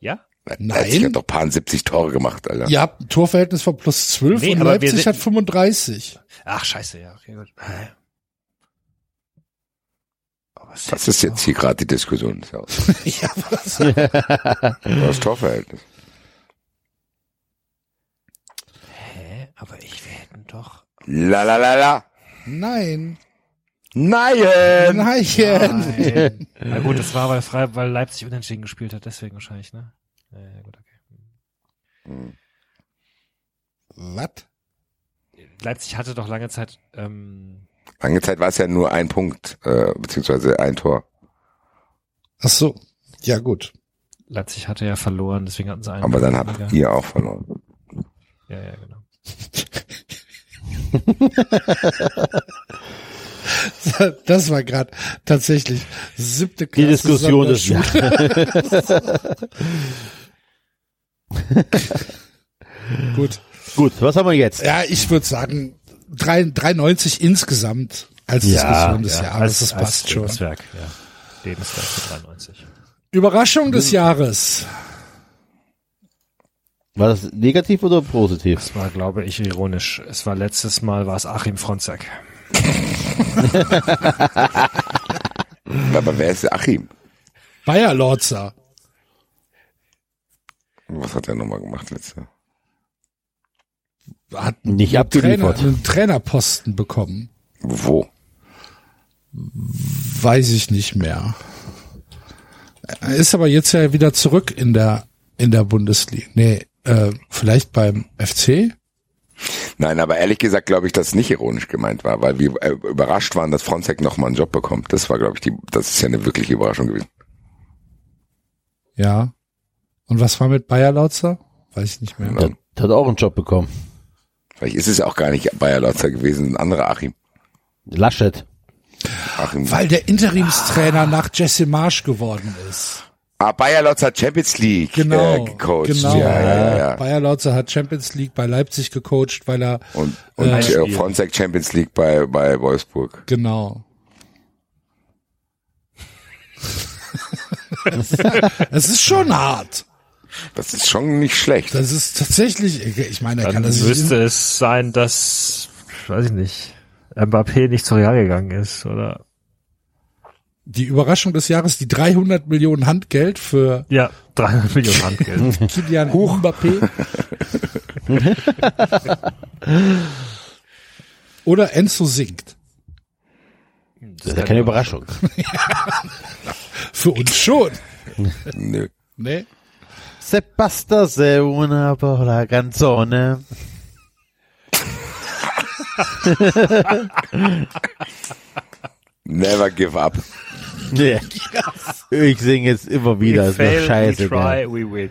[SPEAKER 5] Ja?
[SPEAKER 4] Leipzig
[SPEAKER 2] Nein.
[SPEAKER 4] hat doch paar 70 Tore gemacht, Alter.
[SPEAKER 2] Ihr habt ein Torverhältnis von plus 12
[SPEAKER 5] Nee,
[SPEAKER 2] und
[SPEAKER 5] aber wir
[SPEAKER 2] Leipzig
[SPEAKER 5] sind-
[SPEAKER 2] hat 35.
[SPEAKER 5] Ach, scheiße, ja. Okay, gut. Aber was
[SPEAKER 4] Das ist jetzt hier gerade die Diskussion. So.
[SPEAKER 2] Ja, was?
[SPEAKER 4] Das Torverhältnis.
[SPEAKER 5] Hä? Aber ich, wir hätten doch...
[SPEAKER 4] La la la la.
[SPEAKER 2] Nein.
[SPEAKER 4] Nein!
[SPEAKER 2] Nein. äh,
[SPEAKER 5] Nein. Na gut, das war, weil, Frei, weil Leipzig unentschieden gespielt hat. Deswegen wahrscheinlich, ne? Ja, ja, gut, okay.
[SPEAKER 2] Was?
[SPEAKER 5] Leipzig hatte doch lange Zeit... Ähm,
[SPEAKER 4] Lange Zeit war es ja nur ein Punkt, äh, beziehungsweise ein Tor.
[SPEAKER 2] Ach so. Ja, gut.
[SPEAKER 5] Leipzig hatte ja verloren, deswegen hatten sie einen.
[SPEAKER 4] Aber dann
[SPEAKER 5] weniger.
[SPEAKER 4] habt ihr auch verloren.
[SPEAKER 5] Ja, ja, genau.
[SPEAKER 2] Das war gerade tatsächlich siebte
[SPEAKER 3] Die
[SPEAKER 2] Klasse.
[SPEAKER 3] Diskussion ist
[SPEAKER 2] Sonderschule. Gut.
[SPEAKER 3] Gut, was haben wir jetzt?
[SPEAKER 2] Ja, ich würde sagen, drei- 93 insgesamt als Diskussion des Jahres. das passt schon.
[SPEAKER 5] Lebenswerk, ja. Lebenswerk für 93.
[SPEAKER 2] Überraschung des Jahres.
[SPEAKER 3] War das negativ oder positiv?
[SPEAKER 5] Das war, glaube ich, ironisch. Es war letztes Mal, war es Achim Fronzek.
[SPEAKER 4] Aber wer ist Achim?
[SPEAKER 2] Bayer Lorzer.
[SPEAKER 4] Was hat er nochmal gemacht letzte? Jahr?
[SPEAKER 2] Hat
[SPEAKER 3] Nicht
[SPEAKER 2] einen Trainer,
[SPEAKER 3] abgeliefert.
[SPEAKER 2] einen Trainerposten bekommen.
[SPEAKER 4] Wo?
[SPEAKER 2] Weiß ich nicht mehr. Er ist aber jetzt ja wieder zurück in der, in der Bundesliga. Nee, äh, vielleicht beim FC?
[SPEAKER 4] Nein, aber ehrlich gesagt glaube ich, dass es nicht ironisch gemeint war, weil wir äh, überrascht waren, dass Fronzek nochmal einen Job bekommt. Das war, glaube ich, die, das ist ja eine wirkliche Überraschung gewesen.
[SPEAKER 2] Ja. Und was war mit Bayer Lautzer? Weiß ich nicht mehr.
[SPEAKER 3] Das hat auch einen Job bekommen.
[SPEAKER 4] Vielleicht ist es auch gar nicht Bayer Lotzer gewesen, ein anderer Achim.
[SPEAKER 3] Laschet.
[SPEAKER 4] Achim.
[SPEAKER 2] Weil der Interimstrainer nach Jesse Marsch geworden ist.
[SPEAKER 4] Ah, Bayer Lotzer Champions League
[SPEAKER 2] Genau.
[SPEAKER 4] äh, gecoacht.
[SPEAKER 2] Genau.
[SPEAKER 4] Ja, ja, ja.
[SPEAKER 2] Bayer Lautzer hat Champions League bei Leipzig gecoacht, weil er,
[SPEAKER 4] Und, und
[SPEAKER 2] Äh,
[SPEAKER 4] äh, Fronzek Champions League bei, bei Wolfsburg.
[SPEAKER 2] genau. Es ist schon hart.
[SPEAKER 4] Das ist schon nicht schlecht.
[SPEAKER 2] Das ist tatsächlich, ich meine, also er
[SPEAKER 5] Dann
[SPEAKER 2] kann das nicht.
[SPEAKER 5] müsste es sein, dass, weiß ich nicht, Mbappé nicht zu Real gegangen ist, oder?
[SPEAKER 2] Die Überraschung des Jahres, die 300 Millionen Handgeld für
[SPEAKER 5] Ja, 300 Millionen Handgeld.
[SPEAKER 2] Kilian Mbappé. Oder Enzo singt.
[SPEAKER 3] Das ist ja keine Überraschung.
[SPEAKER 2] Für uns schon. ne?
[SPEAKER 4] Nö.
[SPEAKER 2] Nee.
[SPEAKER 3] Sebasta se una la canzone.
[SPEAKER 4] Never give up.
[SPEAKER 3] Nee. Ich singe jetzt immer wieder, ist mir scheiße.
[SPEAKER 5] we try, we win.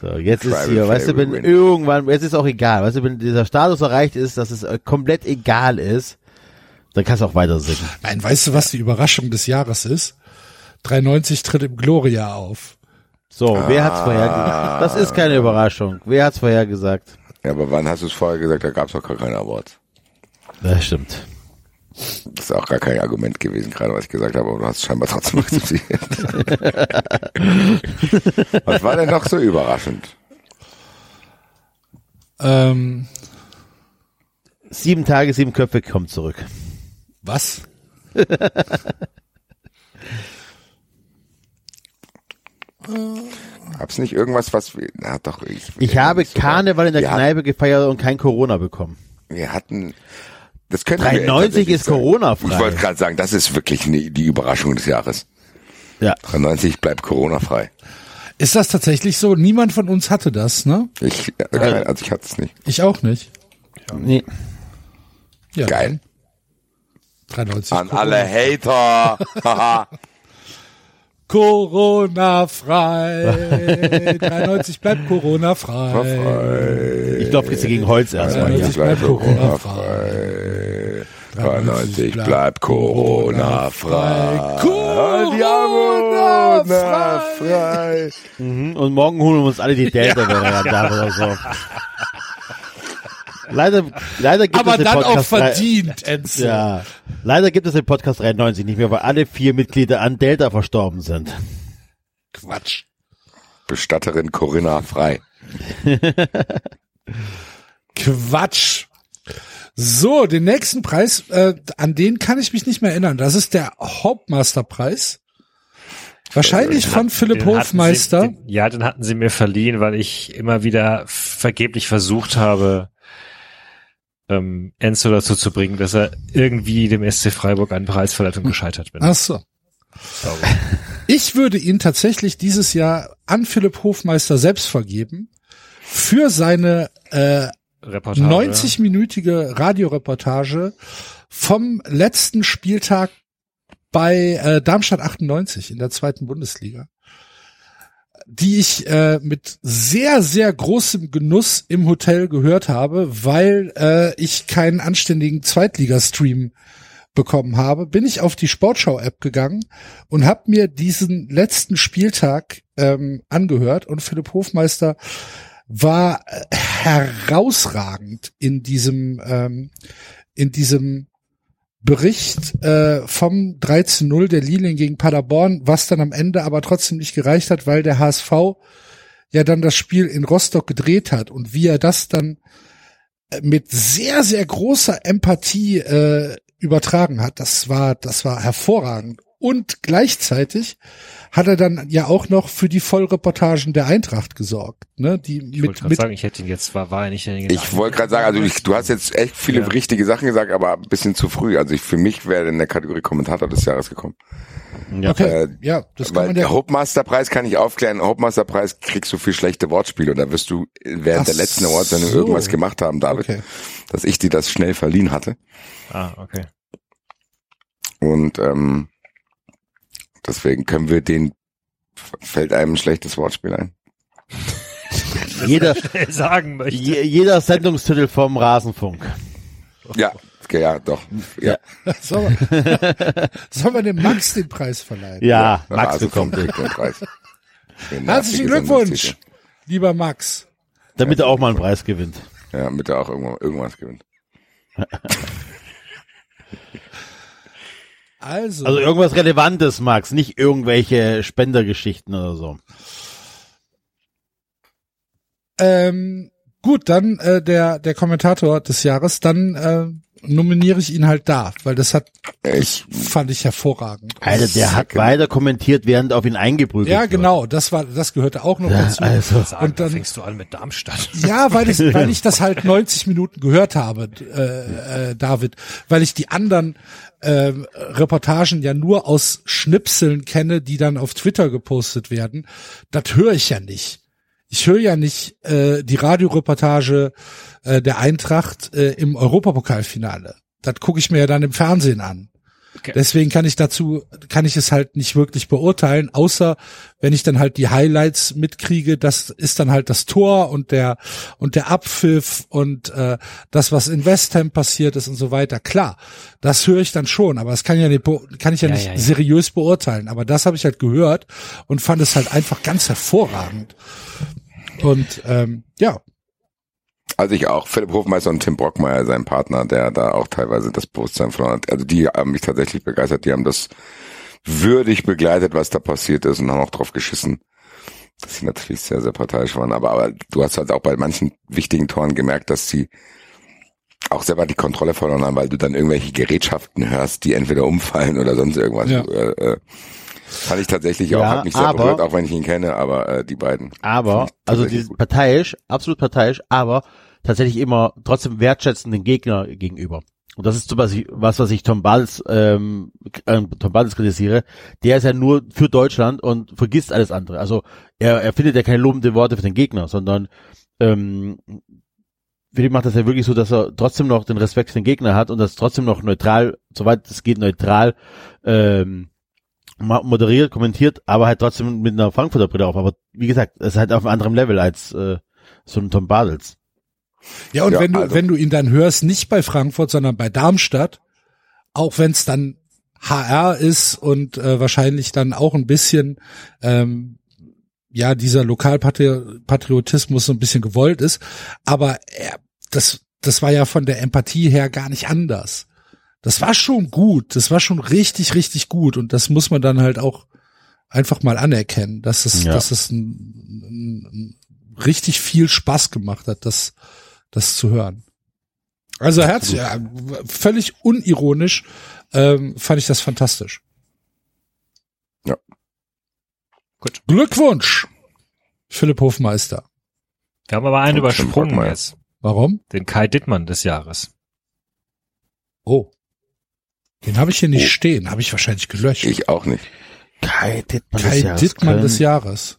[SPEAKER 3] So, jetzt ist
[SPEAKER 4] Try, we
[SPEAKER 3] hier,
[SPEAKER 4] fail,
[SPEAKER 3] weißt du,
[SPEAKER 4] we
[SPEAKER 3] wenn
[SPEAKER 4] win.
[SPEAKER 3] irgendwann, jetzt ist auch egal, weißt du, wenn dieser Status erreicht ist, dass es äh, komplett egal ist, dann kannst du auch weiter singen.
[SPEAKER 2] Nein, weißt du, was die Überraschung des Jahres ist? 93 tritt im Gloria auf.
[SPEAKER 3] So, wer hat's vorher
[SPEAKER 2] Ah.
[SPEAKER 3] gesagt? Das ist keine Überraschung. Wer hat's vorher gesagt?
[SPEAKER 4] Ja, aber wann hast du es vorher gesagt? Da gab es doch gar keine Awards.
[SPEAKER 3] Das stimmt.
[SPEAKER 4] Das ist auch gar kein Argument gewesen, gerade was ich gesagt habe, aber du hast es scheinbar trotzdem akzeptiert. was war denn noch so überraschend?
[SPEAKER 2] Ähm,
[SPEAKER 3] Sieben Tage, sieben Köpfe kommt zurück.
[SPEAKER 2] was?
[SPEAKER 4] Gab's nicht irgendwas, was wir. Na doch, ich.
[SPEAKER 3] Ich habe
[SPEAKER 4] sogar-
[SPEAKER 3] Karneval in der
[SPEAKER 4] wir
[SPEAKER 3] Kneipe gefeiert und kein Corona bekommen.
[SPEAKER 4] Hatten, wir hatten. Das könnte
[SPEAKER 3] 93 ist Corona-frei.
[SPEAKER 4] Ich wollte gerade sagen, das ist wirklich ne, die Überraschung des Jahres.
[SPEAKER 3] Ja.
[SPEAKER 4] 93 bleibt Corona-frei.
[SPEAKER 2] Ist das tatsächlich so? Niemand von uns hatte das, ne?
[SPEAKER 4] Ich, also ich hatte es nicht.
[SPEAKER 2] Ich auch nicht.
[SPEAKER 3] Nee.
[SPEAKER 2] Ja.
[SPEAKER 4] Geil.
[SPEAKER 5] Ah,
[SPEAKER 2] 93.
[SPEAKER 4] An
[SPEAKER 2] Corona.
[SPEAKER 4] alle Hater. Haha.
[SPEAKER 2] Corona-frei. 93 bleibt Corona-frei.
[SPEAKER 3] Ich glaube, jetzt gegen Holz erstmal hier.
[SPEAKER 2] 93 bleibt
[SPEAKER 4] Corona-frei.
[SPEAKER 2] Corona-frei.
[SPEAKER 4] 93 bleibt Corona-frei. Corona-frei.
[SPEAKER 3] Mhm. Und morgen holen wir uns alle die Delta-Variante ab oder so. Leider, leider gibt
[SPEAKER 2] Aber
[SPEAKER 3] es den
[SPEAKER 2] dann auch
[SPEAKER 3] Podcast drei-
[SPEAKER 2] verdient, Enzo.
[SPEAKER 3] Ja, leider gibt es den Podcast 93 nicht mehr, weil alle vier Mitglieder an Delta verstorben sind.
[SPEAKER 2] Quatsch.
[SPEAKER 4] Bestatterin Corinna frei.
[SPEAKER 2] Quatsch. So, den nächsten Preis, äh, an den kann ich mich nicht mehr erinnern. Das ist der Hauptmasterpreis. Wahrscheinlich von Philipp
[SPEAKER 5] Den hatten Sie,
[SPEAKER 2] Hofmeister.
[SPEAKER 5] den, ja, den hatten sie mir verliehen, weil ich immer wieder vergeblich versucht habe, ähm, Enzo dazu zu bringen, dass er irgendwie dem SC Freiburg an Preisverleitung gescheitert bin.
[SPEAKER 2] Ach so. Ich würde ihn tatsächlich dieses Jahr an Philipp Hofmeister selbst vergeben für seine äh,
[SPEAKER 5] Reportage.
[SPEAKER 2] 90-minütige Radioreportage vom letzten Spieltag bei äh, Darmstadt 98 in der zweiten Bundesliga, die ich äh, mit sehr, sehr großem Genuss im Hotel gehört habe, weil äh, ich keinen anständigen Zweitligastream bekommen habe, bin ich auf die Sportschau-App gegangen und habe mir diesen letzten Spieltag ähm, angehört und Philipp Hofmeister war äh, herausragend in diesem ähm, in diesem Bericht äh, vom 13-0 der Lilien gegen Paderborn, was dann am Ende aber trotzdem nicht gereicht hat, weil der HSV ja dann das Spiel in Rostock gedreht hat und wie er das dann äh, mit sehr, sehr großer Empathie äh, übertragen hat. Das war, das war hervorragend. Und gleichzeitig hat er dann ja auch noch für die Vollreportagen der Eintracht gesorgt, ne? Die
[SPEAKER 5] Ich
[SPEAKER 2] mit,
[SPEAKER 5] wollte gerade
[SPEAKER 2] mit
[SPEAKER 5] sagen, ich hätte ihn jetzt, war, war er nicht derjenige.
[SPEAKER 4] Ich wollte gerade sagen, also ich, du hast jetzt echt viele
[SPEAKER 5] Ja.
[SPEAKER 4] richtige Sachen gesagt, aber ein bisschen zu früh. Also ich, für mich wäre in der Kategorie Kommentator des Jahres gekommen.
[SPEAKER 3] Ja.
[SPEAKER 2] Okay,
[SPEAKER 4] Äh,
[SPEAKER 2] ja, das kann
[SPEAKER 4] Weil
[SPEAKER 2] man
[SPEAKER 4] der
[SPEAKER 2] ja.
[SPEAKER 4] Hauptmasterpreis kann ich aufklären. Hauptmasterpreis kriegst du für schlechte Wortspiele und da wirst du äh, während
[SPEAKER 2] Ach
[SPEAKER 4] der letzten Awardsendung
[SPEAKER 2] so.
[SPEAKER 4] irgendwas gemacht haben, David,
[SPEAKER 2] Okay.
[SPEAKER 4] dass ich dir das schnell verliehen hatte.
[SPEAKER 5] Ah, okay.
[SPEAKER 4] Und ähm, deswegen können wir den fällt einem ein schlechtes Wortspiel ein.
[SPEAKER 3] Jeder,
[SPEAKER 5] Sagen möchte.
[SPEAKER 3] je, jeder Sendungstitel vom Rasenfunk.
[SPEAKER 4] Ja, okay, ja, doch. Ja,
[SPEAKER 2] Sollen wir, sollen wir dem Max den Preis verleihen?
[SPEAKER 3] Ja, Ah, Max
[SPEAKER 4] also
[SPEAKER 3] bekommt den.
[SPEAKER 4] kommt der Preis. Für nervige
[SPEAKER 2] Herzlichen Glückwunsch, lieber Max.
[SPEAKER 3] Damit er auch mal einen Preis gewinnt.
[SPEAKER 4] Sendungstitel. Ja, damit er auch irgendwann, irgendwas gewinnt.
[SPEAKER 2] Also,
[SPEAKER 3] Also irgendwas Relevantes, Max, nicht irgendwelche Spendergeschichten oder so.
[SPEAKER 2] ähm, gut, dann äh, der der Kommentator des Jahres, dann äh, nominiere ich ihn halt da, weil das hat
[SPEAKER 4] Ich
[SPEAKER 2] fand ich hervorragend.
[SPEAKER 3] Alter, der hat weiter kommentiert, während auf ihn eingeprügelt
[SPEAKER 2] Ja,
[SPEAKER 3] wird.
[SPEAKER 2] genau, das war das gehörte auch noch dazu.
[SPEAKER 3] Also,
[SPEAKER 5] Sagen,
[SPEAKER 2] Und dann-
[SPEAKER 5] fängst du an mit Darmstadt.
[SPEAKER 2] Ja, weil ich, weil ich das halt 90 Minuten gehört habe, äh, äh, David, weil ich die anderen äh, Reportagen ja nur aus Schnipseln kenne, die dann auf Twitter gepostet werden. Das höre ich ja nicht. Ich höre ja nicht äh, die Radioreportage äh, der Eintracht äh, im Europapokalfinale. Das gucke ich mir ja dann im Fernsehen an.
[SPEAKER 5] Okay.
[SPEAKER 2] Deswegen kann ich dazu, kann ich es halt nicht wirklich beurteilen, außer wenn ich dann halt die Highlights mitkriege, das ist dann halt das Tor und der und der Abpfiff und äh, das, was in West Ham passiert ist und so weiter. Klar, das höre ich dann schon, aber das kann ja nicht, beu- kann ich ja,
[SPEAKER 5] Ja,
[SPEAKER 2] nicht
[SPEAKER 5] ja, ja.
[SPEAKER 2] seriös beurteilen. Aber das habe ich halt gehört und fand es halt einfach ganz hervorragend. Und ähm, ja,
[SPEAKER 4] Also ich auch. Philipp Hofmeister und Tim Brockmeier, sein Partner, der da auch teilweise das Bewusstsein verloren hat. Also die haben mich tatsächlich begeistert. Die haben das würdig begleitet, was da passiert ist und haben auch drauf geschissen, dass sie natürlich sehr, sehr parteiisch waren. Aber, aber du hast halt auch bei manchen wichtigen Toren gemerkt, dass sie auch selber die Kontrolle verloren haben, weil du dann irgendwelche Gerätschaften hörst, die entweder umfallen oder sonst irgendwas.
[SPEAKER 2] Ja.
[SPEAKER 4] Äh, äh, fand ich tatsächlich auch,
[SPEAKER 3] Ja,
[SPEAKER 4] hat mich sehr
[SPEAKER 3] aber-
[SPEAKER 4] berührt, auch wenn ich ihn kenne, aber äh, die beiden.
[SPEAKER 3] Aber,
[SPEAKER 4] Finde ich
[SPEAKER 3] also
[SPEAKER 4] tatsächlich
[SPEAKER 3] die
[SPEAKER 4] gut.
[SPEAKER 3] parteiisch, absolut parteiisch, aber tatsächlich immer trotzdem wertschätzend den Gegner gegenüber. Und das ist zum Beispiel was, was ich Tom Balz, ähm, äh, Tom Balz kritisiere. Der ist ja nur für Deutschland und vergisst alles andere. Also er, er findet ja keine lobenden Worte für den Gegner, sondern ähm, Philipp macht das ja wirklich so, dass er trotzdem noch den Respekt für den Gegner hat und das trotzdem noch neutral soweit es geht, neutral ähm, ma- moderiert, kommentiert, aber halt trotzdem mit einer Frankfurter Brille auf. Aber wie gesagt, es ist halt auf einem anderen Level als äh, so ein Tom Bartels.
[SPEAKER 2] Ja, und
[SPEAKER 4] Ja,
[SPEAKER 2] wenn du,
[SPEAKER 4] also-
[SPEAKER 2] wenn du ihn dann hörst, nicht bei Frankfurt, sondern bei Darmstadt, auch wenn es dann HR ist und äh, wahrscheinlich dann auch ein bisschen, ähm, ja, dieser Lokalpatriotismus so ein bisschen gewollt ist, aber er, das, das war ja von der Empathie her gar nicht anders. Das war schon gut, das war schon richtig, richtig gut und das muss man dann halt auch einfach mal anerkennen, dass es,
[SPEAKER 3] Ja.
[SPEAKER 2] dass es ein, ein, ein richtig viel Spaß gemacht hat, das, das zu hören. Also herzlich, ja, völlig unironisch ähm, fand ich das fantastisch.
[SPEAKER 4] Ja.
[SPEAKER 5] Gut.
[SPEAKER 2] Glückwunsch, Philipp Hofmeister.
[SPEAKER 5] Wir haben aber einen
[SPEAKER 4] Und Tim
[SPEAKER 5] übersprungen
[SPEAKER 4] Brockmeier.
[SPEAKER 5] jetzt.
[SPEAKER 2] Warum?
[SPEAKER 5] Den Kai Dittmann des Jahres.
[SPEAKER 2] Oh. Den habe ich hier nicht
[SPEAKER 4] Oh.
[SPEAKER 2] stehen, habe ich wahrscheinlich gelöscht.
[SPEAKER 4] Ich auch nicht.
[SPEAKER 3] Kai Dittmann
[SPEAKER 2] Kai Dittmann des Jahres.
[SPEAKER 3] Jahres.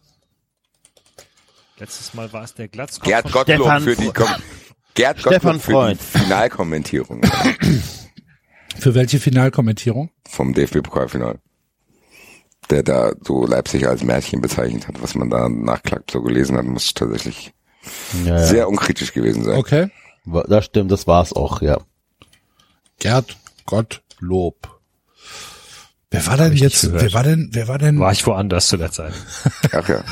[SPEAKER 5] Letztes Mal war es der Glatzkopf.
[SPEAKER 4] Gerd
[SPEAKER 5] von-
[SPEAKER 4] Gottlob
[SPEAKER 3] Stefan
[SPEAKER 4] für die,
[SPEAKER 3] Fre-
[SPEAKER 4] Kom Gerd
[SPEAKER 3] Stefan
[SPEAKER 4] Gottlob für
[SPEAKER 3] Freund.
[SPEAKER 4] die Finalkommentierung
[SPEAKER 2] Für welche Finalkommentierung?
[SPEAKER 4] vom DFB-Pokalfinal. Der da so Leipzig als Märchen bezeichnet hat, was man da nach Klack so gelesen hat, muss tatsächlich
[SPEAKER 3] Ja, ja.
[SPEAKER 4] sehr unkritisch gewesen sein.
[SPEAKER 2] Okay.
[SPEAKER 3] Wa- Das stimmt, das war's auch, ja.
[SPEAKER 2] Gerd Gottlob. Wer war denn jetzt,
[SPEAKER 5] gehört.
[SPEAKER 2] wer war denn, wer war denn,
[SPEAKER 5] War ich woanders zu der Zeit.
[SPEAKER 4] Ach ja.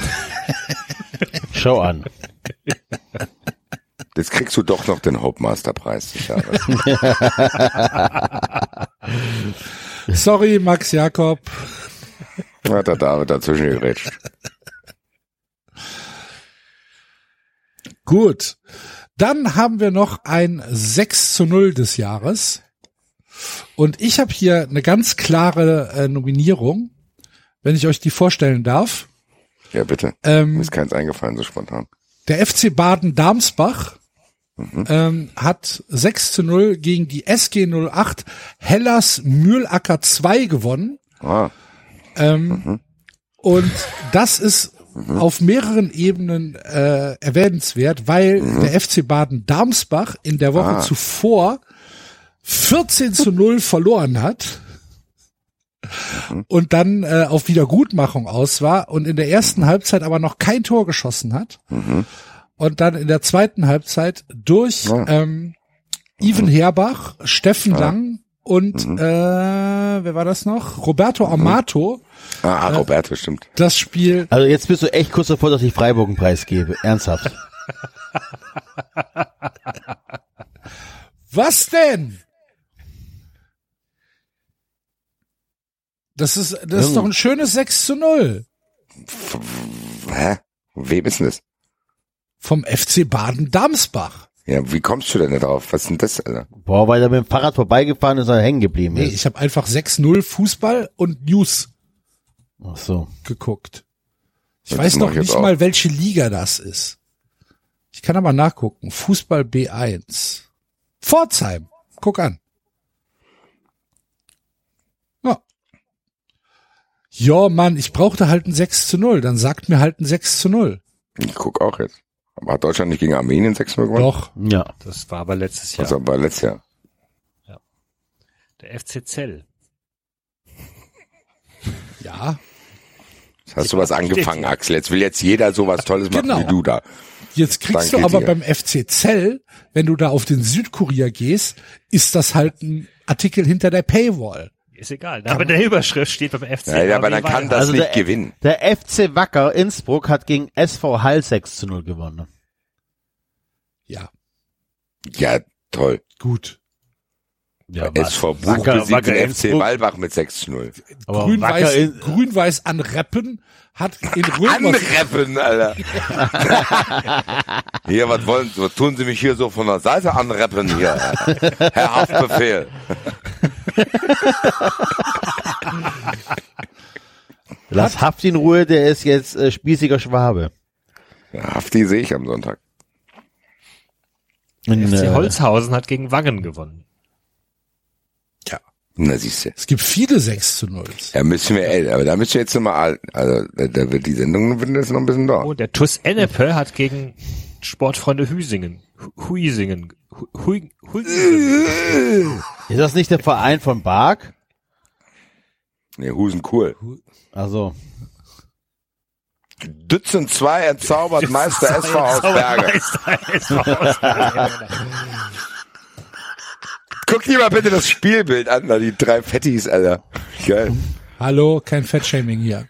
[SPEAKER 3] Schau an.
[SPEAKER 4] Jetzt kriegst du doch noch den Hauptmasterpreis des Jahres.
[SPEAKER 2] sorry, Max Jakob.
[SPEAKER 4] Hat der David dazwischen gerätscht.
[SPEAKER 2] Gut. Dann haben wir noch ein 6 zu 0 des Jahres. Und ich habe hier eine ganz klare äh, Nominierung, wenn ich euch die vorstellen darf.
[SPEAKER 4] Ja, bitte. Mir
[SPEAKER 2] Ähm,
[SPEAKER 4] ist keins eingefallen, so spontan.
[SPEAKER 2] der FC Baden-Darmsbach ähm, hat 6 zu 0 gegen die SG 08 Hellas Mühlacker 2 gewonnen.
[SPEAKER 4] Ah,
[SPEAKER 2] Ähm, Und das ist auf mehreren Ebenen äh, erwähnenswert, weil der FC Baden-Darmsbach in der Woche
[SPEAKER 4] Ah.
[SPEAKER 2] zuvor 14 zu 0 verloren hat und dann äh, auf Wiedergutmachung aus war und in der ersten Halbzeit aber noch kein Tor geschossen hat und dann in der zweiten Halbzeit durch
[SPEAKER 4] Ah.
[SPEAKER 2] ähm, Ivan Herbach, Steffen Lang und äh, wer war das noch? Roberto Amato
[SPEAKER 4] ah Roberto, stimmt.
[SPEAKER 2] das Spiel.
[SPEAKER 3] Also jetzt bist du echt kurz davor, dass ich Freiburg einen Preis gebe. Ernsthaft.
[SPEAKER 2] Was denn? Das ist, das ist doch ein schönes 6 zu 0
[SPEAKER 4] Hä? Wem ist denn das?
[SPEAKER 2] vom FC Baden-Darmsbach.
[SPEAKER 4] Ja, wie kommst du denn da drauf? Was sind das, Alter?
[SPEAKER 3] Boah, weil er mit dem Fahrrad vorbeigefahren ist und hängen geblieben
[SPEAKER 2] Nee,
[SPEAKER 3] ist.
[SPEAKER 2] ich habe einfach 6-0 Fußball und News
[SPEAKER 3] Ach so.
[SPEAKER 2] geguckt. Ich
[SPEAKER 4] Das
[SPEAKER 2] weiß
[SPEAKER 4] mach
[SPEAKER 2] noch
[SPEAKER 4] ich jetzt
[SPEAKER 2] nicht
[SPEAKER 4] auch.
[SPEAKER 2] mal, welche Liga das ist. Ich kann aber nachgucken. Fußball B1. Pforzheim. Guck an. Ja. Ja, Mann, ich brauchte halt ein 6 zu 0. Dann sagt mir halt ein 6 zu 0.
[SPEAKER 4] Ich guck auch jetzt. Aber hat Deutschland nicht gegen Armenien 6-0 gewonnen?
[SPEAKER 2] Doch.
[SPEAKER 3] Ja.
[SPEAKER 5] Das war aber letztes Jahr.
[SPEAKER 4] Also war letztes Jahr.
[SPEAKER 5] Der FC Zell.
[SPEAKER 2] Ja.
[SPEAKER 4] Jetzt hast du was angefangen, Axel. Jetzt will jetzt jeder sowas Tolles machen
[SPEAKER 2] Genau.
[SPEAKER 4] wie du da.
[SPEAKER 2] Jetzt kriegst
[SPEAKER 4] Danke
[SPEAKER 2] du aber
[SPEAKER 4] dir.
[SPEAKER 2] beim FC Zell, wenn du da auf den Südkurier gehst, ist das halt ein Artikel hinter der Paywall.
[SPEAKER 5] Ist egal. Aber in der Überschrift steht beim FC.
[SPEAKER 4] Ja, ja, aber dann kann das
[SPEAKER 3] Also
[SPEAKER 4] nicht
[SPEAKER 3] der-
[SPEAKER 4] gewinnen.
[SPEAKER 3] Der FC Wacker Innsbruck hat gegen SV Hall 6 zu 0 gewonnen.
[SPEAKER 2] Ja,
[SPEAKER 4] Ja, toll.
[SPEAKER 2] gut.
[SPEAKER 3] Ja,
[SPEAKER 4] SV Buch
[SPEAKER 3] Wacker-
[SPEAKER 4] besiegt
[SPEAKER 3] Wacker
[SPEAKER 4] den FC
[SPEAKER 3] Innsbruck.
[SPEAKER 4] Walbach mit 6-0.
[SPEAKER 3] aber Wacker
[SPEAKER 2] Grün-Weiß
[SPEAKER 3] in,
[SPEAKER 2] Grün -Weiß an Reppen hat in Römers,
[SPEAKER 4] Anreppen, Alter. hier, was wollen, was tun Sie mich hier so von der Seite anreppen hier? Herr Haftbefehl.
[SPEAKER 3] lass Haft in Ruhe, der ist jetzt äh, spießiger Schwabe.
[SPEAKER 4] Ja, Hafti sehe ich am Sonntag.
[SPEAKER 3] In,
[SPEAKER 5] FC
[SPEAKER 3] äh,
[SPEAKER 5] Holzhausen hat gegen Wangen gewonnen.
[SPEAKER 4] Na, siehst du.
[SPEAKER 2] es gibt viele 6 zu 0.
[SPEAKER 4] Da müssen wir, ey, aber da müssen wir jetzt nochmal, also, da- da wird die Sendung wird jetzt noch ein bisschen da.
[SPEAKER 5] Oh, der TUS Ennepe hat gegen Sportfreunde Hüsingen Huisingen. Hu- Hui- Huisingen.
[SPEAKER 3] Ist das nicht der Verein von Bark?
[SPEAKER 4] Nee, Husen cool.
[SPEAKER 3] Also,
[SPEAKER 4] Dützen 2 entzaubert Meister SV aus Berge. Guck dir mal bitte das Spielbild an, da die drei Fettis, Alter. Geil.
[SPEAKER 2] Hallo, kein Fettshaming hier.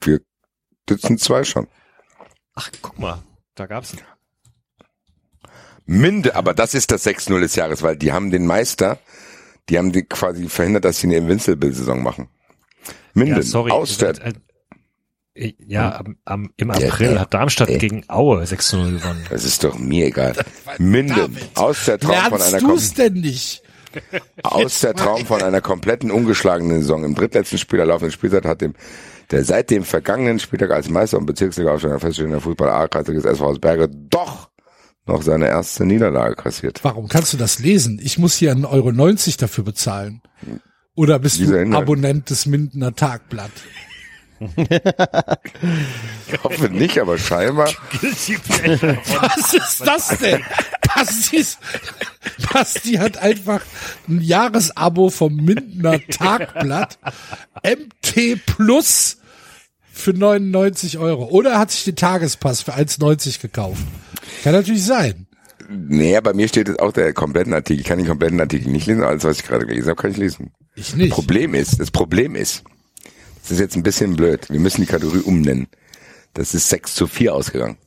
[SPEAKER 4] Wir Dützen 2 schon.
[SPEAKER 5] Ach, guck mal, da gab's einen.
[SPEAKER 4] Minde, aber das ist das 6-0 des Jahres, weil die haben den Meister, die haben die quasi verhindert, dass sie eine Invincible-Saison machen. Minden,
[SPEAKER 5] Ja, sorry.
[SPEAKER 4] aus der,
[SPEAKER 5] Äh, äh, Ja, am, am, im April
[SPEAKER 4] Hm. ja.
[SPEAKER 5] hat Darmstadt
[SPEAKER 4] Ja.
[SPEAKER 5] gegen Aue 6-0 gewonnen.
[SPEAKER 4] das ist doch mir egal. Minden, aus der Traum von einer
[SPEAKER 2] Lernst du es denn nicht?
[SPEAKER 4] Aus der Traum von einer kompletten ungeschlagenen Saison im drittletzten Spiel der laufenden Spielzeit hat dem, der seit dem vergangenen Spieltag als Meister und Bezirksliga aufsteiger feststehender Fußball A-Kreisliga des SV Hausberge doch noch seine erste Niederlage kassiert.
[SPEAKER 2] Warum kannst du das lesen? Ich muss hier 1,90 Euro 90 dafür bezahlen. Oder bist
[SPEAKER 4] Dieser
[SPEAKER 2] du
[SPEAKER 4] Inhalt.
[SPEAKER 2] Abonnent des Mindener Tagblatt?
[SPEAKER 4] Ich hoffe nicht, aber scheinbar.
[SPEAKER 2] Was ist das denn? Das ist, Basti hat einfach ein Jahresabo vom Mindener Tagblatt MT Plus für 99 Euro. Oder er hat sich den Tagespass für 1,90 gekauft. Kann natürlich sein.
[SPEAKER 4] Nee, bei mir steht jetzt auch der kompletten Artikel. Ich kann den kompletten Artikel nicht lesen, alles, was ich gerade gelesen habe, kann ich lesen.
[SPEAKER 2] Ich nicht.
[SPEAKER 4] Problem ist, das Problem ist, das ist jetzt ein bisschen blöd. Wir müssen die Kategorie umnennen. Das ist 6 zu 4 ausgegangen.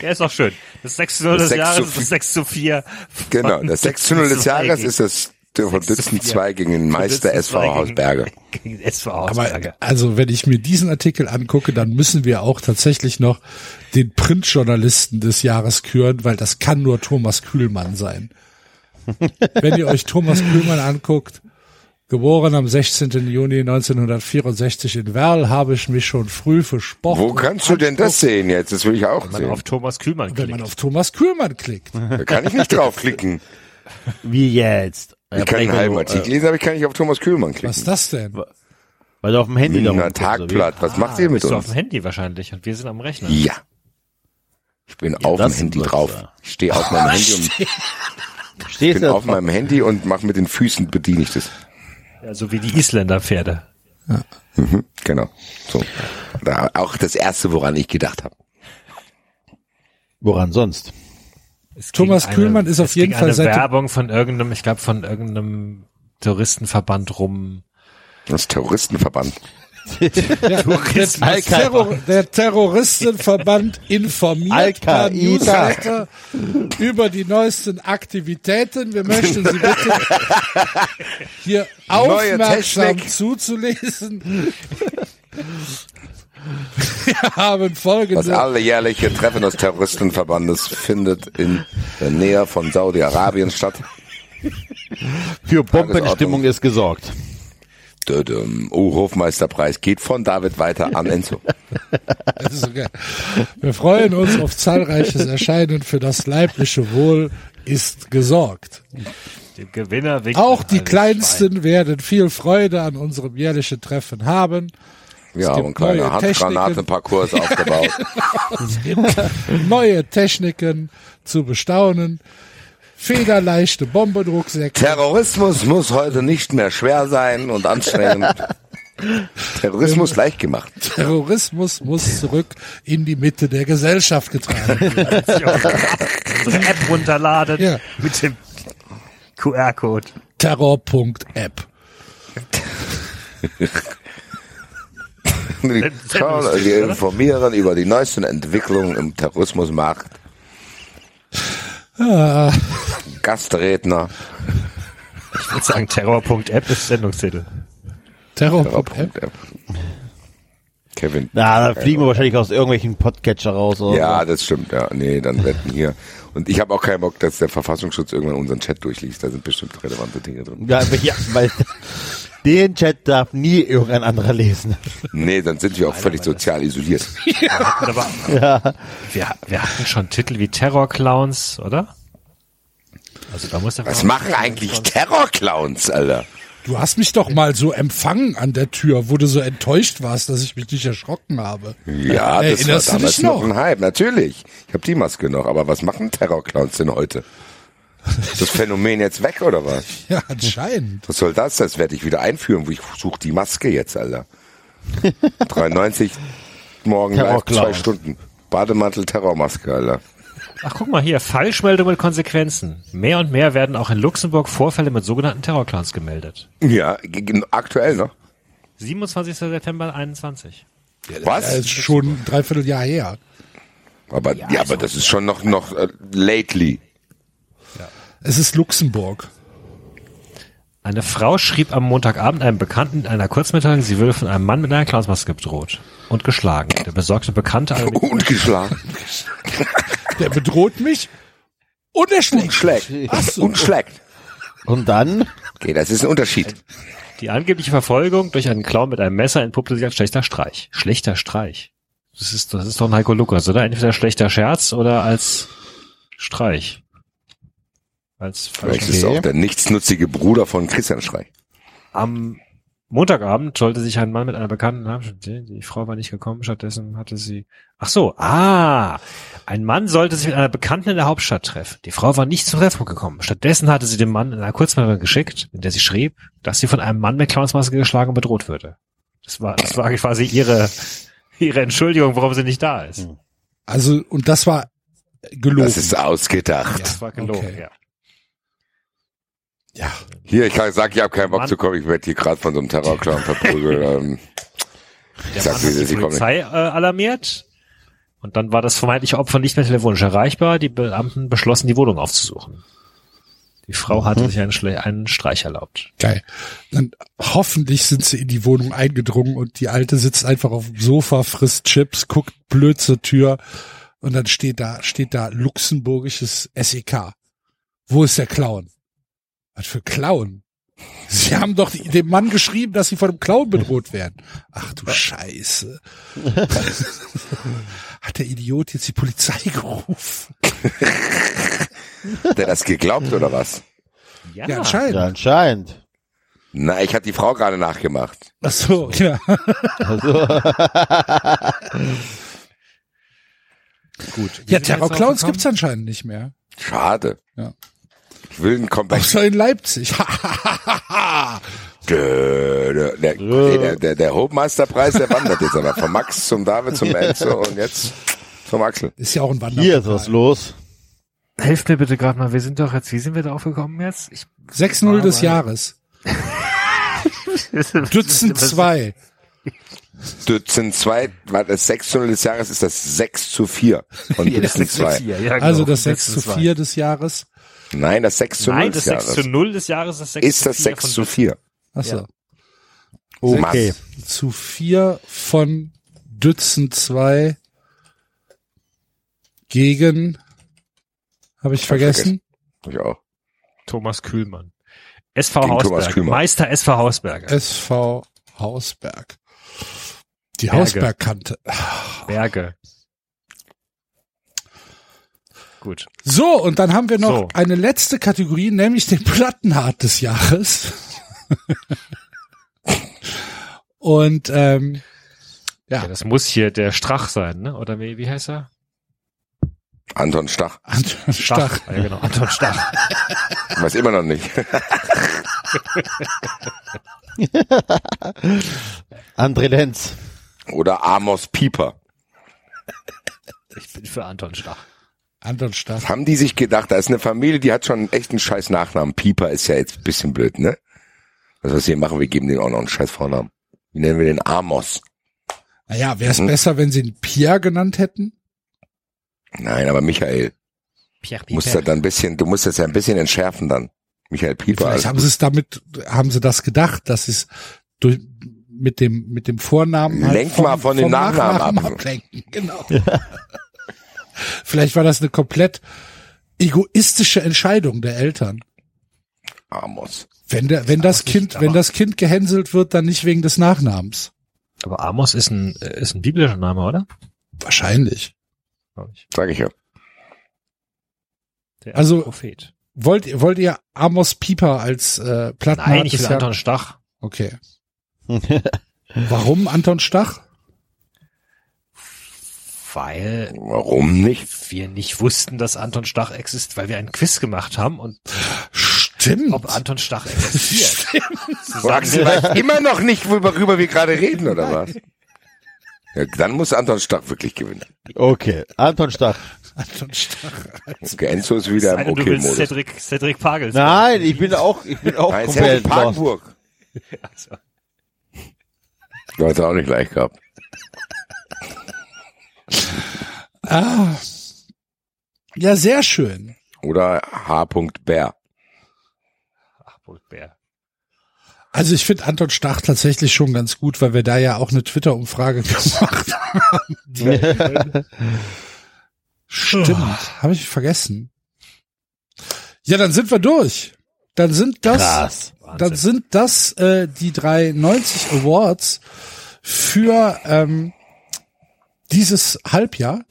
[SPEAKER 5] Ja, ist doch schön. Das 6-0
[SPEAKER 4] Das 6
[SPEAKER 5] des
[SPEAKER 4] zu
[SPEAKER 5] Jahres,
[SPEAKER 4] vier.
[SPEAKER 5] das 6 zu 4.
[SPEAKER 4] Genau, das 6 zu 0 des Jahres ist das von Dützen 2 gegen den Meister SV Hausberge. äh,
[SPEAKER 5] Gegen SV
[SPEAKER 2] Aber
[SPEAKER 5] Hausberge.
[SPEAKER 2] also, wenn ich mir diesen Artikel angucke, dann müssen wir auch tatsächlich noch den Printjournalisten des Jahres küren, weil das kann nur Thomas Kühlmann sein. wenn ihr euch Thomas Kühlmann anguckt, geboren am 16. Juni 1964 in Werl, habe ich mich schon früh für Sport.
[SPEAKER 4] Wo
[SPEAKER 2] und
[SPEAKER 4] kannst du denn das sehen jetzt? Das will ich auch
[SPEAKER 5] Wenn man
[SPEAKER 4] sehen.
[SPEAKER 5] auf Thomas Kühlmann
[SPEAKER 2] Wenn man
[SPEAKER 5] klickt.
[SPEAKER 2] auf Thomas Kühlmann klickt.
[SPEAKER 4] Da kann ich nicht draufklicken.
[SPEAKER 3] wie jetzt?
[SPEAKER 4] Ich kann einen halben
[SPEAKER 5] äh,
[SPEAKER 4] Artikel lesen, aber ich kann nicht auf Thomas Kühlmann
[SPEAKER 2] Was ist
[SPEAKER 4] klicken.
[SPEAKER 2] das denn?
[SPEAKER 3] äh, Weil du auf dem Handy da
[SPEAKER 4] Na,
[SPEAKER 3] rumguckst, oder wie?
[SPEAKER 4] Tagblatt, was macht ihr mit
[SPEAKER 5] Bist Ah, du auf dem
[SPEAKER 4] uns?
[SPEAKER 5] Handy wahrscheinlich und wir sind am Rechner.
[SPEAKER 4] Ja. Ich bin auf dem
[SPEAKER 3] das
[SPEAKER 4] Handy
[SPEAKER 3] wird's,
[SPEAKER 4] drauf.
[SPEAKER 3] ja.
[SPEAKER 4] Ich stehe auf
[SPEAKER 5] Ah,
[SPEAKER 4] meinem Handy und
[SPEAKER 3] Stehst
[SPEAKER 4] bin
[SPEAKER 3] du
[SPEAKER 4] auf meinem Handy und mache mit den Füßen bediene ich das.
[SPEAKER 5] Ja, so wie die Isländer-Pferde.
[SPEAKER 4] Mhm, genau. So. Da, auch das erste, woran ich gedacht habe.
[SPEAKER 3] Woran sonst?
[SPEAKER 5] Es
[SPEAKER 2] Thomas
[SPEAKER 5] ging
[SPEAKER 2] Kühlmann ist auf
[SPEAKER 5] es
[SPEAKER 2] jeden
[SPEAKER 5] ging
[SPEAKER 2] Fall
[SPEAKER 5] eine
[SPEAKER 2] seit dem-
[SPEAKER 5] Werbung von irgendeinem, ich glaube von irgendeinem Terroristenverband rum.
[SPEAKER 4] Das Terroristenverband.
[SPEAKER 2] Der, der,
[SPEAKER 3] Al-Qaida.
[SPEAKER 2] Terror, der Terroristenverband informiert per
[SPEAKER 3] Al-Qaida.
[SPEAKER 2] Newsletter über die neuesten Aktivitäten. Wir möchten Sie bitte hier
[SPEAKER 4] Neue
[SPEAKER 2] aufmerksam
[SPEAKER 4] Technik.
[SPEAKER 2] zuzulesen. Wir haben
[SPEAKER 4] Das
[SPEAKER 2] folgende
[SPEAKER 4] alljährliche Treffen des Terroristenverbandes findet in der Nähe von Saudi-Arabien statt.
[SPEAKER 3] Für
[SPEAKER 4] Bombenstimmung
[SPEAKER 3] Bombenstimmung ist gesorgt.
[SPEAKER 4] Dödüm. Oh, Hofmeisterpreis geht von David weiter an Enzo.
[SPEAKER 2] Das ist so geil. Wir freuen uns auf zahlreiches Erscheinen. Für das leibliche Wohl ist gesorgt.
[SPEAKER 5] Dem Gewinner winkt
[SPEAKER 2] Auch
[SPEAKER 5] ein
[SPEAKER 2] die
[SPEAKER 5] altes
[SPEAKER 2] Kleinsten werden viel Freude an unserem jährlichen Treffen haben.
[SPEAKER 4] Wir haben
[SPEAKER 2] gibt
[SPEAKER 4] kleine
[SPEAKER 2] neue
[SPEAKER 4] Handgranatenparcours aufgebaut.
[SPEAKER 2] neue Techniken zu bestaunen, federleichte Bombenrucksäcke.
[SPEAKER 4] Terrorismus muss heute nicht mehr schwer sein und anstrengend.
[SPEAKER 2] Ähm,
[SPEAKER 4] Terrorismus leicht gemacht.
[SPEAKER 2] Terrorismus muss zurück in die Mitte der Gesellschaft getragen werden.
[SPEAKER 5] Schwein. Unsere App runterladen
[SPEAKER 2] Ja.
[SPEAKER 5] mit dem QR-Code.
[SPEAKER 2] Terror.app.
[SPEAKER 4] Die Schauen, Wir informieren über die neuesten Entwicklungen im Terrorismusmarkt.
[SPEAKER 2] Ah.
[SPEAKER 4] Gastredner.
[SPEAKER 5] Ich würde sagen, Terror.app ist Sendungstitel.
[SPEAKER 2] Terror.app.
[SPEAKER 4] Kevin.
[SPEAKER 3] Na, da fliegen wir wahrscheinlich aus irgendwelchen Podcatcher raus. Oder
[SPEAKER 4] genau. Ja,
[SPEAKER 3] so.
[SPEAKER 4] das stimmt, ja. Nee, dann wetten hier. Und ich habe auch keinen Bock, dass der Verfassungsschutz irgendwann unseren Chat durchliest. Da sind bestimmt relevante Dinge drin.
[SPEAKER 3] Ja, aber ja, weil den Chat darf nie irgendein anderer lesen.
[SPEAKER 4] Nee, dann sind wir auch völlig sozial isoliert.
[SPEAKER 5] Aber wir, wir hatten schon Titel wie Terror-Clowns, oder? Also da muss der
[SPEAKER 4] Was machen eigentlich Terrorclowns, Alter?
[SPEAKER 2] Du hast mich doch mal so empfangen an der Tür, wo du so enttäuscht warst, dass ich mich nicht erschrocken habe.
[SPEAKER 4] Ja,
[SPEAKER 2] Äh,
[SPEAKER 4] das war
[SPEAKER 2] erinnerst du
[SPEAKER 4] damals
[SPEAKER 2] dich
[SPEAKER 4] noch?
[SPEAKER 2] noch?
[SPEAKER 4] ein Hype, natürlich. Ich habe die Maske noch, aber was machen Terrorclowns denn heute? Ist das Phänomen jetzt weg oder was?
[SPEAKER 2] Ja, anscheinend.
[SPEAKER 4] Was soll das? Das werde ich wieder einführen, wo ich suche die Maske jetzt, Alter. 93 morgen live,
[SPEAKER 3] Terrorclown.
[SPEAKER 4] zwei Stunden. Bademantel Terrormaske, Alter.
[SPEAKER 5] Ach, guck mal hier, Falschmeldung mit Konsequenzen. Mehr und mehr werden auch in Luxemburg Vorfälle mit sogenannten Terrorclowns gemeldet.
[SPEAKER 4] Ja, ge- ge- aktuell ne? noch.
[SPEAKER 5] 27. September 21.
[SPEAKER 2] Das
[SPEAKER 4] Was?
[SPEAKER 2] ist schon ein Dreivierteljahr her.
[SPEAKER 4] Aber ja, aber das ist schon noch noch äh, lately.
[SPEAKER 2] Es ist Luxemburg.
[SPEAKER 5] Eine Frau schrieb am Montagabend einem Bekannten in einer Kurzmitteilung, sie würde von einem Mann mit einer Clownsmaske bedroht und geschlagen. Der besorgte Bekannte allerdings,
[SPEAKER 4] Und geschlagen.
[SPEAKER 2] Der bedroht mich und er schlägt.
[SPEAKER 4] Schlägt.
[SPEAKER 2] Ach so.
[SPEAKER 4] Und schlägt.
[SPEAKER 3] Und dann?
[SPEAKER 4] Okay, das ist ein Unterschied.
[SPEAKER 5] die angebliche Verfolgung durch einen Clown mit einem Messer entpuppte sich als schlechter Streich. Schlechter Streich. Das ist, das ist doch ein Heiko Lukas, oder? Entweder schlechter Scherz oder als Streich. Als
[SPEAKER 4] Vielleicht ist auch der nichtsnutzige Bruder von Christian Schrei.
[SPEAKER 5] Am Montagabend sollte sich ein Mann mit einer Bekannten haben. Die Frau war nicht gekommen, stattdessen hatte sie. Ach so, ah! Ein Mann sollte sich mit einer Bekannten in der Hauptstadt treffen. Die Frau war nicht zum Treffpunkt gekommen. Stattdessen hatte sie dem Mann in einer Kurzmeldung geschickt, in der sie schrieb, dass sie von einem Mann mit Clownsmaske geschlagen und bedroht würde. Das war, das war quasi ihre, ihre Entschuldigung, warum sie nicht da ist.
[SPEAKER 2] Also, und das war gelogen.
[SPEAKER 4] Das ist ausgedacht.
[SPEAKER 5] Das war gelogen,
[SPEAKER 2] Okay.
[SPEAKER 5] ja.
[SPEAKER 2] ja.
[SPEAKER 4] Hier, ich kann- sag, ich habe keinen Bock
[SPEAKER 5] Mann.
[SPEAKER 4] zu kommen, ich werde hier gerade von so einem Terrorclown verprügelt. Ähm,
[SPEAKER 5] Der
[SPEAKER 4] Sag
[SPEAKER 5] Mann
[SPEAKER 4] mir, dass
[SPEAKER 5] hat die
[SPEAKER 4] ich komme.
[SPEAKER 5] Polizei äh, alarmiert. Und dann war das vermeintliche Opfer nicht mehr telefonisch erreichbar. Die Beamten beschlossen, die Wohnung aufzusuchen. Die Frau
[SPEAKER 4] Mhm.
[SPEAKER 5] hatte sich einen, Schle einen Streich erlaubt.
[SPEAKER 2] Geil. Dann hoffentlich sind sie in die Wohnung eingedrungen und die Alte sitzt einfach auf dem Sofa, frisst Chips, guckt blöd zur Tür und dann steht da, steht da luxemburgisches SEK. Wo ist der Clown? Was für Clown? Sie haben doch dem Mann geschrieben, dass sie von einem Clown bedroht werden. Ach du Scheiße. Hat der Idiot jetzt die Polizei gerufen?
[SPEAKER 4] hat er das geglaubt oder was?
[SPEAKER 5] Ja,
[SPEAKER 2] Ja, anscheinend.
[SPEAKER 3] Ja, anscheinend.
[SPEAKER 4] Na, ich hatte die Frau gerade nachgemacht.
[SPEAKER 2] Ach so, ja.
[SPEAKER 3] Also,
[SPEAKER 5] gut.
[SPEAKER 2] Ja, Terrorclowns gibt's anscheinend nicht mehr.
[SPEAKER 4] Schade.
[SPEAKER 2] Ja.
[SPEAKER 4] Ich will einen Comeback.
[SPEAKER 2] Außer in Leipzig.
[SPEAKER 4] Dö, dö, Der, nee, der, der, der Hofmeisterpreis, der wandert jetzt aber von Max zum David zum Enzo und jetzt zum Axel.
[SPEAKER 2] ist ja auch ein Wander.
[SPEAKER 3] hier ist was los.
[SPEAKER 5] Helft mir bitte gerade mal, wir sind doch jetzt, wie sind wir drauf gekommen jetzt? Ich
[SPEAKER 2] 6-0 des Jahres. Dutzend zwei.
[SPEAKER 4] Dützen 2, war das 6 zu 0 des Jahres, ist das 6 zu 4 von Dützen 2.
[SPEAKER 2] Also das 6 zu 4 des Jahres.
[SPEAKER 4] Nein, das 6 zu 0
[SPEAKER 5] Nein, das
[SPEAKER 4] des
[SPEAKER 5] 6 zu
[SPEAKER 4] Jahres.
[SPEAKER 5] 0 des Jahres das 6
[SPEAKER 4] Ist das 6 zu 4?
[SPEAKER 2] Achso.
[SPEAKER 4] Oh, okay.
[SPEAKER 2] Zu 4 von Dutzend 2 gegen habe ich vergessen.
[SPEAKER 4] Ich auch.
[SPEAKER 5] Thomas Kühlmann. Äh. SV
[SPEAKER 4] Gegen Thomas
[SPEAKER 5] Hausberg.
[SPEAKER 4] Kühlmann.
[SPEAKER 5] Meister SV Hausberger.
[SPEAKER 2] SV Hausberg. Die
[SPEAKER 5] Berge.
[SPEAKER 2] Hausbergkante.
[SPEAKER 5] Berge. Gut.
[SPEAKER 2] So, und dann haben wir noch
[SPEAKER 5] So.
[SPEAKER 2] eine letzte Kategorie, nämlich den Plattenhart des Jahres. und ähm,
[SPEAKER 5] Ja, das muss hier der Strach sein, ne? Oder wie, wie heißt er?
[SPEAKER 4] Anton Stach.
[SPEAKER 2] Anton Stach.
[SPEAKER 5] Ja, genau. Anton Stach.
[SPEAKER 4] Weiß immer noch nicht.
[SPEAKER 3] André Lenz.
[SPEAKER 4] Oder Amos Pieper.
[SPEAKER 5] Ich bin für Anton Stach.
[SPEAKER 2] Anton Stach.
[SPEAKER 4] Haben die sich gedacht, da ist eine Familie, die hat schon einen echten scheiß Nachnamen. Pieper ist ja jetzt ein bisschen blöd, ne? Was wir hier machen, wir geben denen auch noch einen scheiß Vornamen. Wie nennen wir den Amos?
[SPEAKER 2] Naja, wäre es
[SPEAKER 4] Mhm.
[SPEAKER 2] besser, wenn sie ihn Pierre genannt hätten?
[SPEAKER 4] Nein, aber Michael,
[SPEAKER 5] Pierre
[SPEAKER 4] musst du dann ein bisschen, du musst das ja ein bisschen entschärfen dann. Michael Pieper.
[SPEAKER 2] Vielleicht
[SPEAKER 4] Also,
[SPEAKER 2] haben sie es damit, haben sie das gedacht, dass sie es durch mit dem mit dem Vornamen halt
[SPEAKER 4] Lenk mal von dem Nachnamen ab.
[SPEAKER 2] ablenken. Genau. Vielleicht war das eine komplett egoistische Entscheidung der Eltern.
[SPEAKER 4] Amos.
[SPEAKER 2] Wenn der, wenn das Kind, wenn das Kind gehänselt wird, dann nicht wegen des Nachnamens.
[SPEAKER 5] Aber Amos ist ein, äh, ist ein biblischer Name, oder?
[SPEAKER 2] Wahrscheinlich.
[SPEAKER 5] Glaub ich.
[SPEAKER 4] Sag ich ja.
[SPEAKER 5] Der
[SPEAKER 2] Also-
[SPEAKER 5] Prophet.
[SPEAKER 2] Wollt, wollt ihr Amos Pieper als äh, Plattenhardt?
[SPEAKER 5] Nein, ich
[SPEAKER 2] des
[SPEAKER 5] will
[SPEAKER 2] Jahres-
[SPEAKER 5] Anton Stach,
[SPEAKER 2] Okay. Warum Anton Stach?
[SPEAKER 5] weil
[SPEAKER 4] Warum nicht?
[SPEAKER 5] wir nicht wussten, dass Anton Stach existiert, weil wir einen Quiz gemacht haben und
[SPEAKER 2] Stimmt.
[SPEAKER 5] ob Anton Stach existiert.
[SPEAKER 4] Sagst du vielleicht immer noch nicht, worüber wir gerade reden, oder was? Ja, dann muss Anton Stach wirklich gewinnen.
[SPEAKER 3] Okay, Anton Stach.
[SPEAKER 2] Anton Stach.
[SPEAKER 4] Okay, Enzo ist wieder im
[SPEAKER 5] Eine, du willst
[SPEAKER 4] Okay-Modus.
[SPEAKER 5] Cedric, Cedric Pagels.
[SPEAKER 3] Nein, ich bin auch, ich bin auch
[SPEAKER 4] Nein, es ist
[SPEAKER 3] komplett
[SPEAKER 4] Helmut
[SPEAKER 3] lost.
[SPEAKER 4] Parkenburg.
[SPEAKER 5] Also,
[SPEAKER 4] Du hast auch nicht leicht gehabt.
[SPEAKER 2] Ah. Ja, sehr schön.
[SPEAKER 4] Oder H. Bär.
[SPEAKER 5] Ach, Bolt Bär.
[SPEAKER 2] Also ich finde Anton Stach tatsächlich schon ganz gut, weil wir da ja auch eine Twitter-Umfrage gemacht haben. Stimmt, habe Oh, ich vergessen. Ja, dann sind wir durch. Dann sind das,
[SPEAKER 3] Krass.
[SPEAKER 2] dann
[SPEAKER 5] Wahnsinn.
[SPEAKER 2] sind das äh, die 93 Awards für ähm, dieses Halbjahr.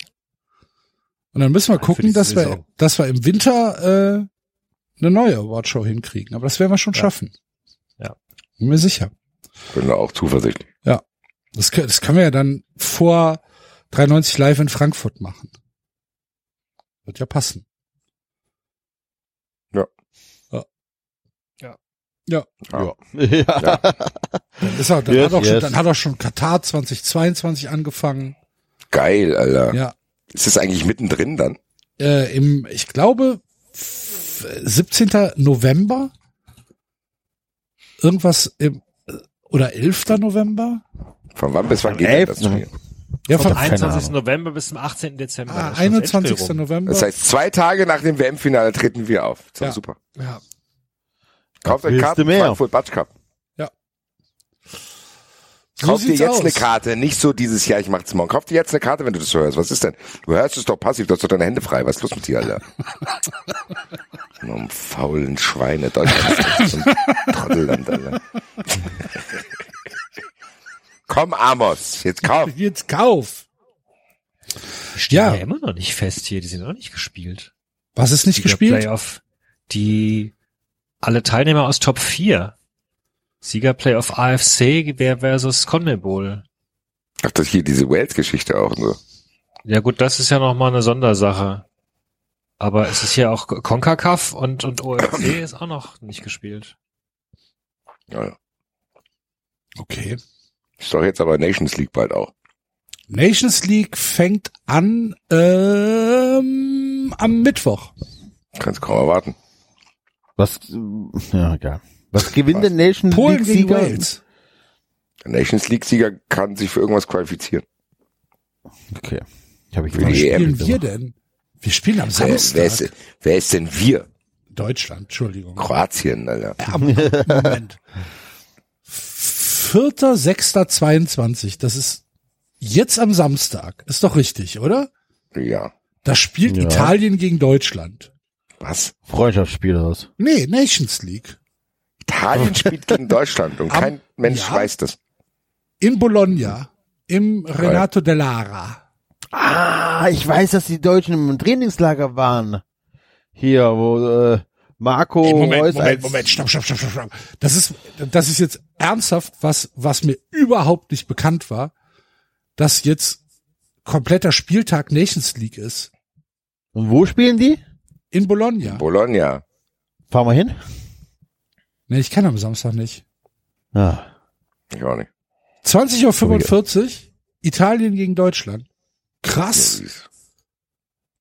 [SPEAKER 2] Und dann müssen wir
[SPEAKER 5] Für
[SPEAKER 2] gucken,
[SPEAKER 5] diese
[SPEAKER 2] dass wir,
[SPEAKER 5] Saison.
[SPEAKER 2] dass wir im Winter äh, eine neue Awardshow hinkriegen. Aber das werden wir schon
[SPEAKER 5] Ja.
[SPEAKER 2] schaffen.
[SPEAKER 5] Ja.
[SPEAKER 2] Bin mir sicher.
[SPEAKER 4] Bin da auch zuversichtlich.
[SPEAKER 2] Das, kö- das können wir ja dann vor 93 Live in Frankfurt machen. Wird ja passen.
[SPEAKER 4] Ja.
[SPEAKER 2] Ja.
[SPEAKER 5] Ja.
[SPEAKER 2] Ja.
[SPEAKER 3] Ja. ja.
[SPEAKER 2] Dann, ist auch, dann,
[SPEAKER 3] Yes,
[SPEAKER 2] hat auch schon,
[SPEAKER 3] yes.
[SPEAKER 2] dann hat auch schon Katar 2022 angefangen.
[SPEAKER 4] Geil, Alter.
[SPEAKER 2] Ja.
[SPEAKER 4] Ist das eigentlich mittendrin dann?
[SPEAKER 2] Äh, Im, ich glaube, f- 17. November. Irgendwas im äh, oder 11. November?
[SPEAKER 4] Von wann bis wann
[SPEAKER 3] Am
[SPEAKER 4] geht denn das
[SPEAKER 3] 11.,
[SPEAKER 4] Spiel?
[SPEAKER 2] Ja,
[SPEAKER 5] Vom
[SPEAKER 2] von
[SPEAKER 3] keine
[SPEAKER 5] 21.
[SPEAKER 3] Ahnung.
[SPEAKER 5] November bis zum 18. Dezember.
[SPEAKER 2] ah,
[SPEAKER 5] Das ist schon das
[SPEAKER 2] 21.
[SPEAKER 5] Endspiel rum.
[SPEAKER 2] November.
[SPEAKER 4] Das heißt, zwei Tage nach dem WM-Finale treten wir auf. Das ist doch
[SPEAKER 2] Ja.
[SPEAKER 4] super.
[SPEAKER 2] ja.
[SPEAKER 4] Kauft euch
[SPEAKER 3] Willst
[SPEAKER 4] Karten,
[SPEAKER 3] du mehr?
[SPEAKER 4] Frankfurt Batsch Cup.
[SPEAKER 2] So
[SPEAKER 4] Kauf dir
[SPEAKER 2] sieht's
[SPEAKER 4] jetzt
[SPEAKER 2] aus.
[SPEAKER 4] eine Karte, nicht so dieses Jahr, ich mach's morgen. Kauf dir jetzt eine Karte, wenn du das so hörst. Was ist denn? Du hörst es doch passiv, du hast doch deine Hände frei. Was ist los mit dir, Alter? Nur um faulen Schweine. Deutschland ist so ein Trottelland, Alter. Komm, Amos, jetzt kauf.
[SPEAKER 2] Jetzt Kauf.
[SPEAKER 5] Stehen
[SPEAKER 2] Ja.
[SPEAKER 5] ja. immer noch nicht fest hier, die sind noch nicht gespielt.
[SPEAKER 2] Was ist nicht
[SPEAKER 5] Die
[SPEAKER 2] gespielt?
[SPEAKER 5] Playoff, die alle Teilnehmer aus Top 4. Sieger Playoff AFC wer versus CONMEBOL.
[SPEAKER 4] Ach, das hier diese Wales-Geschichte auch nur.
[SPEAKER 5] Ja gut, das ist ja nochmal eine Sondersache. Aber es ist ja auch CONCACAF und, und OFC ist auch noch nicht gespielt.
[SPEAKER 4] Ja,
[SPEAKER 2] Okay.
[SPEAKER 4] ist doch jetzt aber Nations League bald auch.
[SPEAKER 2] Nations League fängt an ähm, am Mittwoch.
[SPEAKER 4] Kannst kaum erwarten.
[SPEAKER 3] Was, ja, egal. Was gewinnt der Nation
[SPEAKER 2] Polen
[SPEAKER 3] League
[SPEAKER 2] gegen
[SPEAKER 3] Sieger?
[SPEAKER 2] Wales.
[SPEAKER 4] Der Nations League-Sieger kann sich für irgendwas qualifizieren.
[SPEAKER 3] Okay. Ich hab ich
[SPEAKER 4] Für
[SPEAKER 2] Wann
[SPEAKER 4] die
[SPEAKER 3] vergessen.
[SPEAKER 4] EM.
[SPEAKER 2] spielen wir denn? Wir spielen am
[SPEAKER 4] Wer, wer, ist,
[SPEAKER 2] Samstag.
[SPEAKER 4] wer ist denn wir?
[SPEAKER 2] Deutschland, Entschuldigung.
[SPEAKER 4] Kroatien, Alter.
[SPEAKER 2] Äh, am- Moment. 4.6.22, das ist jetzt am Samstag. Ist doch richtig, oder?
[SPEAKER 4] Ja.
[SPEAKER 2] Da spielt
[SPEAKER 3] Ja.
[SPEAKER 2] Italien gegen Deutschland.
[SPEAKER 4] Was?
[SPEAKER 3] Freundschaftsspiel oder was?
[SPEAKER 2] Nee, Nations League.
[SPEAKER 4] Italien spielt gegen Deutschland und
[SPEAKER 2] Am-
[SPEAKER 4] kein Mensch
[SPEAKER 2] ja.
[SPEAKER 4] weiß das.
[SPEAKER 2] In Bologna. Im Renato Dell'Ara.
[SPEAKER 3] Ah, ich weiß, dass die Deutschen im Trainingslager waren. Hier, wo äh, Marco Reus als
[SPEAKER 2] stopp, stopp, stopp, stopp, stopp. Das ist, das ist jetzt ernsthaft, was, was mir überhaupt nicht bekannt war, dass jetzt kompletter Spieltag Nations League ist.
[SPEAKER 3] Und wo spielen die?
[SPEAKER 2] In Bologna.
[SPEAKER 4] Bologna.
[SPEAKER 3] Fahren wir hin?
[SPEAKER 2] Nee, ich kann am Samstag nicht.
[SPEAKER 3] Ah.
[SPEAKER 4] Ich auch nicht.
[SPEAKER 2] 20.45 Uhr, Italien gegen Deutschland. Krass.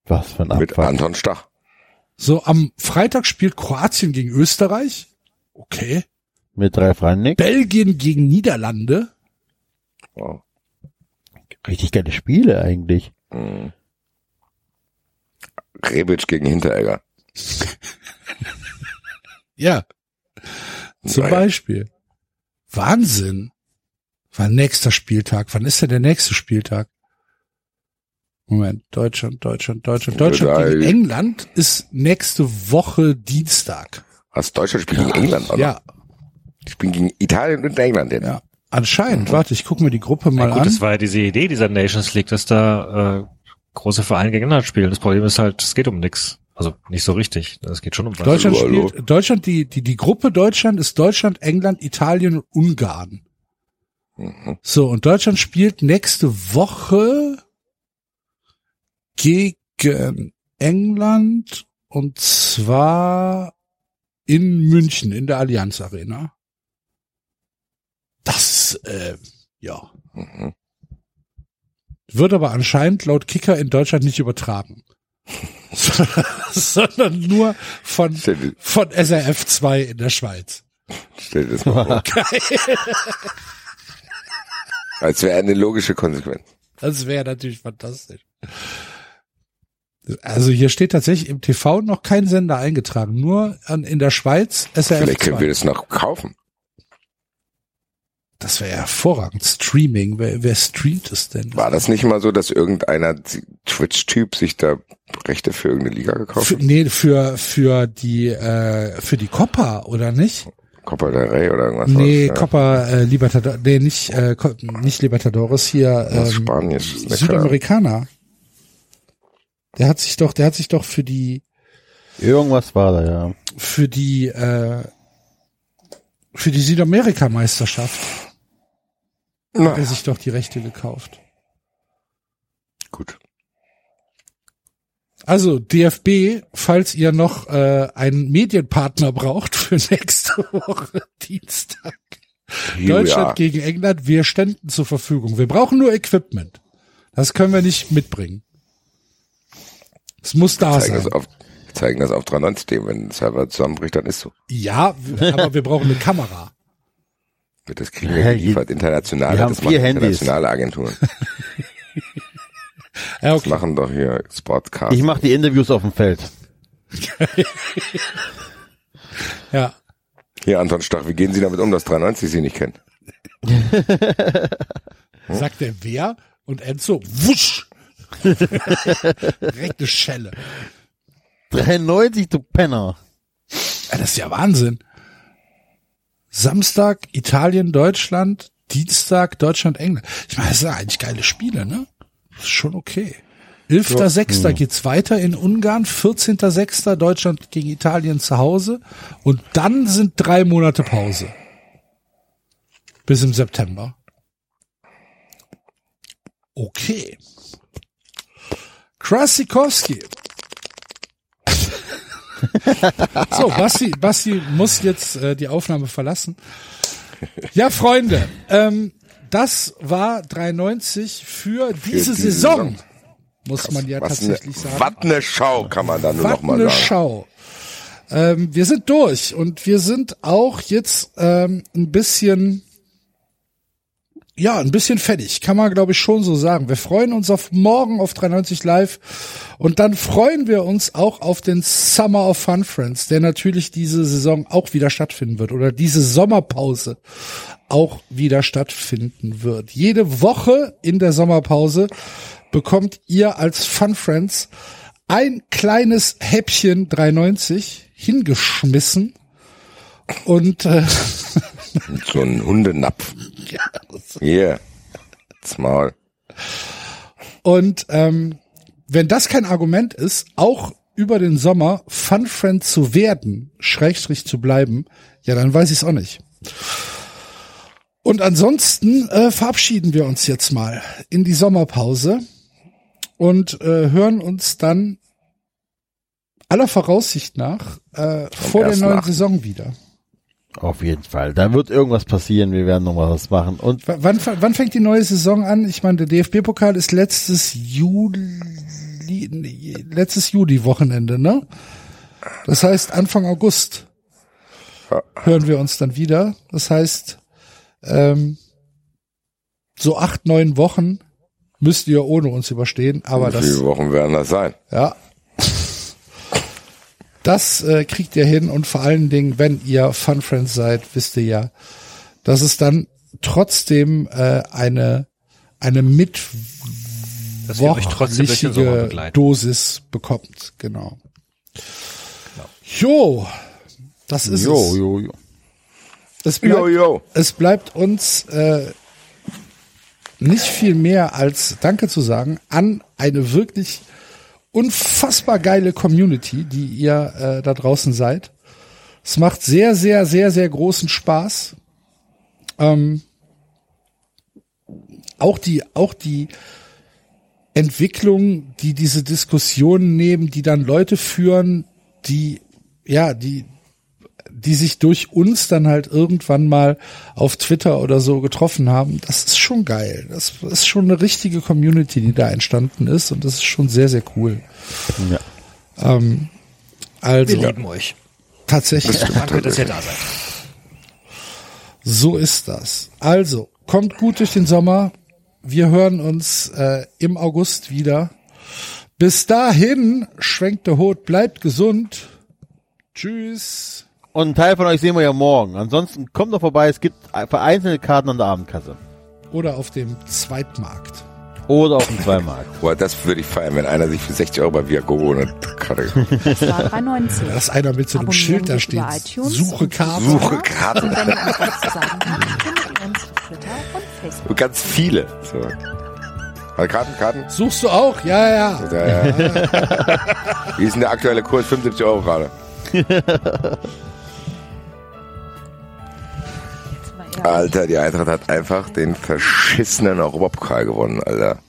[SPEAKER 3] Was für ein
[SPEAKER 4] Mit
[SPEAKER 3] Abfall.
[SPEAKER 4] Anton Stach.
[SPEAKER 2] So, am Freitag spielt Kroatien gegen Österreich. Okay.
[SPEAKER 3] Mit drei Freien Nick.
[SPEAKER 2] Belgien gegen Niederlande.
[SPEAKER 4] Wow.
[SPEAKER 3] Richtig geile Spiele eigentlich.
[SPEAKER 4] Mhm. Rebic gegen Hinteregger.
[SPEAKER 2] Ja. Zum
[SPEAKER 4] Geil.
[SPEAKER 2] Beispiel. Wahnsinn. Wann nächster Spieltag? Wann ist denn der nächste Spieltag? Moment, Deutschland, Deutschland, Deutschland. Deutschland gegen
[SPEAKER 4] Geil.
[SPEAKER 2] England ist nächste Woche Dienstag.
[SPEAKER 4] Was? Deutschland spielt gegen England, oder?
[SPEAKER 2] Ja,
[SPEAKER 4] Die spielen gegen Italien und England jetzt.
[SPEAKER 2] ja. Anscheinend, warte, ich gucke mir die Gruppe mal
[SPEAKER 5] ja, gut,
[SPEAKER 2] an.
[SPEAKER 5] das war ja diese Idee dieser Nations League, dass da äh, große Vereine gegeneinander spielen. Das Problem ist halt, es geht um nix. Also nicht so richtig. Es geht schon um was.
[SPEAKER 2] Deutschland
[SPEAKER 4] hallo.
[SPEAKER 2] spielt, Deutschland, die, die, die Gruppe Deutschland ist Deutschland, England, Italien und Ungarn.
[SPEAKER 4] Mhm.
[SPEAKER 2] So, und Deutschland spielt nächste Woche gegen England und zwar in München, in der Allianz Arena. Das, äh, ja.
[SPEAKER 4] Mhm.
[SPEAKER 2] Wird aber anscheinend laut Kicker in Deutschland nicht übertragen. Sondern nur von,
[SPEAKER 4] Stell, dir-
[SPEAKER 2] von SRF 2 in der Schweiz.
[SPEAKER 4] stell dir das mal vor. Als wäre eine logische Konsequenz.
[SPEAKER 2] Das wäre natürlich fantastisch. Also hier steht tatsächlich im TV noch kein Sender eingetragen, nur an, in der Schweiz SRF
[SPEAKER 4] Vielleicht können wir
[SPEAKER 2] 2.
[SPEAKER 4] das noch kaufen.
[SPEAKER 2] Das wäre hervorragend. Streaming, wer, wer streamt es denn?
[SPEAKER 4] War das nicht mal so, dass irgendeiner Twitch-Typ sich da Rechte für irgendeine Liga gekauft
[SPEAKER 2] Für,
[SPEAKER 4] hat?
[SPEAKER 2] nee, für, für die, äh, für die Copa, oder nicht?
[SPEAKER 4] Copa del Rey oder irgendwas?
[SPEAKER 2] nee,
[SPEAKER 4] was,
[SPEAKER 2] Copa, äh, Libertadores, nee, nicht, äh, Co- nicht Libertadores, hier,
[SPEAKER 4] Aus
[SPEAKER 2] ähm,
[SPEAKER 4] Spanien. Na klar.
[SPEAKER 2] Südamerikaner. Der hat sich doch, der hat sich doch für die,
[SPEAKER 3] Irgendwas war da, ja.
[SPEAKER 2] für die äh, für die Südamerika-Meisterschaft hat er
[SPEAKER 4] Na,
[SPEAKER 2] sich doch die Rechte gekauft.
[SPEAKER 4] gut.
[SPEAKER 2] Also DFB, falls ihr noch äh, einen Medienpartner braucht für nächste Woche Dienstag.
[SPEAKER 4] Here we are.
[SPEAKER 2] Deutschland gegen England, wir ständen zur Verfügung. Wir brauchen nur Equipment. Das können wir nicht mitbringen. Es muss da
[SPEAKER 4] zeigen
[SPEAKER 2] sein.
[SPEAKER 4] das auf, wir zeigen das auf 93 dem, wenn ein Server zusammenbricht, dann ist so.
[SPEAKER 2] Ja, w- aber wir brauchen eine Kamera.
[SPEAKER 4] Das kriegen wir
[SPEAKER 3] Ja,
[SPEAKER 4] geliefert international.
[SPEAKER 3] wir haben
[SPEAKER 4] Das machen
[SPEAKER 3] vier Handys.
[SPEAKER 4] internationale Agenturen.
[SPEAKER 2] Ja,
[SPEAKER 4] Das
[SPEAKER 2] okay.
[SPEAKER 4] machen doch hier Sportcast.
[SPEAKER 3] Ich mache die Interviews auf dem Feld.
[SPEAKER 2] ja.
[SPEAKER 4] Hier, Anton Stach, wie gehen Sie damit um, dass 93 Sie nicht kennt?
[SPEAKER 2] Sagt er wer? Und Enzo, wusch! Direkt eine Schelle.
[SPEAKER 3] 93, du Penner.
[SPEAKER 2] Ja, das ist ja Wahnsinn. Samstag Italien, Deutschland, Dienstag Deutschland, England. Ich meine, das sind eigentlich geile Spiele, ne? Das ist schon okay. 11.06. geht's weiter in Ungarn, 14.06. Deutschland gegen Italien zu Hause und dann sind drei Monate Pause. Bis im September. Okay. Krasikowski. So, Basti, Basti muss jetzt äh, die Aufnahme verlassen. Ja, Freunde, ähm, das war 93 für diese
[SPEAKER 4] diese
[SPEAKER 2] Saison,
[SPEAKER 4] Saison.
[SPEAKER 2] muss man ja
[SPEAKER 4] was, ne- eine,
[SPEAKER 2] tatsächlich sagen.
[SPEAKER 4] was eine Schau, kann man da nur
[SPEAKER 2] Was ne
[SPEAKER 4] nochmal
[SPEAKER 2] eine
[SPEAKER 4] sagen.
[SPEAKER 2] Schau. Ähm, wir sind durch und wir sind auch jetzt ähm, ein bisschen, ja, ein bisschen fertig, kann man glaube ich schon so sagen. Wir freuen uns auf morgen auf 93 Live und dann freuen wir uns auch auf den Summer of Fun Friends, der natürlich diese Saison auch wieder stattfinden wird oder diese Sommerpause auch wieder stattfinden wird. Jede Woche in der Sommerpause bekommt ihr als Fun Friends ein kleines Häppchen 93 hingeschmissen und äh,
[SPEAKER 4] So ein Hundenapf. Hier. Ins Maul.
[SPEAKER 2] und ähm, wenn das kein Argument ist, auch über den Sommer Fun Friend zu werden, Schrägstrich zu bleiben, ja, dann weiß ich es auch nicht. Und ansonsten äh, verabschieden wir uns jetzt mal in die Sommerpause und äh, hören uns dann aller Voraussicht nach äh, vor der
[SPEAKER 4] ersten
[SPEAKER 2] neuen
[SPEAKER 4] Achten.
[SPEAKER 2] Saison wieder.
[SPEAKER 3] Auf jeden Fall. Da wird irgendwas passieren. Wir werden noch mal was machen. Und
[SPEAKER 2] W wann, f- wann fängt die neue Saison an? Ich meine, der DFB-Pokal ist letztes Juli, nee, letztes Juli-Wochenende, ne? Das heißt, Anfang August hören wir uns dann wieder. Das heißt, ähm, so acht, neun Wochen müsst ihr ohne uns überstehen, aber
[SPEAKER 4] Wie viele
[SPEAKER 2] das,
[SPEAKER 4] Wochen werden das sein?
[SPEAKER 2] ja. Das äh, kriegt ihr hin und vor allen Dingen, wenn ihr Fun Friends seid, wisst ihr ja, dass es dann trotzdem äh, eine eine
[SPEAKER 5] Dass wir euch trotzdem durch den Sommer
[SPEAKER 2] mitwochliche
[SPEAKER 5] begleiten.
[SPEAKER 2] Dosis bekommt. Genau. Jo, das ist
[SPEAKER 3] jo,
[SPEAKER 2] es.
[SPEAKER 3] jo, jo.
[SPEAKER 2] Es bleibt,
[SPEAKER 4] Jo, jo.
[SPEAKER 2] es bleibt uns äh, nicht viel mehr als Danke zu sagen an eine wirklich unfassbar geile Community, die ihr äh, da draußen seid. Es macht sehr, sehr, sehr, sehr großen Spaß. Ähm, auch die, auch die Entwicklung, die diese Diskussionen nehmen, die dann Leute führen, die, ja, die, die sich durch uns dann halt irgendwann mal auf Twitter oder so getroffen haben, das ist schon geil. Das ist schon eine richtige Community, die da entstanden ist und das ist schon sehr, sehr cool.
[SPEAKER 3] Ja.
[SPEAKER 2] Ähm, also
[SPEAKER 5] Wir lieben euch.
[SPEAKER 2] tatsächlich,
[SPEAKER 5] Danke, dass ihr da seid.
[SPEAKER 2] so ist das. Also, kommt gut durch den Sommer. Wir hören uns äh, im August wieder. Bis dahin, schwenkt der Hut, bleibt gesund. Tschüss.
[SPEAKER 3] Und einen Teil von euch sehen wir ja morgen. Ansonsten kommt doch vorbei, es gibt vereinzelte Karten an der Abendkasse.
[SPEAKER 2] oder auf dem Zweitmarkt.
[SPEAKER 3] Oder auf dem Zweimarkt.
[SPEAKER 4] Boah, das würde ich feiern, wenn einer sich für 60 Euro bei Viagogo eine Karte
[SPEAKER 1] Das war 3,90.
[SPEAKER 2] Dass einer mit so einem
[SPEAKER 1] Abonnieren
[SPEAKER 2] Schild da
[SPEAKER 1] wir
[SPEAKER 2] steht.
[SPEAKER 1] über iTunes
[SPEAKER 2] Suche
[SPEAKER 1] und
[SPEAKER 2] Karten.
[SPEAKER 1] Twitter.
[SPEAKER 4] Suche Karten.
[SPEAKER 1] Und wenn ihr uns was zu sagen habt, findet ihr uns auf Twitter und Facebook.
[SPEAKER 4] Und ganz viele. So. Mal Karten, Karten.
[SPEAKER 2] Suchst du auch? Ja, ja.
[SPEAKER 4] Ja, ja. Wie ist denn der aktuelle Kurs? 75 Euro gerade.
[SPEAKER 1] Jetzt mal ehrlich.
[SPEAKER 4] Alter, die Eintracht hat einfach den verschissenen Europapokal gewonnen, Alter.